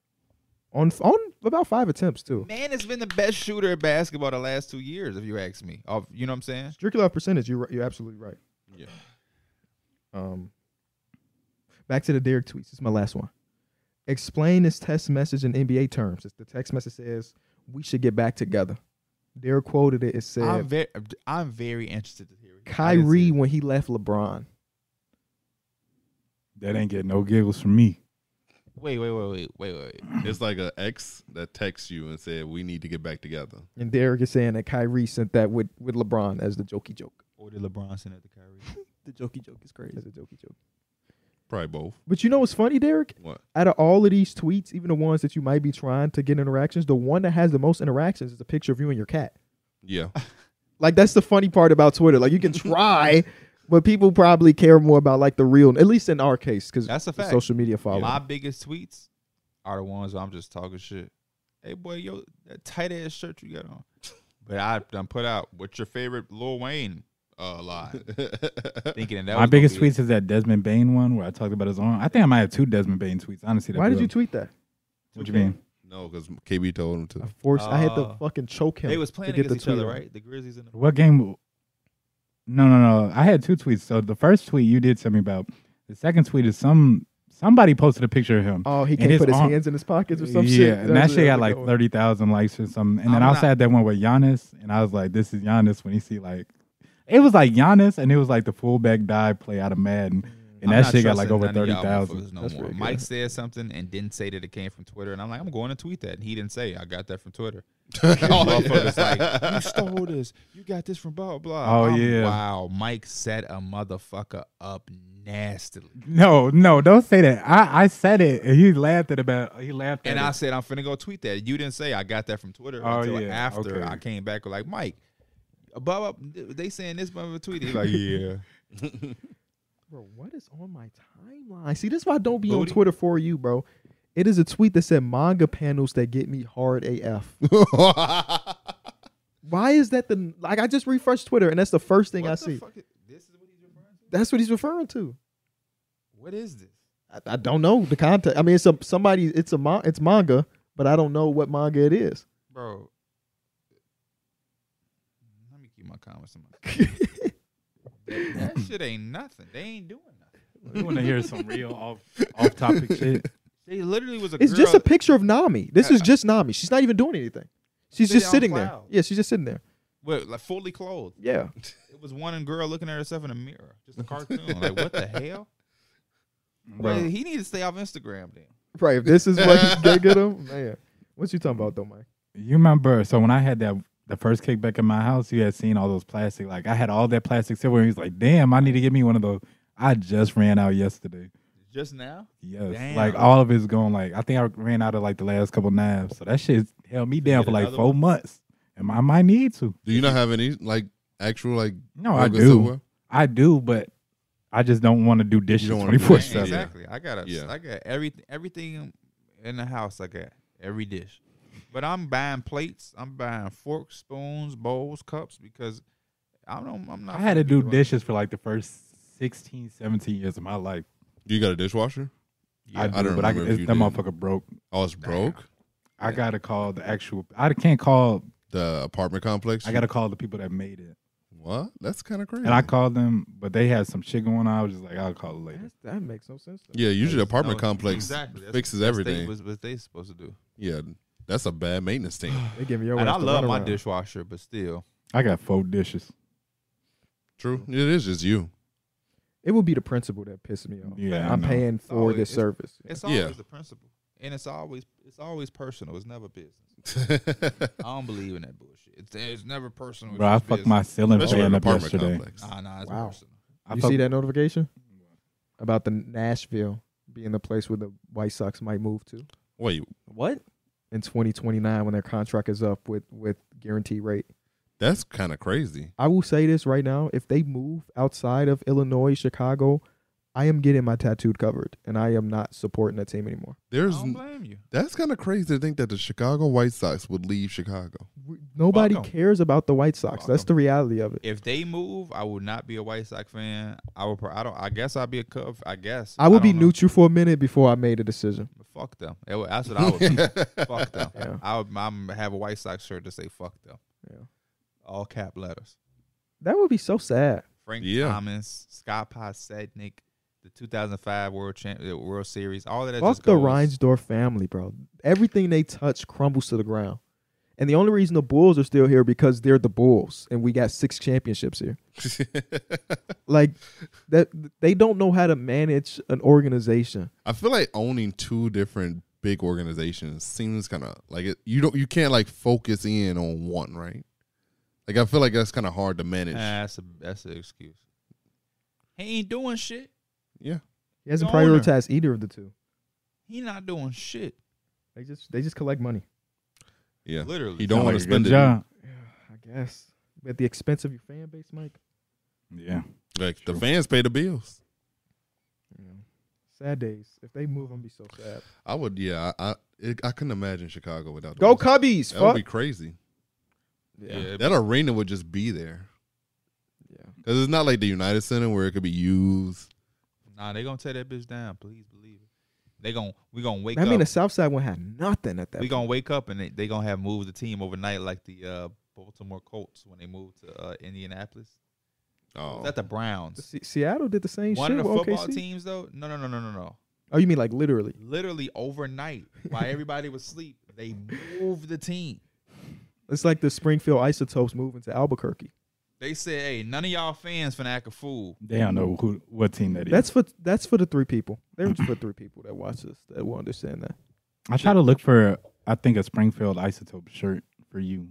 [SPEAKER 1] on on about five attempts too.
[SPEAKER 2] Man has been the best shooter at basketball the last two years, if you ask me. Of you know what I'm saying?
[SPEAKER 1] Strictly off percentage, you're right- you're absolutely right.
[SPEAKER 4] Yeah.
[SPEAKER 1] Um, back to the Derek tweets. This is my last one. Explain this text message in NBA terms. It's the text message says we should get back together. Derek quoted it. It said
[SPEAKER 2] I'm very, I'm very interested to hear. it. I didn't see
[SPEAKER 1] Kyrie
[SPEAKER 2] it.
[SPEAKER 1] when he left LeBron.
[SPEAKER 3] That ain't getting no giggles from me.
[SPEAKER 2] Wait, wait, wait, wait, wait, wait.
[SPEAKER 4] It's like an ex that texts you and said, "We need to get back together."
[SPEAKER 1] And Derek is saying that Kyrie sent that with, with LeBron as the jokey joke.
[SPEAKER 2] Or did LeBron send it to Kyrie?
[SPEAKER 5] The jokey joke is crazy.
[SPEAKER 1] As a jokey joke.
[SPEAKER 4] Probably both.
[SPEAKER 1] But you know what's funny, Derek?
[SPEAKER 4] What?
[SPEAKER 1] Out of all of these tweets, even the ones that you might be trying to get interactions, the one that has the most interactions is a picture of you and your cat.
[SPEAKER 4] Yeah.
[SPEAKER 1] Like that's the funny part about Twitter. Like you can try, but people probably care more about like the real. At least in our case, because
[SPEAKER 2] That's a fact.
[SPEAKER 1] social media follow.
[SPEAKER 2] My biggest tweets are the ones where I'm just talking shit. Hey boy, yo, that tight ass shirt you got on. But I done put out what's your favorite Lil Wayne uh line? Thinking that
[SPEAKER 3] My
[SPEAKER 2] was
[SPEAKER 3] biggest
[SPEAKER 2] gonna be it.
[SPEAKER 3] tweets is that Desmond Bain one where I talked about his arm. I think I might have two Desmond Bain tweets. Honestly, that
[SPEAKER 1] Why did
[SPEAKER 3] blew
[SPEAKER 1] you
[SPEAKER 3] up.
[SPEAKER 1] tweet that?
[SPEAKER 3] What you mean?
[SPEAKER 4] no, because KB told him to.
[SPEAKER 1] I forced. I had to
[SPEAKER 2] Uh,
[SPEAKER 1] fucking choke him.
[SPEAKER 2] They was playing
[SPEAKER 1] to get
[SPEAKER 2] against
[SPEAKER 1] the
[SPEAKER 2] each other,
[SPEAKER 1] tweet on.
[SPEAKER 2] right? The Grizzlies and the
[SPEAKER 3] What game? No, no, no. I had two tweets. So the first tweet you did tell me about. The second tweet is some somebody posted a picture of him.
[SPEAKER 1] Oh, he
[SPEAKER 3] And
[SPEAKER 1] can't
[SPEAKER 3] his
[SPEAKER 1] put his
[SPEAKER 3] arm-
[SPEAKER 1] hands in his pockets or some
[SPEAKER 3] yeah,
[SPEAKER 1] shit.
[SPEAKER 3] and that
[SPEAKER 1] That's-
[SPEAKER 3] shit
[SPEAKER 1] that's
[SPEAKER 3] got
[SPEAKER 1] a
[SPEAKER 3] like
[SPEAKER 1] good one.
[SPEAKER 3] thirty thousand likes or something. And then
[SPEAKER 2] I'm
[SPEAKER 3] I also
[SPEAKER 2] not-
[SPEAKER 3] had that one with Giannis, and I was like, "This is Giannis." When he see like, it was like Giannis, and it was like the fullback dive play out of Madden, and
[SPEAKER 2] Mm, I'm
[SPEAKER 3] that
[SPEAKER 2] not
[SPEAKER 3] shit got like
[SPEAKER 2] trusting
[SPEAKER 3] over
[SPEAKER 2] none of
[SPEAKER 3] thirty
[SPEAKER 2] y'all
[SPEAKER 3] thousand.
[SPEAKER 2] motherfuckers No
[SPEAKER 1] That's
[SPEAKER 2] more.
[SPEAKER 1] pretty good.
[SPEAKER 2] Mike said something and didn't say that it came from Twitter, and I'm like, I'm going to tweet that. And he didn't say. it. I got that from Twitter. Motherfuckers like, you stole this. You got this from blah blah.
[SPEAKER 3] Oh,
[SPEAKER 2] I'm-
[SPEAKER 3] yeah.
[SPEAKER 2] Wow, Mike set a motherfucker up nastily.
[SPEAKER 3] No, no, don't say that. I, I said it, and he laughed at about. He laughed
[SPEAKER 2] And
[SPEAKER 3] at
[SPEAKER 2] I
[SPEAKER 3] it.
[SPEAKER 2] said I'm finna go tweet that. You didn't say I got that from Twitter
[SPEAKER 3] Oh,
[SPEAKER 2] until
[SPEAKER 3] yeah.
[SPEAKER 2] after
[SPEAKER 3] Okay.
[SPEAKER 2] I came back. Like Mike, above up, they saying this mother tweet. He like, yeah.
[SPEAKER 1] Bro, what is on my timeline? See, this is why I don't be on
[SPEAKER 2] Booty.
[SPEAKER 1] Twitter for you, bro. It is a tweet that said manga panels that get me hard AF. Why is that the like? I just refreshed Twitter, and that's the first thing
[SPEAKER 2] What
[SPEAKER 1] I
[SPEAKER 2] the
[SPEAKER 1] see.
[SPEAKER 2] fuck is- this is what he's referring to.
[SPEAKER 1] That's what he's referring to.
[SPEAKER 2] What is this?
[SPEAKER 1] I, I don't know the context. I mean, it's a somebody. It's a mon- it's manga, but I don't know what manga it is.
[SPEAKER 2] bro. Let me keep my comments to myself. that, that shit ain't nothing. They ain't doing nothing.
[SPEAKER 3] you want to hear some real off off topic shit.
[SPEAKER 2] They literally was a.
[SPEAKER 1] It's
[SPEAKER 2] girl,
[SPEAKER 1] just a picture of Nami. This is just Nami. She's not even doing anything. She's
[SPEAKER 2] Sit
[SPEAKER 1] just
[SPEAKER 2] on
[SPEAKER 1] sitting there.
[SPEAKER 2] cloud.
[SPEAKER 1] Yeah, she's just sitting there.
[SPEAKER 2] with, like fully clothed.
[SPEAKER 1] Yeah.
[SPEAKER 2] It was one girl looking at herself in a mirror, just a cartoon. like what the hell? Well,
[SPEAKER 3] Bro,
[SPEAKER 2] he needs to stay off Instagram then.
[SPEAKER 1] Right. If this is what he's gonna get him, man. What you talking about though, Mike?
[SPEAKER 3] you remember? So when I had that the first kickback in my house, you had seen all those plastic. Like I had all that plastic silverware. And he's like, "Damn, I need to get me one of those." I just ran out yesterday.
[SPEAKER 2] Just now,
[SPEAKER 3] Yes,
[SPEAKER 2] Damn.
[SPEAKER 3] like all of it's going. Like I think I ran out of like the last couple knives. So that shit held me down
[SPEAKER 2] Get
[SPEAKER 3] for like
[SPEAKER 2] another
[SPEAKER 3] four
[SPEAKER 2] one?
[SPEAKER 3] months, and I might need to.
[SPEAKER 4] Do you not have any like actual like?
[SPEAKER 3] No, Oh, I
[SPEAKER 4] yoga
[SPEAKER 3] do.
[SPEAKER 4] silverware?
[SPEAKER 3] I do, but I just don't want to do dishes
[SPEAKER 4] don't wanna
[SPEAKER 3] twenty
[SPEAKER 4] do
[SPEAKER 3] four
[SPEAKER 4] Push
[SPEAKER 2] Yeah,
[SPEAKER 4] that,
[SPEAKER 3] seven.
[SPEAKER 4] yeah.
[SPEAKER 2] exactly. I got a,
[SPEAKER 4] Yeah.
[SPEAKER 2] I got every everything in the house. I got every dish, but I'm buying plates. I'm buying forks, spoons, bowls, cups because I don't. I'm not.
[SPEAKER 3] I had to
[SPEAKER 2] finna be
[SPEAKER 3] do
[SPEAKER 2] doing-
[SPEAKER 3] dishes for like the first 16, 17 years of my life.
[SPEAKER 4] Do you got a dishwasher?
[SPEAKER 2] Yeah.
[SPEAKER 3] I do,
[SPEAKER 4] I don't
[SPEAKER 3] but I,
[SPEAKER 4] remember if
[SPEAKER 3] it's-
[SPEAKER 4] you
[SPEAKER 3] that
[SPEAKER 4] did.
[SPEAKER 3] motherfucker broke.
[SPEAKER 4] Oh, it's broke.
[SPEAKER 3] I gotta call the actual. I can't call.
[SPEAKER 4] The apartment complex.
[SPEAKER 3] I gotta call the people that made it,
[SPEAKER 4] What? That's kind of crazy.
[SPEAKER 3] and I
[SPEAKER 1] Hmm.
[SPEAKER 3] called them, but they had some shit going on. I was just like, I'll call it later.
[SPEAKER 1] That's, that makes no sense. Though.
[SPEAKER 4] Yeah, usually the apartment
[SPEAKER 2] No,
[SPEAKER 4] complex
[SPEAKER 2] exactly. That's-
[SPEAKER 4] fixes
[SPEAKER 2] that's they-
[SPEAKER 4] everything.
[SPEAKER 2] was- what they supposed to do.
[SPEAKER 4] yeah, that's a bad maintenance team.
[SPEAKER 1] They give me your
[SPEAKER 2] And I
[SPEAKER 1] ass the
[SPEAKER 2] love my
[SPEAKER 1] runaround.
[SPEAKER 2] dishwasher, but still,
[SPEAKER 3] I got four dishes.
[SPEAKER 4] True. It is just you.
[SPEAKER 1] It would be the principle that pissed me off.
[SPEAKER 3] Yeah, I
[SPEAKER 1] I'm
[SPEAKER 3] know.
[SPEAKER 1] paying for
[SPEAKER 2] always-
[SPEAKER 1] this
[SPEAKER 2] it's-
[SPEAKER 1] service.
[SPEAKER 2] it's
[SPEAKER 4] Yeah.
[SPEAKER 2] always the principle, and it's always it's always personal. It's never business. I don't believe in that bullshit. It's, it's never personal.
[SPEAKER 3] Bro, I
[SPEAKER 2] it's
[SPEAKER 3] fucked
[SPEAKER 2] business.
[SPEAKER 3] my ceiling
[SPEAKER 4] Especially in
[SPEAKER 3] fan
[SPEAKER 4] an
[SPEAKER 3] up
[SPEAKER 4] apartment
[SPEAKER 3] yesterday.
[SPEAKER 4] complex.
[SPEAKER 2] Nah, nah, it's
[SPEAKER 1] Wow.
[SPEAKER 2] personal.
[SPEAKER 3] I
[SPEAKER 1] you
[SPEAKER 3] fucked-
[SPEAKER 1] see that notification about the Nashville being the place where the White Sox might move to
[SPEAKER 4] Wait,
[SPEAKER 5] What?
[SPEAKER 1] in 2029 when their contract is up with with guarantee rate.
[SPEAKER 4] that's kind of crazy.
[SPEAKER 1] I will say this right now: if they move outside of Illinois, Chicago, I am getting my tattooed covered, and I am not supporting that team anymore.
[SPEAKER 2] I
[SPEAKER 4] There's
[SPEAKER 2] don't blame you.
[SPEAKER 4] that's kind of crazy to think that the Chicago White Sox would leave Chicago.
[SPEAKER 1] We- Nobody
[SPEAKER 2] Fuck 'em.
[SPEAKER 1] cares about the White Sox.
[SPEAKER 2] Fuck
[SPEAKER 1] That's
[SPEAKER 2] 'em.
[SPEAKER 1] the reality of it.
[SPEAKER 2] If they move, I would not be a White Sox fan. I would. pro- I don't. I guess I'd be a Cub. I guess
[SPEAKER 1] I would be
[SPEAKER 2] don't know.
[SPEAKER 1] neutral for a minute before I made a decision.
[SPEAKER 2] Fuck them. That would- That's what I would. be. fuck them.
[SPEAKER 1] Yeah.
[SPEAKER 2] I would. I'm have a White Sox shirt to say fuck them.
[SPEAKER 1] Yeah.
[SPEAKER 2] All cap letters.
[SPEAKER 1] That would be so sad.
[SPEAKER 2] Frank
[SPEAKER 4] Yeah.
[SPEAKER 2] Thomas, Scott Podsednik, the 2005 World Champ, the World Series, all of that.
[SPEAKER 1] Fuck
[SPEAKER 2] just
[SPEAKER 1] the
[SPEAKER 2] goes.
[SPEAKER 1] Reinsdorf family, bro. Everything they touch crumbles to the ground. And the only reason the Bulls are still here because they're the Bulls, and we got six championships here. Like that, they don't know how to manage an organization.
[SPEAKER 4] I feel like owning two different big organizations seems kind of like it, you don't you can't like focus in on one, right? Like I feel like that's kind of hard to
[SPEAKER 2] Nah,
[SPEAKER 4] manage.
[SPEAKER 2] that's a that's an excuse. He ain't doing shit.
[SPEAKER 4] yeah,
[SPEAKER 1] He hasn't
[SPEAKER 2] The owner.
[SPEAKER 1] prioritized either of the two.
[SPEAKER 2] He not doing shit.
[SPEAKER 1] They just they just collect money.
[SPEAKER 4] yeah.
[SPEAKER 2] Literally,
[SPEAKER 4] He don't
[SPEAKER 3] Sound
[SPEAKER 4] want
[SPEAKER 3] like a
[SPEAKER 4] to
[SPEAKER 3] good
[SPEAKER 4] spend it
[SPEAKER 3] job.
[SPEAKER 1] Yeah, I guess at the expense of your fan base, Mike.
[SPEAKER 3] Yeah.
[SPEAKER 4] Like the fans pay the bills.
[SPEAKER 1] You know, sad days. If they move, I'm gonna be so sad.
[SPEAKER 4] I would, yeah. I I, it, I couldn't imagine Chicago without the
[SPEAKER 1] Go
[SPEAKER 4] White Sox.
[SPEAKER 1] Cubbies!
[SPEAKER 4] That would
[SPEAKER 1] Fuck.
[SPEAKER 4] be crazy.
[SPEAKER 2] Yeah, it'd
[SPEAKER 4] That arena would just be there
[SPEAKER 1] yeah.
[SPEAKER 4] because it's not like the United Center where it could be used.
[SPEAKER 2] be- nah, they gonna tear that bitch down. Please believe it. They gon' we gonna wake
[SPEAKER 1] I
[SPEAKER 2] up.
[SPEAKER 1] mean, the South Side one had nothing at that.
[SPEAKER 2] we
[SPEAKER 1] point.
[SPEAKER 2] gonna wake up and they, they gonna have moved the team overnight like the uh, Baltimore Colts when they moved to uh, Indianapolis.
[SPEAKER 4] Oh,
[SPEAKER 2] Was that the
[SPEAKER 1] The
[SPEAKER 2] Browns?
[SPEAKER 1] Se- Seattle did the same
[SPEAKER 2] One
[SPEAKER 1] shit
[SPEAKER 2] of the
[SPEAKER 1] with
[SPEAKER 2] football
[SPEAKER 1] OKC.
[SPEAKER 2] teams though. No, no, no, no, no, no.
[SPEAKER 1] Oh, you mean like literally?
[SPEAKER 2] literally overnight while everybody was asleep they moved the team
[SPEAKER 1] It's like the Springfield Isotopes moving to Albuquerque.
[SPEAKER 2] they said hey none of y'all fans finna act a fool
[SPEAKER 3] They don't know who what team that is.
[SPEAKER 1] That's for that's for the three people. There's for three people that watch this that will understand that.
[SPEAKER 3] I try to look for I think a Springfield isotope shirt for you.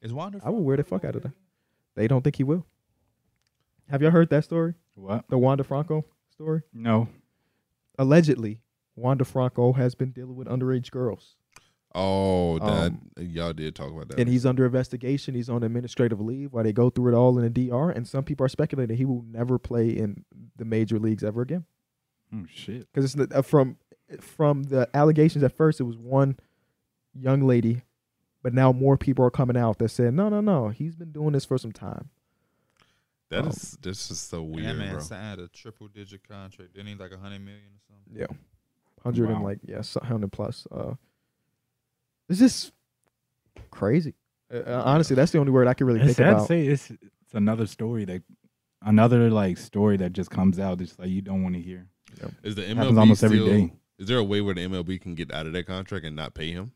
[SPEAKER 2] it's wonderful
[SPEAKER 1] I will wear the fuck out of that. They don't think he will. Have y'all heard that story?
[SPEAKER 3] What?
[SPEAKER 1] The Wanda Franco story?
[SPEAKER 3] No.
[SPEAKER 1] Allegedly, Wanda Franco has been dealing with underage girls.
[SPEAKER 4] oh, that
[SPEAKER 1] Um,
[SPEAKER 4] y'all did talk about that.
[SPEAKER 1] And he's under investigation. He's on administrative leave while they go through it all in the DR. And some people are speculating he will never play in the major leagues ever again.
[SPEAKER 3] Oh shit.
[SPEAKER 1] because it's not- uh, from from the allegations at first it was one young lady but now more people are coming out that said no no no he's been doing this for some time
[SPEAKER 4] that
[SPEAKER 1] um,
[SPEAKER 4] is that's just so
[SPEAKER 2] And
[SPEAKER 4] weird,
[SPEAKER 2] that man
[SPEAKER 4] bro.
[SPEAKER 2] signed a triple digit contract didn't he like a hundred million or something
[SPEAKER 1] 100 and
[SPEAKER 3] Wow.
[SPEAKER 1] like yeah so- 100 plus uh it's just crazy Uh, uh, honestly that's the only word i can really
[SPEAKER 3] It's
[SPEAKER 1] think
[SPEAKER 3] sad to
[SPEAKER 1] about
[SPEAKER 3] say it's it's another story that another like story that just comes out that's like you don't want to hear.
[SPEAKER 4] Is the MLB
[SPEAKER 3] It happens almost every
[SPEAKER 4] still-
[SPEAKER 3] day.
[SPEAKER 4] Is there a way where the MLB can get out of that contract and not pay him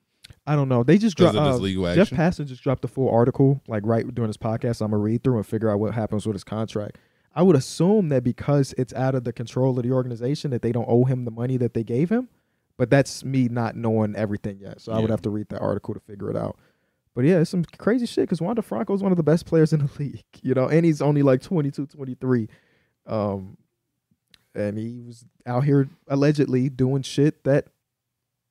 [SPEAKER 1] i don't know they just
[SPEAKER 4] because
[SPEAKER 1] dropped uh,
[SPEAKER 4] of this legal
[SPEAKER 1] jeff
[SPEAKER 4] action?
[SPEAKER 1] passon just dropped the full article like right during this podcast i'm gonna read through and figure out what happens with his contract i would assume that because it's out of the control of the organization that they don't owe him the money that they gave him but that's me not knowing everything yet. So I would
[SPEAKER 4] Yeah.
[SPEAKER 1] have to read that article to figure it out. But yeah, it's some crazy shit because Wanda Franco is one of the best players in the league, you know, and he's only like 22, 23. Um, and he was out here allegedly doing shit that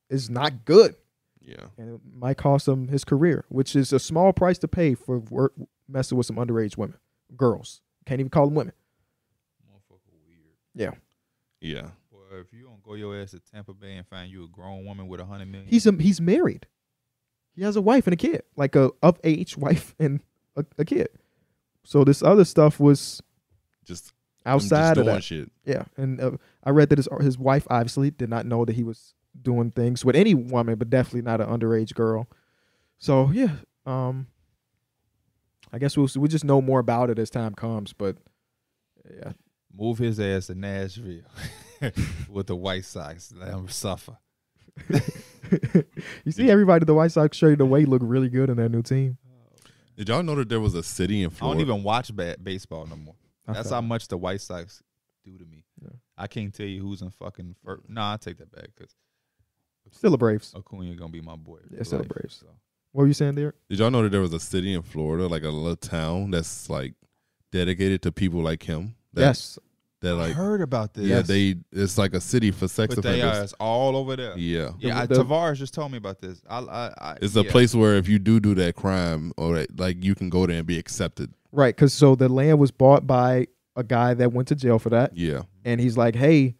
[SPEAKER 1] is not good
[SPEAKER 4] yeah,
[SPEAKER 1] and it might cost him his career, which is a small price to pay for work, messing with some underage women, girls. Can't even call them women.
[SPEAKER 2] motherfucker weird
[SPEAKER 4] yeah.
[SPEAKER 2] Boy, if you don't go your ass to Tampa Bay and find you a grown woman with a hundred million
[SPEAKER 1] He's a, he's married. He has a wife and a kid, like a of age wife and a, a kid. So this other stuff was
[SPEAKER 4] Just I'm just
[SPEAKER 1] outside of
[SPEAKER 4] doing
[SPEAKER 1] that.
[SPEAKER 4] shit.
[SPEAKER 1] Yeah, and uh, I read that his his wife obviously did not know that he was doing things with any woman, but definitely not an underage girl. So yeah, um, I guess we'll we just know more about it as time comes. But yeah,
[SPEAKER 2] move his ass to Nashville with the White Sox let him suffer
[SPEAKER 1] you see everybody the White Sox showed the way look really good in their new team.
[SPEAKER 4] Did y'all know that there was a city in
[SPEAKER 2] I don't
[SPEAKER 4] Florida?
[SPEAKER 2] even watch ba- baseball no more
[SPEAKER 1] I
[SPEAKER 2] That's
[SPEAKER 1] felt-
[SPEAKER 2] how much the White Sox do to me.
[SPEAKER 1] Yeah.
[SPEAKER 2] I can't tell you who's in fucking first. Nah, I take that back because
[SPEAKER 1] still the Braves.
[SPEAKER 2] Acuna gonna be my boy.
[SPEAKER 1] Yeah,
[SPEAKER 2] for
[SPEAKER 1] still the
[SPEAKER 2] life,
[SPEAKER 1] Braves.
[SPEAKER 2] so.
[SPEAKER 1] What were you saying there?
[SPEAKER 4] Did y'all know that there was a city in Florida, like a little town that's like dedicated to people like him? That,
[SPEAKER 1] yes,
[SPEAKER 4] That
[SPEAKER 2] I
[SPEAKER 4] like
[SPEAKER 2] heard about this.
[SPEAKER 4] yeah, they it's like a city for sex
[SPEAKER 2] but they are
[SPEAKER 4] offenders.
[SPEAKER 2] it's all over there. Yeah,
[SPEAKER 4] Yeah.
[SPEAKER 2] I,
[SPEAKER 1] The- the-
[SPEAKER 2] Tavares just told me about this. I, I, I
[SPEAKER 4] It's a
[SPEAKER 2] yeah.
[SPEAKER 4] place where if you do do that crime or like you can go there and be accepted.
[SPEAKER 1] Right, because so the land was bought by a guy that went to jail for that,
[SPEAKER 4] Yeah.
[SPEAKER 1] and he's like, "Hey,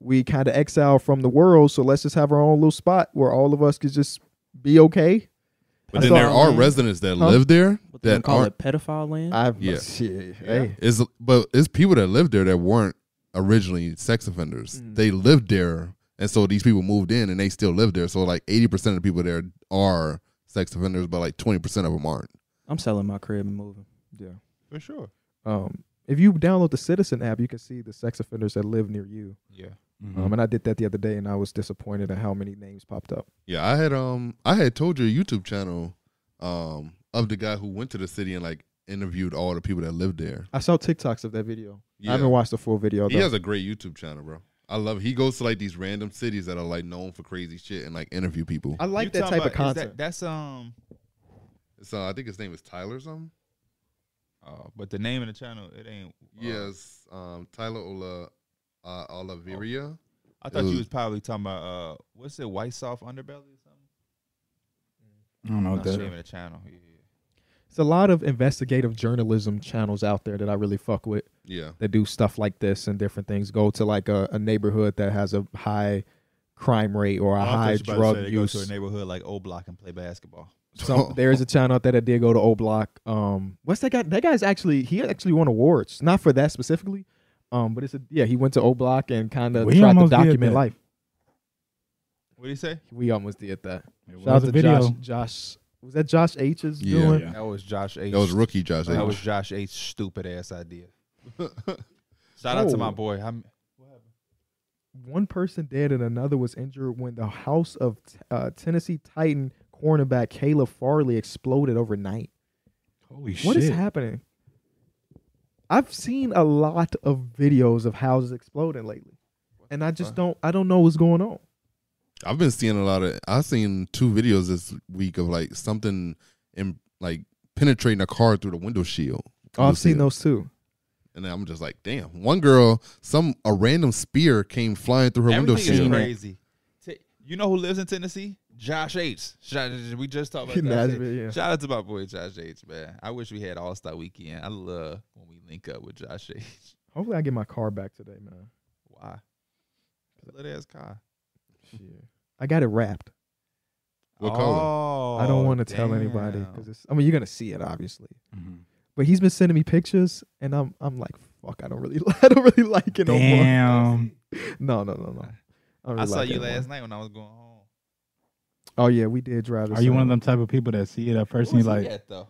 [SPEAKER 1] we kind of exiled from the world, so let's just have our own little spot where all of us could just be okay."
[SPEAKER 4] But
[SPEAKER 1] I
[SPEAKER 4] then
[SPEAKER 1] saw-
[SPEAKER 4] there are residents that
[SPEAKER 1] Huh?
[SPEAKER 4] live there
[SPEAKER 5] What they
[SPEAKER 4] that
[SPEAKER 5] call
[SPEAKER 4] aren't.
[SPEAKER 5] it pedophile land?
[SPEAKER 1] I've
[SPEAKER 4] Yeah.
[SPEAKER 1] shit,
[SPEAKER 2] Yeah.
[SPEAKER 1] hey.
[SPEAKER 4] Is but it's people that lived there that weren't originally sex offenders.
[SPEAKER 1] Mm.
[SPEAKER 4] They lived there, and so these people moved in, and they still live there. So like eighty percent of the people there are sex offenders, but like twenty percent of them aren't.
[SPEAKER 5] I'm selling my crib and moving.
[SPEAKER 1] Yeah.
[SPEAKER 2] for sure.
[SPEAKER 1] Um, if you download the Citizen app, you can see the sex offenders that live near you.
[SPEAKER 2] Yeah,
[SPEAKER 4] Mm-hmm.
[SPEAKER 1] Um, and I did that the other day, and I was disappointed at how many names popped up.
[SPEAKER 4] Yeah, I had um I had told your YouTube channel um of the guy who went to the city and like interviewed all the people that lived there.
[SPEAKER 1] I saw TikToks of that video.
[SPEAKER 4] Yeah.
[SPEAKER 1] I haven't watched the full video
[SPEAKER 4] he
[SPEAKER 1] though.
[SPEAKER 4] has a great YouTube channel, bro. I love it. He goes to like these random cities that are like known for crazy shit and like interview people.
[SPEAKER 1] I like
[SPEAKER 2] You
[SPEAKER 1] that
[SPEAKER 2] talking
[SPEAKER 1] type of
[SPEAKER 2] about- is that-
[SPEAKER 1] content.
[SPEAKER 2] that's um.
[SPEAKER 4] So I think his name is Tyler something.
[SPEAKER 2] Uh, but the name of the channel, it ain't. uh,
[SPEAKER 4] Yes, um, Tyler Ola uh, Oliveria.
[SPEAKER 2] I thought you
[SPEAKER 4] Ooh.
[SPEAKER 2] was probably talking about uh, what's it, white soft underbelly or something?
[SPEAKER 3] I don't know
[SPEAKER 1] Oh,
[SPEAKER 3] what
[SPEAKER 2] That's the
[SPEAKER 3] that.
[SPEAKER 2] name of the channel. Yeah,
[SPEAKER 1] It's a lot of investigative journalism channels out there that I really fuck with
[SPEAKER 4] Yeah,
[SPEAKER 1] that do stuff like this and different things. Go to like a, a neighborhood that has a high crime rate or a
[SPEAKER 2] Oh,
[SPEAKER 1] high drug
[SPEAKER 2] Go to a
[SPEAKER 1] use.
[SPEAKER 2] neighborhood like O Block and play basketball.
[SPEAKER 1] Some, there is a channel out there that did go to O Block. Um, what's that guy? That guy's actually he actually won awards, not for that specifically, um, but it's a yeah. He went to O Block and kind of
[SPEAKER 3] We
[SPEAKER 1] tried to
[SPEAKER 3] almost did
[SPEAKER 1] document
[SPEAKER 3] that.
[SPEAKER 1] life.
[SPEAKER 2] What do you say?
[SPEAKER 1] We almost did that.
[SPEAKER 3] It
[SPEAKER 1] Shout out
[SPEAKER 3] was
[SPEAKER 1] to
[SPEAKER 3] a video. Oh,
[SPEAKER 1] Josh. Josh was that Josh H's
[SPEAKER 4] Yeah.
[SPEAKER 1] doing?
[SPEAKER 3] Yeah.
[SPEAKER 2] That was Josh H.
[SPEAKER 4] that was rookie Josh.
[SPEAKER 2] That
[SPEAKER 4] H.
[SPEAKER 2] was Josh H. Stupid ass idea. Shout out to
[SPEAKER 1] Oh.
[SPEAKER 2] my boy. I'm,
[SPEAKER 1] one person dead and another was injured when the house of uh, Tennessee Titan cornerback Caleb Farley exploded overnight.
[SPEAKER 3] Holy shit!
[SPEAKER 1] What is happening? I've seen a lot of videos of houses exploding lately, and I just don't. I don't know what's going on.
[SPEAKER 4] I've been seeing a lot of. I've seen two videos this week of like something in like penetrating a car through the window shield.
[SPEAKER 1] Oh,
[SPEAKER 4] You'll
[SPEAKER 1] I've
[SPEAKER 4] see
[SPEAKER 1] seen
[SPEAKER 4] it.
[SPEAKER 1] those too.
[SPEAKER 4] and I'm just like, damn. One girl, some a random spear came flying through her window
[SPEAKER 2] everything is
[SPEAKER 4] shield.
[SPEAKER 2] crazy. T- you know who lives in Tennessee? Josh H. Shout, we just talked about Josh H.
[SPEAKER 1] Nashville, yeah.
[SPEAKER 2] Shout out to my boy Josh H. Man, I wish we had All Star Weekend. I love when we link up with Josh H.
[SPEAKER 1] Hopefully, I get my car back today, man.
[SPEAKER 2] Why? Little ass car.
[SPEAKER 1] Shit. I got it wrapped.
[SPEAKER 4] What
[SPEAKER 2] oh,
[SPEAKER 1] I don't want to tell anybody because it's. I mean, you're gonna see it, obviously.
[SPEAKER 3] Mm-hmm.
[SPEAKER 1] But he's been sending me pictures, and I'm. I'm like, fuck. I don't really. I don't really like it no more.
[SPEAKER 3] Damn.
[SPEAKER 1] No, no, no, no. don't
[SPEAKER 2] I
[SPEAKER 1] really
[SPEAKER 2] saw
[SPEAKER 1] like it
[SPEAKER 2] you
[SPEAKER 1] no more.
[SPEAKER 2] last night when I was going home.
[SPEAKER 1] Oh yeah, we did drive. the
[SPEAKER 3] Are you one of
[SPEAKER 1] same.
[SPEAKER 3] them type of people that see it at first and
[SPEAKER 2] Who's
[SPEAKER 3] you're
[SPEAKER 2] he
[SPEAKER 3] like,
[SPEAKER 2] at, though?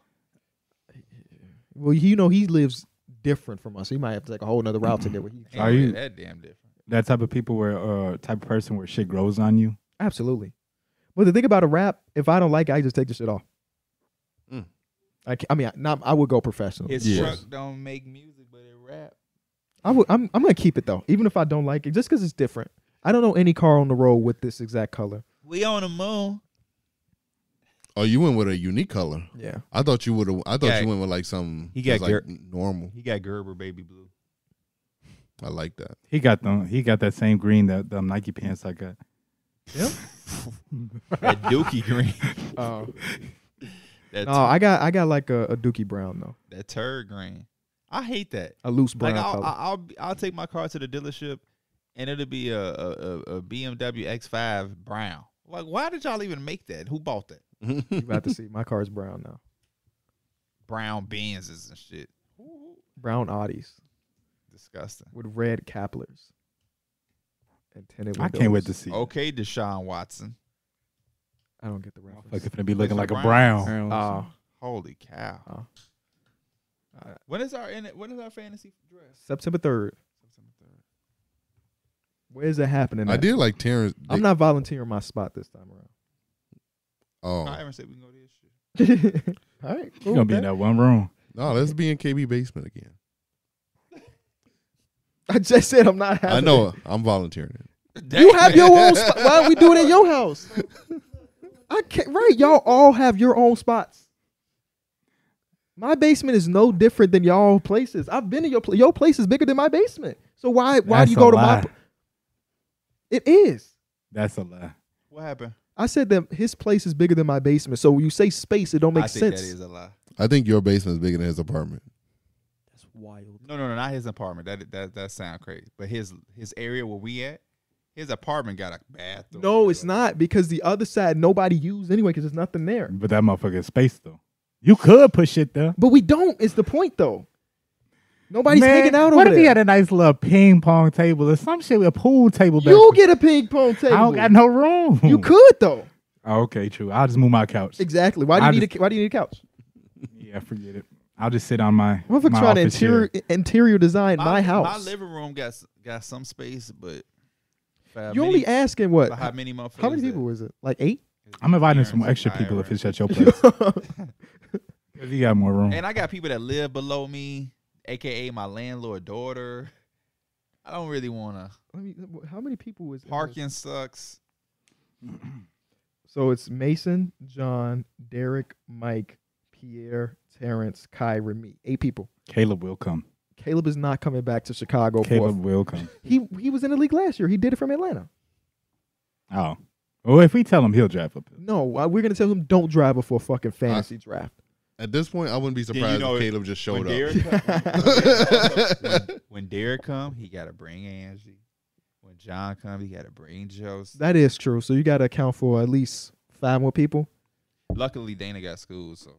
[SPEAKER 1] Well, you know he lives different from us. He might have to take a whole nother route to get where he.
[SPEAKER 2] Ain't
[SPEAKER 3] Are
[SPEAKER 2] no
[SPEAKER 3] you-
[SPEAKER 2] that damn different?
[SPEAKER 3] that type of people where, or type of person where shit grows on you?
[SPEAKER 1] Absolutely. But the thing about a rap, if I don't like it, I just take the shit off.
[SPEAKER 4] Mm.
[SPEAKER 1] I, ca- I mean, I, not, I would go professional.
[SPEAKER 2] His
[SPEAKER 4] Yeah.
[SPEAKER 2] truck don't make music, but it rap.
[SPEAKER 1] I would, I'm, I'm gonna keep it though, even if I don't like it, just because it's different. I don't know any car on the road with this exact color.
[SPEAKER 2] We on the moon.
[SPEAKER 4] Oh, you went with a unique color.
[SPEAKER 1] Yeah,
[SPEAKER 4] I thought you would have. I thought
[SPEAKER 2] Yeah.
[SPEAKER 4] you went with like some.
[SPEAKER 2] He got
[SPEAKER 4] just, like
[SPEAKER 2] Gar-
[SPEAKER 4] normal.
[SPEAKER 2] He got Gerber baby blue.
[SPEAKER 4] I like that.
[SPEAKER 3] He got them. He got that same green that the Nike pants I got.
[SPEAKER 2] That Dookie green.
[SPEAKER 1] uh,
[SPEAKER 2] That,
[SPEAKER 1] no, I got I got like a, a Dookie Brown though,
[SPEAKER 2] tur- that turd green. I hate that.
[SPEAKER 1] a loose brown
[SPEAKER 2] like oh, I'll,
[SPEAKER 1] color.
[SPEAKER 2] I'll I'll be- I'll take my car to the dealership, and it'll be a a, a, a BMW X5 brown. Like, why did y'all even make that? Who bought that?
[SPEAKER 1] you about to see my car is brown now,
[SPEAKER 2] Brown Benzes and shit. Ooh,
[SPEAKER 1] brown Audis
[SPEAKER 2] disgusting.
[SPEAKER 1] with red caplars and tinted.
[SPEAKER 3] I can't wait to
[SPEAKER 1] windows.
[SPEAKER 3] see. Oh,
[SPEAKER 2] Okay, Deshaun Watson.
[SPEAKER 1] I don't get the
[SPEAKER 3] fuck,
[SPEAKER 1] reference.
[SPEAKER 3] it's gonna be looking like
[SPEAKER 2] Mr.
[SPEAKER 3] a
[SPEAKER 2] Brown.
[SPEAKER 3] brown.
[SPEAKER 1] Oh,
[SPEAKER 2] Holy cow.
[SPEAKER 1] Oh. Uh,
[SPEAKER 2] when is our when is our fantasy dress?
[SPEAKER 1] September third.
[SPEAKER 2] September third.
[SPEAKER 1] Where is it happening?
[SPEAKER 4] I
[SPEAKER 1] at?
[SPEAKER 4] did like Terrence.
[SPEAKER 1] I'm not volunteering my spot this time
[SPEAKER 2] I
[SPEAKER 4] Oh
[SPEAKER 2] haven't said we can go to this shit.
[SPEAKER 1] around. All right,
[SPEAKER 3] You're gonna be in that one room.
[SPEAKER 4] no, let's be in KB basement again.
[SPEAKER 1] I just said I'm not. Having
[SPEAKER 4] I
[SPEAKER 1] it.
[SPEAKER 4] know. I'm volunteering.
[SPEAKER 1] You have your own. spot. Why don't we do it in your house? I can't. Right, y'all all have your own spots. My basement is no different than y'all places. I've been in your pla- your place is bigger than my basement. So why why
[SPEAKER 3] That's
[SPEAKER 1] do you
[SPEAKER 3] a
[SPEAKER 1] go to
[SPEAKER 3] lie.
[SPEAKER 1] my? pl- It is.
[SPEAKER 3] That's a lie.
[SPEAKER 2] What happened?
[SPEAKER 1] I said that his place is bigger than my basement. So when you say space, it don't make
[SPEAKER 2] I think
[SPEAKER 1] sense.
[SPEAKER 2] that is a lie.
[SPEAKER 4] I think your basement is bigger than his apartment.
[SPEAKER 5] That's wild.
[SPEAKER 2] No, no, no, not his apartment. That that that sound crazy. But his his area where we at, his apartment got a bathroom.
[SPEAKER 1] No, it's not because the other side nobody used anyway because there's nothing there.
[SPEAKER 3] But that motherfucker is space though. You could put shit there.
[SPEAKER 1] But we don't. Is the point though? Nobody's
[SPEAKER 3] Man,
[SPEAKER 1] hanging out
[SPEAKER 3] What
[SPEAKER 1] over
[SPEAKER 3] if he
[SPEAKER 1] there.
[SPEAKER 3] had a nice little ping pong table or some shit with a pool table? back
[SPEAKER 1] You'll
[SPEAKER 3] there?
[SPEAKER 1] get a ping pong table.
[SPEAKER 3] I don't got no room.
[SPEAKER 1] You could though.
[SPEAKER 3] Oh, okay, true. I'll just move my couch.
[SPEAKER 1] Exactly. Why do you
[SPEAKER 3] I
[SPEAKER 1] need
[SPEAKER 3] just-
[SPEAKER 1] a, Why do you need a couch?
[SPEAKER 3] Yeah, forget it. I'll just sit on my.
[SPEAKER 1] Motherfucker
[SPEAKER 3] my
[SPEAKER 1] trying to
[SPEAKER 3] office chair.
[SPEAKER 1] interior interior design my,
[SPEAKER 2] My
[SPEAKER 1] house.
[SPEAKER 2] living room got s- got some space, but
[SPEAKER 1] you only asking what?
[SPEAKER 2] How many motherfuckers?
[SPEAKER 1] How many
[SPEAKER 2] that-
[SPEAKER 1] people was it? Like eight?
[SPEAKER 3] I'm inviting some
[SPEAKER 2] Parents,
[SPEAKER 3] extra people if
[SPEAKER 2] IRS.
[SPEAKER 3] it's at your place. Cause you got more room.
[SPEAKER 2] And I got people that live below me, aka my landlord daughter. I don't really wanna.
[SPEAKER 1] Let me- how many people was in this?
[SPEAKER 2] Parking sucks.
[SPEAKER 1] So it's Mason, John, Derek, Mike, Pierre, Terrence, Kyra, me. Eight people.
[SPEAKER 3] Caleb will come.
[SPEAKER 1] Caleb is not coming back to Chicago.
[SPEAKER 2] Oh,
[SPEAKER 3] Caleb
[SPEAKER 1] For
[SPEAKER 3] will come.
[SPEAKER 1] he he was in the league last year. He did it from Atlanta.
[SPEAKER 3] Oh, well, if we tell him, he'll drive up.
[SPEAKER 1] No, uh, we're gonna tell him don't drive before fucking fantasy draft.
[SPEAKER 4] At this point, I wouldn't be
[SPEAKER 2] you
[SPEAKER 4] surprised
[SPEAKER 2] know,
[SPEAKER 4] if Caleb just
[SPEAKER 2] When
[SPEAKER 4] showed up.
[SPEAKER 2] Derek, come- when, when Derek come, he gotta bring Angie. When John come, he gotta bring Joseph.
[SPEAKER 1] That is true. So you gotta account for at least five more people.
[SPEAKER 2] Luckily, Dana got school, so.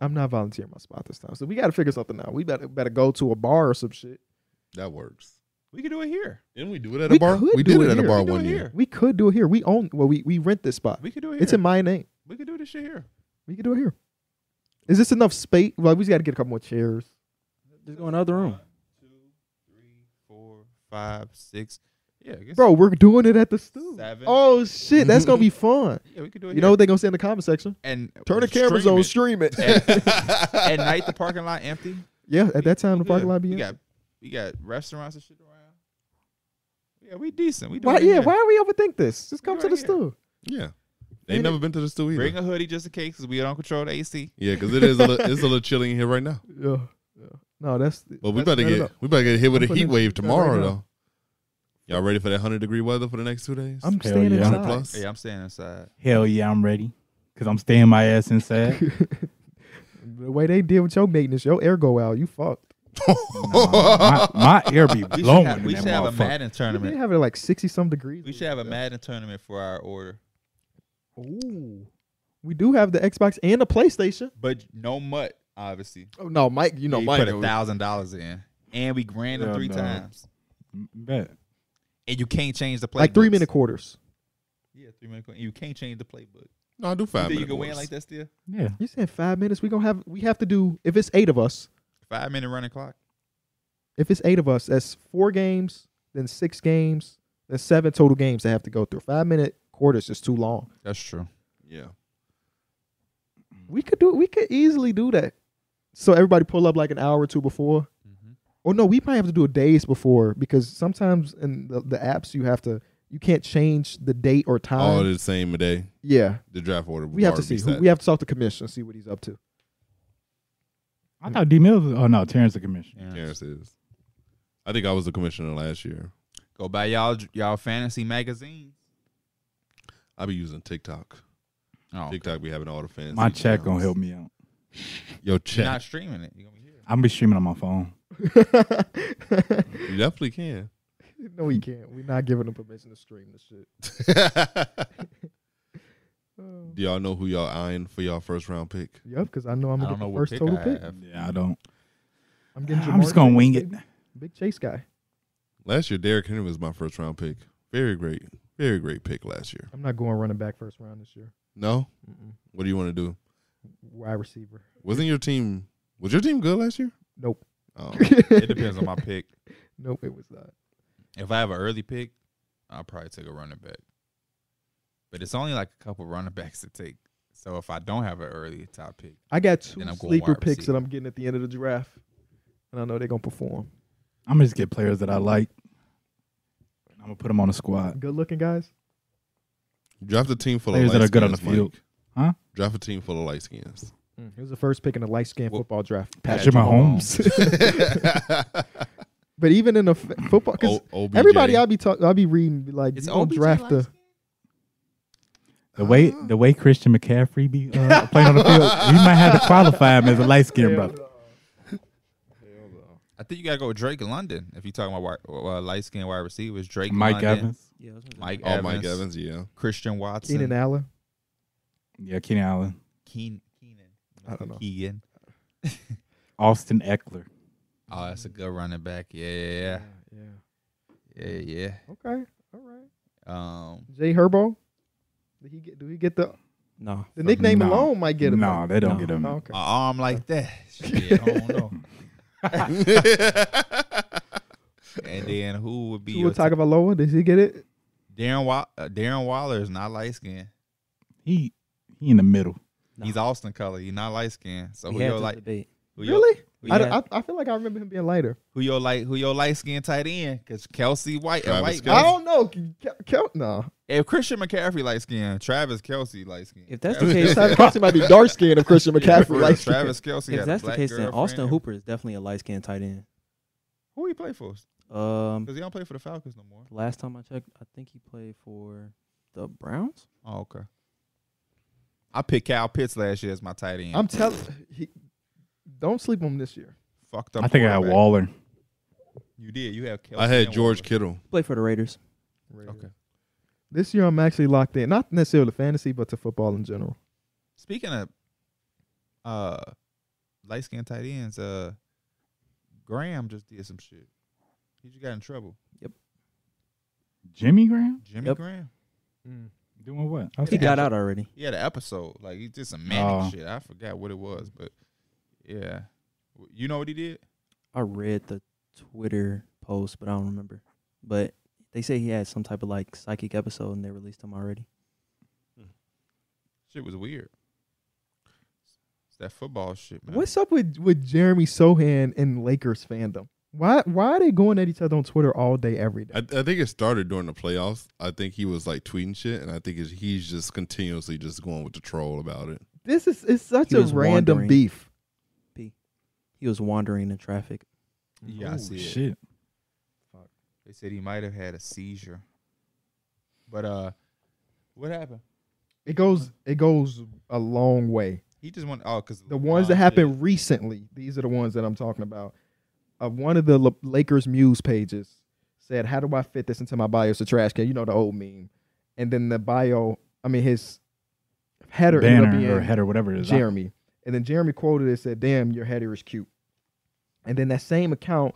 [SPEAKER 1] I'm not volunteering my spot this time. So we gotta figure something out. We better better go to a bar or some shit.
[SPEAKER 4] That works.
[SPEAKER 2] We can do it here.
[SPEAKER 4] Didn't we do it at
[SPEAKER 1] We
[SPEAKER 4] a bar?
[SPEAKER 1] could
[SPEAKER 4] We
[SPEAKER 1] do
[SPEAKER 4] did
[SPEAKER 1] it
[SPEAKER 4] it at a
[SPEAKER 1] here.
[SPEAKER 4] bar
[SPEAKER 2] We do
[SPEAKER 4] one
[SPEAKER 2] it
[SPEAKER 4] year.
[SPEAKER 2] here.
[SPEAKER 1] We could do it here. We own well, we, we rent this spot.
[SPEAKER 2] We can do it here.
[SPEAKER 1] It's in my name.
[SPEAKER 2] we can do this shit here.
[SPEAKER 1] We can do it here. Is this enough space? Well, we just gotta get a couple more chairs.
[SPEAKER 5] Just go in the other room.
[SPEAKER 2] Two, three, four, five, six. Yeah, I guess
[SPEAKER 1] Bro, we're doing it at the stool.
[SPEAKER 2] Seven.
[SPEAKER 1] Oh shit, that's gonna be fun.
[SPEAKER 2] Yeah, we can do it.
[SPEAKER 1] You know what they're gonna say in the comment section?
[SPEAKER 2] and
[SPEAKER 1] Turn the cameras
[SPEAKER 2] stream
[SPEAKER 1] on,
[SPEAKER 2] it.
[SPEAKER 1] stream it.
[SPEAKER 2] At night, the parking lot empty.
[SPEAKER 1] Yeah, at that time the
[SPEAKER 2] We
[SPEAKER 1] parking
[SPEAKER 2] good.
[SPEAKER 1] lot be
[SPEAKER 2] We
[SPEAKER 1] in.
[SPEAKER 2] got we got restaurants and shit around. Yeah, we decent. We do
[SPEAKER 1] Why?
[SPEAKER 2] it
[SPEAKER 1] Yeah,
[SPEAKER 2] here.
[SPEAKER 1] why do we overthink this? Just come
[SPEAKER 2] do
[SPEAKER 1] to
[SPEAKER 2] it
[SPEAKER 1] the
[SPEAKER 2] here.
[SPEAKER 1] stool.
[SPEAKER 4] Yeah. They ain't never been to the stew either.
[SPEAKER 2] Bring a hoodie just in case, cause we don't control the AC.
[SPEAKER 4] yeah, because it is a little, it's a little chilly in here right now.
[SPEAKER 1] Yeah, yeah. No, that's.
[SPEAKER 4] But we
[SPEAKER 1] that's
[SPEAKER 4] better
[SPEAKER 1] not
[SPEAKER 4] get
[SPEAKER 1] enough.
[SPEAKER 4] we better get hit with a
[SPEAKER 1] I'm putting
[SPEAKER 4] heat
[SPEAKER 1] it
[SPEAKER 4] wave
[SPEAKER 1] down right
[SPEAKER 4] tomorrow
[SPEAKER 1] now.
[SPEAKER 4] though. Y'all ready for that hundred degree weather for the next two days?
[SPEAKER 1] I'm
[SPEAKER 3] Hell
[SPEAKER 1] staying
[SPEAKER 3] yeah.
[SPEAKER 4] hundred
[SPEAKER 1] inside.
[SPEAKER 4] plus.
[SPEAKER 2] Yeah, I'm staying inside.
[SPEAKER 3] Hell yeah, I'm ready. Cause I'm staying my ass inside.
[SPEAKER 1] the way they deal with your maintenance, your air go out. You fucked.
[SPEAKER 3] my, my ear be
[SPEAKER 2] We
[SPEAKER 3] blowing.
[SPEAKER 2] should have, we
[SPEAKER 3] in
[SPEAKER 2] should
[SPEAKER 3] that
[SPEAKER 2] have a
[SPEAKER 3] motherfucker.
[SPEAKER 2] Madden
[SPEAKER 1] You did
[SPEAKER 2] tournament.
[SPEAKER 1] have it like sixty some degrees.
[SPEAKER 2] We should have a Madden tournament for our order,
[SPEAKER 1] Ooh. We do have the Xbox and the PlayStation.
[SPEAKER 2] but no mutt, obviously.
[SPEAKER 1] Oh no, Mike. You know
[SPEAKER 2] we
[SPEAKER 1] Mike.
[SPEAKER 2] put a thousand dollars in, and we grand them
[SPEAKER 3] Yeah,
[SPEAKER 2] three
[SPEAKER 3] no.
[SPEAKER 2] times,
[SPEAKER 3] Mm, Bet.
[SPEAKER 2] and you can't change the playbook.
[SPEAKER 1] Like three minute quarters.
[SPEAKER 2] Yeah, three minute. You can't change the playbook.
[SPEAKER 4] No, I do
[SPEAKER 2] You
[SPEAKER 4] five.
[SPEAKER 2] think you
[SPEAKER 4] minute
[SPEAKER 2] can win
[SPEAKER 4] warts.
[SPEAKER 2] like that still?
[SPEAKER 3] Yeah.
[SPEAKER 1] You said five minutes. We gonna have. We have to do. If it's eight of us,
[SPEAKER 2] Five minute running clock.
[SPEAKER 1] if it's eight of us, that's four games, then six games, then seven total games that have to go through. Five minute quarters is too long.
[SPEAKER 2] That's true.
[SPEAKER 4] Yeah.
[SPEAKER 1] We could do. We could easily do that. So everybody pull up like an hour or two before. Or no, we might have to do it days before because sometimes in the, the apps you have to you can't change the date
[SPEAKER 2] Oh,
[SPEAKER 1] or time.
[SPEAKER 4] All the same day.
[SPEAKER 1] yeah,
[SPEAKER 4] The draft order.
[SPEAKER 1] we have to
[SPEAKER 4] bar
[SPEAKER 1] see.
[SPEAKER 4] beats
[SPEAKER 1] Who,
[SPEAKER 4] that.
[SPEAKER 1] we have to talk to commission and see what he's up to.
[SPEAKER 3] I thought D Mills. Oh no, Terrence the commissioner.
[SPEAKER 4] Terrence is. I think I was the commissioner last year.
[SPEAKER 2] Go buy y'all y'all fantasy magazines.
[SPEAKER 4] I be using TikTok.
[SPEAKER 2] Oh,
[SPEAKER 4] TikTok be having all the fans.
[SPEAKER 3] My check gonna help me out.
[SPEAKER 4] Yo,
[SPEAKER 2] you're not
[SPEAKER 4] check.
[SPEAKER 2] streaming it. You're gonna be here.
[SPEAKER 3] I'm be streaming on my phone.
[SPEAKER 4] You definitely can.
[SPEAKER 1] no, he can't. We're not giving him permission to stream this shit.
[SPEAKER 4] do y'all know who y'all eyeing for y'all first round pick?
[SPEAKER 1] Yep, because I know I'm
[SPEAKER 2] I
[SPEAKER 1] gonna
[SPEAKER 2] don't
[SPEAKER 1] get
[SPEAKER 2] know
[SPEAKER 1] the
[SPEAKER 2] what
[SPEAKER 1] first
[SPEAKER 2] pick
[SPEAKER 1] total
[SPEAKER 2] I
[SPEAKER 1] pick.
[SPEAKER 2] have.
[SPEAKER 3] Yeah, I don't.
[SPEAKER 1] I'm getting.
[SPEAKER 3] I'm
[SPEAKER 1] Jamar
[SPEAKER 3] just gonna
[SPEAKER 1] Chase,
[SPEAKER 3] wing it.
[SPEAKER 1] baby. Big Chase guy.
[SPEAKER 4] Last year, Derrick Henry was my first round pick. Very great, very great pick last year.
[SPEAKER 1] I'm not going running back first round this year.
[SPEAKER 4] No,
[SPEAKER 1] Mm-mm.
[SPEAKER 4] what do you want to do?
[SPEAKER 1] Wide receiver.
[SPEAKER 4] Wasn't your team? Was your team good last year?
[SPEAKER 1] Nope.
[SPEAKER 4] Oh,
[SPEAKER 2] It depends on my pick.
[SPEAKER 1] Nope, it was not.
[SPEAKER 2] If I have an early pick, I'll probably take a running back. But it's only like a couple running backs to take. So if I don't have an early top pick,
[SPEAKER 1] I got two
[SPEAKER 2] Then I'm going
[SPEAKER 1] sleeper
[SPEAKER 2] wide
[SPEAKER 1] picks
[SPEAKER 2] receiver.
[SPEAKER 1] that I'm getting at the end of the draft, and I know they're gonna perform.
[SPEAKER 3] I'm gonna just get players that I like. I'm gonna put them on a squad.
[SPEAKER 1] Good looking guys.
[SPEAKER 4] draft a team full
[SPEAKER 3] Players
[SPEAKER 4] of
[SPEAKER 3] that are
[SPEAKER 4] light
[SPEAKER 3] good on the
[SPEAKER 4] skins, Mike.
[SPEAKER 3] field. Huh?
[SPEAKER 4] Draft a team full of light skins.
[SPEAKER 1] It was the first pick in the light skin
[SPEAKER 2] Mm. Well,
[SPEAKER 1] football draft.
[SPEAKER 3] Patrick Mahomes.
[SPEAKER 1] But even in the f- football, because
[SPEAKER 4] O- OBJ.
[SPEAKER 1] everybody I'll be talking, I'll be reading, be like,
[SPEAKER 2] It's
[SPEAKER 1] you don't
[SPEAKER 2] OBJ
[SPEAKER 1] draft the.
[SPEAKER 2] light-skinned?
[SPEAKER 3] The way the way Christian McCaffrey be uh, playing on the field, we might have to qualify him as a light skinned brother.
[SPEAKER 2] I think you gotta go with Drake London if you're talking about wide, uh, light skinned wide receivers. Drake
[SPEAKER 3] Mike
[SPEAKER 2] London,
[SPEAKER 3] Evans.
[SPEAKER 5] Yeah, I was gonna say-
[SPEAKER 2] Mike
[SPEAKER 4] Oh,
[SPEAKER 2] Evans,
[SPEAKER 4] Mike Evans, yeah.
[SPEAKER 2] Christian Watson,
[SPEAKER 1] Keenan Allen.
[SPEAKER 3] Yeah, Keenan Allen.
[SPEAKER 2] Keen, Keenan.
[SPEAKER 1] I don't know.
[SPEAKER 2] Keegan.
[SPEAKER 3] Austin Eckler.
[SPEAKER 2] Oh, that's a good running back. Yeah, yeah,
[SPEAKER 1] yeah.
[SPEAKER 2] yeah, yeah.
[SPEAKER 1] Okay. All right.
[SPEAKER 2] yeah. Um,
[SPEAKER 1] Jay Herbo. Did he get? Do he get the
[SPEAKER 5] No.
[SPEAKER 1] the nickname
[SPEAKER 3] No.
[SPEAKER 1] alone? Might get him.
[SPEAKER 3] no, they don't
[SPEAKER 5] No.
[SPEAKER 3] get him.
[SPEAKER 1] Oh, okay.
[SPEAKER 2] my arm like that. Shit, I don't know. And then who would be
[SPEAKER 1] Tua
[SPEAKER 2] your t-
[SPEAKER 1] Tagovailoa. Does he get it?
[SPEAKER 2] Darren? Wa- uh, Darren Waller is not light skinned.
[SPEAKER 3] He he in the middle.
[SPEAKER 5] No.
[SPEAKER 2] He's Austin color. He's not light skinned. So
[SPEAKER 5] We
[SPEAKER 2] who
[SPEAKER 5] had
[SPEAKER 2] your
[SPEAKER 5] this
[SPEAKER 2] like?
[SPEAKER 5] debate.
[SPEAKER 2] Who your,
[SPEAKER 1] Really?
[SPEAKER 2] who
[SPEAKER 1] I,
[SPEAKER 2] your,
[SPEAKER 1] don't- I, I feel like I remember him being lighter.
[SPEAKER 2] who your light? Who your light skinned tight end? Because Kelsey White and
[SPEAKER 4] Travis
[SPEAKER 2] White.
[SPEAKER 4] Kelce.
[SPEAKER 1] I
[SPEAKER 2] guys-
[SPEAKER 1] don't know. Kel, Kel, no.
[SPEAKER 2] If Christian McCaffrey light skinned, Travis Kelsey light skinned.
[SPEAKER 5] If that's the
[SPEAKER 2] Travis,
[SPEAKER 5] case,
[SPEAKER 1] Travis Kelce might be dark skinned if Christian
[SPEAKER 2] Yeah,
[SPEAKER 1] McCaffrey
[SPEAKER 2] for real,
[SPEAKER 1] light skinned.
[SPEAKER 2] Travis Kelsey.
[SPEAKER 5] if
[SPEAKER 2] had a
[SPEAKER 5] that's the
[SPEAKER 2] black
[SPEAKER 5] case, then
[SPEAKER 2] girlfriend.
[SPEAKER 5] Austin Hooper is definitely a light skinned tight end.
[SPEAKER 2] Who he play for?
[SPEAKER 5] Um,
[SPEAKER 2] Because he don't play for the Falcons no more.
[SPEAKER 5] last time I checked, I think he played for the Browns.
[SPEAKER 2] Oh, okay. I picked Cal Pitts last year as my tight end.
[SPEAKER 1] I'm telling. he- Don't sleep on him this year.
[SPEAKER 2] fucked up.
[SPEAKER 3] I think I had
[SPEAKER 2] quarterback.
[SPEAKER 3] Waller.
[SPEAKER 2] You did. You have. Kelsey
[SPEAKER 4] I had
[SPEAKER 2] and
[SPEAKER 4] George
[SPEAKER 2] Waller.
[SPEAKER 4] Kittle.
[SPEAKER 5] Played for the Raiders.
[SPEAKER 2] Okay.
[SPEAKER 1] This year I'm actually locked in. Not necessarily to fantasy, but to football in general.
[SPEAKER 2] Speaking of uh light skinned tight ends, uh Graham just did some shit. He just got in trouble.
[SPEAKER 3] Jimmy Graham
[SPEAKER 2] Jimmy
[SPEAKER 5] Yep.
[SPEAKER 2] Graham.
[SPEAKER 3] doing what?
[SPEAKER 5] He got out already.
[SPEAKER 2] He had an episode. Like he did some manic
[SPEAKER 3] Oh.
[SPEAKER 2] shit. I forgot what it was, but yeah. You know what he did?
[SPEAKER 5] I read the Twitter post, but I don't remember. But they say he had some type of like psychic episode, and they released him already.
[SPEAKER 2] Shit was weird. It's that football shit, man.
[SPEAKER 1] What's up with with Jeremy Sohan and Lakers fandom? Why why are they going at each other on Twitter all day every day?
[SPEAKER 4] I, I think it started during the playoffs. I think he was like tweeting shit, and I think it's, he's just continuously just going with the troll about it.
[SPEAKER 1] this is it's such
[SPEAKER 5] He
[SPEAKER 1] a
[SPEAKER 5] was
[SPEAKER 1] random
[SPEAKER 5] wandering.
[SPEAKER 1] beef.
[SPEAKER 5] He was wandering in traffic.
[SPEAKER 2] Yeah, I
[SPEAKER 3] Oh,
[SPEAKER 2] see it.
[SPEAKER 3] shit.
[SPEAKER 2] They said he might have had a seizure. But uh what happened?
[SPEAKER 1] It goes it goes a long way.
[SPEAKER 2] He just went oh cause
[SPEAKER 1] The ones that
[SPEAKER 2] LeBron
[SPEAKER 1] happened recently, these are the ones that I'm talking about. Uh, one of the L- Lakers Muse pages said, "How do I fit this into my bio?" It's a trash can, you know the old meme. And then the bio, I mean his header ended up being
[SPEAKER 3] Banner or header, whatever it is.
[SPEAKER 1] Jeremy. And then Jeremy quoted it said, Damn, your header is cute. And then that same account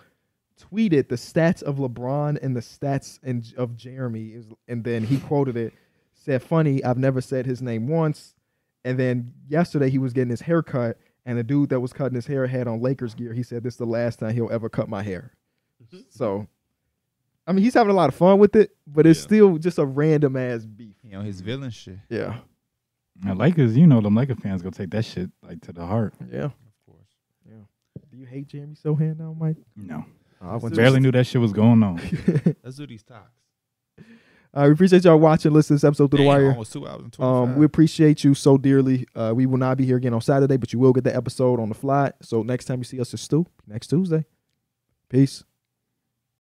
[SPEAKER 1] tweeted the stats of LeBron and the stats and of Jeremy. Is, and then he quoted it, said, Funny, I've never said his name once. And then yesterday he was getting his hair cut, and the dude that was cutting his hair had on Lakers gear. He said, This is the last time he'll ever cut my hair. So, I mean, he's having a lot of fun with it, but it's
[SPEAKER 4] Yeah.
[SPEAKER 1] still just a random ass beef.
[SPEAKER 2] You know, his villain shit.
[SPEAKER 1] Yeah.
[SPEAKER 3] I like you know, them Laker fans gonna take that shit like to the heart.
[SPEAKER 1] Yeah.
[SPEAKER 2] Of course.
[SPEAKER 1] Do you hate Jeremy Sohan now, Mike?
[SPEAKER 3] No,
[SPEAKER 1] I went
[SPEAKER 3] barely knew that shit was going on.
[SPEAKER 2] Let's do these talks.
[SPEAKER 1] Uh, we appreciate y'all watching, listening to this episode through the
[SPEAKER 2] Damn,
[SPEAKER 1] wire.
[SPEAKER 2] Almost two hours and
[SPEAKER 1] Um,
[SPEAKER 2] 25.
[SPEAKER 1] we appreciate you so dearly. Uh, we will not be here again on Saturday, but you will get the episode on the fly. So next time you see us is Stu next Tuesday. Peace.